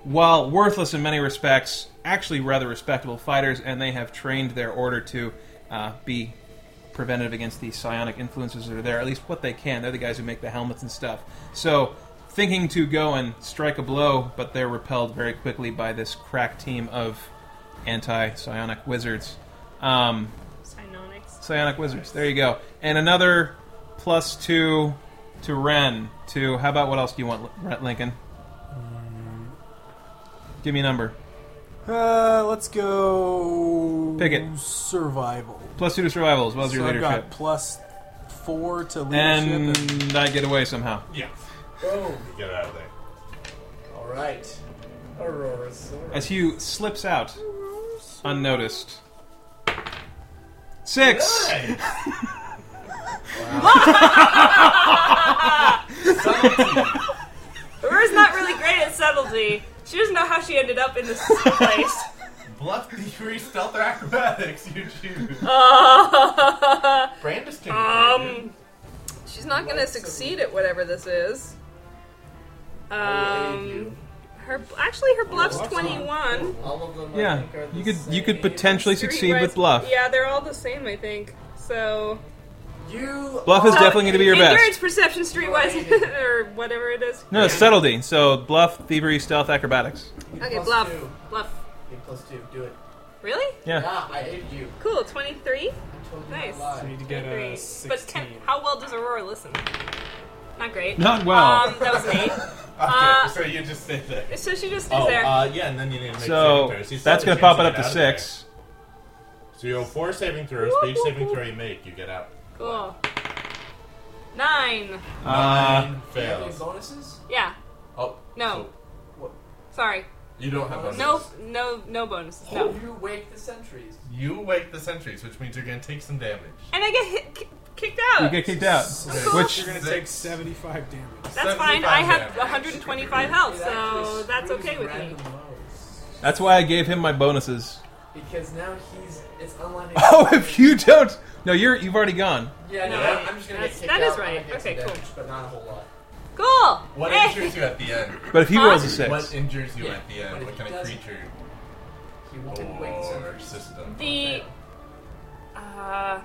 Speaker 5: while worthless in many respects, actually rather respectable fighters, and they have trained their order to uh, be preventative against the psionic influences that are there. At least what they can. They're the guys who make the helmets and stuff. So, thinking to go and strike a blow, but they're repelled very quickly by this crack team of anti-psionic wizards. Um,
Speaker 2: Cynonics.
Speaker 5: psionic wizards. There you go. And another plus two to Ren. To how about what else do you want, Ren- Lincoln?
Speaker 4: Mm.
Speaker 5: Give me a number.
Speaker 4: Uh, let's go.
Speaker 5: Pick it.
Speaker 4: Survival.
Speaker 5: Plus two to survival as well as
Speaker 4: so
Speaker 5: your
Speaker 4: I've
Speaker 5: leadership.
Speaker 4: got plus four to leadership. and-
Speaker 5: and I get away somehow.
Speaker 3: Yeah.
Speaker 6: Boom.
Speaker 3: Get out of there.
Speaker 6: All right. Aurora Sword.
Speaker 5: as Hugh slips out unnoticed. Six.
Speaker 2: Aurora's not really great at subtlety. She doesn't know how she ended up in this place.
Speaker 3: Bluff, thievery, stealth, or acrobatics. You choose.
Speaker 2: Uh,
Speaker 3: Brandis can.
Speaker 2: um, she's not gonna succeed at whatever this is. Um, her actually
Speaker 3: Oh,
Speaker 2: her bluff's twenty one.
Speaker 6: All of them. I
Speaker 5: Yeah,
Speaker 6: think, are the
Speaker 5: you could you could
Speaker 6: same.
Speaker 5: potentially succeed with bluff.
Speaker 2: Yeah, they're all the same, I think. So
Speaker 6: You.
Speaker 5: Bluff is
Speaker 2: So,
Speaker 5: definitely going to be your
Speaker 2: Endurance,
Speaker 5: best.
Speaker 2: perception, streetwise, or whatever it is.
Speaker 5: No, it's subtlety. So bluff, thievery, stealth, acrobatics.
Speaker 6: you
Speaker 2: Okay,
Speaker 6: plus
Speaker 2: bluff,
Speaker 6: Two.
Speaker 2: bluff.
Speaker 6: You plus two. Do it.
Speaker 2: Really?
Speaker 5: Yeah.
Speaker 6: Ah, I aided you.
Speaker 2: Cool. Twenty three.
Speaker 6: I told you not
Speaker 2: Nice.
Speaker 6: to lie.
Speaker 4: I need to get
Speaker 2: Three.
Speaker 4: a
Speaker 2: But
Speaker 4: 16.
Speaker 2: can, how well does Aurora listen? not great.
Speaker 5: Not well.
Speaker 2: Um, that was an eight.
Speaker 3: Okay, so you just stay uh, there.
Speaker 2: So she just stays
Speaker 3: Oh,
Speaker 2: there.
Speaker 3: uh, yeah, and then you need to make saving
Speaker 5: So
Speaker 3: throws. You still
Speaker 5: that's
Speaker 3: have
Speaker 5: going
Speaker 3: a
Speaker 5: to pop it
Speaker 3: chance
Speaker 5: up to
Speaker 3: get out of
Speaker 5: six.
Speaker 3: there. So you have four saving throws, but each saving throw you make, you get out.
Speaker 2: cool. Nine.
Speaker 5: Uh,
Speaker 3: Nine
Speaker 7: Do you have any
Speaker 3: fails.
Speaker 7: bonuses?
Speaker 2: Yeah.
Speaker 3: Oh,
Speaker 2: No.
Speaker 3: so
Speaker 2: Sorry.
Speaker 3: you don't have bonuses.
Speaker 2: No. No. No bonuses. No.
Speaker 7: You wake the sentries.
Speaker 3: You wake the sentries, which means you're going to take some damage.
Speaker 2: And I get hit, ki- kicked out.
Speaker 5: you get kicked out.
Speaker 3: Okay.
Speaker 5: Uh, Which
Speaker 4: You're gonna
Speaker 3: Six.
Speaker 4: take 75 damage.
Speaker 2: that's fine. I have
Speaker 3: damage.
Speaker 2: 125 health, so that's
Speaker 7: Screws
Speaker 2: okay with me.
Speaker 7: random rolls.
Speaker 5: that's why I gave him my bonuses.
Speaker 7: Because now he's it's unlikely.
Speaker 5: Oh, if you don't, no, you're you've already gone.
Speaker 7: yeah, no,
Speaker 2: No,
Speaker 7: I'm- I'm just gonna get
Speaker 2: that's-
Speaker 7: kicked
Speaker 2: that is
Speaker 7: out,
Speaker 2: right.
Speaker 7: I get some
Speaker 2: Okay, cool.
Speaker 7: damage, But not a whole lot.
Speaker 2: Cool. Eh,
Speaker 3: What
Speaker 2: Hey.
Speaker 3: injures you at the end?
Speaker 5: But if he
Speaker 2: Huh?
Speaker 5: rolls a six,
Speaker 3: What injures you
Speaker 7: Yeah,
Speaker 3: at the
Speaker 7: but
Speaker 3: end?
Speaker 7: if
Speaker 3: What
Speaker 7: he
Speaker 3: kind of
Speaker 7: doesn't-
Speaker 3: creature
Speaker 7: He won't
Speaker 3: Oh,
Speaker 7: wake the
Speaker 3: or
Speaker 7: sentries.
Speaker 3: system?
Speaker 2: The. Uh,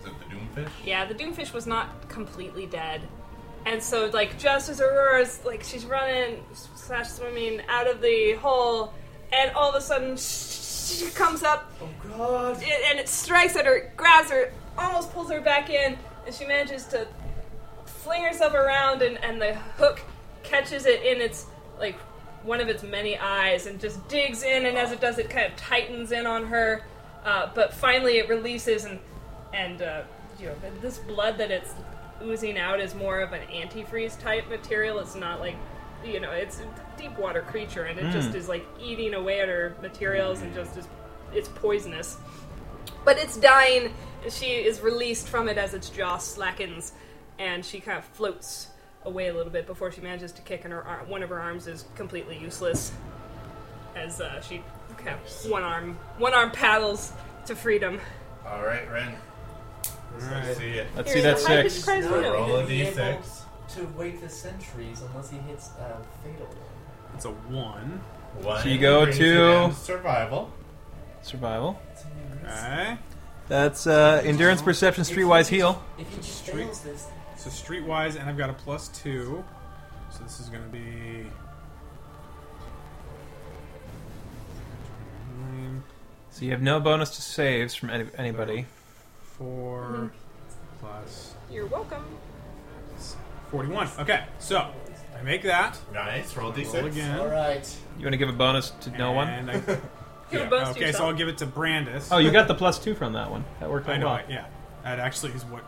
Speaker 3: Is it the Doomfish?
Speaker 2: yeah, the doomfish was not completely dead, and so like just as Aurora's like she's running slash swimming out of the hole, and all of a sudden she comes up
Speaker 7: Oh god.
Speaker 2: it, and it strikes at her, grabs her, almost pulls her back in, and she manages to fling herself around, and, and the hook catches it in its like one of its many eyes, and just digs in, and as it does, it kind of tightens in on her, uh, but finally it releases, and and uh, you know th- this blood that it's oozing out is more of an antifreeze type material. It's not like you know it's a deep water creature, and it just is like eating away at her materials, and just is it's poisonous. But it's dying. and She is released from it as its jaw slackens, and she kind of floats away a little bit before she manages to kick, and her ar- one of her arms is completely useless as uh, she kind of one arm one arm paddles to freedom.
Speaker 3: All right, Ren.
Speaker 4: Alright.
Speaker 3: See it.
Speaker 5: let's see
Speaker 2: Here's
Speaker 5: that
Speaker 2: a high-pitched
Speaker 5: six.
Speaker 2: cry as
Speaker 8: No.
Speaker 2: well.
Speaker 3: Roll a
Speaker 8: Be able
Speaker 3: d6.
Speaker 8: To wake the sentries unless he hits a fatal.
Speaker 4: It's a one.
Speaker 3: One.
Speaker 5: So you go
Speaker 3: brings
Speaker 5: to-
Speaker 3: you down survival.
Speaker 5: Survival.
Speaker 4: Okay.
Speaker 5: That's uh, endurance, perception, streetwise, heal.
Speaker 8: If he just
Speaker 4: Street-
Speaker 8: fails this,
Speaker 4: So streetwise, and I've got a plus two. So this is going to be. Nine,
Speaker 5: So you have no bonus to saves from any- anybody.
Speaker 4: 4
Speaker 2: Mm-hmm.
Speaker 4: plus
Speaker 2: You're welcome.
Speaker 4: 41. Okay, so I make that.
Speaker 3: Nice. Roll d6.
Speaker 4: Roll again.
Speaker 8: all right.
Speaker 5: You want to give a bonus to no one?
Speaker 4: and I-
Speaker 2: Give a
Speaker 4: yeah,
Speaker 2: bonus to
Speaker 4: okay, so
Speaker 2: yourself.
Speaker 4: I'll give it to Brandis.
Speaker 5: Oh, you got the plus two from that one. That worked
Speaker 4: I
Speaker 5: out
Speaker 4: know.
Speaker 5: well.
Speaker 4: I- Yeah, that actually is what.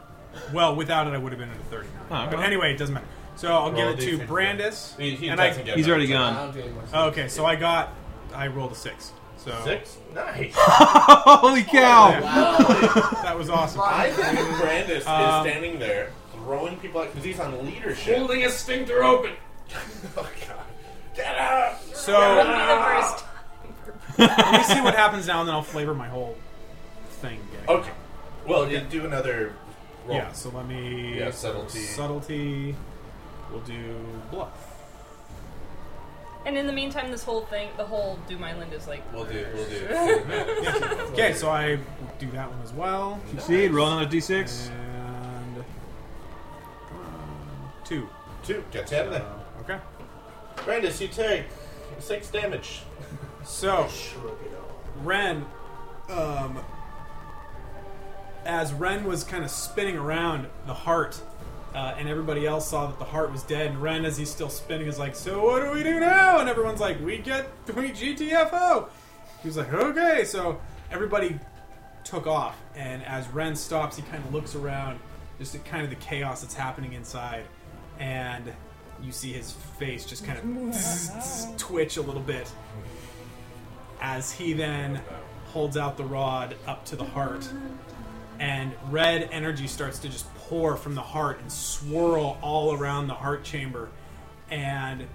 Speaker 4: Well, without it, I would have been at a 39.
Speaker 5: Oh,
Speaker 4: but
Speaker 5: well.
Speaker 4: anyway, it doesn't matter. So I'll
Speaker 3: Roll
Speaker 4: give it
Speaker 3: D6.
Speaker 4: to Brandis.
Speaker 3: He, he
Speaker 4: and
Speaker 3: doesn't
Speaker 4: I,
Speaker 3: get
Speaker 5: He's
Speaker 3: that.
Speaker 5: already
Speaker 8: I
Speaker 5: gone.
Speaker 8: don't do any more.
Speaker 3: Uh,
Speaker 4: Okay, so I got. I rolled a six. So
Speaker 3: Six. Oh, Nice.
Speaker 5: Holy cow!
Speaker 4: that was awesome.
Speaker 3: I think Brandis
Speaker 4: Um,
Speaker 3: is standing there throwing people out because he's on leadership.
Speaker 7: Holding a sphincter open.
Speaker 3: Oh god. Get out!
Speaker 2: That would
Speaker 4: So
Speaker 2: be the first.
Speaker 4: let me see what happens now, and then I'll flavor my whole thing. Getting
Speaker 3: Okay. Well, you do another roll.
Speaker 4: Yeah. So let me.
Speaker 3: Yeah, subtlety.
Speaker 4: Subtlety. We'll do bluff.
Speaker 2: And in the meantime, this whole thing, the whole Doom Island is like
Speaker 3: We'll do. We'll do.
Speaker 4: Okay, so I do that one as well.
Speaker 5: Succeed. Roll another d6.
Speaker 4: And um, two.
Speaker 3: Two. Get ten
Speaker 4: Uh,
Speaker 3: then.
Speaker 4: okay.
Speaker 3: Brandis, you take six damage.
Speaker 4: So, Ren, um, as Ren was kind of spinning around the heart, uh, and everybody else saw that the heart was dead, and Ren, as he's still spinning, is like, "So what do we do now?" And everyone's like, "We get we GTFO." He was like, "Okay." So everybody took off, and as Ren stops, he kind of looks around, just at kind of the chaos that's happening inside, and you see his face just kind of twitch a little bit as he then holds out the rod up to the heart. And red energy starts to just pour from the heart and swirl all around the heart chamber. And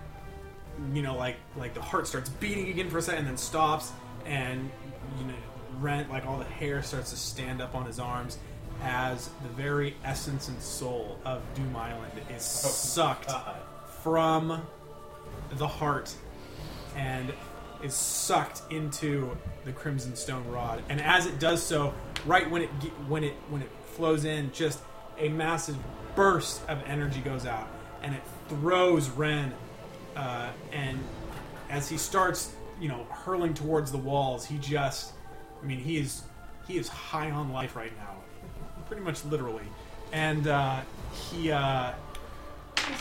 Speaker 4: you know, like like the heart starts beating again for a second, and then stops, and you know, rent like all the hair starts to stand up on his arms as the very essence and soul of Doom Island is sucked from the heart and is sucked into the Crimson Stone Rod. And as it does so, right when it ge- when it when it flows in, just a massive burst of energy goes out, and it throws Ren. Uh, and as he starts, you know, hurling towards the walls, he just, I mean, he is he is high on life right now, pretty much literally, and uh, he. Uh,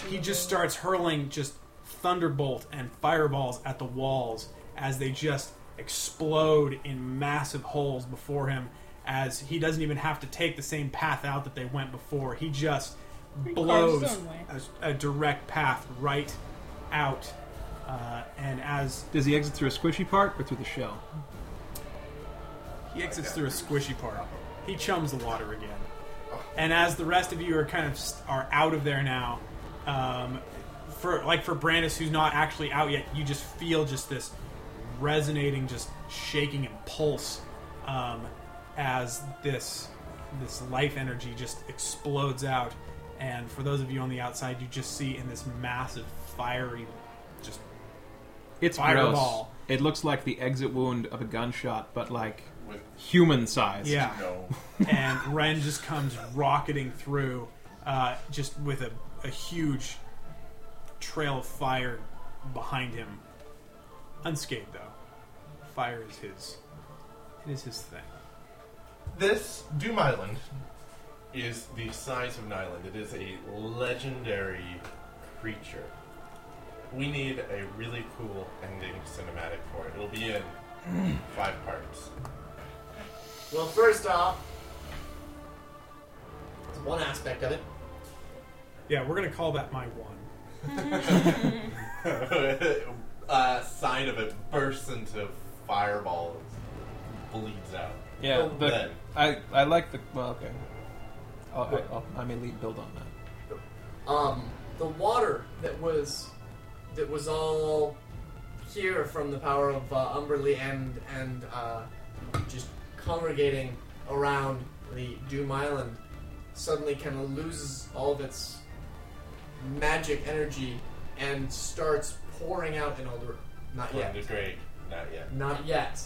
Speaker 4: He just starts hurling just thunderbolt and fireballs at the walls as they just explode in massive holes before him. As he doesn't even have to take the same path out that they went before, he just blows
Speaker 9: own way.
Speaker 4: a, a direct path right out. Uh, and as
Speaker 5: Does he exit through a squishy part or through the shell?
Speaker 4: He exits through a squishy part. He chums the water again. And as the rest of you are kind of st- are out of there now, um, for like for Brandis, who's not actually out yet, you just feel just this resonating, just shaking and pulse um, as this this life energy just explodes out. And for those of you on the outside, you just see in this massive fiery, just
Speaker 5: It's
Speaker 4: Fireball.
Speaker 5: gross. It looks like the exit wound of a gunshot, but like
Speaker 3: With
Speaker 5: human size.
Speaker 4: yeah.
Speaker 3: no.
Speaker 4: and Ren just comes rocketing through, uh, just with a, a huge trail of fire behind him. Unscathed though, fire is his. It is his thing.
Speaker 3: This Doom Island is the size of an island. It is a legendary creature. We need a really cool ending cinematic for it. It'll be in five parts.
Speaker 6: Well, first off, it's one aspect of it.
Speaker 4: Yeah, we're gonna call that my one.
Speaker 3: uh, side of it bursts into fireballs, bleeds out.
Speaker 5: Yeah.
Speaker 3: Well,
Speaker 5: The,
Speaker 3: then.
Speaker 5: I I like the well. Okay. I'll, I, I'll, I may lead build on that.
Speaker 6: Um, the water that was that was all here from the power of uh, Umberly and and uh, just congregating around the Doom Island suddenly kind of loses all of its magic energy and starts pouring out in all the not
Speaker 3: According
Speaker 6: yet
Speaker 3: to Greg, not yet.
Speaker 6: not yet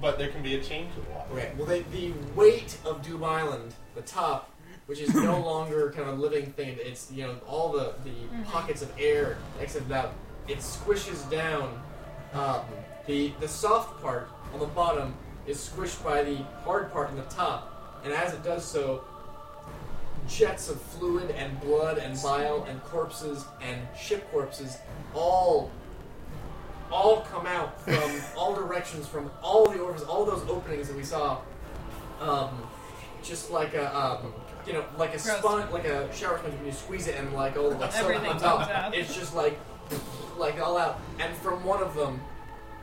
Speaker 3: But there can be a change of water.
Speaker 6: Okay, well, the, the weight of Doom Island, the top, which is no longer kind of a living thing, it's, you know, all the, the pockets of air, except that it squishes down. Um, the, the soft part on the bottom is squished by the hard part on the top, and as it does so, jets of fluid and blood and bile and corpses and ship corpses all all come out from all directions, from all the orbs, all those openings that we saw, um, just like a um, you know, like a
Speaker 9: Gross.
Speaker 6: spon- like a shower sponge when you squeeze it and like all the like,
Speaker 9: Everything
Speaker 6: stuff comes out.
Speaker 9: comes out.
Speaker 6: It's just like like all out, and from one of them.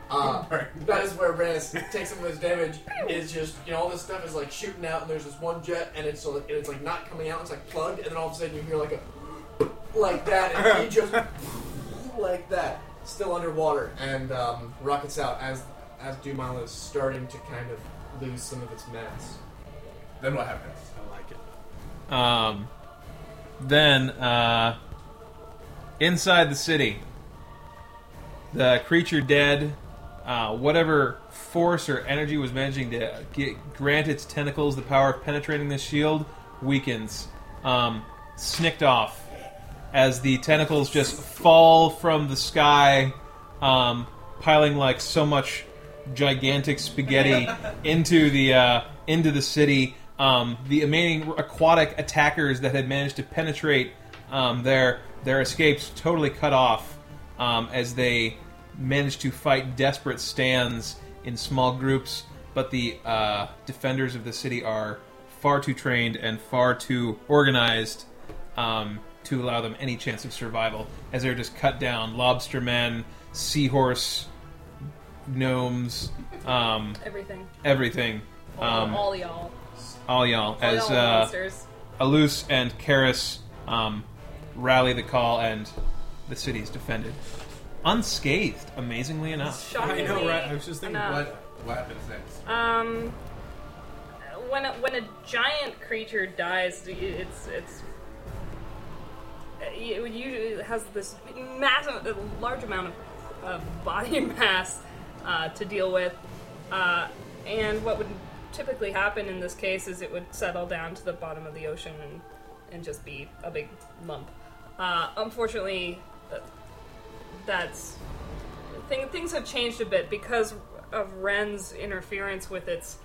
Speaker 6: Uh, that is where Brandis takes some of his damage. Is just you know all this stuff is like shooting out, and there's this one jet, and it's like, and it's like not coming out. It's like plugged, and then all of a sudden you hear like a like that, and he just like that, still underwater, and um, rockets out as as Dumala is starting to kind of lose some of its mass.
Speaker 3: Then what happens?
Speaker 4: I like it.
Speaker 5: Um. Then uh. Inside the city, the creature dead. Uh, whatever force or energy was managing to get, grant its tentacles the power of penetrating the shield weakens, um, snicked off as the tentacles just fall from the sky, um, piling like so much gigantic spaghetti into the uh, into the city. Um, the remaining aquatic attackers that had managed to penetrate um, their their escapes totally cut off um, as they managed to fight desperate stands in small groups. But the uh, defenders of the city are far too trained and far too organized um, to allow them any chance of survival, as they're just cut down. Lobster men, seahorse, gnomes, um,
Speaker 2: Everything.
Speaker 5: everything.
Speaker 2: All-
Speaker 5: Um,
Speaker 2: all y'all.
Speaker 5: all y'all.
Speaker 2: All
Speaker 5: As
Speaker 2: y'all
Speaker 5: uh,
Speaker 2: monsters.
Speaker 5: Alus and Karis um, rally the call, and the city is defended. Unscathed, amazingly enough.
Speaker 4: I
Speaker 2: Shockingly
Speaker 4: know, right? I was just thinking,
Speaker 3: What,
Speaker 2: enough.
Speaker 3: what happens next?
Speaker 2: Um, when a, when a giant creature dies, i- it's it's it usually has this massive, a large amount of uh, body mass uh, to deal with, uh, and what would typically happen in this case is it would settle down to the bottom of the ocean and and just be a big lump. Uh, unfortunately, th- that's thing, things have changed a bit because of Ren's interference with its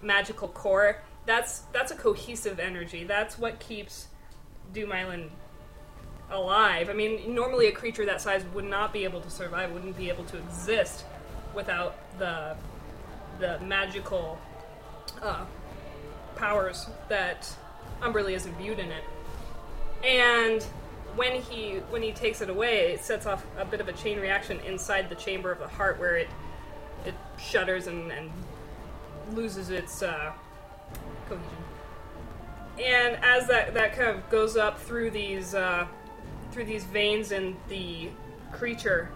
Speaker 2: magical core. That's that's a cohesive energy. That's what keeps Doom Island alive. I mean, normally a creature that size would not be able to survive, wouldn't be able to exist without the the magical uh, powers that Umberly has imbued in it. And when he when he takes it away, it sets off a bit of a chain reaction inside the chamber of the heart, where it it shudders and, and loses its uh, cohesion. And as that, that kind of goes up through these uh, through these veins in the creature,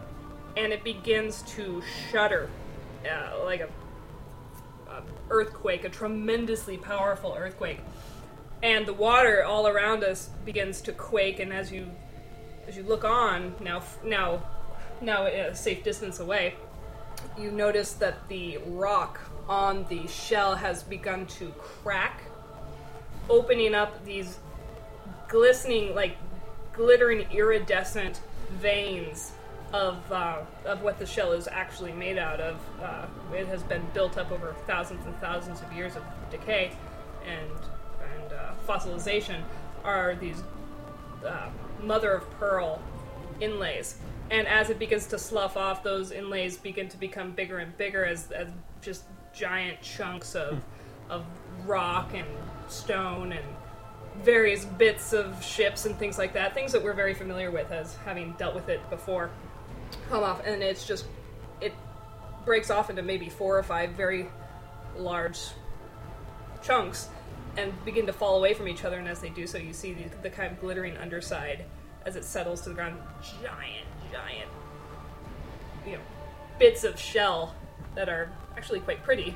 Speaker 2: and it begins to shudder uh, like a, a earthquake, a tremendously powerful earthquake. And the water all around us begins to quake, and as you as you look on now now now a safe distance away, you notice that the rock on the shell has begun to crack, opening up these glistening, like glittering iridescent veins of uh, of what the shell is actually made out of. Uh, it has been built up over thousands and thousands of years of decay and and uh, fossilization. Are these uh, mother of pearl inlays. And as it begins to slough off, those inlays begin to become bigger and bigger as, as just giant chunks of, of rock and stone and various bits of ships and things like that. Things that we're very familiar with as having dealt with it before come off. And it's just, it breaks off into maybe four or five very large chunks and begin to fall away from each other. And as they do so, you see the, the kind of glittering underside as it settles to the ground. Giant, giant, you know, bits of shell that are actually quite pretty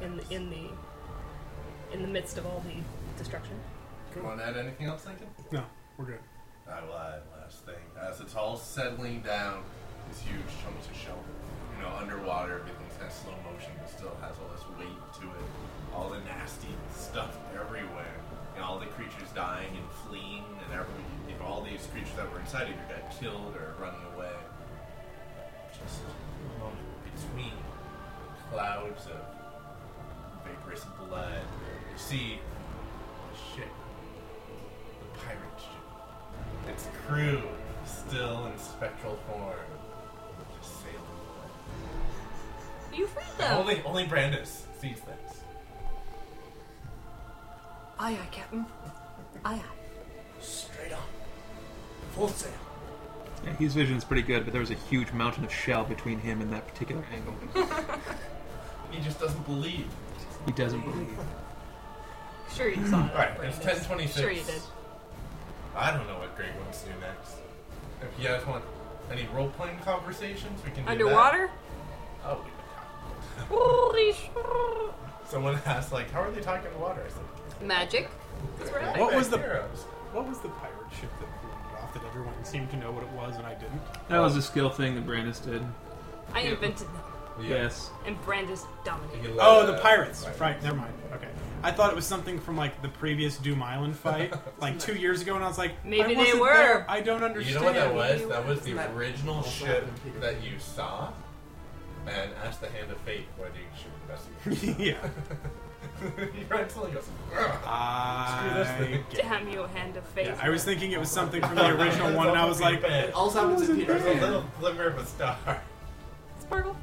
Speaker 2: in the, in the in the midst of all the destruction.
Speaker 3: You want to add anything else, Lincoln?
Speaker 4: No, we're good.
Speaker 3: I will add last thing. As it's all settling down, these huge chunks of shell, you know, underwater, everything's kind of slow motion, but still has all this weight to it. All the nasty stuff everywhere. And all the creatures dying and fleeing, and every, if all these creatures that were inside of you got killed or running away. Just a moment between clouds of vaporous blood, you see the ship, the pirate ship its crew still in spectral form. Just sailing away.
Speaker 2: You freed them.
Speaker 3: Only only Brandis sees this.
Speaker 2: Aye, aye, Captain. Aye, aye.
Speaker 6: Straight on. Full sail.
Speaker 5: Yeah, his vision's pretty good, but there was a huge mountain of shell between him and that particular angle.
Speaker 3: He just doesn't believe.
Speaker 5: He doesn't believe.
Speaker 2: Sure you saw it.
Speaker 3: Alright, it's ten twenty six.
Speaker 2: Oh, Sure you did.
Speaker 3: I don't know what Greg wants to do next. If you guys want any role playing conversations, we can do
Speaker 2: Underwater?
Speaker 3: That. Oh we can talk.
Speaker 2: Holy sh-
Speaker 3: Someone asked like, how are they talking water? I said,
Speaker 2: Magic. 'Cause we're out.
Speaker 4: What
Speaker 3: "Big
Speaker 4: was the-
Speaker 3: heroes.
Speaker 4: What was the pirate ship that blew off that everyone seemed to know what it was and I didn't?
Speaker 5: That was a skill thing that Brandis did.
Speaker 2: I invented them,
Speaker 5: Yes.
Speaker 2: and Brandis dominated.
Speaker 3: You
Speaker 4: Oh,
Speaker 3: love
Speaker 4: the
Speaker 3: that.
Speaker 4: pirates. Right, never mind. Okay. I thought it was something from like the previous Doom Island fight, like two years ago, and I was like,
Speaker 2: Maybe
Speaker 4: I
Speaker 2: they
Speaker 4: wasn't
Speaker 2: were.
Speaker 4: there. I don't
Speaker 3: You
Speaker 4: understand.
Speaker 3: know what that was? That was the
Speaker 6: Isn't that
Speaker 3: original
Speaker 6: also
Speaker 3: ship
Speaker 6: happened, Peter?
Speaker 3: that you saw and asked the hand of fate whether you should investigate.
Speaker 4: yeah.
Speaker 3: he runs till he goes, "Ugh."
Speaker 4: I, get-
Speaker 2: Damn you, hand of fate.
Speaker 4: yeah, I was thinking it was something from the original one, and I was like, "Oh,
Speaker 3: Bad.
Speaker 6: All happens in Peter's
Speaker 3: There's a
Speaker 6: hand.
Speaker 3: little glimmer of a star.
Speaker 2: Sparkle.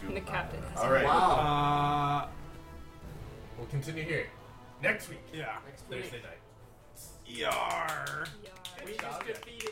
Speaker 3: Dude,
Speaker 2: The captain has
Speaker 3: All right,
Speaker 6: Wow.
Speaker 4: uh,
Speaker 3: we'll continue here next week,
Speaker 4: yeah.
Speaker 3: Thursday night.
Speaker 4: Yar.
Speaker 2: Yeah.
Speaker 6: We just defeated